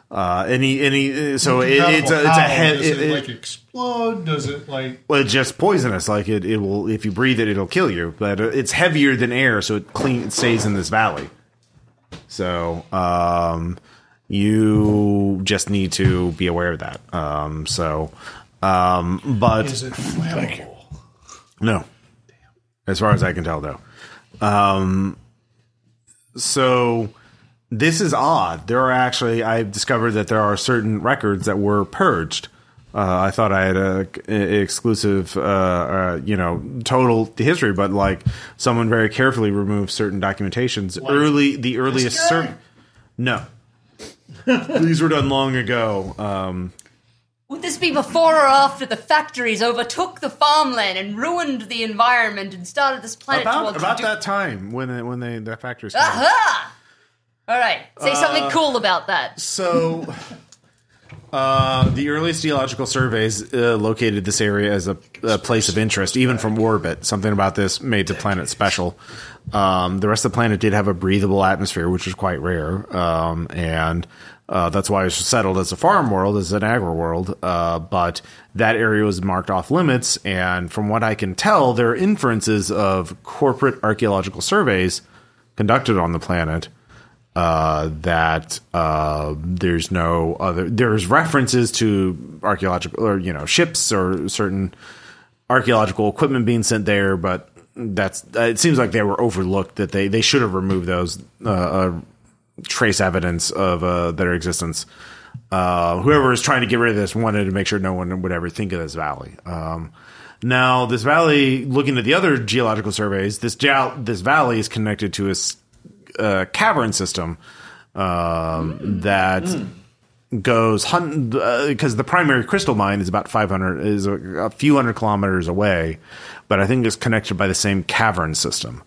Speaker 1: uh, any any so it, it's a, it's a
Speaker 2: How?
Speaker 1: he-
Speaker 2: Does it,
Speaker 1: it, it-
Speaker 2: like explode? Does it like
Speaker 1: well, it's just poisonous. Like it, it will if you breathe it, it'll kill you. But uh, it's heavier than air, so it clean it stays in this valley. So um, you just need to be aware of that. Um, so, um, but
Speaker 2: is it flammable?
Speaker 1: no. As far as I can tell, though. Um, so this is odd. There are actually, I've discovered that there are certain records that were purged. Uh, I thought I had a, a- exclusive, uh, uh, you know, total history, but like someone very carefully removed certain documentations. Early, the earliest
Speaker 2: guy?
Speaker 1: cer- No, these were done long ago. Um,
Speaker 5: Would this be before or after the factories overtook the farmland and ruined the environment and started this planet
Speaker 1: about
Speaker 5: towards
Speaker 1: about
Speaker 5: do-
Speaker 1: that time when they, when they the factories.
Speaker 5: Uh-huh. Aha! All right, say
Speaker 1: Uh.
Speaker 5: something cool about that.
Speaker 1: So, uh, the earliest geological surveys uh, located this area as a, a place of interest, even from orbit. Something about this made the planet special. Um, the rest of the planet did have a breathable atmosphere, which is quite rare, um, and uh, that's why it's settled as a farm world, as an agri world. Uh, but that area was marked off limits, and from what I can tell, there are inferences of corporate archaeological surveys conducted on the planet uh, that uh, there's no other. There's references to archaeological or you know ships or certain archaeological equipment being sent there, but that's uh, it seems like they were overlooked. That they they should have removed those uh, uh, trace evidence of uh, their existence. Uh, whoever is trying to get rid of this wanted to make sure no one would ever think of this valley. Um, now, this valley, looking at the other geological surveys, this gal- this valley is connected to a s- uh, cavern system um, that goes hunt because the primary crystal mine is about 500 is a, a few hundred kilometers away, but I think it's connected by the same cavern system.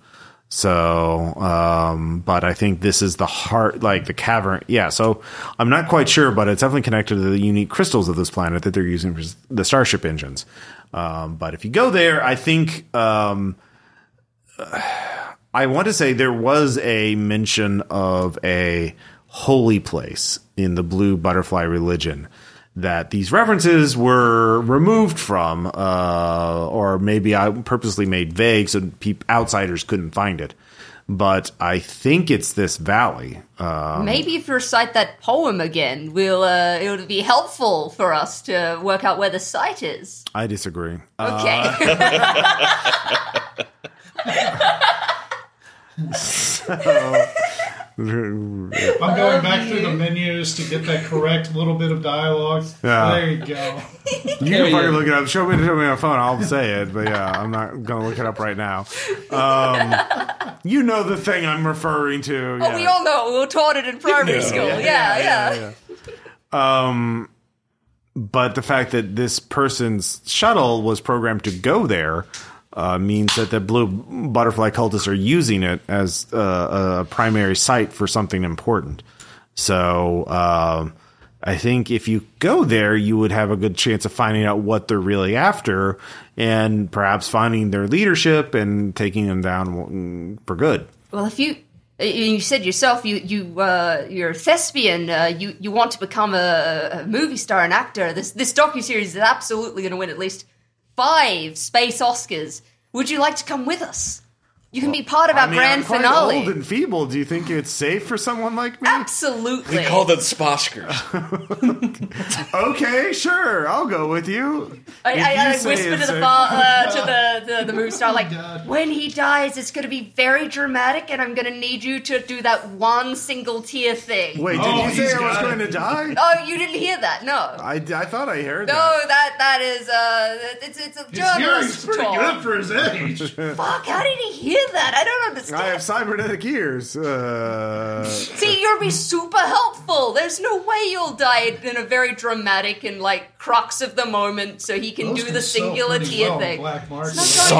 Speaker 1: So, um, but I think this is the heart, like the cavern. Yeah. So I'm not quite sure, but it's definitely connected to the unique crystals of this planet that they're using for s- the starship engines. Um, but if you go there, I think, um, I want to say there was a mention of a holy place in the blue butterfly religion that these references were removed from, uh, or maybe I purposely made vague so peop outsiders couldn't find it. But I think it's this valley. Uh,
Speaker 5: Maybe if you recite that poem again, we'll uh, it'll be helpful for us to work out where the site is.
Speaker 1: I disagree. Uh,
Speaker 5: Okay.
Speaker 2: I'm going back through the menus to get that correct little bit of dialogue.
Speaker 1: Yeah.
Speaker 2: There you go.
Speaker 1: you can
Speaker 3: yeah.
Speaker 1: fucking look it up. Show me, show me my phone. I'll say it, but yeah, I'm not gonna look it up right now. Um, you know the thing I'm referring to.
Speaker 5: Oh, we all know we were taught it in primary
Speaker 4: Yeah.
Speaker 5: school. Yeah, yeah.
Speaker 1: but the fact that this person's shuttle was programmed to go there uh, means that the blue butterfly cultists are using it as uh, a primary site for something important. So um, I think if you go there, you would have a good chance of finding out what they're really after, and perhaps finding their leadership and taking them down mm, for good.
Speaker 5: Well, if you uh, You said yourself you you uh, you're a thespian. Uh, you you want to become a, a movie star, an actor. This this docu series is absolutely going to win at least five space Oscars. Would you like to come with us? You can be part of our
Speaker 1: I mean,
Speaker 5: grand
Speaker 1: I'm quite
Speaker 5: finale. Ah.
Speaker 1: old and feeble. Do you think it's safe for someone like me?
Speaker 5: Absolutely.
Speaker 4: We call them Sposkers.
Speaker 1: okay, sure. I'll go with you.
Speaker 5: I,
Speaker 1: If
Speaker 5: I,
Speaker 1: you
Speaker 5: I
Speaker 1: say
Speaker 5: whisper to
Speaker 1: it's
Speaker 5: the
Speaker 1: a-
Speaker 5: bar, uh, to the, the, the movie star, like,
Speaker 2: God.
Speaker 5: when he dies, it's going to be very dramatic, and I'm going to need you to do that one single tear thing.
Speaker 1: Wait, did
Speaker 4: Oh,
Speaker 1: you say
Speaker 4: he's
Speaker 1: I was
Speaker 4: got
Speaker 1: going to die?
Speaker 5: Oh, you didn't hear that? No.
Speaker 1: I, I thought I heard
Speaker 5: No,
Speaker 1: that.
Speaker 5: that that is uh, it's it's a
Speaker 2: His hearing's
Speaker 5: journalist
Speaker 2: pretty good
Speaker 5: talk.
Speaker 2: for his age.
Speaker 5: Fuck! How did he hear that? I don't understand.
Speaker 1: I have cybernetic ears. Uh,
Speaker 5: See, you'll be super helpful. There's no way you'll die in a very dramatic and like crux of the moment, so he can
Speaker 2: Those
Speaker 5: do
Speaker 2: can
Speaker 5: the
Speaker 2: sell
Speaker 5: singular
Speaker 2: pretty
Speaker 5: tear
Speaker 2: well
Speaker 5: thing.
Speaker 2: Black market.
Speaker 5: It's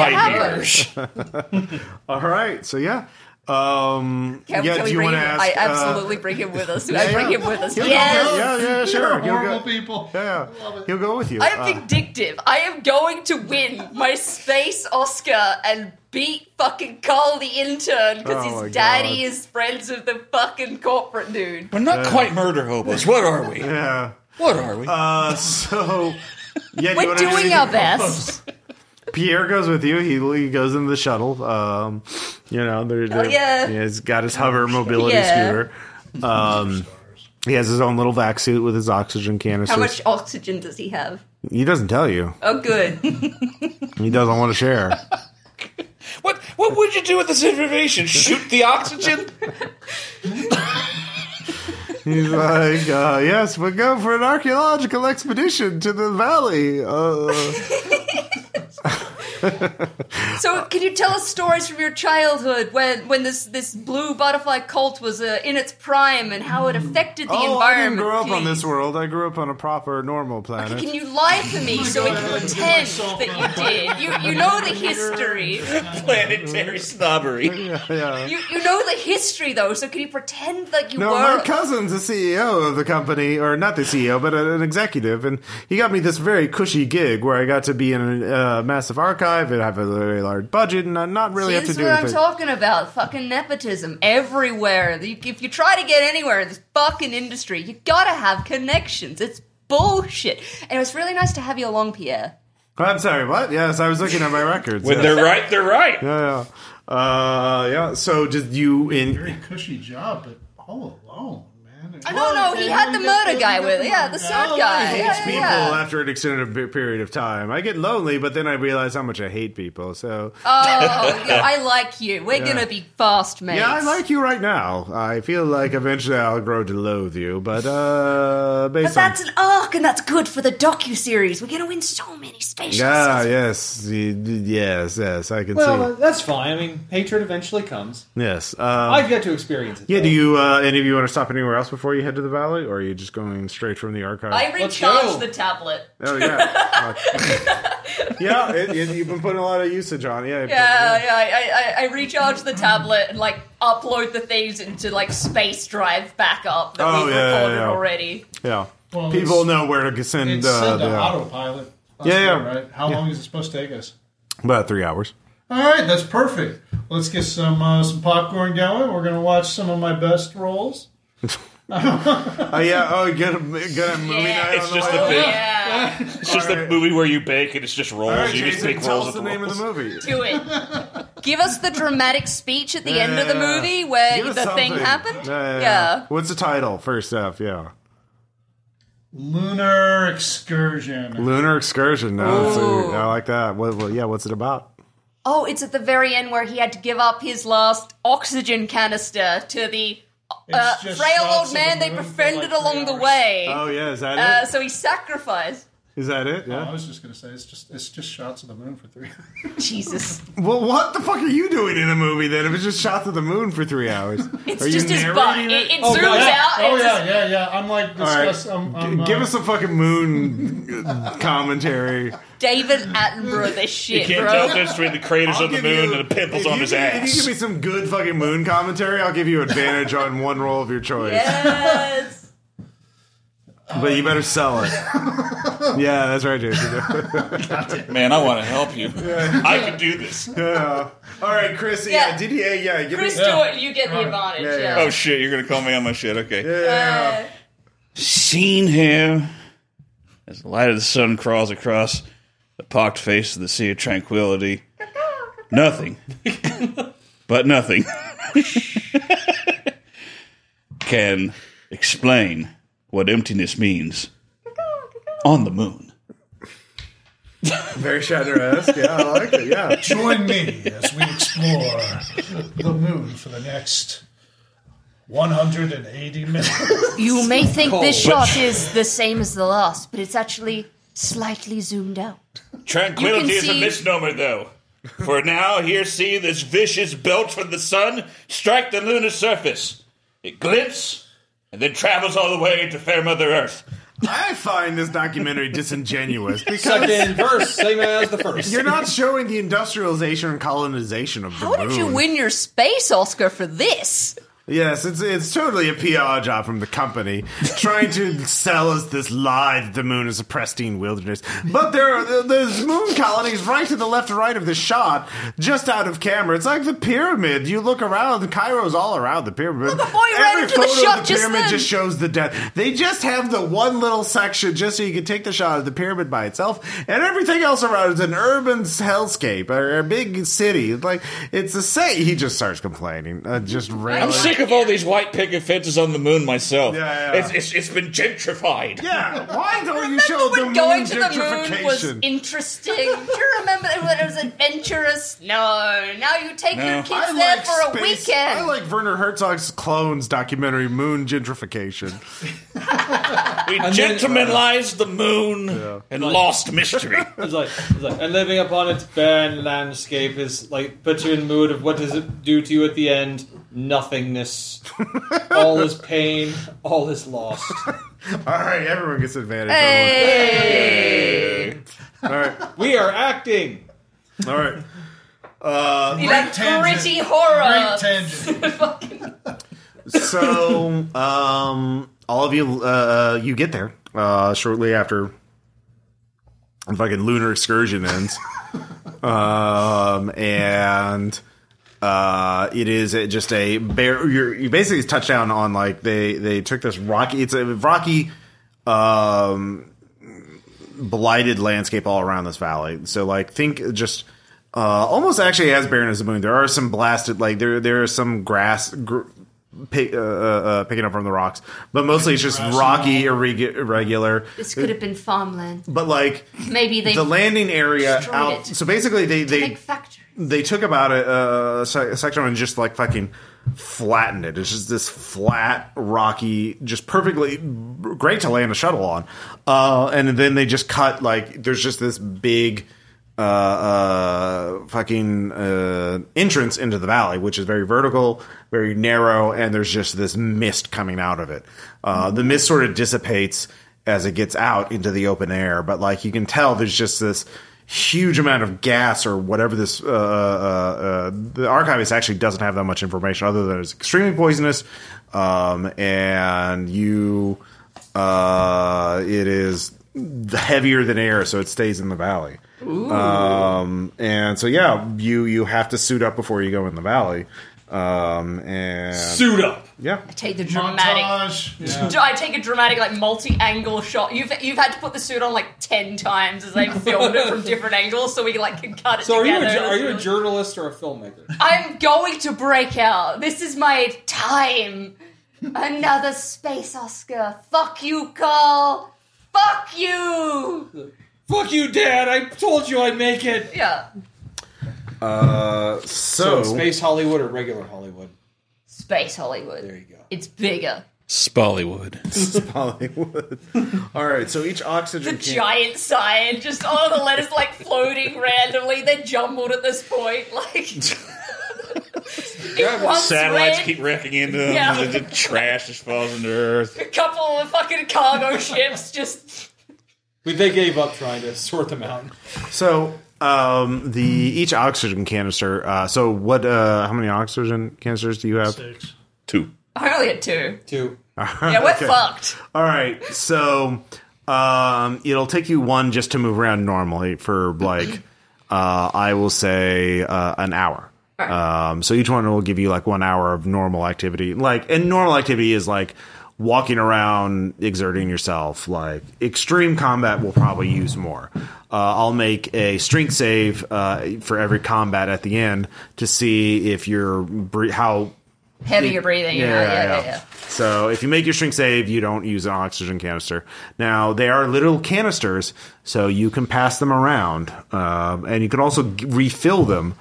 Speaker 5: not going to happen.
Speaker 1: all right, so yeah. Um,
Speaker 5: Can,
Speaker 1: yeah,
Speaker 5: can
Speaker 1: do
Speaker 5: we
Speaker 1: you
Speaker 5: bring
Speaker 1: want
Speaker 5: him?
Speaker 1: to ask?
Speaker 5: I
Speaker 1: uh,
Speaker 5: absolutely bring him with us. I bring
Speaker 1: yeah.
Speaker 5: him with us.
Speaker 1: He'll go
Speaker 5: Yes.
Speaker 1: with- Yeah, yeah, sure. He'll
Speaker 2: horrible
Speaker 1: go,
Speaker 2: people.
Speaker 1: yeah,
Speaker 2: Love it.
Speaker 1: he'll go with you.
Speaker 5: I
Speaker 1: Uh,
Speaker 5: am vindictive. I am going to win my space Oscar and beat fucking Carl the intern because
Speaker 1: Oh my
Speaker 5: his daddy
Speaker 1: God.
Speaker 5: is friends with the fucking corporate dude.
Speaker 4: We're not quite murder hobos. What are we?
Speaker 1: Uh, yeah.
Speaker 4: What are we?
Speaker 1: Uh, so, yeah, do you
Speaker 5: We're
Speaker 1: wanna do
Speaker 5: doing
Speaker 1: anything?
Speaker 5: our best.
Speaker 1: Pierre goes with you. He, he goes into the shuttle. Um, you know, they're, they're,
Speaker 5: Oh, yeah.
Speaker 1: he's got his hover mobility
Speaker 5: Yeah.
Speaker 1: scooter. Um, he has his own little vac suit with his oxygen canisters.
Speaker 5: How much oxygen does he have?
Speaker 1: He doesn't tell you.
Speaker 5: Oh, good.
Speaker 1: He doesn't want to share.
Speaker 4: What what would you do with this information? Shoot the oxygen?
Speaker 1: He's like, uh, yes, we'll go for an archaeological expedition to the valley. Uh,
Speaker 5: So, can you tell us stories from your childhood when, when this, this blue butterfly cult was uh, in its prime and how it affected the
Speaker 1: oh, I didn't
Speaker 5: environment?
Speaker 1: grow up on
Speaker 5: please?
Speaker 1: this world. I grew up on a proper, normal planet.
Speaker 5: Can you lie to me so we can pretend that you did? You, you know the history.
Speaker 4: Planetary snobbery.
Speaker 1: yeah, yeah.
Speaker 5: You, you know the history, though, so can you pretend that you
Speaker 1: No,
Speaker 5: were.
Speaker 1: my cousin's the CEO of the company, or not the CEO, but an executive, and he got me this very cushy gig where I got to be in a uh, massive archive and have a very large budget, and not- not really
Speaker 5: See,
Speaker 1: have
Speaker 5: this
Speaker 1: to
Speaker 5: is
Speaker 1: do
Speaker 5: what I'm
Speaker 1: anything.
Speaker 5: talking about. Fucking nepotism everywhere. You- If you try to get anywhere in this fucking industry, you gotta have connections. It's bullshit. And it was really nice to have you along, Pierre.
Speaker 1: Oh, I'm sorry, what? Yes, I was looking at my records.
Speaker 4: When
Speaker 1: yes.
Speaker 4: they're right, they're right.
Speaker 1: yeah, yeah. Uh, yeah. So, did you in?
Speaker 2: Very cushy job, but all alone, man.
Speaker 5: I don't know. He had the murder guy with. Yeah, the sad guy.
Speaker 1: hates
Speaker 5: Yeah,
Speaker 1: people
Speaker 5: yeah, yeah.
Speaker 1: after an extended pe- period of time. I get lonely, but then I realize how much I hate people. So,
Speaker 5: Oh, yeah, I like you. We're
Speaker 1: Yeah.
Speaker 5: gonna be fast, mates.
Speaker 1: yeah, I like you right now. I feel like eventually I'll grow to loathe you, but uh, based
Speaker 5: But that's
Speaker 1: on
Speaker 5: an arc, and that's good for the docu series. We're gonna win so many space.
Speaker 1: yeah, yes, y- yes, yes, I can
Speaker 3: Well, uh,
Speaker 1: see.
Speaker 3: that's fine. I mean, hatred eventually comes.
Speaker 1: Yes. Um,
Speaker 3: I've yet to experience it.
Speaker 1: yeah.
Speaker 3: though.
Speaker 1: Do you uh, any of you want to stop anywhere else before you head to the valley, or are you just going straight from the archive?
Speaker 5: I
Speaker 3: Let's go.
Speaker 5: recharge the tablet.
Speaker 1: oh yeah. yeah, it, it, you've been putting a lot of usage on. it. Yeah. you put-
Speaker 5: Yeah, yeah. I, I, I recharge the tablet and like upload the things into like space drive backup that
Speaker 1: Oh,
Speaker 5: we've
Speaker 1: yeah, yeah,
Speaker 5: recorded
Speaker 1: yeah.
Speaker 5: already.
Speaker 1: Yeah.
Speaker 2: Well,
Speaker 1: People
Speaker 2: it's-
Speaker 1: know where to send,
Speaker 2: It's
Speaker 1: uh,
Speaker 2: sent
Speaker 1: the,
Speaker 2: on autopilot. That's
Speaker 1: Yeah, yeah.
Speaker 2: good, Right? How long is it supposed to take us?
Speaker 1: about three hours.
Speaker 2: All right, that's perfect. Let's get some uh, some popcorn going. We're gonna watch some of my best roles.
Speaker 1: Oh Uh, yeah. Oh, get a get a movie
Speaker 5: Yeah.
Speaker 1: night
Speaker 4: It's
Speaker 1: on
Speaker 4: just
Speaker 1: the
Speaker 4: a
Speaker 1: way.
Speaker 4: bit.
Speaker 5: Oh, Yeah,
Speaker 4: It's just
Speaker 1: All right.
Speaker 4: a movie where you bake and it's just rolls.
Speaker 1: All right,
Speaker 4: you just
Speaker 1: Jason,
Speaker 4: make
Speaker 1: tell
Speaker 4: rolls
Speaker 1: us the
Speaker 4: of
Speaker 1: name of the movie.
Speaker 5: do it. Give us the dramatic speech at the end of the
Speaker 1: Yeah.
Speaker 5: movie where
Speaker 1: Give us
Speaker 5: the
Speaker 1: something.
Speaker 5: thing happened.
Speaker 1: Yeah, yeah, yeah.
Speaker 5: Yeah.
Speaker 1: What's the title? First off, yeah.
Speaker 2: Lunar excursion.
Speaker 1: Lunar excursion. No, that's a- I like that. What, what, yeah, what's it about?
Speaker 5: Oh, it's at the very end where he had to give up his last oxygen canister to the uh,
Speaker 2: It's just
Speaker 5: frail
Speaker 2: shots
Speaker 5: old
Speaker 2: of
Speaker 5: man
Speaker 2: the
Speaker 5: they
Speaker 2: moon for
Speaker 5: befriended
Speaker 2: like three
Speaker 5: along the
Speaker 2: hours.
Speaker 5: way.
Speaker 1: Oh yeah, is that
Speaker 5: Uh,
Speaker 1: it?
Speaker 5: so he sacrificed.
Speaker 1: Is that it?
Speaker 2: I
Speaker 1: Yeah.
Speaker 2: was just gonna say it's just it's just shots of the moon for three.
Speaker 5: Jesus.
Speaker 1: Well, what the fuck are you doing in a movie then? If it's just shots of the moon for three hours,
Speaker 5: It's
Speaker 1: Are you
Speaker 5: just his butt.
Speaker 1: narrating
Speaker 5: It,
Speaker 1: it?
Speaker 5: it
Speaker 2: Oh,
Speaker 5: zooms
Speaker 2: God.
Speaker 5: out.
Speaker 2: Oh
Speaker 5: it's
Speaker 2: yeah,
Speaker 5: just-
Speaker 2: yeah, yeah. I'm like
Speaker 1: All right.
Speaker 2: discuss. I'm, I'm,
Speaker 1: G-
Speaker 2: uh,
Speaker 1: give us a fucking moon uh, commentary.
Speaker 5: David Attenborough this
Speaker 4: You
Speaker 5: shit,
Speaker 4: can't
Speaker 5: bro.
Speaker 4: tell the difference between the craters
Speaker 1: I'll
Speaker 4: on the
Speaker 1: give
Speaker 4: moon
Speaker 1: you-
Speaker 4: and
Speaker 1: if
Speaker 4: the pimples
Speaker 1: you
Speaker 4: on his
Speaker 1: give- If you
Speaker 4: ass.
Speaker 1: give me some good fucking moon commentary, I'll give you advantage on one roll of your choice.
Speaker 5: Yes.
Speaker 1: but you better sell it. yeah, that's right, Jason.
Speaker 4: Man, I want to help you. I can do this.
Speaker 1: Yeah. All right, Chris. Yeah,
Speaker 5: Yeah.
Speaker 1: DDA. Yeah, give
Speaker 5: Chris
Speaker 1: me.
Speaker 5: Stewart, you get the advantage.
Speaker 1: Yeah,
Speaker 5: Yeah,
Speaker 1: yeah.
Speaker 4: Oh shit, you're gonna call me on my shit. Okay.
Speaker 1: Yeah.
Speaker 5: Uh,
Speaker 4: Seen him as the light of the sun crawls across the pocked face of the sea of tranquility. Nothing, but nothing can explain what emptiness means on the moon.
Speaker 1: Very Shatner-esque. Yeah, I like it. Yeah.
Speaker 2: Join me as we explore the moon for the next 180
Speaker 5: Uh,
Speaker 2: minutes.
Speaker 6: You may think this
Speaker 3: Cold.
Speaker 6: shot is the same as the last, but it's actually slightly zoomed out.
Speaker 4: Tranquility
Speaker 6: You
Speaker 4: is
Speaker 6: can
Speaker 4: a
Speaker 6: see-
Speaker 4: misnomer, though. For now, here see this vicious belt from the sun strike the lunar surface. It glints and then travels all the way to fair Mother Earth.
Speaker 1: I find this documentary disingenuous because
Speaker 3: Second verse, same as the first.
Speaker 1: you're not showing the industrialization and colonization of the
Speaker 6: How
Speaker 1: moon.
Speaker 6: did you win your space Oscar for this?
Speaker 1: Yes, it's it's totally a PR job from the company trying to sell us this lie that the moon is a pristine wilderness. But there are there's moon colonies right to the left and right of the shot, just out of camera. It's like the pyramid. You look around, Cairo's all around the pyramid.
Speaker 6: the boy ran
Speaker 1: Every
Speaker 6: into the
Speaker 1: photo
Speaker 6: shot
Speaker 1: of the
Speaker 6: just
Speaker 1: pyramid
Speaker 6: then.
Speaker 1: just shows the death. They just have the one little section just so you can take the shot of the pyramid by itself, and everything else around is an urban hellscape or a big city. Like it's the same. He just starts complaining, uh, just
Speaker 4: I'm
Speaker 1: railing.
Speaker 4: sick of all these white picket fences on the moon myself.
Speaker 1: Yeah, yeah.
Speaker 4: It's, it's, it's been gentrified.
Speaker 1: Yeah, why don't Oh, you show the
Speaker 6: when
Speaker 1: moon
Speaker 6: going to the moon was
Speaker 1: gentrification?
Speaker 6: interesting. Do you remember when it was adventurous? No. Now you take
Speaker 4: No.
Speaker 6: your kids
Speaker 1: I
Speaker 6: there
Speaker 1: like
Speaker 6: for a
Speaker 1: space-
Speaker 6: weekend.
Speaker 1: I like Werner Herzog's clones documentary, Moon Gentrification.
Speaker 4: We
Speaker 3: then-
Speaker 4: gentlemanized the moon and lost mystery.
Speaker 3: It's like, it's like, and living upon its barren landscape is like puts you in mood of what does it do to you at the end? Nothingness. all is pain. All is lost.
Speaker 1: All right, everyone gets advantage. All right,
Speaker 3: We are acting.
Speaker 1: all right.
Speaker 5: like
Speaker 2: tangent.
Speaker 5: gritty horror.
Speaker 2: Great tangent.
Speaker 1: So, um, all of you, uh, you get there uh, shortly after the fucking lunar excursion ends, um, and uh, it is a- just a bare. You're, you basically touch down on like they they took this rocky. It's a rocky. Um, blighted landscape all around this valley. So like think just uh, almost actually as barren as the moon. There are some blasted like there there is some grass gr- pick, uh, uh, uh, picking up from the rocks, but mostly it's just rocky, irregu- irregular.
Speaker 6: this could have been farmland.
Speaker 1: But like
Speaker 6: Maybe they
Speaker 1: the landing area
Speaker 6: destroyed
Speaker 1: out.
Speaker 6: it.
Speaker 1: So basically they they
Speaker 6: big factory.
Speaker 1: they took about a, a, se- section and just like fucking flattened it. It's just this flat, rocky, just perfectly great to land a shuttle on. Uh, and then they just cut like there's just this big uh, uh, fucking uh, entrance into the valley, which is very vertical, very narrow, and there's just this mist coming out of it. Uh, the mist sort of dissipates as it gets out into the open air, but like you can tell, there's just this huge amount of gas or whatever this uh, uh, uh, the archivist actually doesn't have that much information other than it's extremely poisonous um, and you uh, it is heavier than air so it stays in the valley um, and so yeah you you have to suit up before you go in the valley um, and
Speaker 3: Suit up.
Speaker 1: yeah
Speaker 6: Take the dramatic.
Speaker 2: Montage. Yeah.
Speaker 5: Do I take a dramatic, like multi-angle shot? You've you've had to put the suit on like ten times as they filmed it from different angles, so we can like can cut it
Speaker 3: So are you
Speaker 5: together.
Speaker 3: a, ju- are you a journalist or a filmmaker?
Speaker 5: I'm going to break out.
Speaker 6: This is my time. Another space Oscar. Fuck you, Carl. Fuck you.
Speaker 3: Fuck you, Dad! I told you I'd make it.
Speaker 6: Yeah.
Speaker 1: uh,
Speaker 3: So
Speaker 1: so,
Speaker 3: space Hollywood or regular Hollywood?
Speaker 6: Space
Speaker 3: There
Speaker 6: Hollywood.
Speaker 3: you go.
Speaker 6: It's bigger.
Speaker 4: Spollywood.
Speaker 1: Hollywood. all right so each oxygen
Speaker 5: The
Speaker 1: can-
Speaker 5: giant sign, just all the letters like floating randomly. They're jumbled at this point. Like It once
Speaker 4: Satellites
Speaker 5: red,
Speaker 4: keep wrecking into them.
Speaker 5: Yeah.
Speaker 4: and The trash just falls into Earth.
Speaker 5: a couple of fucking cargo ships just
Speaker 3: We, they gave up trying to sort them out.
Speaker 1: So um, the each oxygen canister. Uh, so what? Uh, how many oxygen canisters do you have?
Speaker 2: Six.
Speaker 4: Two.
Speaker 5: I only had two.
Speaker 3: Two.
Speaker 5: Yeah, we're fucked.
Speaker 1: All right, so um, it'll take you one just to move around normally for like uh, I will say uh, an hour. Um, so each one will give you like one hour of normal activity. Like, and normal activity is like walking around, exerting yourself. Like extreme combat will probably use more. Uh, I'll make a strength save uh, for every combat at the end to see if you're bre- how
Speaker 5: Heavy your breathing. Yeah, yeah, yeah, yeah.
Speaker 1: so if you make your shrink save, you don't use an oxygen canister. Now they are little canisters, so you can pass them around, um, and you can also g- refill them.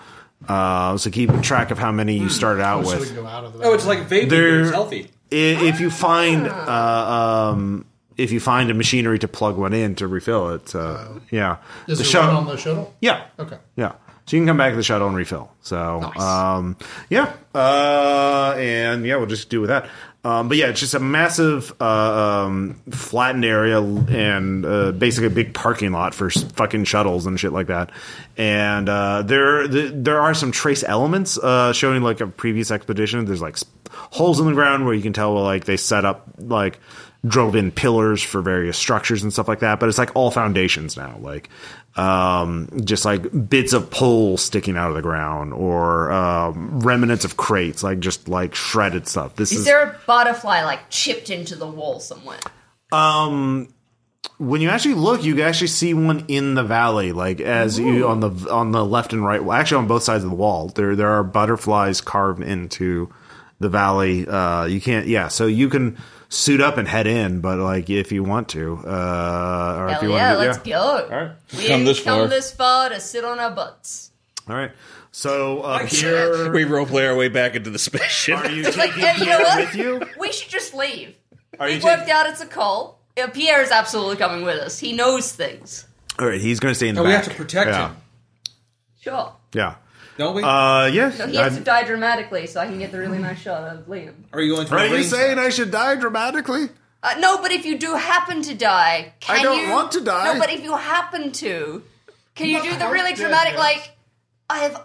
Speaker 1: Uh, so keep track of how many
Speaker 2: Hmm.
Speaker 1: you started out
Speaker 2: So we
Speaker 1: with.
Speaker 2: can go out of the
Speaker 3: Oh, it's like vaping.
Speaker 1: They're-
Speaker 3: but It's healthy.
Speaker 1: I- If you find,
Speaker 2: Ah.
Speaker 1: uh, um, if you find a machinery to plug one in to refill it, uh, yeah,
Speaker 2: Oh. Is
Speaker 1: the
Speaker 2: it
Speaker 1: shuttle,
Speaker 2: one on the shuttle?
Speaker 1: yeah,
Speaker 2: Okay.
Speaker 1: yeah. So you can come back to the shuttle and refill. So, um, yeah, uh, and yeah, we'll just do with that. Um, but yeah, it's just a massive uh, um, flattened area and uh, basically a big parking lot for s- fucking shuttles and shit like that. And uh, there, th- there are some trace elements uh, showing like a previous expedition. There's like s- holes in the ground where you can tell like they set up like drove in pillars for various structures and stuff like that. But it's like all foundations now, like um, just like bits of poles sticking out of the ground or um, remnants of crates, like just like shredded stuff. This is,
Speaker 5: Is there a butterfly like chipped into the wall somewhere?
Speaker 1: when you actually look, you actually see one in the valley, like as you on the on the left and right, well, actually on both sides of the wall. There there are butterflies carved into the valley. Uh, you can't, yeah. So you can suit up and head in, but like if you want to, uh, or if
Speaker 5: Hell
Speaker 1: you
Speaker 5: yeah,
Speaker 1: want to,
Speaker 5: let's go.
Speaker 1: All right.
Speaker 5: We
Speaker 7: Come
Speaker 5: didn't
Speaker 7: this far.
Speaker 5: come this far to sit on our butts.
Speaker 1: All right. So uh,
Speaker 5: Like
Speaker 1: Pierre,
Speaker 4: We roleplay our way back into the spaceship.
Speaker 1: are you taking
Speaker 5: Like, and you know
Speaker 1: Pierre
Speaker 5: what?
Speaker 1: with you?
Speaker 5: We should just leave.
Speaker 1: Are you
Speaker 5: We've
Speaker 1: taking?
Speaker 5: worked out it's a call. Uh, Pierre is absolutely coming with us. He knows things.
Speaker 1: All right, he's going to stay in the
Speaker 3: And we
Speaker 1: back.
Speaker 3: have to protect
Speaker 1: yeah.
Speaker 3: him,
Speaker 5: Sure.
Speaker 1: Yeah.
Speaker 3: don't we?
Speaker 1: Uh, yeah.
Speaker 5: No, he has
Speaker 1: I'm-
Speaker 5: to die dramatically so I can get the really nice shot of Liam.
Speaker 3: Are you going to?
Speaker 1: are
Speaker 3: a
Speaker 1: you
Speaker 3: range?
Speaker 1: saying I should die dramatically?
Speaker 5: Uh, no, but if you do happen to die, can
Speaker 1: I don't
Speaker 5: you-
Speaker 1: want to die.
Speaker 5: No, but if you happen to, can you
Speaker 2: Not
Speaker 5: do the
Speaker 2: hard
Speaker 5: really
Speaker 2: to
Speaker 5: dramatic,
Speaker 2: adjust.
Speaker 5: like, I have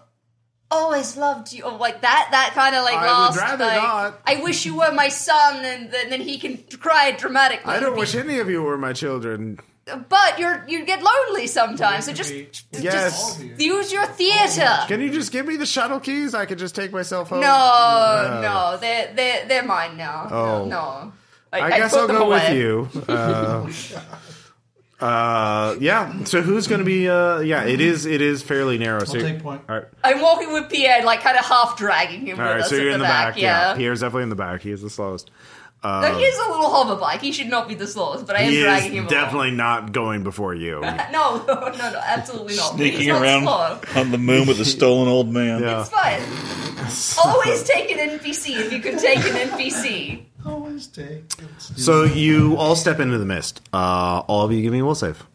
Speaker 5: always loved you, or like that, that kind of like
Speaker 1: I would
Speaker 5: last,
Speaker 1: rather
Speaker 5: like,
Speaker 1: not.
Speaker 5: I wish you were my son, and then, then he can cry dramatically.
Speaker 1: I don't wish any of you were my children.
Speaker 5: But you're you get lonely sometimes, so just
Speaker 1: Yes. Oh,
Speaker 5: just use your theater.
Speaker 1: Can you just give me the shuttle keys? I could just take myself home.
Speaker 5: No, no, they're they're they're mine now.
Speaker 1: Oh.
Speaker 5: No,
Speaker 1: I, guess
Speaker 5: put
Speaker 1: I'll
Speaker 5: them
Speaker 1: go with
Speaker 5: away.
Speaker 1: you. Uh, uh, yeah. So who's going to be? Uh, yeah, it is. It is fairly narrow. So
Speaker 2: I'll
Speaker 1: you're-
Speaker 2: take point.
Speaker 1: All right.
Speaker 5: I'm walking with Pierre, like kind of half dragging him
Speaker 1: All
Speaker 5: with
Speaker 1: right.
Speaker 5: us
Speaker 1: So
Speaker 5: at
Speaker 1: you're
Speaker 5: the
Speaker 1: in the
Speaker 5: back.
Speaker 1: back.
Speaker 5: yeah,
Speaker 1: Pierre's definitely in the back. He is the slowest.
Speaker 5: No, he is a little hover bike. He should not be the slowest, but I am
Speaker 1: He
Speaker 5: dragging him.
Speaker 1: is definitely not going before you.
Speaker 5: Along. No, no, no, no, absolutely not.
Speaker 4: Sneaking
Speaker 5: He's not
Speaker 4: around
Speaker 5: Slow.
Speaker 4: on the moon with a stolen old man.
Speaker 1: Yeah.
Speaker 5: It's fine. Always take an NPC if you can take an NPC.
Speaker 2: Always take.
Speaker 1: So you all step into the mist. Uh, all of you give me a will save.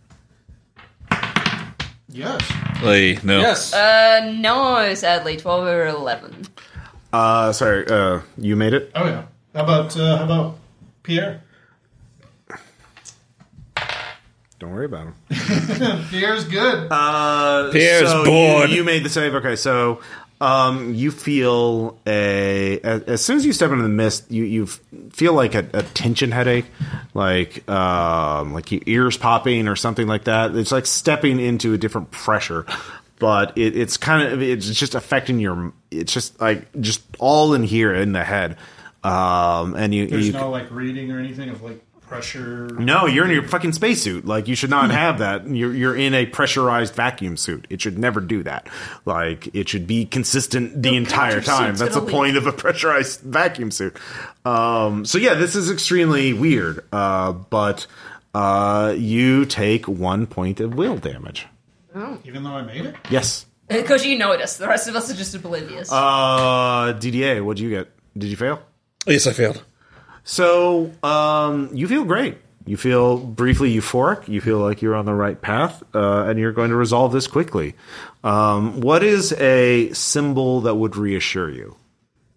Speaker 2: Yes.
Speaker 4: Hey, no.
Speaker 3: Yes.
Speaker 5: Uh, no, sadly, twelve or eleven.
Speaker 1: Uh, sorry, uh, you made it.
Speaker 2: Oh yeah. How about uh, how about Pierre?
Speaker 1: Don't worry about him.
Speaker 2: Pierre's good.
Speaker 1: Uh,
Speaker 4: Pierre's
Speaker 1: so
Speaker 4: bored.
Speaker 1: You, you made the save. Okay, so um, you feel a as, as soon as you step into the mist, you you f- feel like a, a tension headache, like um, like your ears popping or something like that. It's like stepping into a different pressure. But it, it's kind of it's just affecting your. It's just like just all in here in the head, um, and you
Speaker 2: There's
Speaker 1: you,
Speaker 2: no like reading or anything of like pressure.
Speaker 1: No, you're in your fucking spacesuit. Like you should not have that. You're you're in a pressurized vacuum suit. It should never do that. Like it should be consistent the entire time.
Speaker 5: countersuits
Speaker 1: That's the
Speaker 5: it'll
Speaker 1: point of a pressurized vacuum suit. Um, so yeah, this is extremely weird. Uh, but uh, you take one point of will damage.
Speaker 2: Even though I made it.
Speaker 1: Yes.
Speaker 5: Because Uh, you notice, the rest of us are just oblivious.
Speaker 1: Uh, DDA, what'd you get? Did you fail?
Speaker 7: Yes, I failed.
Speaker 1: So um, you feel great. You feel briefly euphoric. You feel like you're on the right path, uh, and you're going to resolve this quickly. Um, what is a symbol that would reassure you?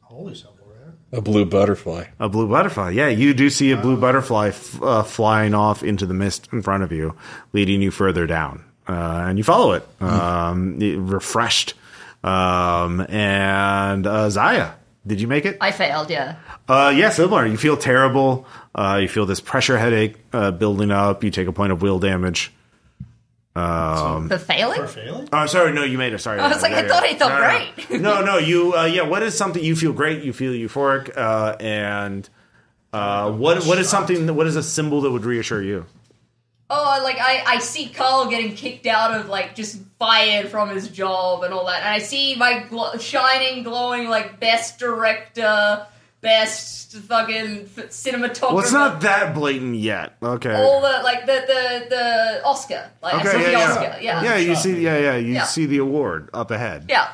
Speaker 2: Holy symbol, right?
Speaker 7: A blue butterfly.
Speaker 1: A blue butterfly. Yeah, you do see a blue butterfly f- uh, flying off into the mist in front of you, leading you further down. Uh, and you follow it, um, it- refreshed. Um, and uh, Zaya, Did you make it?
Speaker 5: I failed, yeah.
Speaker 1: Uh, yeah, similar. You feel terrible. Uh, you feel this pressure headache uh, building up. You take a point of will damage. um,
Speaker 5: For failing?
Speaker 2: For failing?
Speaker 1: Oh, sorry. No, you made it. Sorry.
Speaker 5: I was like, I thought I felt
Speaker 1: no,
Speaker 5: great.
Speaker 1: No, no. You, uh, yeah. What is something you feel great? You feel euphoric, uh, and uh, what what is something? that- What is a symbol that would reassure you?
Speaker 5: Oh, like I, I see Carl getting kicked out of like just fired from his job and all that, and I see my gl- shining, glowing like best director, best fucking f- cinematographer.
Speaker 1: Well, it's not that blatant yet. Okay.
Speaker 5: all the like the the the Oscar, like I saw
Speaker 1: okay.
Speaker 5: the
Speaker 1: Yeah, yeah.
Speaker 5: Oscar, yeah,
Speaker 1: Yeah, You see. Yeah, yeah. You
Speaker 5: Yeah.
Speaker 1: see the award up ahead.
Speaker 5: Yeah.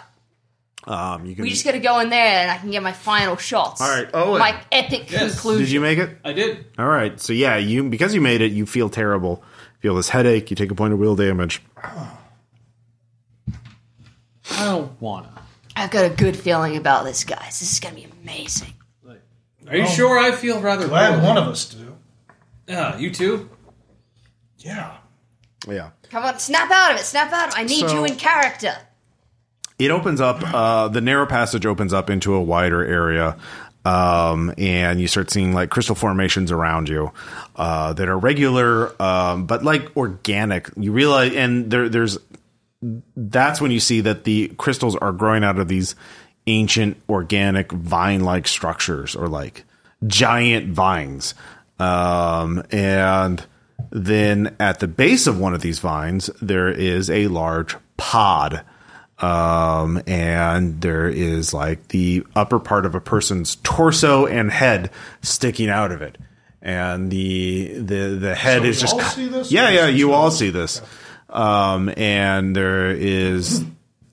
Speaker 1: Um. You can.
Speaker 5: We just gotta go in there and I can get my final shots.
Speaker 1: All right, Owen.
Speaker 5: my epic
Speaker 3: Yes.
Speaker 5: conclusion.
Speaker 1: did you make it?
Speaker 3: I did.
Speaker 1: All right. So yeah, you because you made it, you feel terrible. Feel this headache. You take a point of will damage.
Speaker 3: I don't wanna.
Speaker 5: I've got a good feeling about this, guys. This is gonna be amazing.
Speaker 3: Are you sure? I feel rather.
Speaker 2: Glad
Speaker 3: poorly.
Speaker 2: one of us do.
Speaker 3: Yeah, you too.
Speaker 2: Yeah.
Speaker 1: Yeah.
Speaker 5: Come on, snap out of it, snap out of it. I need
Speaker 1: So-
Speaker 5: you in character.
Speaker 1: it opens up uh, the narrow passage opens up into a wider area um, and you start seeing like crystal formations around you uh, that are regular um, but like organic you realize and there, there's that's when you see that the crystals are growing out of these ancient organic vine-like structures or like giant vines um, and then at the base of one of these vines there is a large pod um, and there is like the upper part of a person's torso and head sticking out of it, and the the the head
Speaker 2: So
Speaker 1: is
Speaker 2: we
Speaker 1: just
Speaker 2: all see this?
Speaker 1: yeah
Speaker 2: Or
Speaker 1: yeah
Speaker 2: is it
Speaker 1: you
Speaker 2: just
Speaker 1: all
Speaker 2: us?
Speaker 1: see this, um, and there is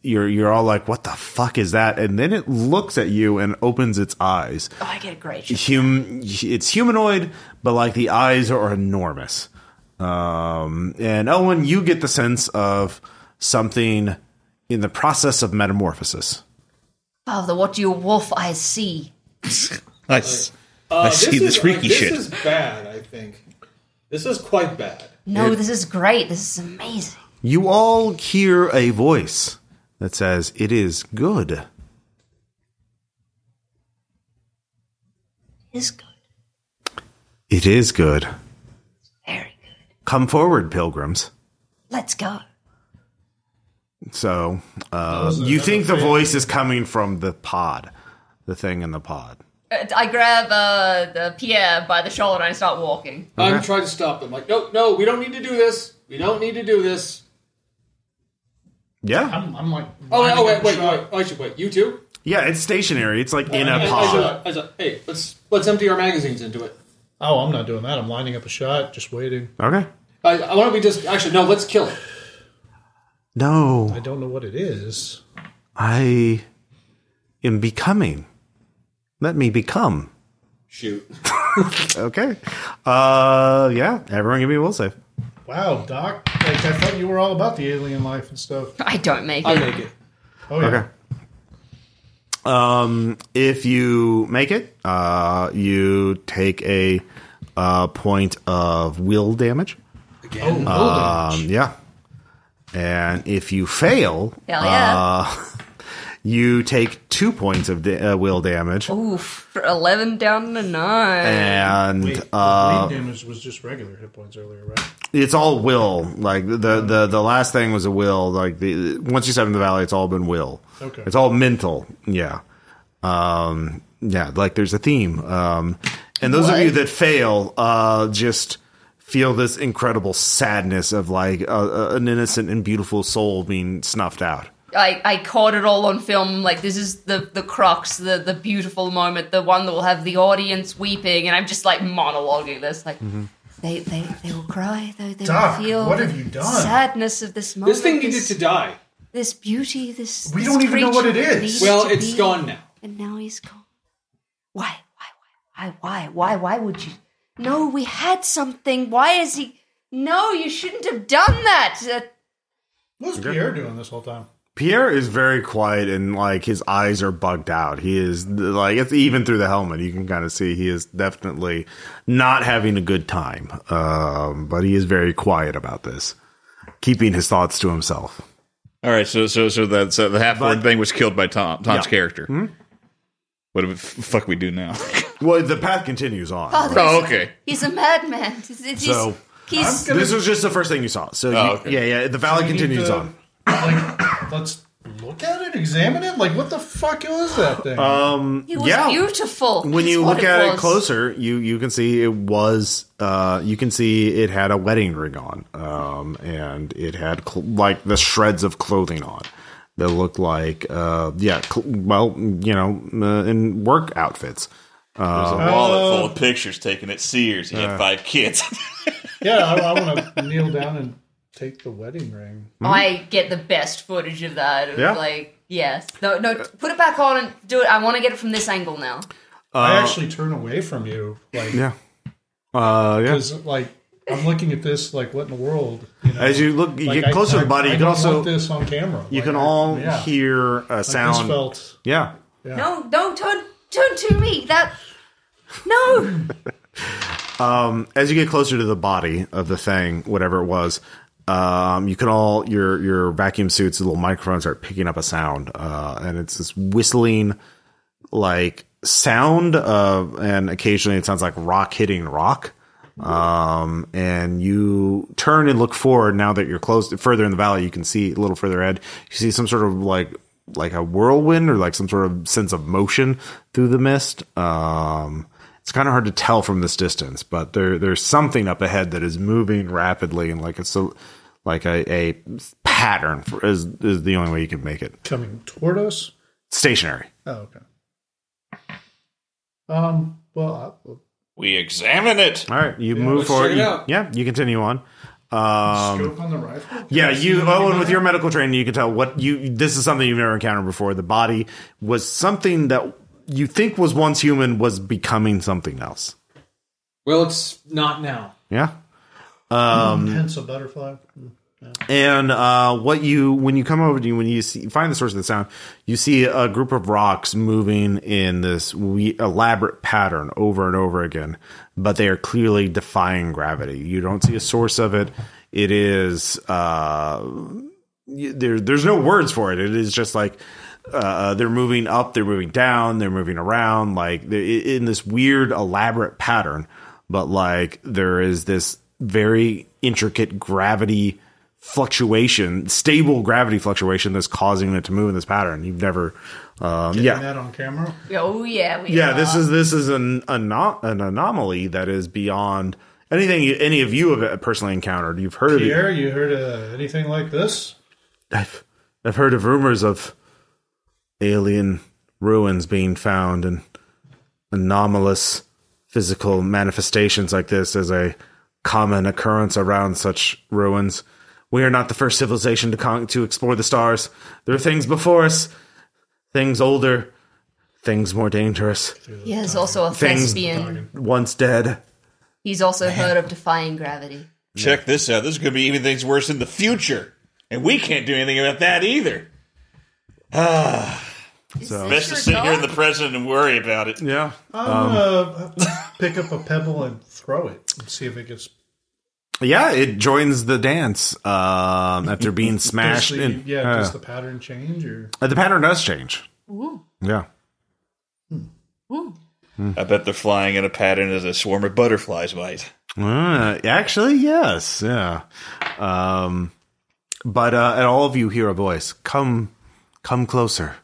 Speaker 1: you're you're all like what the fuck is that, and then it looks at you and opens its eyes.
Speaker 5: Oh, I get a great shot.
Speaker 1: Hum, it's humanoid, but like the eyes are enormous. Um, and Owen, you get the sense of something in the process of metamorphosis.
Speaker 5: Father, what do your wolf eyes see?
Speaker 7: I, s-
Speaker 3: Uh,
Speaker 7: I see this
Speaker 3: is,
Speaker 7: freaky
Speaker 3: this
Speaker 7: shit.
Speaker 3: is bad. I think this is quite bad.
Speaker 5: No, this is great. This is amazing.
Speaker 1: You all hear a voice that says, It is good.
Speaker 5: It is good.
Speaker 1: It is good.
Speaker 5: Very good.
Speaker 1: Come forward, pilgrims.
Speaker 5: Let's go.
Speaker 1: So uh, you think the voice is coming from the pod, the thing in the pod.
Speaker 5: I grab uh, the Pierre by the shoulder and I start walking.
Speaker 3: I'm trying to stop them. Like, no, no, we don't need to do this. We don't need to do this.
Speaker 1: Yeah.
Speaker 2: I'm, I'm like.
Speaker 3: Oh, wait,
Speaker 2: lining
Speaker 3: oh,
Speaker 2: up
Speaker 3: wait,
Speaker 2: a
Speaker 3: wait,
Speaker 2: shot.
Speaker 3: wait. I should wait. You too.
Speaker 1: Yeah, it's stationary. It's like in
Speaker 3: I,
Speaker 1: a
Speaker 3: I- I
Speaker 1: pod.
Speaker 3: should- I should- hey, let's let's empty our magazines into it.
Speaker 2: Oh, I'm not doing that. I'm lining up a shot, just waiting.
Speaker 1: Okay.
Speaker 3: I, I why don't we just actually no? Let's kill it.
Speaker 1: No.
Speaker 2: I don't know what it is.
Speaker 1: I am becoming. Let me become.
Speaker 3: Shoot.
Speaker 1: Okay. Uh, yeah. Everyone, give me a will save.
Speaker 2: Wow, Doc. Like, I thought you were all about the alien life and stuff.
Speaker 5: I don't make
Speaker 3: I
Speaker 5: it.
Speaker 3: make it.
Speaker 2: Oh, yeah.
Speaker 1: Okay. Um, if you make it, uh, you take a uh, point of will damage.
Speaker 3: Again.
Speaker 1: Um, yeah. And if you fail,
Speaker 5: Hell yeah.
Speaker 1: uh, you take two points of da- uh, will damage.
Speaker 5: Oof. for 11 down to 9.
Speaker 1: And
Speaker 2: Wait,
Speaker 1: uh,
Speaker 2: the main damage was just regular hit points earlier, right?
Speaker 1: it's all will. Like the the the last thing was a will. Like the once you step in the valley, it's all been will.
Speaker 2: Okay.
Speaker 1: It's all mental. Yeah. Um. Yeah. Like there's a theme. Um. And those of you that fail, uh, just feel this incredible sadness of like a, a, an innocent and beautiful soul being snuffed out.
Speaker 5: I, I caught it all on film. Like, this is the, the crux, the, the beautiful moment, the one that will have the audience weeping. And I'm just like monologuing this. Like, they, they, they will cry, though. They
Speaker 2: Doc,
Speaker 5: will feel
Speaker 2: what
Speaker 5: the
Speaker 2: have you done?
Speaker 5: sadness of this moment.
Speaker 3: this thing needed
Speaker 5: this-
Speaker 3: to die.
Speaker 5: this beauty, this.
Speaker 2: We
Speaker 5: this
Speaker 2: don't even know what
Speaker 5: creature
Speaker 2: it is.
Speaker 5: needs
Speaker 3: Well,
Speaker 5: to
Speaker 3: it's
Speaker 5: be,
Speaker 3: gone now.
Speaker 5: And now he's gone. Why? Why? Why? Why? Why? Why? Why would you? No, we had something. Why is he? No, you shouldn't have done that. Uh, That-
Speaker 2: What was Pierre doing this whole time?
Speaker 1: Pierre is very quiet and like his eyes are bugged out. He is like it's even through the helmet you can kind of see he is definitely not having a good time. Um, but he is very quiet about this, keeping his thoughts to himself.
Speaker 4: All right, so so so that so the half
Speaker 1: But-
Speaker 4: word thing was killed by Tom Tom's
Speaker 1: Yeah. Hmm?
Speaker 4: character. What the fuck we do now?
Speaker 1: Well, the path continues on.
Speaker 6: Father,
Speaker 4: oh, okay.
Speaker 6: he's a madman. He's, he's,
Speaker 1: So-
Speaker 6: he's,
Speaker 1: This was just the first thing you saw. So you,
Speaker 4: Oh, okay.
Speaker 1: yeah, yeah. The valley
Speaker 2: need
Speaker 1: continues
Speaker 2: to-
Speaker 1: on.
Speaker 2: Like, let's look at it, examine it. Like, what the fuck was that thing?
Speaker 1: Uh,
Speaker 6: he was
Speaker 1: yeah.
Speaker 6: beautiful.
Speaker 1: When you
Speaker 6: That's what
Speaker 1: look at it
Speaker 6: was.
Speaker 1: closer, you you can see it was uh, you can see it had a wedding ring on, um, and it had cl- like the shreds of clothing on that looked like uh, yeah, cl- well, you know, uh, in work outfits.
Speaker 4: There's
Speaker 1: Oh.
Speaker 4: a wallet full of pictures taken at Sears. He
Speaker 1: Uh.
Speaker 4: had five kids.
Speaker 2: yeah, I, I want to kneel down and take the wedding ring.
Speaker 6: I get the best footage of that. It was
Speaker 1: Hmm? Yeah.
Speaker 6: Like, yes. No, no, put it back on and do it. I want to get it from this angle now.
Speaker 2: I actually turn away from you, like,
Speaker 1: Uh, Yeah, uh, yeah.
Speaker 2: because like I'm looking at this, like, what in the world? You know?
Speaker 1: As you look, you
Speaker 2: Like,
Speaker 1: get closer
Speaker 2: I,
Speaker 1: to the body.
Speaker 2: I,
Speaker 1: you
Speaker 2: I
Speaker 1: can
Speaker 2: don't
Speaker 1: also
Speaker 2: want this on camera.
Speaker 1: you can all
Speaker 2: yeah.
Speaker 1: hear a
Speaker 2: This
Speaker 1: sound.
Speaker 2: felt
Speaker 1: yeah,
Speaker 6: No, no, turn, turn to me. That. No.
Speaker 1: as you get closer to the body of the thing, whatever it was, um, you can all your your vacuum suits, little microphones, start picking up a sound, uh, and it's this whistling like sound of, and occasionally it sounds like rock hitting rock. Um, and you turn and look forward. Now that you're close, further in the valley, you can see a little further ahead. You see some sort of like like a whirlwind or like some sort of sense of motion through the mist. Um, it's kind of hard to tell from this distance, but there there's something up ahead that is moving rapidly and like it's a like a, a pattern for, is is the only way you can make it
Speaker 2: coming toward us.
Speaker 1: stationary.
Speaker 2: Oh, okay. Um. Well, I,
Speaker 4: we examine it.
Speaker 1: All right, you move
Speaker 3: let's
Speaker 1: forward.
Speaker 3: check it
Speaker 1: You-
Speaker 3: out.
Speaker 1: yeah, you continue on. Um,
Speaker 2: scope on the rifle.
Speaker 1: yeah, you Owen with your medical training, you can tell what you. This is something you've never encountered before. The body was something that you think was once human was becoming something else.
Speaker 3: Well, it's not now.
Speaker 1: Yeah. Um,
Speaker 2: Hence a butterfly.
Speaker 1: And uh, what you when you come over to you when you see, find the source of the sound, you see a group of rocks moving in this we- elaborate pattern over and over again, but they are clearly defying gravity. You don't see a source of it. It is uh, y- there. There's no words for it. It is just like uh, they're moving up, they're moving down, they're moving around, like they're i- in this weird, elaborate pattern. But like there is this very intricate gravity fluctuation, stable gravity fluctuation that's causing it to move in this pattern. You've never, um, yeah,
Speaker 2: That on camera.
Speaker 6: Oh yeah. We
Speaker 1: yeah.
Speaker 6: Are.
Speaker 1: This is this is an ano- an anomaly that is beyond anything you, any of you have personally encountered. You've heard of it.
Speaker 2: Pierre, you heard uh, anything like this?
Speaker 1: I've I've heard of rumors of alien ruins being found and anomalous physical manifestations like this as a common occurrence around such ruins. We are not the first civilization to con- to explore the stars. There are things before us, things older, things more dangerous,
Speaker 6: He is also a
Speaker 1: Things-
Speaker 6: thespian.
Speaker 1: once dead.
Speaker 6: He's also heard of defying gravity.
Speaker 4: Check this out. This is going to be even things worse in the future, and we can't do anything about that either.
Speaker 6: So.
Speaker 4: Best to sit here in the present and worry about it.
Speaker 1: Yeah.
Speaker 2: I'm gonna pick up a pebble and throw it and see if it gets.
Speaker 1: Yeah, it joins the dance um, after being smashed.
Speaker 2: Actually,
Speaker 1: in-
Speaker 2: yeah,
Speaker 1: uh,
Speaker 2: does the pattern change or?
Speaker 1: Uh, the pattern does change. Yeah.
Speaker 4: I bet they're flying in a pattern as a swarm of butterflies might.
Speaker 1: Uh, actually, yes. Yeah. Um, but uh, and all of you hear a voice. Come, come closer.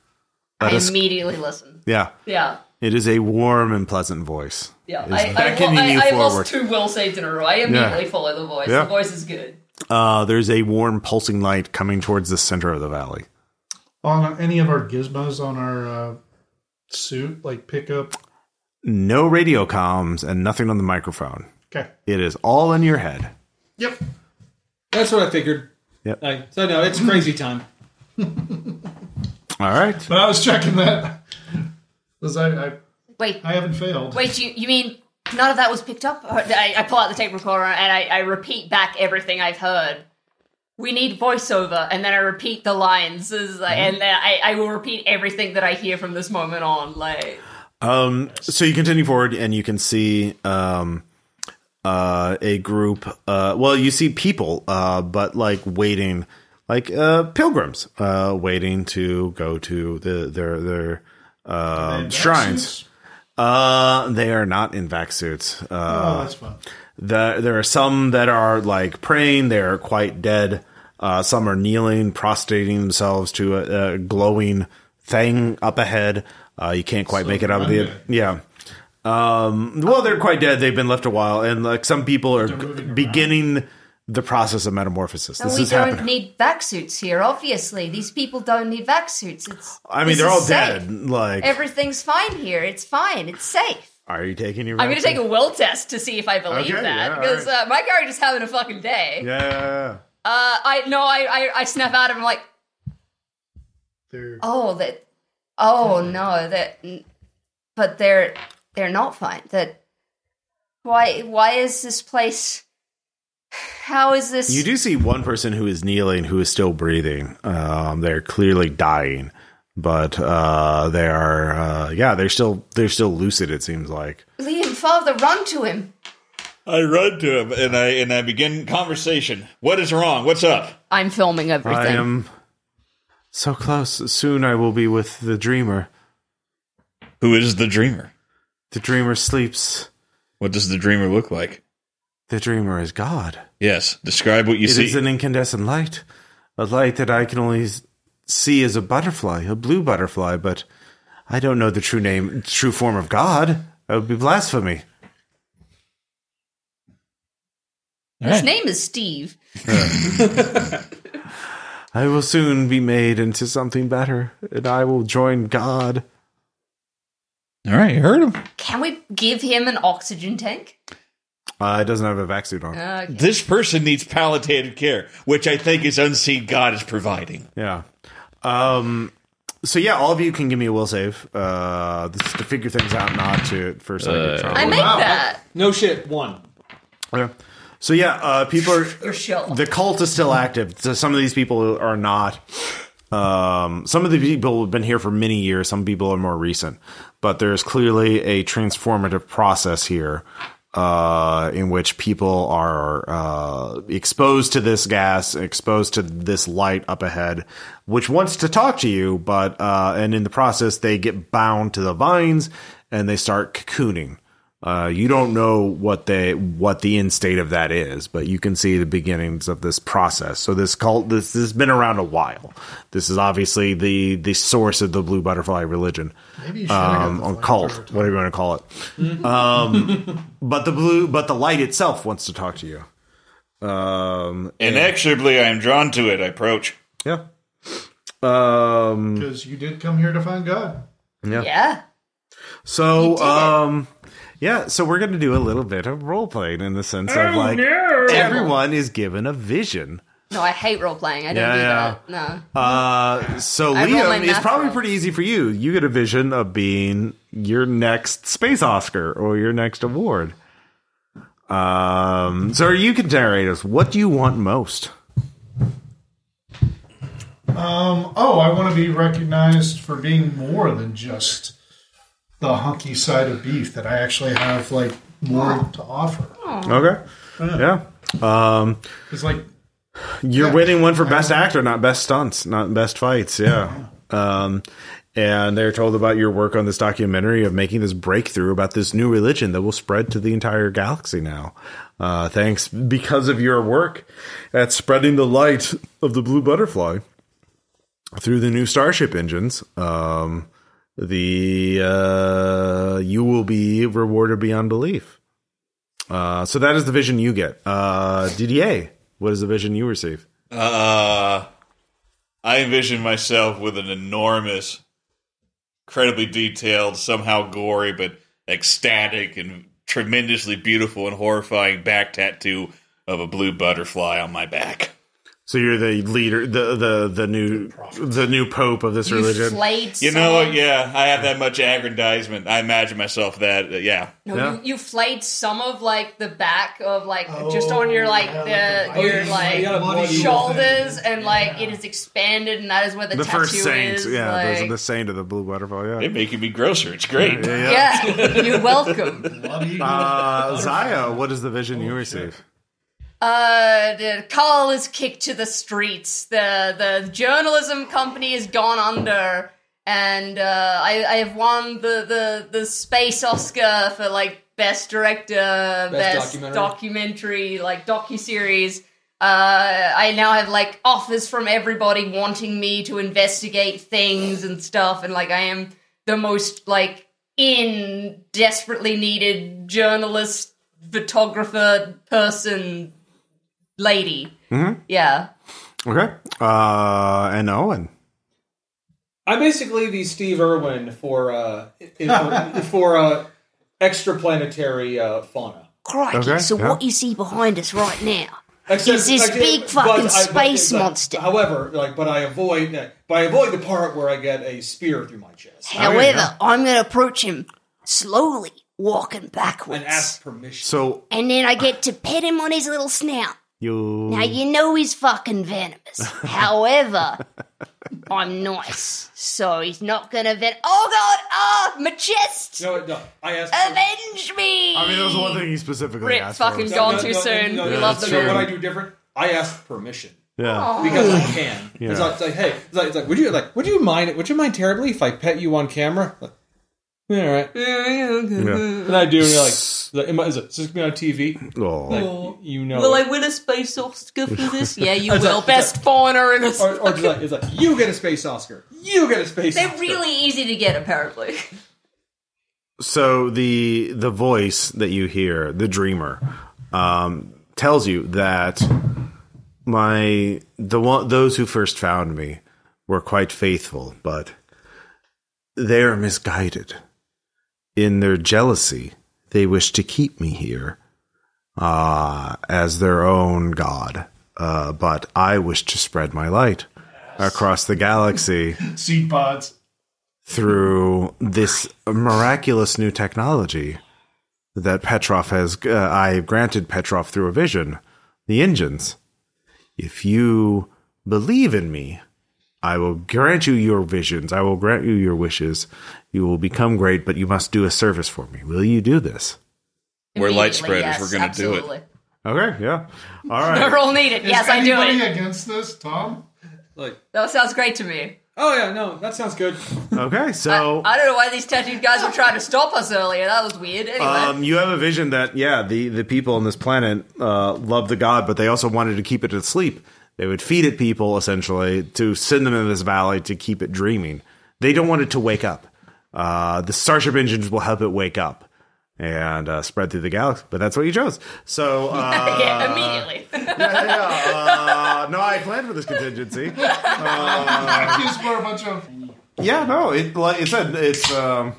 Speaker 6: I
Speaker 1: us-
Speaker 6: immediately listen.
Speaker 1: Yeah.
Speaker 6: Yeah.
Speaker 1: It is a warm and pleasant voice.
Speaker 6: Yeah,
Speaker 1: It is
Speaker 6: I, I,
Speaker 1: beckoning
Speaker 6: I,
Speaker 1: you
Speaker 6: I
Speaker 1: forward.
Speaker 6: lost two will saves in a row. I immediately follow the voice.
Speaker 1: Yeah.
Speaker 6: The voice is good.
Speaker 1: Uh, there's a warm pulsing light coming towards the center of the valley.
Speaker 2: on any of our gizmos on our uh, suit, like pick up.
Speaker 1: No radio comms and nothing on the microphone.
Speaker 2: Okay.
Speaker 1: It is all in your head.
Speaker 2: Yep.
Speaker 3: That's what I figured.
Speaker 1: Yep.
Speaker 3: I, so no, it's crazy time.
Speaker 1: All right.
Speaker 2: But I was checking that. 'Cause I, I,
Speaker 6: Wait,
Speaker 2: I haven't failed.
Speaker 6: wait, you, you mean none of that was picked up? Uh, I, I pull out the tape recorder and I, I repeat back everything I've heard. We need voiceover, and then I repeat the lines, as, like,
Speaker 1: Mm-hmm.
Speaker 6: and then I, I will repeat everything that I hear from this moment on. Like,
Speaker 1: Um, so you continue forward and you can see um, uh, a group. Uh, well, you see people, uh, but like waiting, like uh, pilgrims uh, waiting to go to the their their um,
Speaker 2: vac
Speaker 1: shrines.
Speaker 2: suits?
Speaker 1: Uh, they are not in vac suits.
Speaker 2: Oh,
Speaker 1: Uh,
Speaker 2: that's fun.
Speaker 1: the, there are some that are like praying; they are quite dead. Uh, some are kneeling, prostrating themselves to a, a glowing thing up ahead. Uh, you can't quite make it out of the
Speaker 2: Monday.
Speaker 1: yeah. Um, well, they're quite dead. They've been left a while, and like some people are
Speaker 2: moving around.
Speaker 1: beginning the process of metamorphosis.
Speaker 6: And
Speaker 1: this
Speaker 6: we
Speaker 1: is
Speaker 6: don't
Speaker 1: happening.
Speaker 6: need vac suits here, obviously. These people don't need vac suits. It's,
Speaker 1: I mean,
Speaker 6: this
Speaker 1: they're
Speaker 6: is
Speaker 1: all
Speaker 6: safe.
Speaker 1: dead. Like,
Speaker 6: Everything's fine here. It's fine. It's safe.
Speaker 1: are you taking your?
Speaker 5: I'm going to take a will test to see if I believe
Speaker 1: Okay, yeah,
Speaker 5: that
Speaker 1: all
Speaker 5: because
Speaker 1: right.
Speaker 5: uh, my character's having a fucking day.
Speaker 1: Yeah, yeah, yeah.
Speaker 5: Uh, I no, I, I I snap out of him like,
Speaker 2: They're,
Speaker 6: Oh, that. Oh no, that. But they're they're not fine. That. Why? Why is this place? How is this?
Speaker 1: You do see one person who is kneeling, who is still breathing. Um, they're clearly dying, but uh, they are. Uh, yeah, they're still they're still lucid. It seems like.
Speaker 6: Liam, father, run to him.
Speaker 4: I run to him and I and I begin conversation. What is wrong? What's up?
Speaker 5: I'm filming everything.
Speaker 1: I am so close. Soon I will be with the dreamer.
Speaker 4: Who is the dreamer?
Speaker 1: The dreamer sleeps.
Speaker 4: What does the dreamer look like?
Speaker 1: The dreamer is God.
Speaker 4: Yes, describe what you
Speaker 1: It is
Speaker 4: see.
Speaker 1: an incandescent light, a light that I can only s- see as a butterfly, a blue butterfly. But I don't know the true name, true form of God. That would be blasphemy.
Speaker 5: His name is Steve.
Speaker 1: I will soon be made into something better, and I will join God.
Speaker 4: All right, you heard him.
Speaker 6: Can we give him an oxygen tank?
Speaker 1: Uh, it doesn't have a vac suit on.
Speaker 4: This person needs palliative care, which I think is unseen God is providing.
Speaker 1: Yeah. Um. So yeah, all of you can give me a will save. Uh, this is to figure things out, not to for psychic trauma.
Speaker 5: I make that.
Speaker 3: No shit, one.
Speaker 1: Okay. So yeah, uh, people are
Speaker 6: You're
Speaker 5: Oh.
Speaker 6: sure.
Speaker 1: the cult is still active. So some of these people are not. Um, some of the people have been here for many years. Some people are more recent, but there's clearly a transformative process here uh, in which people are uh, exposed to this gas, exposed to this light up ahead, which wants to talk to you, but uh, and in the process they get bound to the vines and they start cocooning. Uh, you don't know what they what the end state of that is, but you can see the beginnings of this process. So this cult this, this has been around a while. This is obviously the the source of the blue butterfly religion
Speaker 2: maybe you should
Speaker 1: um, or cult, whatever you want to call it.
Speaker 2: Mm-hmm.
Speaker 1: um, but the blue but the light itself wants to talk to you. Um,
Speaker 4: Inexorably, I am drawn to it. I approach.
Speaker 1: yeah. Um,
Speaker 2: because you did come here to find God.
Speaker 6: Yeah.
Speaker 1: So, um, yeah, so we're going to do a little bit of role playing in the sense of
Speaker 2: Oh,
Speaker 1: like everyone is given a vision.
Speaker 6: No, I hate role playing. I don't
Speaker 1: Yeah,
Speaker 6: do
Speaker 1: yeah.
Speaker 6: that. No.
Speaker 1: Uh, so
Speaker 6: I roll my
Speaker 1: Liam, it's
Speaker 6: math
Speaker 1: probably
Speaker 6: roll.
Speaker 1: pretty easy for you. You get a vision of being your next space Oscar or your next award. Um, so you can narrate us. What do you want most?
Speaker 2: Oh, I want to be recognized for being more than just the hunky side of beef. That I actually have like more to offer.
Speaker 1: Okay. Yeah.
Speaker 2: It's like
Speaker 1: You're
Speaker 2: Yeah.
Speaker 1: winning one for best actor, not best stunts, not best fights. Yeah. Um, and they're told about your work on this documentary of making this breakthrough about this new religion that will spread to the entire galaxy now. Uh, thanks because of your work at spreading the light of the blue butterfly through the new starship engines. Um, the uh, you will be rewarded beyond belief. Uh, so that is the vision you get. Uh, DDA, what is the vision you receive?
Speaker 4: Uh, I envision myself with an enormous, incredibly detailed, somehow gory, but ecstatic and tremendously beautiful and horrifying back tattoo of a blue butterfly on my back.
Speaker 1: So you're the leader, the the the new the new pope of this
Speaker 6: You
Speaker 1: religion.
Speaker 6: flayed
Speaker 4: You
Speaker 6: someone.
Speaker 4: know what? Yeah, I have that much aggrandizement. I imagine myself that. uh, yeah.
Speaker 6: No,
Speaker 1: Yeah.
Speaker 6: you, you flayed some of like the back of like just on your Oh, like
Speaker 2: yeah,
Speaker 6: the
Speaker 2: like the
Speaker 6: your
Speaker 2: bloody-
Speaker 6: like
Speaker 3: yeah, bloody
Speaker 6: shoulders and like it is expanded and that is where the,
Speaker 1: the
Speaker 6: tattoo
Speaker 1: first saint,
Speaker 6: is.
Speaker 1: yeah,
Speaker 6: like,
Speaker 1: the, the saint of the blue butterfly.
Speaker 4: They're
Speaker 1: Yeah,
Speaker 4: making me grosser. It's great.
Speaker 1: yeah. yeah.
Speaker 6: yeah, you're welcome.
Speaker 2: bloody.
Speaker 1: Uh, Zaya, what is the vision you receive?
Speaker 6: Uh, the Carl is kicked to the streets. The the journalism company has gone under,
Speaker 5: and uh, I, I have won the, the, the space Oscar for like best director, best,
Speaker 3: documentary.
Speaker 5: documentary, like docu series. Uh, I now have like offers from everybody wanting me to investigate things and stuff, and like I am the most like in desperately needed journalist, photographer, person, lady.
Speaker 1: Mm-hmm.
Speaker 5: Yeah.
Speaker 1: Okay. Uh, and Owen.
Speaker 3: I'm basically the Steve Irwin for uh, in- for, for uh, extraplanetary uh, fauna.
Speaker 8: Crikey,
Speaker 1: Okay,
Speaker 8: so
Speaker 1: yeah. Oh,
Speaker 8: what you see behind us right now.
Speaker 3: Except,
Speaker 8: Is this
Speaker 3: except-
Speaker 8: big
Speaker 3: but
Speaker 8: fucking
Speaker 3: I- but-
Speaker 8: space
Speaker 3: but-
Speaker 8: monster.
Speaker 3: However, like, but I avoid but I avoid the part where I get a spear through my chest
Speaker 8: However,
Speaker 1: yeah.
Speaker 8: I'm going to approach him slowly, walking backwards.
Speaker 3: and ask permission.
Speaker 1: So
Speaker 8: And then I get to pet him on his little snout.
Speaker 1: you.
Speaker 8: Now, you know he's fucking venomous. However, I'm nice, so he's not going to ven- Oh, God! Ah, my chest!
Speaker 3: no, no, I ask.
Speaker 8: Avenge me!
Speaker 1: I mean, there was one thing he specifically
Speaker 9: Rip
Speaker 1: asked
Speaker 9: fucking
Speaker 1: for.
Speaker 3: no,
Speaker 9: gone
Speaker 3: no,
Speaker 9: too
Speaker 3: no,
Speaker 9: soon.
Speaker 3: no,
Speaker 9: we
Speaker 3: no,
Speaker 9: love
Speaker 3: no,
Speaker 9: the
Speaker 3: no,
Speaker 9: man.
Speaker 3: What I do different? I ask permission.
Speaker 1: Yeah.
Speaker 3: because I can.
Speaker 1: Yeah.
Speaker 3: It's, like, it's like, hey, it's like, it's like, would you like, would you mind, would you mind terribly if I pet you on camera? Like, yeah, all right.
Speaker 1: yeah.
Speaker 3: And I do, and you're like, is, that, am I- is it- is this gonna be on TV?
Speaker 1: Oh.
Speaker 3: Like, you know,
Speaker 9: Will I
Speaker 3: it.
Speaker 9: win a space Oscar for this? Yeah, you
Speaker 3: It's
Speaker 9: will.
Speaker 3: like-
Speaker 9: Best fauna in a
Speaker 3: or, or it's like, it's like, you get a space Oscar, you get a space.
Speaker 5: They're
Speaker 3: Oscar.
Speaker 5: really easy to get, apparently.
Speaker 1: So the the voice that you hear, the dreamer, um, tells you that my the one, those who first found me were quite faithful, but they are misguided. In their jealousy, they wish to keep me here uh, as their own god. Uh, but I wish to spread my light across the galaxy
Speaker 2: Seed pods.
Speaker 1: through this miraculous new technology that Petrov has, uh, I granted Petrov through a vision, the engines. If you believe in me, I will grant you your visions. I will grant you your wishes. You will become great, but you must do a service for me. Will you do this?
Speaker 4: We're light
Speaker 5: Immediately,
Speaker 4: spreaders. We're gonna do it.
Speaker 5: absolutely.
Speaker 1: Okay, yeah. All right.
Speaker 5: They're all needed.
Speaker 2: Is
Speaker 5: Yes, I do
Speaker 2: anybody
Speaker 5: it.
Speaker 2: against this, Tom?
Speaker 3: like,
Speaker 5: That sounds great to me.
Speaker 3: oh yeah, no, that sounds good.
Speaker 1: Okay, so.
Speaker 5: I don't know why these tattooed guys were trying to stop us earlier. That was weird. Anyway,
Speaker 1: Um, you have a vision that yeah, the the people on this planet uh, love the god, but they also wanted to keep it asleep. They would feed it people essentially to send them in this valley to keep it dreaming. They don't want it to wake up. Uh, the starship engines will help it wake up and uh, spread through the galaxy. But that's what you chose. So uh,
Speaker 5: yeah, immediately.
Speaker 1: yeah, yeah, uh, no, I planned for this contingency.
Speaker 2: Accused for a bunch of.
Speaker 1: Yeah, no, it like it said it's um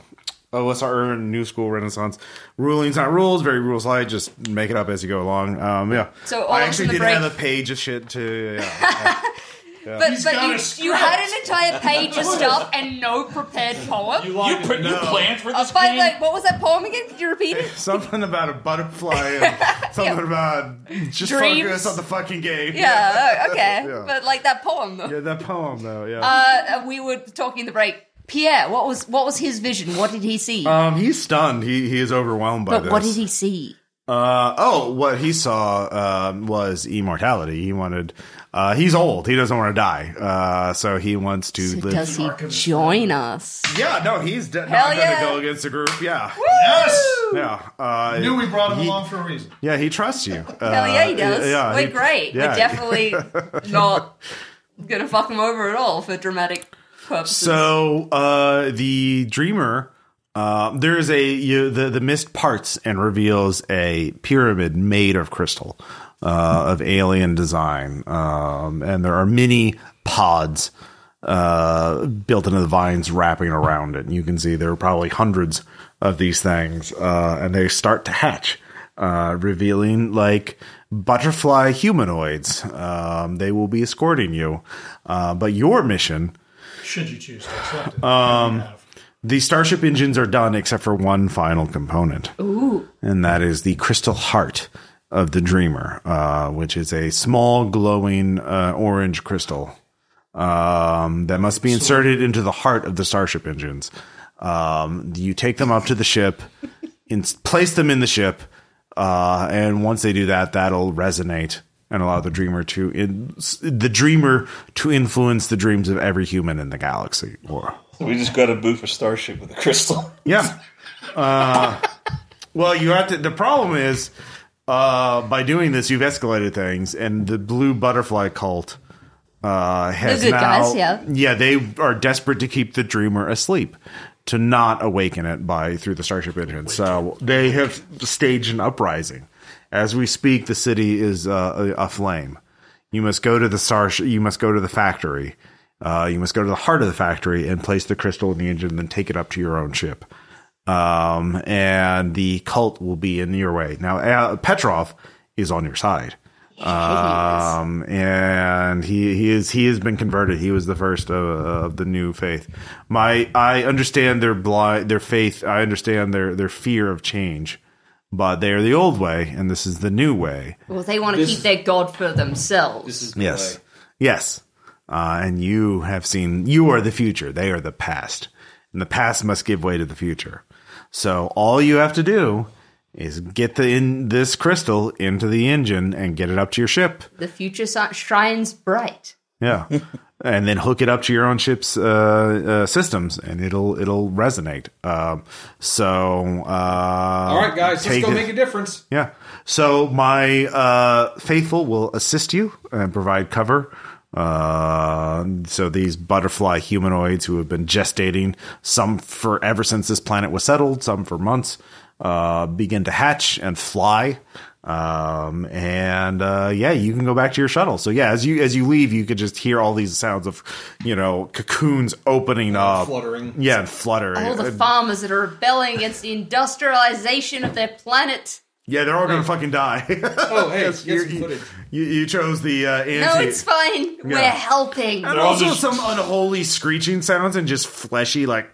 Speaker 1: oh what's our urban new school renaissance rulings not rules very rules light just make it up as you go along um yeah
Speaker 5: So all
Speaker 1: I
Speaker 5: of
Speaker 1: actually
Speaker 5: us in
Speaker 1: did
Speaker 5: the
Speaker 1: have a
Speaker 5: break-
Speaker 1: page of shit to yeah.
Speaker 5: But,
Speaker 2: He's got a
Speaker 5: but you, you
Speaker 2: script.
Speaker 5: had an entire page of stuff and no prepared poem.
Speaker 4: You, put, you planned for
Speaker 5: Uh,
Speaker 4: this
Speaker 5: by the
Speaker 4: game?
Speaker 5: way, what was that poem again? Could you repeat it?
Speaker 1: something about a butterfly and something about just
Speaker 5: Dreams.
Speaker 1: focus on the fucking game
Speaker 5: Yeah, oh, okay.
Speaker 1: Yeah.
Speaker 5: But like that poem though.
Speaker 1: yeah that poem though yeah
Speaker 5: Uh, we were talking in the break. Pierre, what was what was his vision? What did he see?
Speaker 3: Uh,
Speaker 1: um he's stunned he he is overwhelmed by
Speaker 8: But
Speaker 1: this
Speaker 8: what did he see?
Speaker 1: Uh, oh, what he saw um, was immortality. He wanted. Uh, he's old. He doesn't want to die. Uh, so he wants to live.
Speaker 8: Does he join us?
Speaker 1: yeah, no, he's de- not
Speaker 5: Hell
Speaker 1: going to
Speaker 5: yeah.
Speaker 1: go against the group. Yeah,
Speaker 2: Yes!
Speaker 1: yeah, uh,
Speaker 2: Knew we brought him
Speaker 1: he-
Speaker 2: along for a reason.
Speaker 1: yeah. He trusts you. Uh,
Speaker 5: Hell yeah, he does.
Speaker 1: yeah,
Speaker 5: we're
Speaker 1: he-
Speaker 5: great.
Speaker 1: yeah.
Speaker 5: We're definitely not gonna fuck him over at all for dramatic purposes.
Speaker 1: So uh, the dreamer, uh, there is a you, the the mist parts and reveals a pyramid made of crystal uh, of alien design, um, and there are many pods uh, built into the vines wrapping around it. And you can see there are probably hundreds of these things, uh, and they start to hatch uh, revealing like butterfly humanoids. Um, they will be escorting you, uh, but your mission
Speaker 2: Should you choose to accept it. Um,
Speaker 1: the starship engines are done except for one final component. And that is the crystal heart of the dreamer, uh, which is a small glowing uh, orange crystal um, that must be inserted into the heart of the starship engines. Um, you take them up to the ship, in, place them in the ship, uh, and once they do that, that'll resonate and allow the dreamer to in, the dreamer to influence the dreams of every human in the galaxy. Or
Speaker 4: We just got to boof a starship with a crystal.
Speaker 1: Yeah. Uh, well, you have to. The problem is, uh, by doing this, you've escalated things, and the blue butterfly cult uh, has
Speaker 5: The good
Speaker 1: now.
Speaker 5: guys, yeah.
Speaker 1: they are desperate to keep the dreamer asleep, to not awaken it by through the starship engine. So they have staged an uprising. As we speak, the city is uh, a- aflame. You must go to the starship. You must go to the factory. Uh, you must go to the heart of the factory and place the crystal in the engine, then take it up to your own ship um, and the cult will be in your way. Now, uh, Petrov is on your side, um, and he he is he has been converted. He was the first of, of the new faith. My I understand their blind their faith. I understand their their fear of change, but they are the old way, and this is the new way.
Speaker 5: Well, they want to keep their god for themselves.
Speaker 3: This is
Speaker 1: Yes.
Speaker 3: play.
Speaker 1: Yes. Uh, and you have seen, you are the future. They are the past. And the past must give way to the future. So all you have to do is get the in this crystal into the engine and get it up to your ship.
Speaker 5: The future si- shines bright.
Speaker 1: Yeah. and then hook it up to your own ship's uh, uh, systems and it'll it'll resonate. Um, so uh,
Speaker 3: All right, guys, let's
Speaker 1: take
Speaker 3: go
Speaker 1: it-
Speaker 3: make a difference.
Speaker 1: yeah. So my uh, faithful will assist you and provide cover. Uh, so these butterfly humanoids who have been gestating, some for ever since this planet was settled, some for months, uh, begin to hatch and fly. Um, and uh, yeah, you can go back to your shuttle. So yeah, as you as you leave, you could just hear all these sounds of, you know, cocoons opening up,
Speaker 3: fluttering.
Speaker 1: Yeah, and fluttering. Uh,
Speaker 5: All the
Speaker 1: And-
Speaker 5: farmers that are rebelling against the industrialization of their planet.
Speaker 1: yeah, they're all gonna fucking die.
Speaker 3: Oh, hey,
Speaker 1: Yes,
Speaker 3: get
Speaker 1: you-
Speaker 3: some
Speaker 1: you-
Speaker 3: footage.
Speaker 1: You, you chose the uh, anti.
Speaker 5: No, it's fine. We're helping.
Speaker 1: and
Speaker 4: They're all
Speaker 1: also
Speaker 4: just-
Speaker 1: some unholy screeching sounds and just fleshy like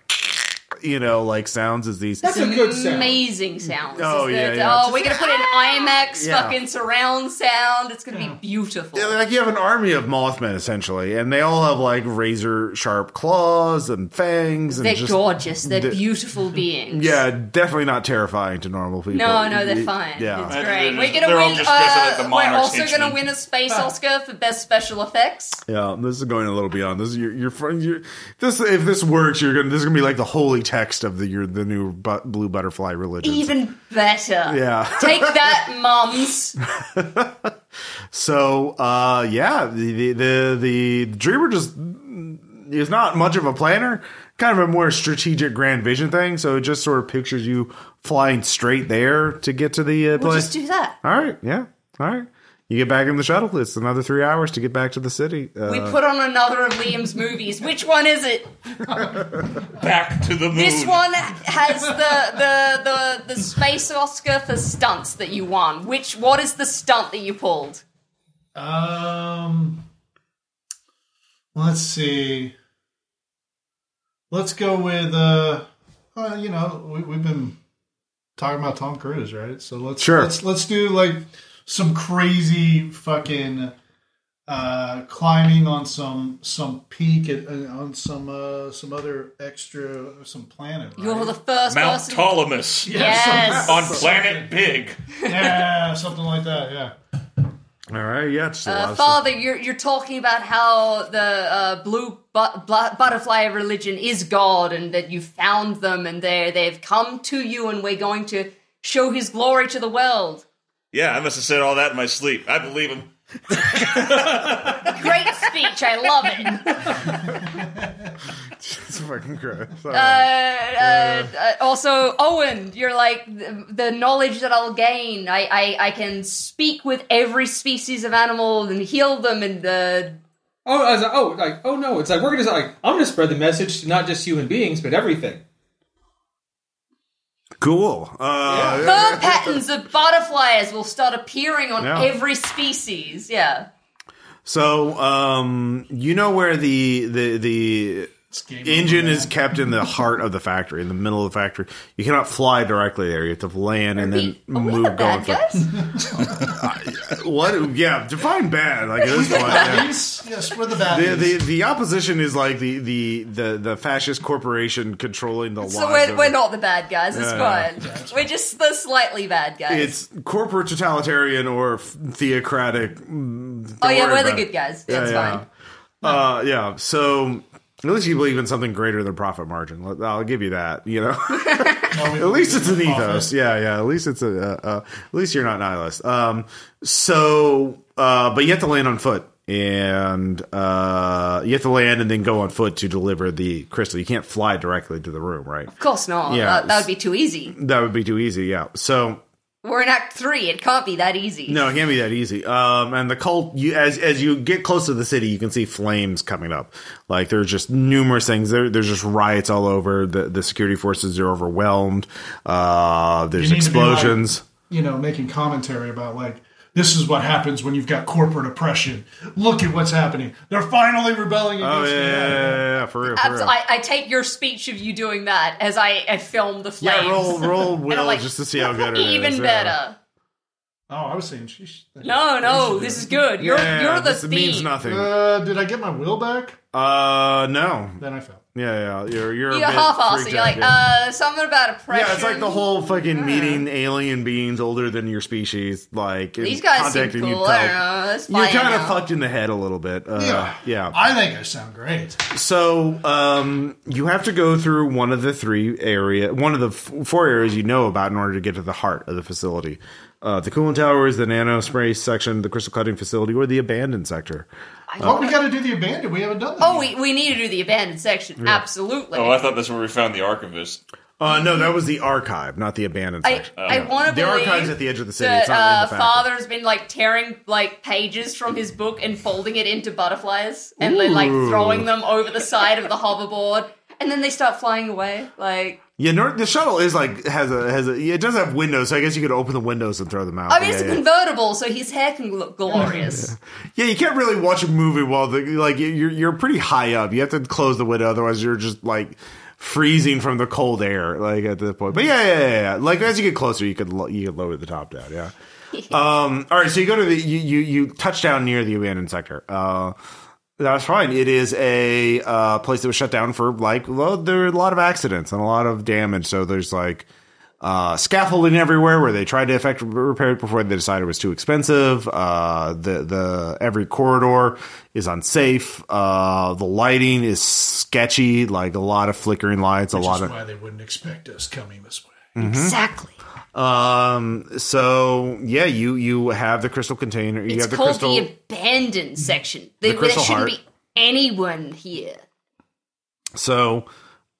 Speaker 1: you know like sounds as these.
Speaker 3: That's a good sound.
Speaker 5: Amazing sounds.
Speaker 1: Oh,
Speaker 5: It's
Speaker 1: yeah,
Speaker 5: the-
Speaker 1: yeah.
Speaker 5: Oh, we're gonna put in IMAX
Speaker 1: Yeah.
Speaker 5: fucking surround sound. It's gonna be beautiful.
Speaker 1: Like you have an army of Mothmen essentially, and they all have like razor sharp claws and fangs and
Speaker 5: They're
Speaker 1: just
Speaker 5: gorgeous. They're
Speaker 1: the-
Speaker 5: beautiful beings.
Speaker 1: yeah, definitely not terrifying to normal people.
Speaker 5: No, no, they're fine.
Speaker 1: Yeah,
Speaker 5: It's great.
Speaker 4: They're
Speaker 5: We're
Speaker 4: just-
Speaker 5: gonna
Speaker 4: they're all
Speaker 5: win.
Speaker 4: just dressed up like the
Speaker 5: Uh, we're
Speaker 4: monarch's
Speaker 5: also gonna
Speaker 4: henchmen.
Speaker 5: win a space Oscar for best special effects.
Speaker 1: yeah. This is going a little beyond. This is your your friend. Your, this if this works, you're gonna this is gonna be like the holy text of the your the new bu- blue butterfly religion.
Speaker 5: Even better.
Speaker 1: yeah.
Speaker 5: Take that, mums.
Speaker 1: So uh, yeah, the, the the the dreamer just is not much of a planner, kind of a more strategic grand vision thing. So it just sort of pictures you flying straight there to get to the uh,
Speaker 5: We'll
Speaker 1: place.
Speaker 5: just do that.
Speaker 1: All right, yeah, all right. You get back in the shuttle. It's another three hours to get back to the city. Uh,
Speaker 5: We put on another of Liam's movies. Which one is it?
Speaker 4: Back to the moon.
Speaker 5: This one has the the the, the space Oscar for stunts that you won. Which what is the stunt that you pulled?
Speaker 2: Um, let's see. Let's go with uh, well, you know, we, we've been talking about Tom Cruise, right? So let's
Speaker 1: Sure.
Speaker 2: let's let's do like some crazy fucking uh climbing on some some peak at, uh, on some uh some other extra some planet right?
Speaker 5: You're the first
Speaker 4: Mount
Speaker 5: person.
Speaker 4: Ptolemy
Speaker 5: yes.
Speaker 4: on planet Big.
Speaker 2: yeah something like that yeah
Speaker 1: all right, yeah. It's a lot
Speaker 5: Uh,
Speaker 1: of stuff.
Speaker 5: Father, you're you're talking about how the uh, blue but, bla butterfly of religion is God, and that you found them, and they they've come to you, and we're going to show His glory to the world.
Speaker 4: Yeah, I must have said all that in my sleep. I believe him.
Speaker 5: Great speech, I love it.
Speaker 1: It's fucking gross. All
Speaker 5: Uh,
Speaker 1: right.
Speaker 5: uh, uh, also, Owen, you're like the, the knowledge that I'll gain. I, I I can speak with every species of animal and heal them, and uh,
Speaker 3: Oh, I was like, oh, like, oh no! It's like we're gonna like I'm gonna spread the message to not just human beings, but everything.
Speaker 1: cool. Uh,
Speaker 5: fur patterns of butterflies will start appearing on
Speaker 1: Yeah.
Speaker 5: every species. Yeah.
Speaker 1: So um, you know where the the the
Speaker 2: game
Speaker 1: engine is kept in the heart of the factory, in the middle of the factory. You cannot fly directly there. You have to land and then
Speaker 5: Are we the
Speaker 1: move going.
Speaker 5: bad
Speaker 1: For,
Speaker 5: guys?
Speaker 1: what? Yeah, define bad. Like at this point. yeah.
Speaker 2: yes yes we're the bad
Speaker 1: The,
Speaker 2: guys.
Speaker 1: the the opposition is like the the the, the fascist corporation controlling the
Speaker 5: so
Speaker 1: lives
Speaker 5: we're,
Speaker 1: of-
Speaker 5: we're not the bad guys. It's
Speaker 1: Yeah,
Speaker 5: fine. We're just the slightly bad guys.
Speaker 1: It's corporate totalitarian or theocratic. mm,
Speaker 5: oh yeah, Oh, we're the good guys.
Speaker 1: Yeah,
Speaker 5: it's
Speaker 1: yeah.
Speaker 5: fine.
Speaker 1: Uh, yeah. So At least you believe in something greater than profit margin. Let- I'll give you that. You know, at least it's an ethos. Yeah, yeah. At least it's a. Uh, uh, at least you're not nihilist. Um. So, uh, but you have to land on foot, and uh, you have to land and then go on foot to deliver the crystal. You can't fly directly to the room, right?
Speaker 5: Of course not.
Speaker 1: Yeah.
Speaker 5: That, that would be too easy.
Speaker 1: That would be too easy. Yeah. So
Speaker 5: We're in Act Three. It can't be that easy.
Speaker 1: No, it can't be that easy. Um, and the cult, you, as as you get close to the city, you can see flames coming up. Like there's just numerous things. There, there's just riots all over. The the security forces are overwhelmed. Uh, there's
Speaker 2: You need to be
Speaker 1: explosions.
Speaker 2: you know, making commentary about like this is what happens when you've got corporate oppression. Look at what's happening. They're finally rebelling
Speaker 1: Oh
Speaker 2: against
Speaker 1: yeah,
Speaker 2: me.
Speaker 1: yeah, yeah, yeah, for real, for
Speaker 5: Abs-
Speaker 1: real.
Speaker 5: I, I take your speech of you doing that as I, I film the flames.
Speaker 1: yeah, roll roll will
Speaker 5: like,
Speaker 1: just to see how good it is.
Speaker 5: Even
Speaker 1: yeah.
Speaker 5: better.
Speaker 2: Oh, I was saying, sheesh.
Speaker 5: No, no, this is good. You're
Speaker 1: Yeah,
Speaker 5: you're the
Speaker 1: this means
Speaker 5: thief.
Speaker 1: nothing.
Speaker 2: Uh, did I get my will back?
Speaker 1: Uh, no.
Speaker 2: Then I fell.
Speaker 1: Yeah, yeah. You're you're, a
Speaker 5: You're
Speaker 1: bit
Speaker 5: half assed
Speaker 1: freaked
Speaker 5: You're
Speaker 1: out,
Speaker 5: like,
Speaker 1: yeah.
Speaker 5: uh, something about oppression.
Speaker 1: Yeah, it's like the whole fucking meeting alien beings older than your species. Like
Speaker 5: These guys seem
Speaker 1: contacting you
Speaker 5: cool. uh, I
Speaker 1: felt-
Speaker 5: don't know. That's
Speaker 1: You're
Speaker 5: fine.
Speaker 1: kind of
Speaker 5: now.
Speaker 1: fucked in the head a little bit. Uh, yeah.
Speaker 2: I think I sound great.
Speaker 1: So um, you have to go through one of the three area, one of the f- four areas you know about in order to get to the heart of the facility. Uh, the coolant towers, the nano spray section, the crystal cutting facility, or the abandoned sector.
Speaker 2: oh, we got to do the abandoned. We haven't done that.
Speaker 5: Oh,
Speaker 2: yet.
Speaker 5: we, we need to do the abandoned section. Absolutely.
Speaker 4: Oh, I thought that's where we found the archivist.
Speaker 1: Uh, no, that was the archive, not the abandoned
Speaker 5: I,
Speaker 1: section.
Speaker 5: I want to
Speaker 1: The
Speaker 5: believe
Speaker 1: archive's at the edge of the city.
Speaker 5: that
Speaker 1: It's not in
Speaker 5: uh,
Speaker 1: the factory.
Speaker 5: father's been like tearing like pages from his book and folding it into butterflies, and then like
Speaker 1: Ooh.
Speaker 5: throwing them over the side of the hoverboard, and then they start flying away. Like,
Speaker 1: Yeah, nor- the shuttle is like has a has a. Yeah, it does have windows, so I guess you could open the windows and throw them out.
Speaker 5: I mean,
Speaker 1: Yeah,
Speaker 5: it's a
Speaker 1: yeah.
Speaker 5: convertible, so his hair can look glorious.
Speaker 1: Yeah, you can't really watch a movie while the like you're you're pretty high up. You have to close the window, otherwise you're just like freezing from the cold air. Like at this point, but yeah, yeah, yeah. yeah. Like as you get closer, you could lo- you could lower the top down. Yeah. um. All right. So you go to the you you, you touch down near the abandoned sector. Uh. That's fine. It is a uh, place that was shut down for like well, there were a lot of accidents and a lot of damage. So there's like uh, scaffolding everywhere where they tried to effect repair it before they decided it was too expensive. Uh, the the every corridor is unsafe. Uh, the lighting is sketchy, like a lot of flickering lights, a lot
Speaker 2: That's
Speaker 1: of
Speaker 2: why they wouldn't expect us coming this way.
Speaker 5: Exactly.
Speaker 1: um. So yeah, you you have the crystal container. You
Speaker 5: It's
Speaker 1: have the
Speaker 5: called
Speaker 1: crystal.
Speaker 5: the abandoned section. There, there
Speaker 1: crystal
Speaker 5: shouldn't be
Speaker 1: heart.
Speaker 5: anyone here.
Speaker 1: So,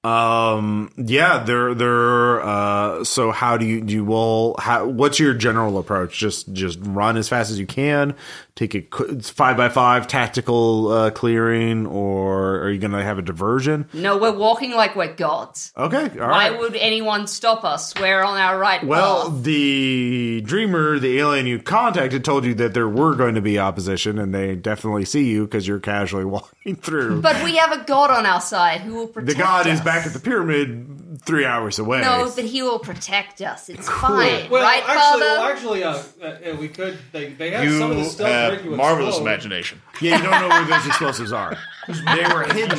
Speaker 1: um, yeah, they're they're. Uh, so how do you do? You will. How, what's your general approach? Just just run as fast as you can. Take a qu- five by five tactical uh, clearing, or are you going to have a diversion?
Speaker 5: No, we're walking like we're gods.
Speaker 1: Okay, all
Speaker 5: Why
Speaker 1: right.
Speaker 5: would anyone stop us? We're on our right
Speaker 1: Well,
Speaker 5: path.
Speaker 1: the dreamer, the alien you contacted, told you that there were going to be opposition, and they definitely see you because you're casually walking through.
Speaker 5: But we have a god on our side who will protect
Speaker 1: the god is
Speaker 5: us.
Speaker 1: back at the pyramid three hours away.
Speaker 5: No, but he will protect us. It's fine,
Speaker 3: Well,
Speaker 5: right,
Speaker 3: actually,
Speaker 5: Father?
Speaker 3: well, actually, uh, uh, uh, we could. They, they have some of the
Speaker 4: You
Speaker 3: stuff.
Speaker 4: have
Speaker 3: regular
Speaker 4: marvelous
Speaker 3: slow.
Speaker 4: imagination.
Speaker 1: Yeah, you don't know where those explosives are. They were hidden.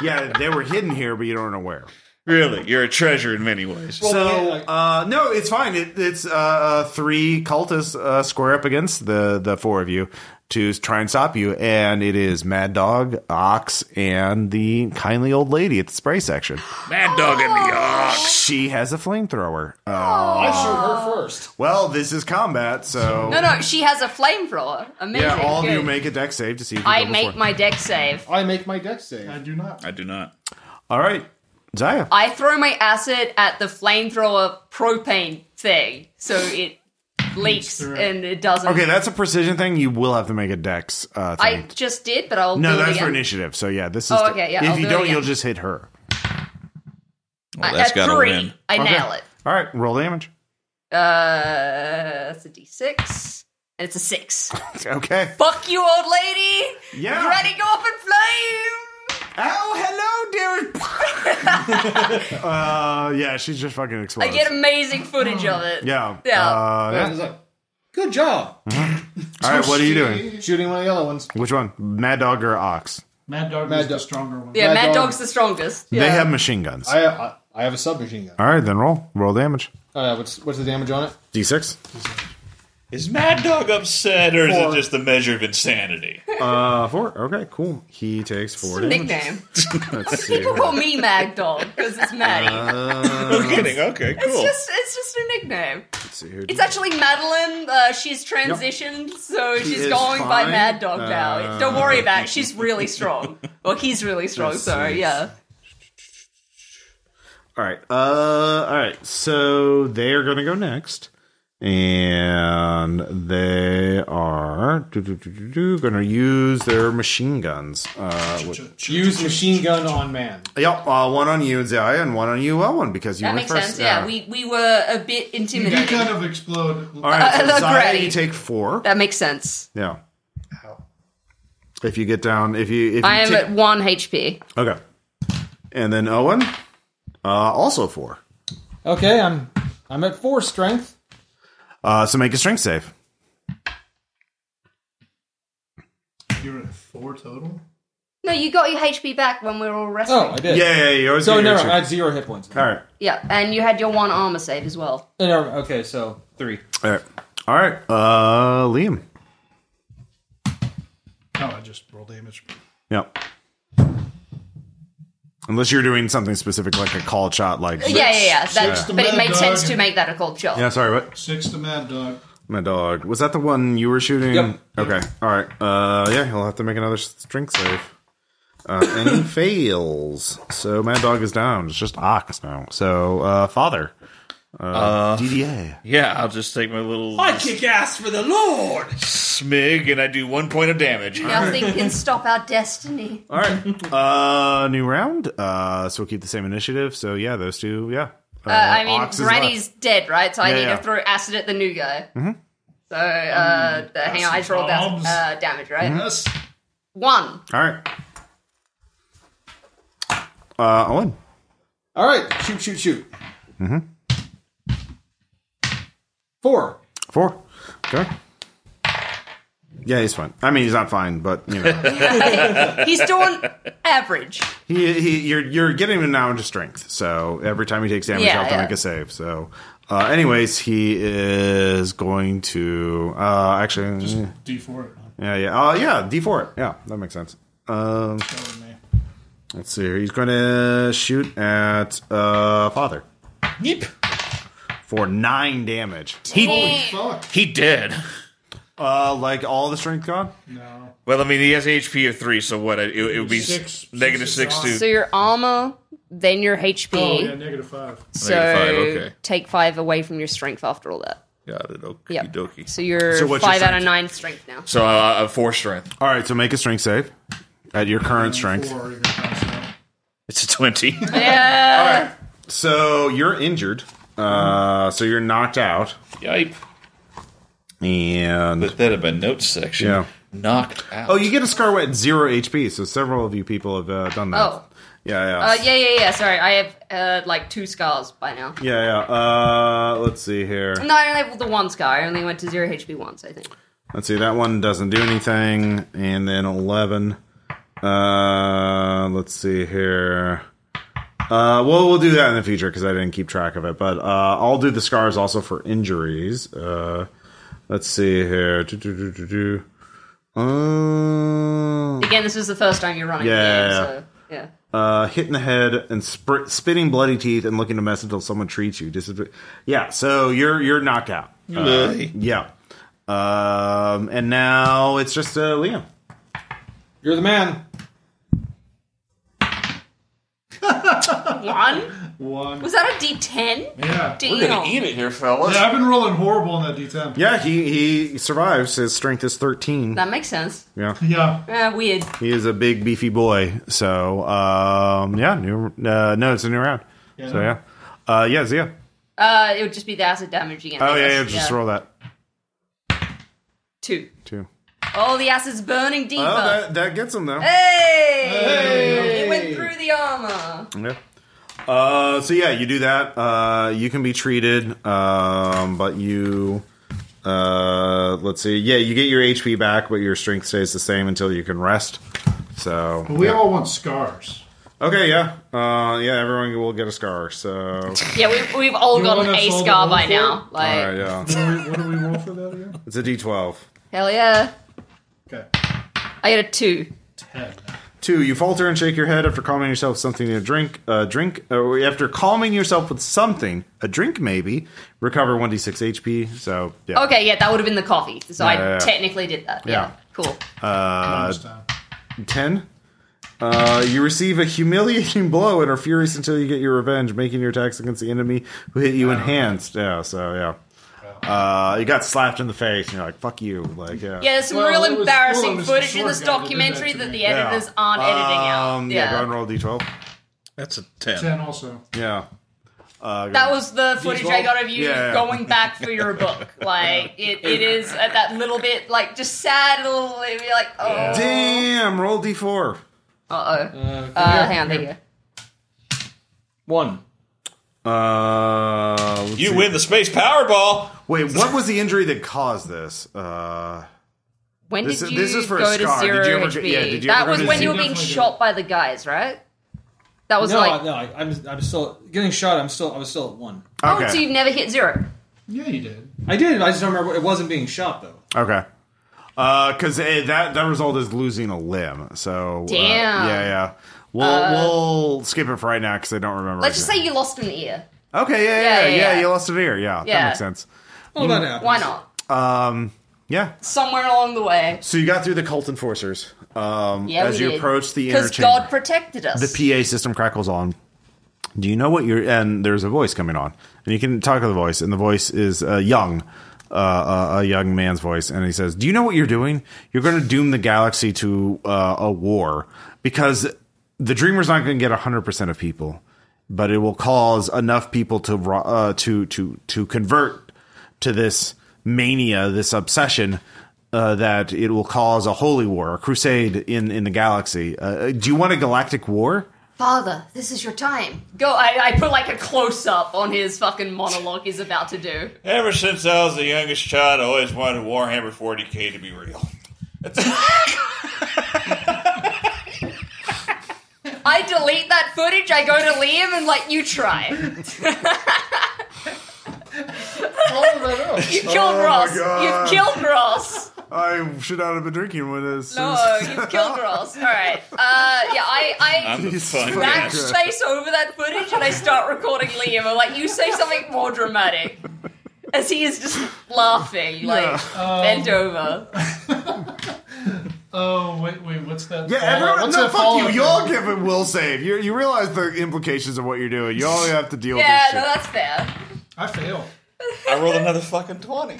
Speaker 1: Yeah, they were hidden here, but you don't know where.
Speaker 4: Really, you're a treasure in many ways.
Speaker 3: Well,
Speaker 1: So,
Speaker 3: yeah, like-
Speaker 1: uh, no, it's fine. It, it's uh, uh, three cultists uh, square up against the the four of you to try and stop you, and it is Mad Dog, Ox, and the kindly old lady at the spray section.
Speaker 4: Mad Dog and the Ox.
Speaker 1: She has a flamethrower. Uh,
Speaker 3: I shoot her first.
Speaker 1: well, this is combat, so
Speaker 5: no, no, she has a flamethrower. Amazing.
Speaker 1: yeah, all of you
Speaker 5: good.
Speaker 1: make a deck save to see. If you
Speaker 5: I
Speaker 1: go
Speaker 5: make
Speaker 1: before.
Speaker 5: my deck save.
Speaker 3: I make my deck save.
Speaker 2: I do not.
Speaker 4: I do not.
Speaker 1: All right, Zaya.
Speaker 5: I throw my acid at the flamethrower propane thing, so it leaks
Speaker 2: through.
Speaker 5: and it doesn't.
Speaker 1: Okay, that's a precision thing. You will have to make a dex. Uh, thing
Speaker 5: I just did, but I'll
Speaker 1: No,
Speaker 5: do it
Speaker 1: that's
Speaker 5: again.
Speaker 1: for initiative. So yeah, this is.
Speaker 5: Oh, okay, yeah,
Speaker 1: if
Speaker 5: I'll
Speaker 1: you
Speaker 5: do it
Speaker 1: not
Speaker 5: again.
Speaker 1: you'll just hit her.
Speaker 4: Well,
Speaker 5: At
Speaker 4: that's got to
Speaker 5: three,
Speaker 4: win.
Speaker 5: I
Speaker 1: Okay.
Speaker 5: nail it.
Speaker 1: All right, roll damage.
Speaker 5: Uh, that's a d6, and it's a six.
Speaker 1: Okay.
Speaker 5: Fuck you, old lady.
Speaker 1: Yeah.
Speaker 5: Ready, go up in flame.
Speaker 1: Oh, hello, dude. uh, yeah, she's just fucking
Speaker 5: I
Speaker 1: explodes.
Speaker 5: get amazing footage of it.
Speaker 1: Yeah.
Speaker 5: Yeah.
Speaker 1: Uh, yeah.
Speaker 3: I was like, good job
Speaker 1: All right, what are you doing?
Speaker 3: shooting one of the other ones.
Speaker 1: Which one, Mad Dog or Ox?
Speaker 2: Mad Dog
Speaker 3: Mad
Speaker 2: is the
Speaker 3: Dog.
Speaker 2: stronger one.
Speaker 5: yeah,
Speaker 3: Mad
Speaker 5: Mad
Speaker 3: Dog.
Speaker 5: Dog's the strongest.
Speaker 1: They
Speaker 5: Yeah.
Speaker 1: have machine guns.
Speaker 3: I, I I have a submachine gun.
Speaker 1: All right, then roll. Roll damage.
Speaker 3: Uh, what's what's the damage on it?
Speaker 1: D6.
Speaker 4: Is Mad Dog upset, or is
Speaker 1: Four.
Speaker 4: it just a measure of insanity?
Speaker 1: Uh, four. Okay, cool. He takes four damage.
Speaker 5: Nickname.
Speaker 1: Let's see.
Speaker 5: People call me Mad Dog because it's Maddie.
Speaker 1: Uh,
Speaker 4: No kidding. Okay,
Speaker 5: it's
Speaker 4: cool.
Speaker 5: just it's just a nickname.
Speaker 1: Let's see here.
Speaker 5: It's actually Madeline. Uh, she's transitioned, so
Speaker 1: She
Speaker 5: she's
Speaker 1: is
Speaker 5: going by
Speaker 1: fine.
Speaker 5: Mad Dog
Speaker 1: Uh,
Speaker 5: now. Don't worry about it. She's really strong. Well, he's really strong.
Speaker 1: Let's
Speaker 5: Sorry,
Speaker 1: see.
Speaker 5: yeah.
Speaker 1: All right. Uh, all right. So they are going to go next, and they are going to use their machine guns. Uh, with,
Speaker 3: Use machine gun on man.
Speaker 1: yep. Uh, one on you, Zaya, and one on you, Owen, because you went
Speaker 5: That makes
Speaker 1: first. uh,
Speaker 5: sense. Yeah. we we were a bit
Speaker 2: You do
Speaker 5: intimidated.
Speaker 2: kind of explode.
Speaker 1: all right. So
Speaker 5: Uh, look,
Speaker 1: Zaya,
Speaker 5: ready.
Speaker 1: you take four.
Speaker 5: that makes sense.
Speaker 1: Yeah. If you get down, if you, if you
Speaker 5: I am
Speaker 1: take-
Speaker 5: at one HP.
Speaker 1: okay, and then Owen, uh, also four.
Speaker 3: Okay, I'm I'm at four strength.
Speaker 1: Uh, so make a strength save.
Speaker 2: You're at four total.
Speaker 10: No, you got your HP back when we were all resting.
Speaker 3: Oh, I did.
Speaker 1: Yeah, yeah, yeah. You always
Speaker 3: So
Speaker 1: get your
Speaker 3: never.
Speaker 1: check.
Speaker 3: I had zero hit points.
Speaker 1: All right.
Speaker 5: Yeah, and you had your one armor save as well.
Speaker 3: Uh, never- Okay, so three.
Speaker 1: All right. All right. Uh, Liam.
Speaker 2: No, I just roll damage.
Speaker 1: Yep. Unless you're doing something specific like a call shot, like
Speaker 5: Yeah, yeah, yeah. That,
Speaker 2: the
Speaker 5: But it
Speaker 2: Mad
Speaker 5: made
Speaker 2: Dog.
Speaker 5: sense to make that a cold shot.
Speaker 1: Yeah, sorry, what?
Speaker 2: Six to Mad Dog.
Speaker 1: My dog. Was that the one you were shooting?
Speaker 3: Yep.
Speaker 1: Okay. All right. Uh, yeah, he'll have to make another strength save. Uh, and he fails. So Mad Dog is down. It's just Ox now. So, uh, Father. Uh, DDA.
Speaker 4: yeah, I'll just take my little
Speaker 3: kick ass for the Lord.
Speaker 4: smig and I do one point of damage.
Speaker 10: Nothing can stop our destiny.
Speaker 1: All right. Uh, new round. Uh, so we'll keep the same initiative. So, yeah, those two, yeah. Uh,
Speaker 5: Uh, I mean,
Speaker 1: Ox is
Speaker 5: Granny's dead, right? So I
Speaker 1: Yeah,
Speaker 5: need
Speaker 1: yeah. Mm-hmm.
Speaker 5: to throw acid at the new guy. So, uh,
Speaker 1: Mm,
Speaker 5: the- hang on, I just rolled out
Speaker 2: bombs.
Speaker 5: uh, damage, right?
Speaker 1: Mm-hmm.
Speaker 2: Yes.
Speaker 5: One.
Speaker 1: left. All right. Uh, Owen.
Speaker 3: All right, shoot, shoot, shoot. Mm-hmm. Four.
Speaker 1: Four. Okay. Yeah, he's fine. I mean, he's not fine, but you know,
Speaker 5: He's doing average.
Speaker 1: he, he you're you're getting him now into strength. So every time he takes damage,
Speaker 5: Yeah,
Speaker 1: you have to
Speaker 5: yeah.
Speaker 1: make a save. So, uh, anyways, he is going to uh, actually,
Speaker 2: D4.
Speaker 1: yeah, yeah, uh, yeah, D four it. Yeah, that makes sense. Um,
Speaker 2: That would me.
Speaker 1: let's see. here. He's going to shoot at uh, father
Speaker 4: Yep.
Speaker 1: for nine damage.
Speaker 4: He
Speaker 2: Fuck.
Speaker 4: he dead.
Speaker 1: Uh, like all the strength gone.
Speaker 2: No.
Speaker 4: Well, I mean, he has HP of three, so what? It, it would be
Speaker 2: Six.
Speaker 4: negative
Speaker 2: Six
Speaker 4: six,
Speaker 2: is
Speaker 4: to
Speaker 5: So your armor, then your HP.
Speaker 2: Oh, yeah, negative five.
Speaker 5: So
Speaker 4: five, okay.
Speaker 5: take five away from your strength after all that.
Speaker 4: Got it. Okie
Speaker 5: Yep.
Speaker 4: dokie.
Speaker 5: So you're
Speaker 1: So what's your
Speaker 5: five out
Speaker 1: strength?
Speaker 5: of nine strength now.
Speaker 4: So uh, uh, four strength.
Speaker 1: All right, so make a strength save at your current strength.
Speaker 2: Four. You're gonna
Speaker 4: It's a twenty.
Speaker 5: Yeah.
Speaker 1: So you're injured. Uh, so you're knocked out,
Speaker 4: Yipe.
Speaker 1: and
Speaker 4: Put that in my notes section.
Speaker 1: Yeah.
Speaker 4: Knocked out.
Speaker 1: oh, you get a scar at zero HP. So several of you people have uh, done that.
Speaker 5: Oh.
Speaker 1: Yeah, yeah,
Speaker 5: Uh, yeah, yeah, yeah. Sorry, I have uh, like two scars by now.
Speaker 1: yeah, yeah. Uh, let's see here.
Speaker 5: No, I only have the one scar. I only went to zero HP once, I think.
Speaker 1: Let's see. That one doesn't do anything, and then eleven. Uh, let's see here. Uh, well, we'll do that in the future because I didn't keep track of it. But uh, I'll do the scars also for injuries. Uh, let's see here. Do, do, do, do, do. Uh,
Speaker 5: Again, this is the first time you're running.
Speaker 1: Yeah,
Speaker 5: the
Speaker 1: yeah,
Speaker 5: game,
Speaker 1: yeah.
Speaker 5: So, yeah.
Speaker 1: uh, hit in the head and spr- spitting bloody teeth and looking to mess until someone treats you. Disab- yeah, so you're you're knockout. Uh,
Speaker 4: Really?
Speaker 1: yeah. Um, and now it's just uh, Liam.
Speaker 3: You're the man.
Speaker 5: One?
Speaker 2: be One.
Speaker 5: Was that a D10?
Speaker 2: Yeah.
Speaker 5: Damn.
Speaker 4: We're gonna eat it here, fellas.
Speaker 2: Yeah, I've been rolling horrible on that D10.
Speaker 1: Yeah, he he survives. His strength is thirteen.
Speaker 5: That makes sense.
Speaker 1: Yeah,
Speaker 2: Yeah.
Speaker 5: Uh, weird.
Speaker 1: he is a big beefy boy. So um, yeah, new uh, no, it's a new round. So yeah, uh, yeah, Zia.
Speaker 5: Uh, it would just be the acid damage again.
Speaker 1: Oh
Speaker 5: I
Speaker 1: yeah,
Speaker 5: guess.
Speaker 1: yeah, just roll that
Speaker 5: Two.
Speaker 1: too.
Speaker 5: Oh, the acid's burning deeper.
Speaker 1: Oh, that that gets him though.
Speaker 5: Hey! It went through the armor.
Speaker 1: Yeah. Uh, so yeah, you do that. Uh, you can be treated, um, but you, uh, let's see. Yeah, you get your HP back, but your strength stays the same until you can rest. So
Speaker 2: But we
Speaker 1: yeah.
Speaker 2: all want scars.
Speaker 1: Okay, yeah, uh, yeah. Everyone will get a scar. So,
Speaker 5: Yeah, we've, we've all
Speaker 2: You
Speaker 5: gotten
Speaker 2: want us
Speaker 5: a
Speaker 2: all to
Speaker 5: scar
Speaker 2: roll
Speaker 5: by
Speaker 2: for it?
Speaker 5: now. Like,
Speaker 1: all right, yeah.
Speaker 2: What do we- what do we roll for that again?
Speaker 1: It's a D twelve.
Speaker 11: Hell yeah.
Speaker 2: Okay.
Speaker 11: I got a two.
Speaker 2: Ten.
Speaker 1: Two, you falter and shake your head after calming yourself with something to drink. Uh, drink or after calming yourself with something, a drink maybe. Recover one d six HP. So yeah,
Speaker 5: okay, yeah, that would have been the coffee. So I
Speaker 1: Yeah, yeah, yeah.
Speaker 5: technically did that. Yeah.
Speaker 1: Yeah.
Speaker 5: Cool.
Speaker 1: Uh,
Speaker 2: Almost done.
Speaker 1: ten. Uh, you receive a humiliating blow and are furious until you get your revenge, making your attacks against the enemy who hit you enhanced. Yeah, so yeah. Uh, you got slapped in the face, and you're like, "Fuck you!" Like, yeah,
Speaker 5: Yeah, there's some
Speaker 2: Well,
Speaker 5: real
Speaker 2: it was- well, it
Speaker 5: embarrassing
Speaker 2: was the
Speaker 5: footage in
Speaker 2: short
Speaker 5: this
Speaker 2: guy that did that
Speaker 5: documentary
Speaker 2: to
Speaker 5: that,
Speaker 2: me.
Speaker 5: the editors aren't editing out.
Speaker 1: Um,
Speaker 5: Yeah.
Speaker 1: yeah, go and roll a d12.
Speaker 4: That's a 10.
Speaker 2: Ten also.
Speaker 1: Yeah, uh, go-
Speaker 5: That was the footage I
Speaker 3: D12?
Speaker 5: got of you
Speaker 1: Yeah.
Speaker 5: going back for your book. Like it, it is at that little bit, like just sad little. It'd be like, oh,
Speaker 1: damn. Roll d4.
Speaker 5: uh oh,
Speaker 3: Uh,
Speaker 5: uh, hang on, there you go.
Speaker 3: one.
Speaker 1: Uh, let's
Speaker 4: You
Speaker 1: see.
Speaker 4: win the space Powerball.
Speaker 1: Wait, what was the injury that caused this? Uh,
Speaker 5: When
Speaker 1: This
Speaker 5: did
Speaker 1: is-
Speaker 5: you
Speaker 1: this is for a
Speaker 5: go
Speaker 1: scar.
Speaker 5: to
Speaker 1: Did
Speaker 5: zero
Speaker 1: you ever
Speaker 5: HP?
Speaker 1: get- yeah, did you
Speaker 5: that
Speaker 1: ever go
Speaker 5: was
Speaker 1: to
Speaker 5: when you
Speaker 1: zero?
Speaker 5: were being
Speaker 2: Definitely
Speaker 5: shot by the guys, right? That was
Speaker 3: No,
Speaker 5: like,
Speaker 3: no, I, I'm I'm still getting shot. I'm still I was still at one.
Speaker 5: oh,
Speaker 1: okay.
Speaker 5: so you've never hit zero.
Speaker 2: Yeah, you did.
Speaker 3: I did. I just don't remember. It wasn't being shot though.
Speaker 1: okay. Because that that result is losing a limb. So uh,
Speaker 5: Damn. Uh,
Speaker 1: yeah, yeah. We'll we'll skip it for right now because I don't remember.
Speaker 5: Let's just say you lost an ear.
Speaker 1: okay, yeah, yeah, yeah.
Speaker 5: yeah, yeah.
Speaker 1: you lost an ear. Yeah, that
Speaker 5: Yeah.
Speaker 1: makes sense.
Speaker 3: Well, Oh, that happens.
Speaker 5: Why not?
Speaker 1: Yeah.
Speaker 5: Somewhere along the way,
Speaker 1: So you got through the cult enforcers um,
Speaker 5: Yeah,
Speaker 1: as
Speaker 5: we
Speaker 1: you
Speaker 5: did.
Speaker 1: approached the inner
Speaker 5: because
Speaker 1: chamber.
Speaker 5: God protected us.
Speaker 1: the PA system crackles on. Do you know what you're? And there's a voice coming on, and you can talk to the voice, and the voice is uh, young, uh, uh, a young man's voice, and he says, "Do you know what you're doing? You're going to doom the galaxy to uh, a war because the Dreamer's not going to get 100 percent of people, but it will cause enough people to ro- uh, to to to convert to this mania, this obsession." Uh, that it will cause a holy war, a crusade in, in the galaxy. Uh, do you want a galactic war?
Speaker 5: Father, this is your time. Go. I, I put like a close up on his fucking monologue he's about to do.
Speaker 4: Ever since I was the youngest child, I always wanted Warhammer 40k to be real.
Speaker 5: I delete that footage. I go to Liam and like you try.
Speaker 2: Oh, no, no.
Speaker 5: You killed Ross.
Speaker 1: God.
Speaker 5: You've killed Ross.
Speaker 1: I should not have been drinking with this.
Speaker 5: No, uh, you've killed Ross. All right. Uh, yeah, I, I
Speaker 4: I'm the
Speaker 1: He's
Speaker 4: fun
Speaker 1: fucking
Speaker 5: back
Speaker 4: guy.
Speaker 1: Christ.
Speaker 5: space over that footage and I start recording Liam. I'm like, you say something more dramatic. As he is just laughing, like bent over.
Speaker 2: Oh, wait, wait. What's that?
Speaker 3: Uh,
Speaker 1: Yeah,
Speaker 2: follow-
Speaker 1: everyone.
Speaker 2: what's
Speaker 1: No,
Speaker 2: that
Speaker 1: fuck
Speaker 2: follow-up
Speaker 1: you.
Speaker 2: thing?
Speaker 1: You all give it will save. You you realize the implications of what you're doing. You all have to deal
Speaker 5: Yeah,
Speaker 1: with
Speaker 5: no,
Speaker 1: this shit.
Speaker 5: that's fair.
Speaker 2: I fail.
Speaker 4: I rolled another fucking 20.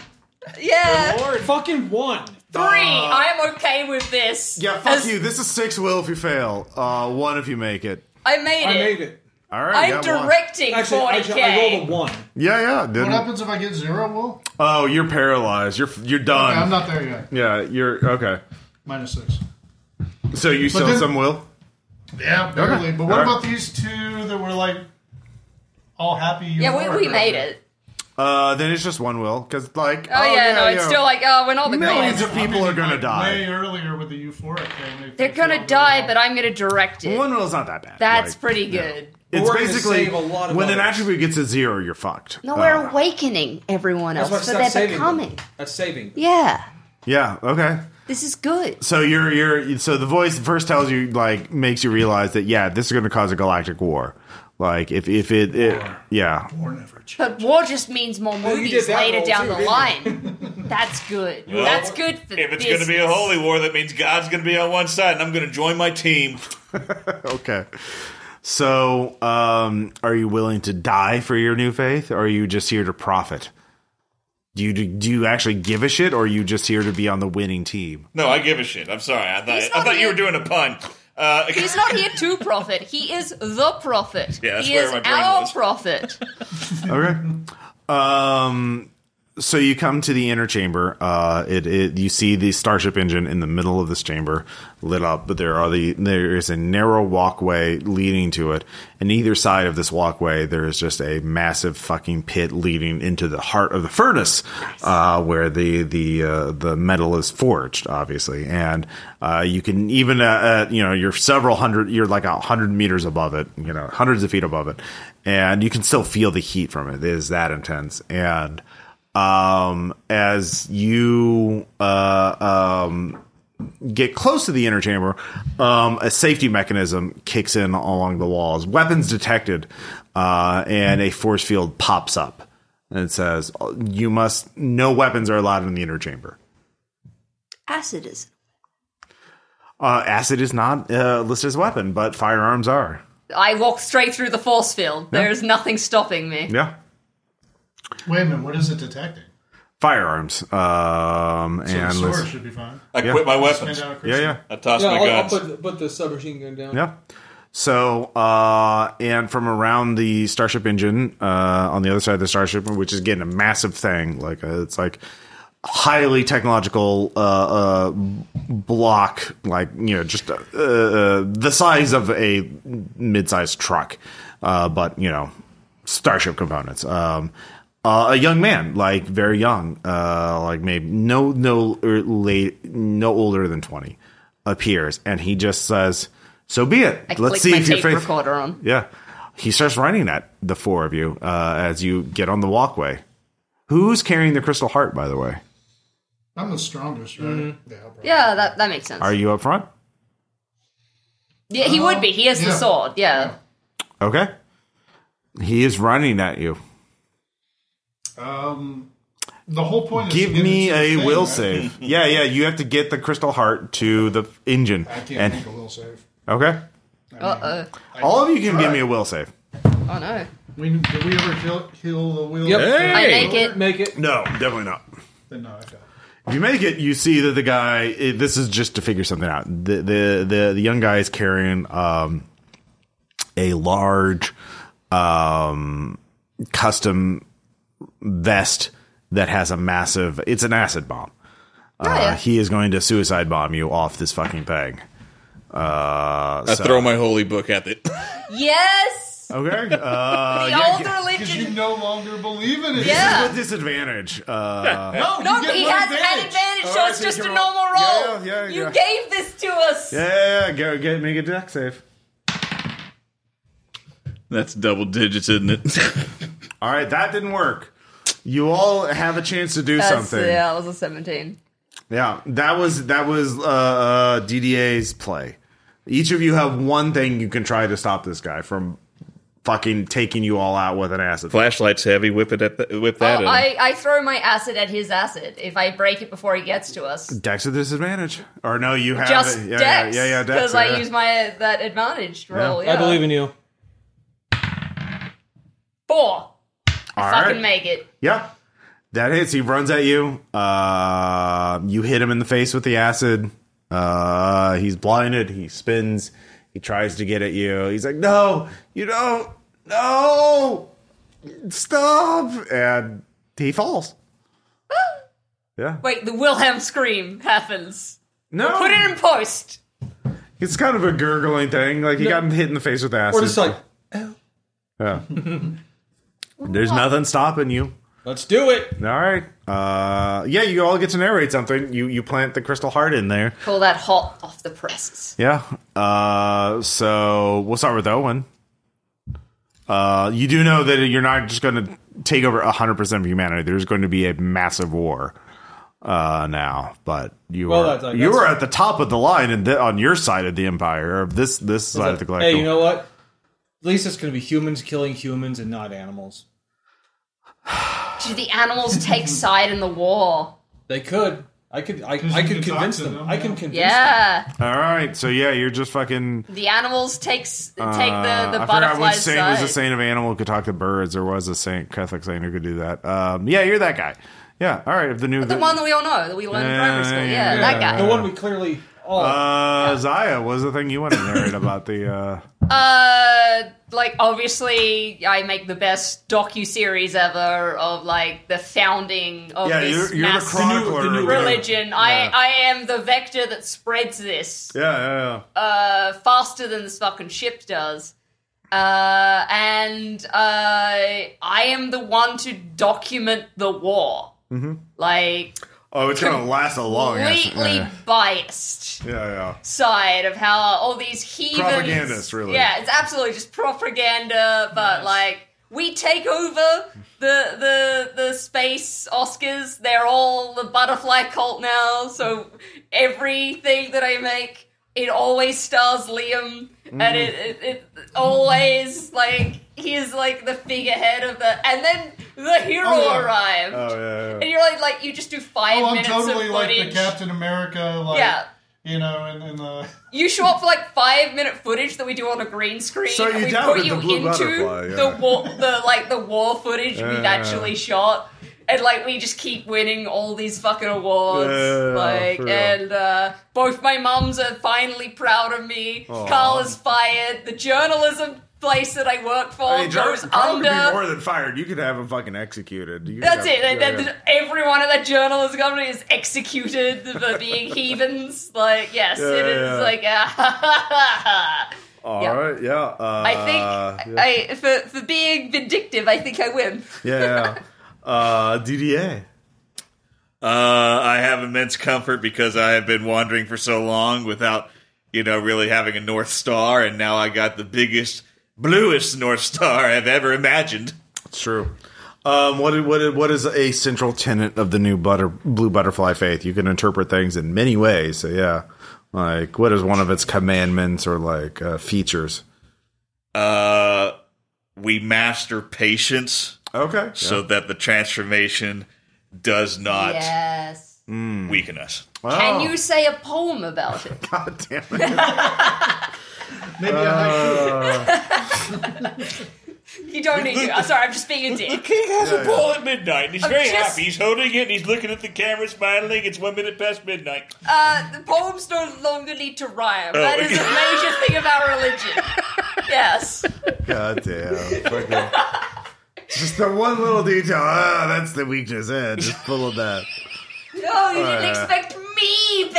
Speaker 5: Yeah,
Speaker 3: Lord, fucking one.
Speaker 5: three. I am okay with this.
Speaker 1: Yeah, fuck
Speaker 5: As-
Speaker 1: you. This is six will if you fail. Uh, one if you make it.
Speaker 5: I made it.
Speaker 3: I made it.
Speaker 1: All right.
Speaker 5: I'm
Speaker 1: yeah, one.
Speaker 5: directing
Speaker 3: Actually, I,
Speaker 5: 40k.
Speaker 3: I rolled a one.
Speaker 1: Yeah, yeah.
Speaker 2: What
Speaker 1: Didn't.
Speaker 2: happens if I get zero? Well,
Speaker 1: Oh, you're paralyzed. You're you're
Speaker 2: okay, I'm
Speaker 1: done.
Speaker 2: not there yet.
Speaker 1: Yeah, you're okay.
Speaker 2: Minus six.
Speaker 1: So you still have
Speaker 2: then-
Speaker 1: some will.
Speaker 2: Yeah, barely. But what
Speaker 1: All right.
Speaker 2: about these two that were like all happy? you
Speaker 5: yeah,
Speaker 2: were?
Speaker 5: we, we made it.
Speaker 1: Uh, then it's just one will because like.
Speaker 5: Oh, yeah, no, it's still like, oh, we're not the
Speaker 1: millions
Speaker 5: greatest.
Speaker 1: of people are gonna
Speaker 2: like, Way
Speaker 1: die.
Speaker 2: earlier with the euphoric thing. they-
Speaker 5: They're
Speaker 2: they
Speaker 5: gonna
Speaker 2: feel
Speaker 5: die,
Speaker 2: really
Speaker 5: but I'm gonna direct it.
Speaker 1: One will's not that bad.
Speaker 5: That's
Speaker 1: Like,
Speaker 5: pretty good.
Speaker 1: It's
Speaker 3: We're gonna
Speaker 1: basically
Speaker 3: save a lot of
Speaker 1: when an
Speaker 3: others.
Speaker 1: attribute gets a zero, you're fucked.
Speaker 12: No, we're
Speaker 1: Uh,
Speaker 12: awakening everyone
Speaker 3: Ah.
Speaker 12: else,
Speaker 3: That's why I
Speaker 12: so
Speaker 3: stopped
Speaker 12: they're
Speaker 3: saving. them.
Speaker 12: becoming.
Speaker 3: That's saving. them.
Speaker 12: Yeah,
Speaker 1: yeah. Okay.
Speaker 12: this is good.
Speaker 1: So you're you're so the voice first tells you like makes you realize that yeah this is going to cause a galactic war, like if if it, it yeah
Speaker 5: But war just means more
Speaker 3: you
Speaker 5: movies
Speaker 3: did that
Speaker 5: later
Speaker 3: role
Speaker 5: down
Speaker 3: too,
Speaker 5: the
Speaker 3: didn't
Speaker 5: line. That's good. That's good for
Speaker 4: If it's going to be a
Speaker 5: business.
Speaker 4: holy war, that means God's going to be on one side, and I'm going to join my team.
Speaker 1: okay. So um, are you willing to die for your new faith? Or are you just here to profit? Do you do you actually give a shit, or are you just here to be on the winning team?
Speaker 4: No, I give a shit. I'm sorry. I
Speaker 5: He's
Speaker 4: thought, I
Speaker 5: not
Speaker 4: thought you
Speaker 5: here-
Speaker 4: were doing a pun. Uh,
Speaker 5: He's not here to profit. He is the prophet.
Speaker 4: Yeah, that's
Speaker 5: he
Speaker 4: where
Speaker 5: is
Speaker 4: my brain
Speaker 5: our
Speaker 4: was.
Speaker 5: prophet.
Speaker 1: Okay. Um, so you come to the inner chamber. Uh, it, it you see the starship engine in the middle of this chamber lit up, but there are the there is a narrow walkway leading to it, and either side of this walkway there is just a massive fucking pit leading into the heart of the furnace, uh, where the the uh, the metal is forged, obviously, and uh, you can even uh, uh, you know you're several hundred you're like a hundred meters above it, you know hundreds of feet above it, and you can still feel the heat from it. It is that intense, and um, as you uh, um, get close to the inner chamber, um, a safety mechanism kicks in along the walls. Weapons detected, uh, and a force field pops up and says, "Oh, "You must. No weapons are allowed in the inner chamber."
Speaker 6: Acid is.
Speaker 1: Uh, acid is not uh, listed as a weapon, but firearms are.
Speaker 5: I walk straight through the force field. There's nothing stopping me.
Speaker 1: Yeah,
Speaker 2: Wait a minute, what is it detecting?
Speaker 1: firearms. Um,
Speaker 2: So the
Speaker 1: and
Speaker 2: sword
Speaker 1: list-
Speaker 2: should be fine.
Speaker 4: I quit my
Speaker 2: Made
Speaker 4: weapons.
Speaker 2: out of
Speaker 1: yeah,
Speaker 2: crystal.
Speaker 1: yeah.
Speaker 4: I tossed
Speaker 3: Yeah,
Speaker 4: my
Speaker 3: I'll, I'll
Speaker 4: guns.
Speaker 3: put, put the submachine gun down.
Speaker 1: Yeah. So, uh, and from around the starship engine, uh, on the other side of the starship, which is getting a massive thing, like uh it's like highly technological uh, uh, block, like you know, just uh, uh, the size of a mid-sized truck, uh, but you know, starship components. Um, uh, a young man, like very young, uh, like maybe no no er, late, no older than twenty, appears, and he just says, "So be it. Let's
Speaker 5: Click
Speaker 1: see
Speaker 5: my
Speaker 1: if your
Speaker 5: tape
Speaker 1: faith."
Speaker 5: recorder on.
Speaker 1: Yeah, he starts running at the four of you uh, as you get on the walkway. Who's carrying the crystal heart, by the way?
Speaker 2: I'm the strongest, right? Yeah, I'll probably-
Speaker 5: Yeah, that, that makes sense.
Speaker 1: Are you up front?
Speaker 5: yeah, he would be. He has the
Speaker 2: Yeah.
Speaker 5: sword. Yeah.
Speaker 1: Okay. He is running at you.
Speaker 2: Um, the whole point is to
Speaker 1: Give
Speaker 2: get
Speaker 1: me
Speaker 2: it to the
Speaker 1: a
Speaker 2: thing,
Speaker 1: will
Speaker 2: right?
Speaker 1: save. yeah, yeah. You have to get the crystal heart to the engine.
Speaker 2: I can't
Speaker 1: And
Speaker 2: make a will save.
Speaker 1: okay,
Speaker 5: Uh oh.
Speaker 1: all of you can give me a will save.
Speaker 5: Oh no.
Speaker 2: We, did we ever heal, heal the wheel?
Speaker 3: Yep.
Speaker 5: I make it.
Speaker 3: Make it.
Speaker 1: No, definitely not.
Speaker 2: Then no, I failed.
Speaker 1: If you make it, you see that the guy. It, this is just to figure something out. The the the, the young guy is carrying um, a large um, custom vest that has a massive. It's an acid bomb. Uh,
Speaker 5: Oh, yeah.
Speaker 1: He is going to suicide bomb you off this fucking thing. Uh,
Speaker 7: I
Speaker 1: so-
Speaker 7: throw my holy book at it.
Speaker 5: Yes.
Speaker 1: okay. Uh,
Speaker 5: The
Speaker 1: yeah,
Speaker 5: old
Speaker 1: get-
Speaker 5: religion.
Speaker 2: Because you no longer believe in it.
Speaker 5: Yeah.
Speaker 1: with disadvantage. Uh,
Speaker 2: No,
Speaker 5: No,
Speaker 2: you get
Speaker 5: he
Speaker 2: one
Speaker 5: has
Speaker 2: advantage.
Speaker 5: an advantage,
Speaker 1: Oh,
Speaker 5: so
Speaker 1: I
Speaker 5: it's
Speaker 1: see,
Speaker 5: just a
Speaker 1: you're
Speaker 5: normal
Speaker 1: right.
Speaker 5: roll.
Speaker 1: Yeah, yeah,
Speaker 5: you
Speaker 1: yeah.
Speaker 5: gave this to us.
Speaker 1: yeah, yeah, yeah, go get make a deck save.
Speaker 7: That's double digits, isn't it?
Speaker 1: All right, that didn't work. You all have a chance to do
Speaker 5: That's-
Speaker 1: something.
Speaker 5: Yeah, that was a 17.
Speaker 1: Yeah, that was that was uh, uh, DDA's play. Each of you have one thing you can try to stop this guy from fucking taking you all out with an acid.
Speaker 4: Flashlight's heavy. Whip it at the, whip that.
Speaker 5: Oh,
Speaker 4: at him.
Speaker 5: I, I throw my acid at his acid if I break it before he gets to us.
Speaker 1: Dex at disadvantage, or no? You have
Speaker 5: Just
Speaker 1: it. yeah,
Speaker 5: Dex.
Speaker 1: yeah, yeah, yeah, Dex,
Speaker 5: Because
Speaker 1: yeah.
Speaker 5: I use my uh, that advantage roll. Yeah.
Speaker 3: I believe in you.
Speaker 5: Four.
Speaker 1: All
Speaker 5: Fucking
Speaker 1: right.
Speaker 5: make it.
Speaker 1: Yeah, that hits. He runs at you. Uh, you hit him in the face with the acid. Uh, he's blinded. He spins. He tries to get at you. He's like, "No, you don't. No, stop!" And he falls. yeah.
Speaker 5: Wait, the Wilhelm scream happens.
Speaker 1: No,
Speaker 5: Put it in post.
Speaker 1: it's kind of a gurgling thing. Like he got hit in the face with acid.
Speaker 3: Or just like,
Speaker 1: yeah. There's nothing stopping you.
Speaker 3: let's do it.
Speaker 1: All right. Uh, yeah, you all get to narrate something. You you plant the crystal heart in there.
Speaker 5: Call that hot off the presses.
Speaker 1: Yeah. Uh, so we'll start with Owen. Uh, you do know that you're not just going to take over 100% of humanity. There's going to be a massive war uh, now, but you
Speaker 3: Well,
Speaker 1: were
Speaker 3: that's- that's-
Speaker 1: you were at the top of the line and th- on your side of the empire, or this this side of the collective.
Speaker 3: Hey, you know what? At least it's going to be humans killing humans and not animals.
Speaker 5: Do the animals take side in the war?
Speaker 3: They could. I could. I,
Speaker 2: Just
Speaker 3: I
Speaker 2: you
Speaker 3: could
Speaker 2: can talk
Speaker 3: convince
Speaker 2: to
Speaker 3: them.
Speaker 2: them,
Speaker 3: I
Speaker 2: yeah.
Speaker 3: can convince them.
Speaker 5: Yeah.
Speaker 1: All right, so yeah, you're just fucking.
Speaker 5: The animals takes take
Speaker 1: Uh,
Speaker 5: the, the
Speaker 1: I forgot which
Speaker 5: butterfly's
Speaker 1: saint was a
Speaker 5: side.
Speaker 1: saint of animal who could talk to birds. There was a saint Catholic saint who could do that. Um, yeah, you're that guy. Yeah, all right. If the new
Speaker 5: The one that we all know, that we learned in primary school. Yeah,
Speaker 1: Yeah.
Speaker 5: that guy.
Speaker 3: The one we clearly all.
Speaker 1: Uh, Zaya, what was the thing you wanted to narrate about the? Uh,
Speaker 5: Uh, like obviously, I make the best docu series ever of like the founding of
Speaker 1: yeah,
Speaker 5: this
Speaker 1: you're, you're the
Speaker 5: mass
Speaker 1: chronicler.
Speaker 3: the new
Speaker 1: of the-
Speaker 5: religion. I
Speaker 1: Yeah.
Speaker 5: I am the vector that spreads this
Speaker 1: Yeah, yeah, yeah.
Speaker 5: uh, faster than this fucking ship does. Uh, and uh, I am the one to document the war. Mm-hmm. Like
Speaker 1: Oh, it's gonna last a long. ass-
Speaker 5: completely
Speaker 1: Yeah,
Speaker 5: biased
Speaker 1: yeah, yeah.
Speaker 5: side of how all these heathens
Speaker 1: Propagandists, really.
Speaker 5: yeah it's absolutely just propaganda but like we take over the the the space oscars they're all the butterfly cult now so everything that i make it always stars liam and it, it, it always like he is like the figurehead of the and then the hero
Speaker 2: Oh, yeah.
Speaker 5: arrived
Speaker 1: Oh, yeah,
Speaker 5: and
Speaker 1: yeah.
Speaker 5: you're like like you just do five
Speaker 2: Oh, I'm
Speaker 5: minutes
Speaker 2: totally
Speaker 5: of
Speaker 2: like
Speaker 5: footage
Speaker 2: the Captain America, like
Speaker 5: Yeah.
Speaker 2: you know, in, in the
Speaker 5: you show up for like five minute footage that we do on a green screen.
Speaker 1: So you
Speaker 5: and we
Speaker 1: doubted
Speaker 5: put you
Speaker 1: the blue butterfly,
Speaker 5: into
Speaker 1: yeah.
Speaker 5: the war, the like the war footage
Speaker 1: Yeah.
Speaker 5: we've actually shot, and like we just keep winning all these fucking awards.
Speaker 1: Yeah,
Speaker 5: like,
Speaker 1: for real.
Speaker 5: and uh, both my moms are finally proud of me.
Speaker 1: Aw.
Speaker 5: Carl is fired. The journalism place that I work for
Speaker 1: I mean,
Speaker 5: goes
Speaker 1: John Carl could
Speaker 5: under.
Speaker 1: be more than fired. You could have him fucking executed. You could have-
Speaker 5: That's it. And
Speaker 1: yeah,
Speaker 5: then
Speaker 1: yeah.
Speaker 5: everyone at that journalism company is executed for being heathens. Like, yes,
Speaker 1: Yeah,
Speaker 5: it is
Speaker 1: yeah.
Speaker 5: like, ah,
Speaker 1: All
Speaker 5: yeah.
Speaker 1: right, yeah. Uh,
Speaker 5: I think
Speaker 1: yeah.
Speaker 5: I for for being vindictive, I think I win.
Speaker 1: yeah, yeah. Uh, DDA.
Speaker 4: Uh, I have immense comfort because I have been wandering for so long without, you know, really having a North Star, and now I got the biggest, bluest North Star I've ever imagined.
Speaker 1: It's true. Um, what, what what is a central tenet of the new butter blue butterfly faith? You can interpret things in many ways. So yeah, like what is one of its commandments or like uh, features?
Speaker 4: Uh, we master patience
Speaker 1: Okay,
Speaker 4: so that the transformation does not
Speaker 5: Yes.
Speaker 4: weaken us.
Speaker 1: Oh.
Speaker 5: Can you say a poem about it?
Speaker 1: God damn it!
Speaker 2: maybe a haiku.
Speaker 5: You don't need to. I'm sorry, I'm just being a dick.
Speaker 4: King has
Speaker 1: Yeah,
Speaker 4: a
Speaker 1: yeah.
Speaker 4: ball at midnight, and he's very
Speaker 5: just-
Speaker 4: happy. He's holding it, and he's looking at the camera, smiling. It's one minute past midnight.
Speaker 5: Uh, the poems no longer need to rhyme.
Speaker 4: Oh,
Speaker 5: that is
Speaker 4: okay.
Speaker 5: a major thing of our religion. yes.
Speaker 1: God damn! Fucking- Just the one little detail. Ah, that's the weakness. Eh, just full of that.
Speaker 5: No, Oh, you didn't
Speaker 1: yeah.
Speaker 5: expect me,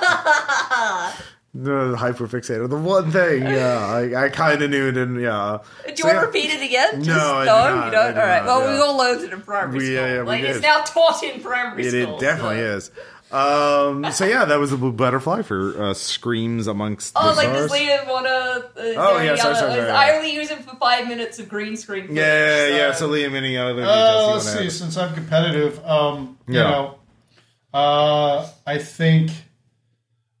Speaker 5: Baton.
Speaker 1: The hyperfixator. The one thing. Yeah, I, I kind of knew it, and yeah.
Speaker 5: Do you
Speaker 1: So,
Speaker 5: want
Speaker 1: yeah.
Speaker 5: to repeat it again?
Speaker 1: No,
Speaker 5: Just-
Speaker 1: I do
Speaker 5: you
Speaker 1: not, I
Speaker 5: don't.
Speaker 1: do
Speaker 5: all right.
Speaker 1: not,
Speaker 5: well,
Speaker 1: yeah.
Speaker 5: we all learned it in primary
Speaker 1: We-
Speaker 5: school.
Speaker 1: yeah, yeah, we
Speaker 5: like
Speaker 1: did.
Speaker 5: it's now taught in primary
Speaker 1: It,
Speaker 5: school.
Speaker 1: it definitely
Speaker 5: so-
Speaker 1: is. Um, so yeah, that was the blue butterfly for uh, screams amongst.
Speaker 5: Oh,
Speaker 1: the
Speaker 5: like does
Speaker 1: stars.
Speaker 5: Liam wanna? Uh,
Speaker 1: Oh,
Speaker 5: oh
Speaker 1: yeah,
Speaker 5: yeah,
Speaker 1: sorry, sorry, sorry,
Speaker 5: I
Speaker 1: yeah.
Speaker 5: only use him for five minutes of green screen. Footage,
Speaker 1: Yeah,
Speaker 5: so.
Speaker 1: yeah. So Liam, any other
Speaker 2: Uh,
Speaker 1: details
Speaker 2: let's
Speaker 1: you
Speaker 2: see.
Speaker 1: want to
Speaker 2: Since I'm competitive, um, you
Speaker 1: Yeah.
Speaker 2: know, uh, I think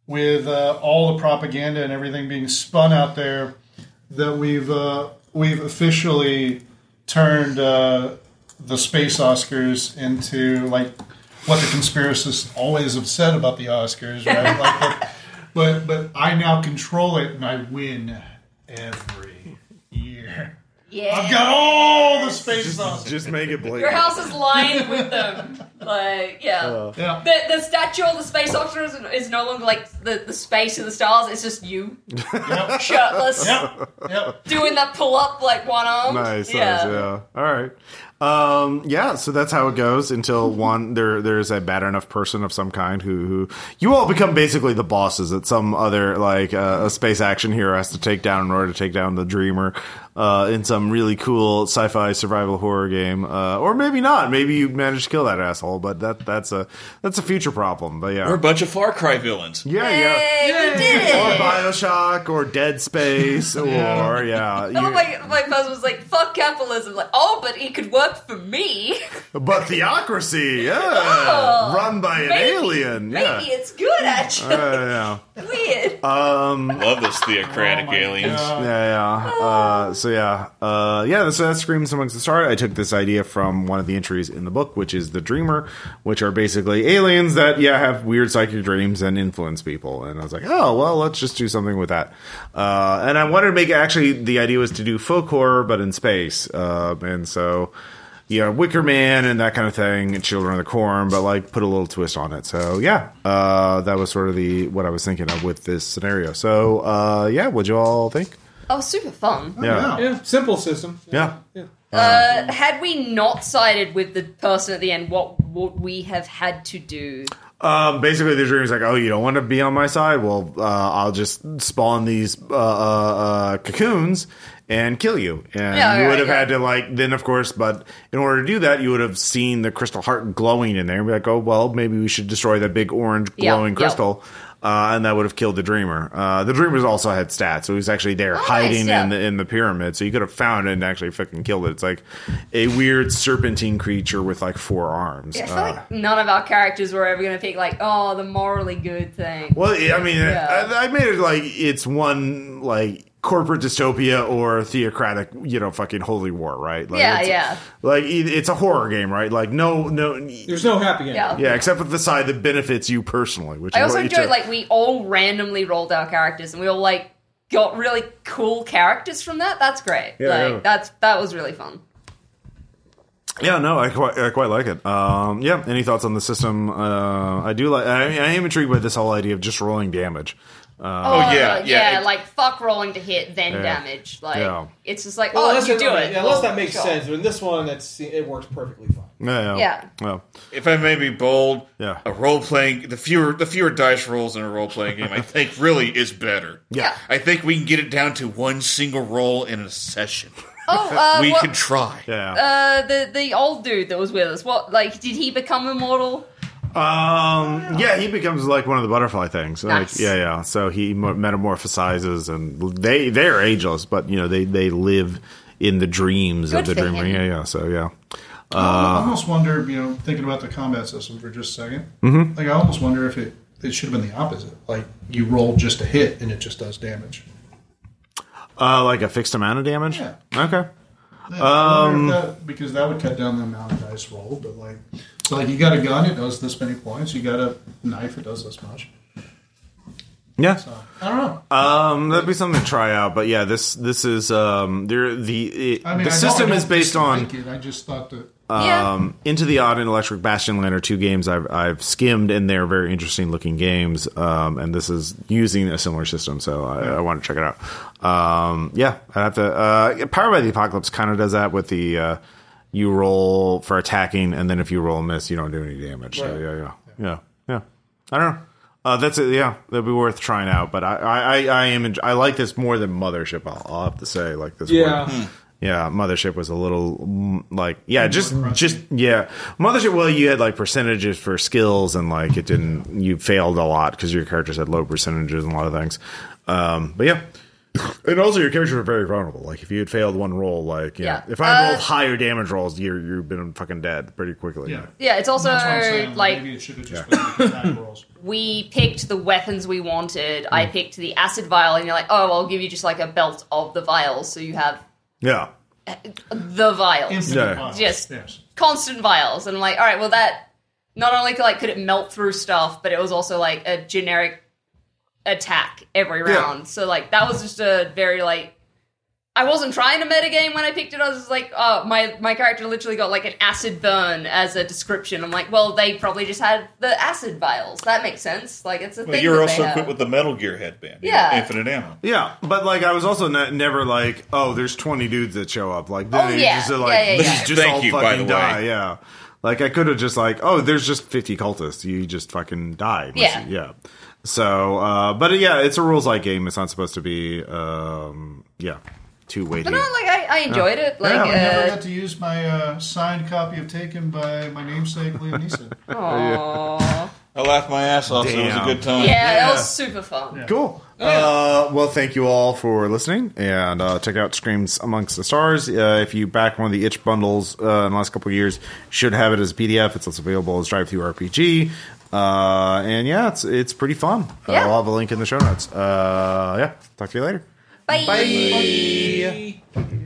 Speaker 2: with uh, all the propaganda and everything being spun out there, that we've uh, we've officially turned uh, the space Oscars into like what the conspiracists always have said about the Oscars, right? like, but- but but I now control it and I win every year.
Speaker 5: yeah.
Speaker 2: I've got all the space Oscars.
Speaker 1: Just make it
Speaker 5: Your
Speaker 1: blatant.
Speaker 5: house is lined with them. Like yeah.
Speaker 1: Oh,
Speaker 2: Yeah.
Speaker 5: the, the statue of the space officer is, is no longer like the, the space of the stars. It's just you,
Speaker 2: Yep.
Speaker 5: shirtless,
Speaker 2: Yep. Yep.
Speaker 5: doing that pull up like one arm.
Speaker 1: Nice, nice, yeah. All right. Um, yeah, so that's how it goes until one there there's a bad enough person of some kind who, who you all become basically the bosses that some other like uh, a space action hero has to take down in order to take down the dreamer uh, in some really cool sci-fi survival horror game uh, or maybe not maybe you manage to kill that asshole but that that's a that's a future problem but yeah
Speaker 13: We're a bunch of Far Cry villains.
Speaker 1: yeah yeah
Speaker 5: Hey, we did it.
Speaker 1: or Bioshock or Dead Space or yeah.
Speaker 5: Oh,
Speaker 1: you-
Speaker 5: my, my husband was like, fuck capitalism. Like, oh, but it could work for me.
Speaker 1: but theocracy, yeah,
Speaker 5: Oh,
Speaker 1: run by an
Speaker 5: maybe-
Speaker 1: alien, yeah. Uh,
Speaker 5: Maybe it's good, actually.
Speaker 1: Yeah,
Speaker 5: Weird.
Speaker 13: Love those
Speaker 5: Oh
Speaker 13: theocratic aliens.
Speaker 1: yeah, yeah. Uh, so yeah, uh, yeah. So that screams amongst the stars. I took this idea from one of the entries in the book, which is the Dreamer, which are basically aliens that yeah have weird psychic dreams and influence people. And I was like, oh well, let's just do something with that. Uh, and I wanted to make actually the idea was to do folk horror, but in space. Uh, and so you know, Wicker Man and that kind of thing, and Children of the Corn, but like put a little twist on it. So yeah, uh, that was sort of the what I was thinking of with this scenario. So uh, yeah, what'd you all think?
Speaker 5: Oh, super fun.
Speaker 1: Yeah,
Speaker 3: Yeah, simple system.
Speaker 1: yeah.
Speaker 5: Uh, had we not sided with the person at the end, what would we have had to do?
Speaker 1: Um, basically, the dream is like, oh, you don't want to be on my side? Well, uh, I'll just spawn these uh, uh, uh, cocoons and kill you. And
Speaker 5: Yeah,
Speaker 1: you
Speaker 5: yeah,
Speaker 1: would have
Speaker 5: yeah.
Speaker 1: had to, like, then, of course, but in order to do that, you would have seen the crystal heart glowing in there and be like, oh, well, maybe we should destroy that big orange
Speaker 5: Yeah,
Speaker 1: glowing
Speaker 5: yeah.
Speaker 1: crystal. Uh, and that would have killed the dreamer. Uh, the dreamer's also had stats, so he was actually there hiding
Speaker 5: Oh, yeah.
Speaker 1: in the in the pyramid. So you could have found it and actually fucking killed it. It's like a weird serpentine creature with like four arms.
Speaker 5: I feel
Speaker 1: Uh,
Speaker 5: like none of our characters were ever going to pick like, oh, the morally good thing.
Speaker 1: Well, yeah, I mean,
Speaker 5: Yeah.
Speaker 1: I, I made it like it's one like corporate dystopia or theocratic, you know, fucking holy war, right? Like,
Speaker 5: Yeah,
Speaker 1: it's,
Speaker 5: yeah.
Speaker 1: Like it- it's a horror game, right? Like no, no,
Speaker 3: There's no happy ending.
Speaker 5: Yeah.
Speaker 1: yeah, except for the side that benefits you personally, which
Speaker 5: I
Speaker 1: is
Speaker 5: also
Speaker 1: what you
Speaker 5: enjoyed
Speaker 1: took.
Speaker 5: like we all randomly rolled our characters and we all like got really cool characters from that. That's great.
Speaker 1: Yeah,
Speaker 5: like
Speaker 1: yeah.
Speaker 5: that's that was really fun.
Speaker 1: Yeah, no, I quite, I quite like it. Um, yeah, any thoughts on the system? Uh, I do like. I, I am intrigued by this whole idea of just rolling damage. Uh,
Speaker 5: Oh
Speaker 4: yeah, yeah, it-
Speaker 5: like fuck rolling to hit, then damage. Like
Speaker 1: Yeah.
Speaker 5: it's just like,
Speaker 3: Well,
Speaker 5: oh,
Speaker 3: unless,
Speaker 5: you
Speaker 3: it-
Speaker 5: do it.
Speaker 3: yeah, unless that
Speaker 5: Oh,
Speaker 3: makes
Speaker 5: sure.
Speaker 3: sense. In this one, that's it works perfectly fine.
Speaker 1: Yeah,
Speaker 5: Yeah.
Speaker 1: yeah.
Speaker 4: If I may be bold,
Speaker 1: Yeah.
Speaker 4: a role playing the fewer the fewer dice rolls in a role playing game, I think really is better.
Speaker 1: Yeah.
Speaker 4: I think we can get it down to one single roll in a session.
Speaker 5: Oh, uh,
Speaker 4: we
Speaker 5: what-
Speaker 4: can try.
Speaker 1: yeah.
Speaker 5: uh, the the old dude that was with us. What like did he become immortal?
Speaker 1: Um. Yeah, he becomes like one of the butterfly things. Like,
Speaker 5: Nice.
Speaker 1: yeah, yeah. So he mo- metamorphosizes, and they they're ageless, but you know they they live in the dreams of
Speaker 5: Good
Speaker 1: the
Speaker 5: for
Speaker 1: dreamer.
Speaker 5: him.
Speaker 1: Yeah, yeah. So yeah.
Speaker 2: I almost wonder, you know, thinking about the combat system for just a 2nd Mm-hmm. Like, I almost wonder if it, it should have been the opposite. Like, you roll just a hit and it just does damage.
Speaker 1: Uh, like a fixed amount of damage.
Speaker 2: Yeah.
Speaker 1: Okay.
Speaker 2: Yeah, I
Speaker 1: Um,
Speaker 2: wonder if that- because that would cut down the amount of dice rolled. But like, so like, you got a gun, it does this many points. You got a knife, it does this much.
Speaker 1: Yeah.
Speaker 2: I don't know.
Speaker 1: Um. That'd be something to try out. But yeah, this this is um. There the it,
Speaker 2: I mean, I
Speaker 1: the
Speaker 2: don't-
Speaker 1: system
Speaker 2: I
Speaker 1: is
Speaker 2: don't
Speaker 1: based on.
Speaker 2: dislike It. I just thought that.
Speaker 5: yeah.
Speaker 1: Um, Into the Odd and Electric Bastion Land are two games I've I've skimmed, and they're very interesting looking games. Um, and this is using a similar system, so I, I want to check it out. Um, yeah, I have to. Uh, Power by the Apocalypse kind of does that with the uh, you roll for attacking, and then if you roll and miss, you don't do any damage. So yeah, yeah, yeah, yeah. I don't know. Uh, that's it. Yeah, that'd be worth trying out. But I, I, I, I am. en- I like this more than Mothership. I'll, I'll have to say, like this.
Speaker 3: Yeah.
Speaker 1: worked. Yeah, Mothership was a little mm, like yeah, just just yeah. Mothership. Well, you had like percentages for skills and like it didn't. You failed a lot because your characters had low percentages and a lot of things. Um, but yeah, and also your characters were very vulnerable. Like if you had failed one roll, like yeah,
Speaker 5: Yeah.
Speaker 1: if I had
Speaker 5: Uh,
Speaker 1: rolled higher damage rolls, you you've been fucking dead pretty quickly.
Speaker 2: Yeah.
Speaker 5: yeah, it's also
Speaker 2: That's what I'm saying.
Speaker 5: like
Speaker 2: maybe it should have just been attack rolls.
Speaker 5: we picked the weapons we wanted.
Speaker 2: Hmm.
Speaker 5: I picked the acid vial, and you're like, oh, I'll give you just like a belt of the vials, so you have
Speaker 1: yeah,
Speaker 5: the vials,
Speaker 2: Infinite
Speaker 1: Yeah.
Speaker 2: vials.
Speaker 5: Yes.
Speaker 2: Yes.
Speaker 5: constant vials. And I'm like, all right, well, that not only like could it melt through stuff, but it was also like a generic attack every
Speaker 1: Yeah.
Speaker 5: round. So like that was just a very like. I wasn't trying to metagame when I picked it. I was just like, oh, my, my character literally got like an acid burn as a description. I'm like, well, they probably just had the acid vials. That makes sense. Like, it's a
Speaker 7: But
Speaker 5: thing.
Speaker 7: you're
Speaker 5: that they
Speaker 7: also
Speaker 5: have.
Speaker 7: equipped with the Metal Gear headband.
Speaker 5: Yeah.
Speaker 7: Infinite ammo.
Speaker 1: yeah. But like I was also ne- never like oh, there's twenty dudes that show up. Like
Speaker 5: Oh,
Speaker 1: they
Speaker 5: yeah.
Speaker 1: just are like
Speaker 5: Yeah, yeah,
Speaker 1: "This
Speaker 5: yeah.
Speaker 1: is just
Speaker 7: Thank
Speaker 1: all
Speaker 7: you, by
Speaker 1: fucking
Speaker 7: the way.
Speaker 1: die. Yeah. Like I could have just like, oh, there's just 50 cultists. You just fucking die.
Speaker 5: Yeah.
Speaker 1: Yeah. So, uh, but yeah, it's a rules like game. It's not supposed to be, um, yeah, too weighty.
Speaker 5: But no, like I, I enjoyed it. Like,
Speaker 1: Yeah.
Speaker 2: I never
Speaker 5: uh,
Speaker 2: got to use my uh, signed copy of Taken by my namesake Liam Neeson.
Speaker 5: aw.
Speaker 7: I laughed my ass off, so it was
Speaker 1: Damn.
Speaker 7: a good time.
Speaker 5: yeah,
Speaker 1: Yeah.
Speaker 5: that was super fun.
Speaker 1: Cool. Uh, well, thank you all for listening, and uh, check out "Screams Amongst the Stars." Uh, if you back one of the itch bundles uh, in the last couple of years, you should have it as a PDF. It's also available as Drive Through RPG, uh, and yeah, it's it's pretty fun. Uh,
Speaker 5: Yeah.
Speaker 1: I'll have a link in the show notes. Uh, yeah, talk to you later.
Speaker 5: Bye.
Speaker 3: Yeah.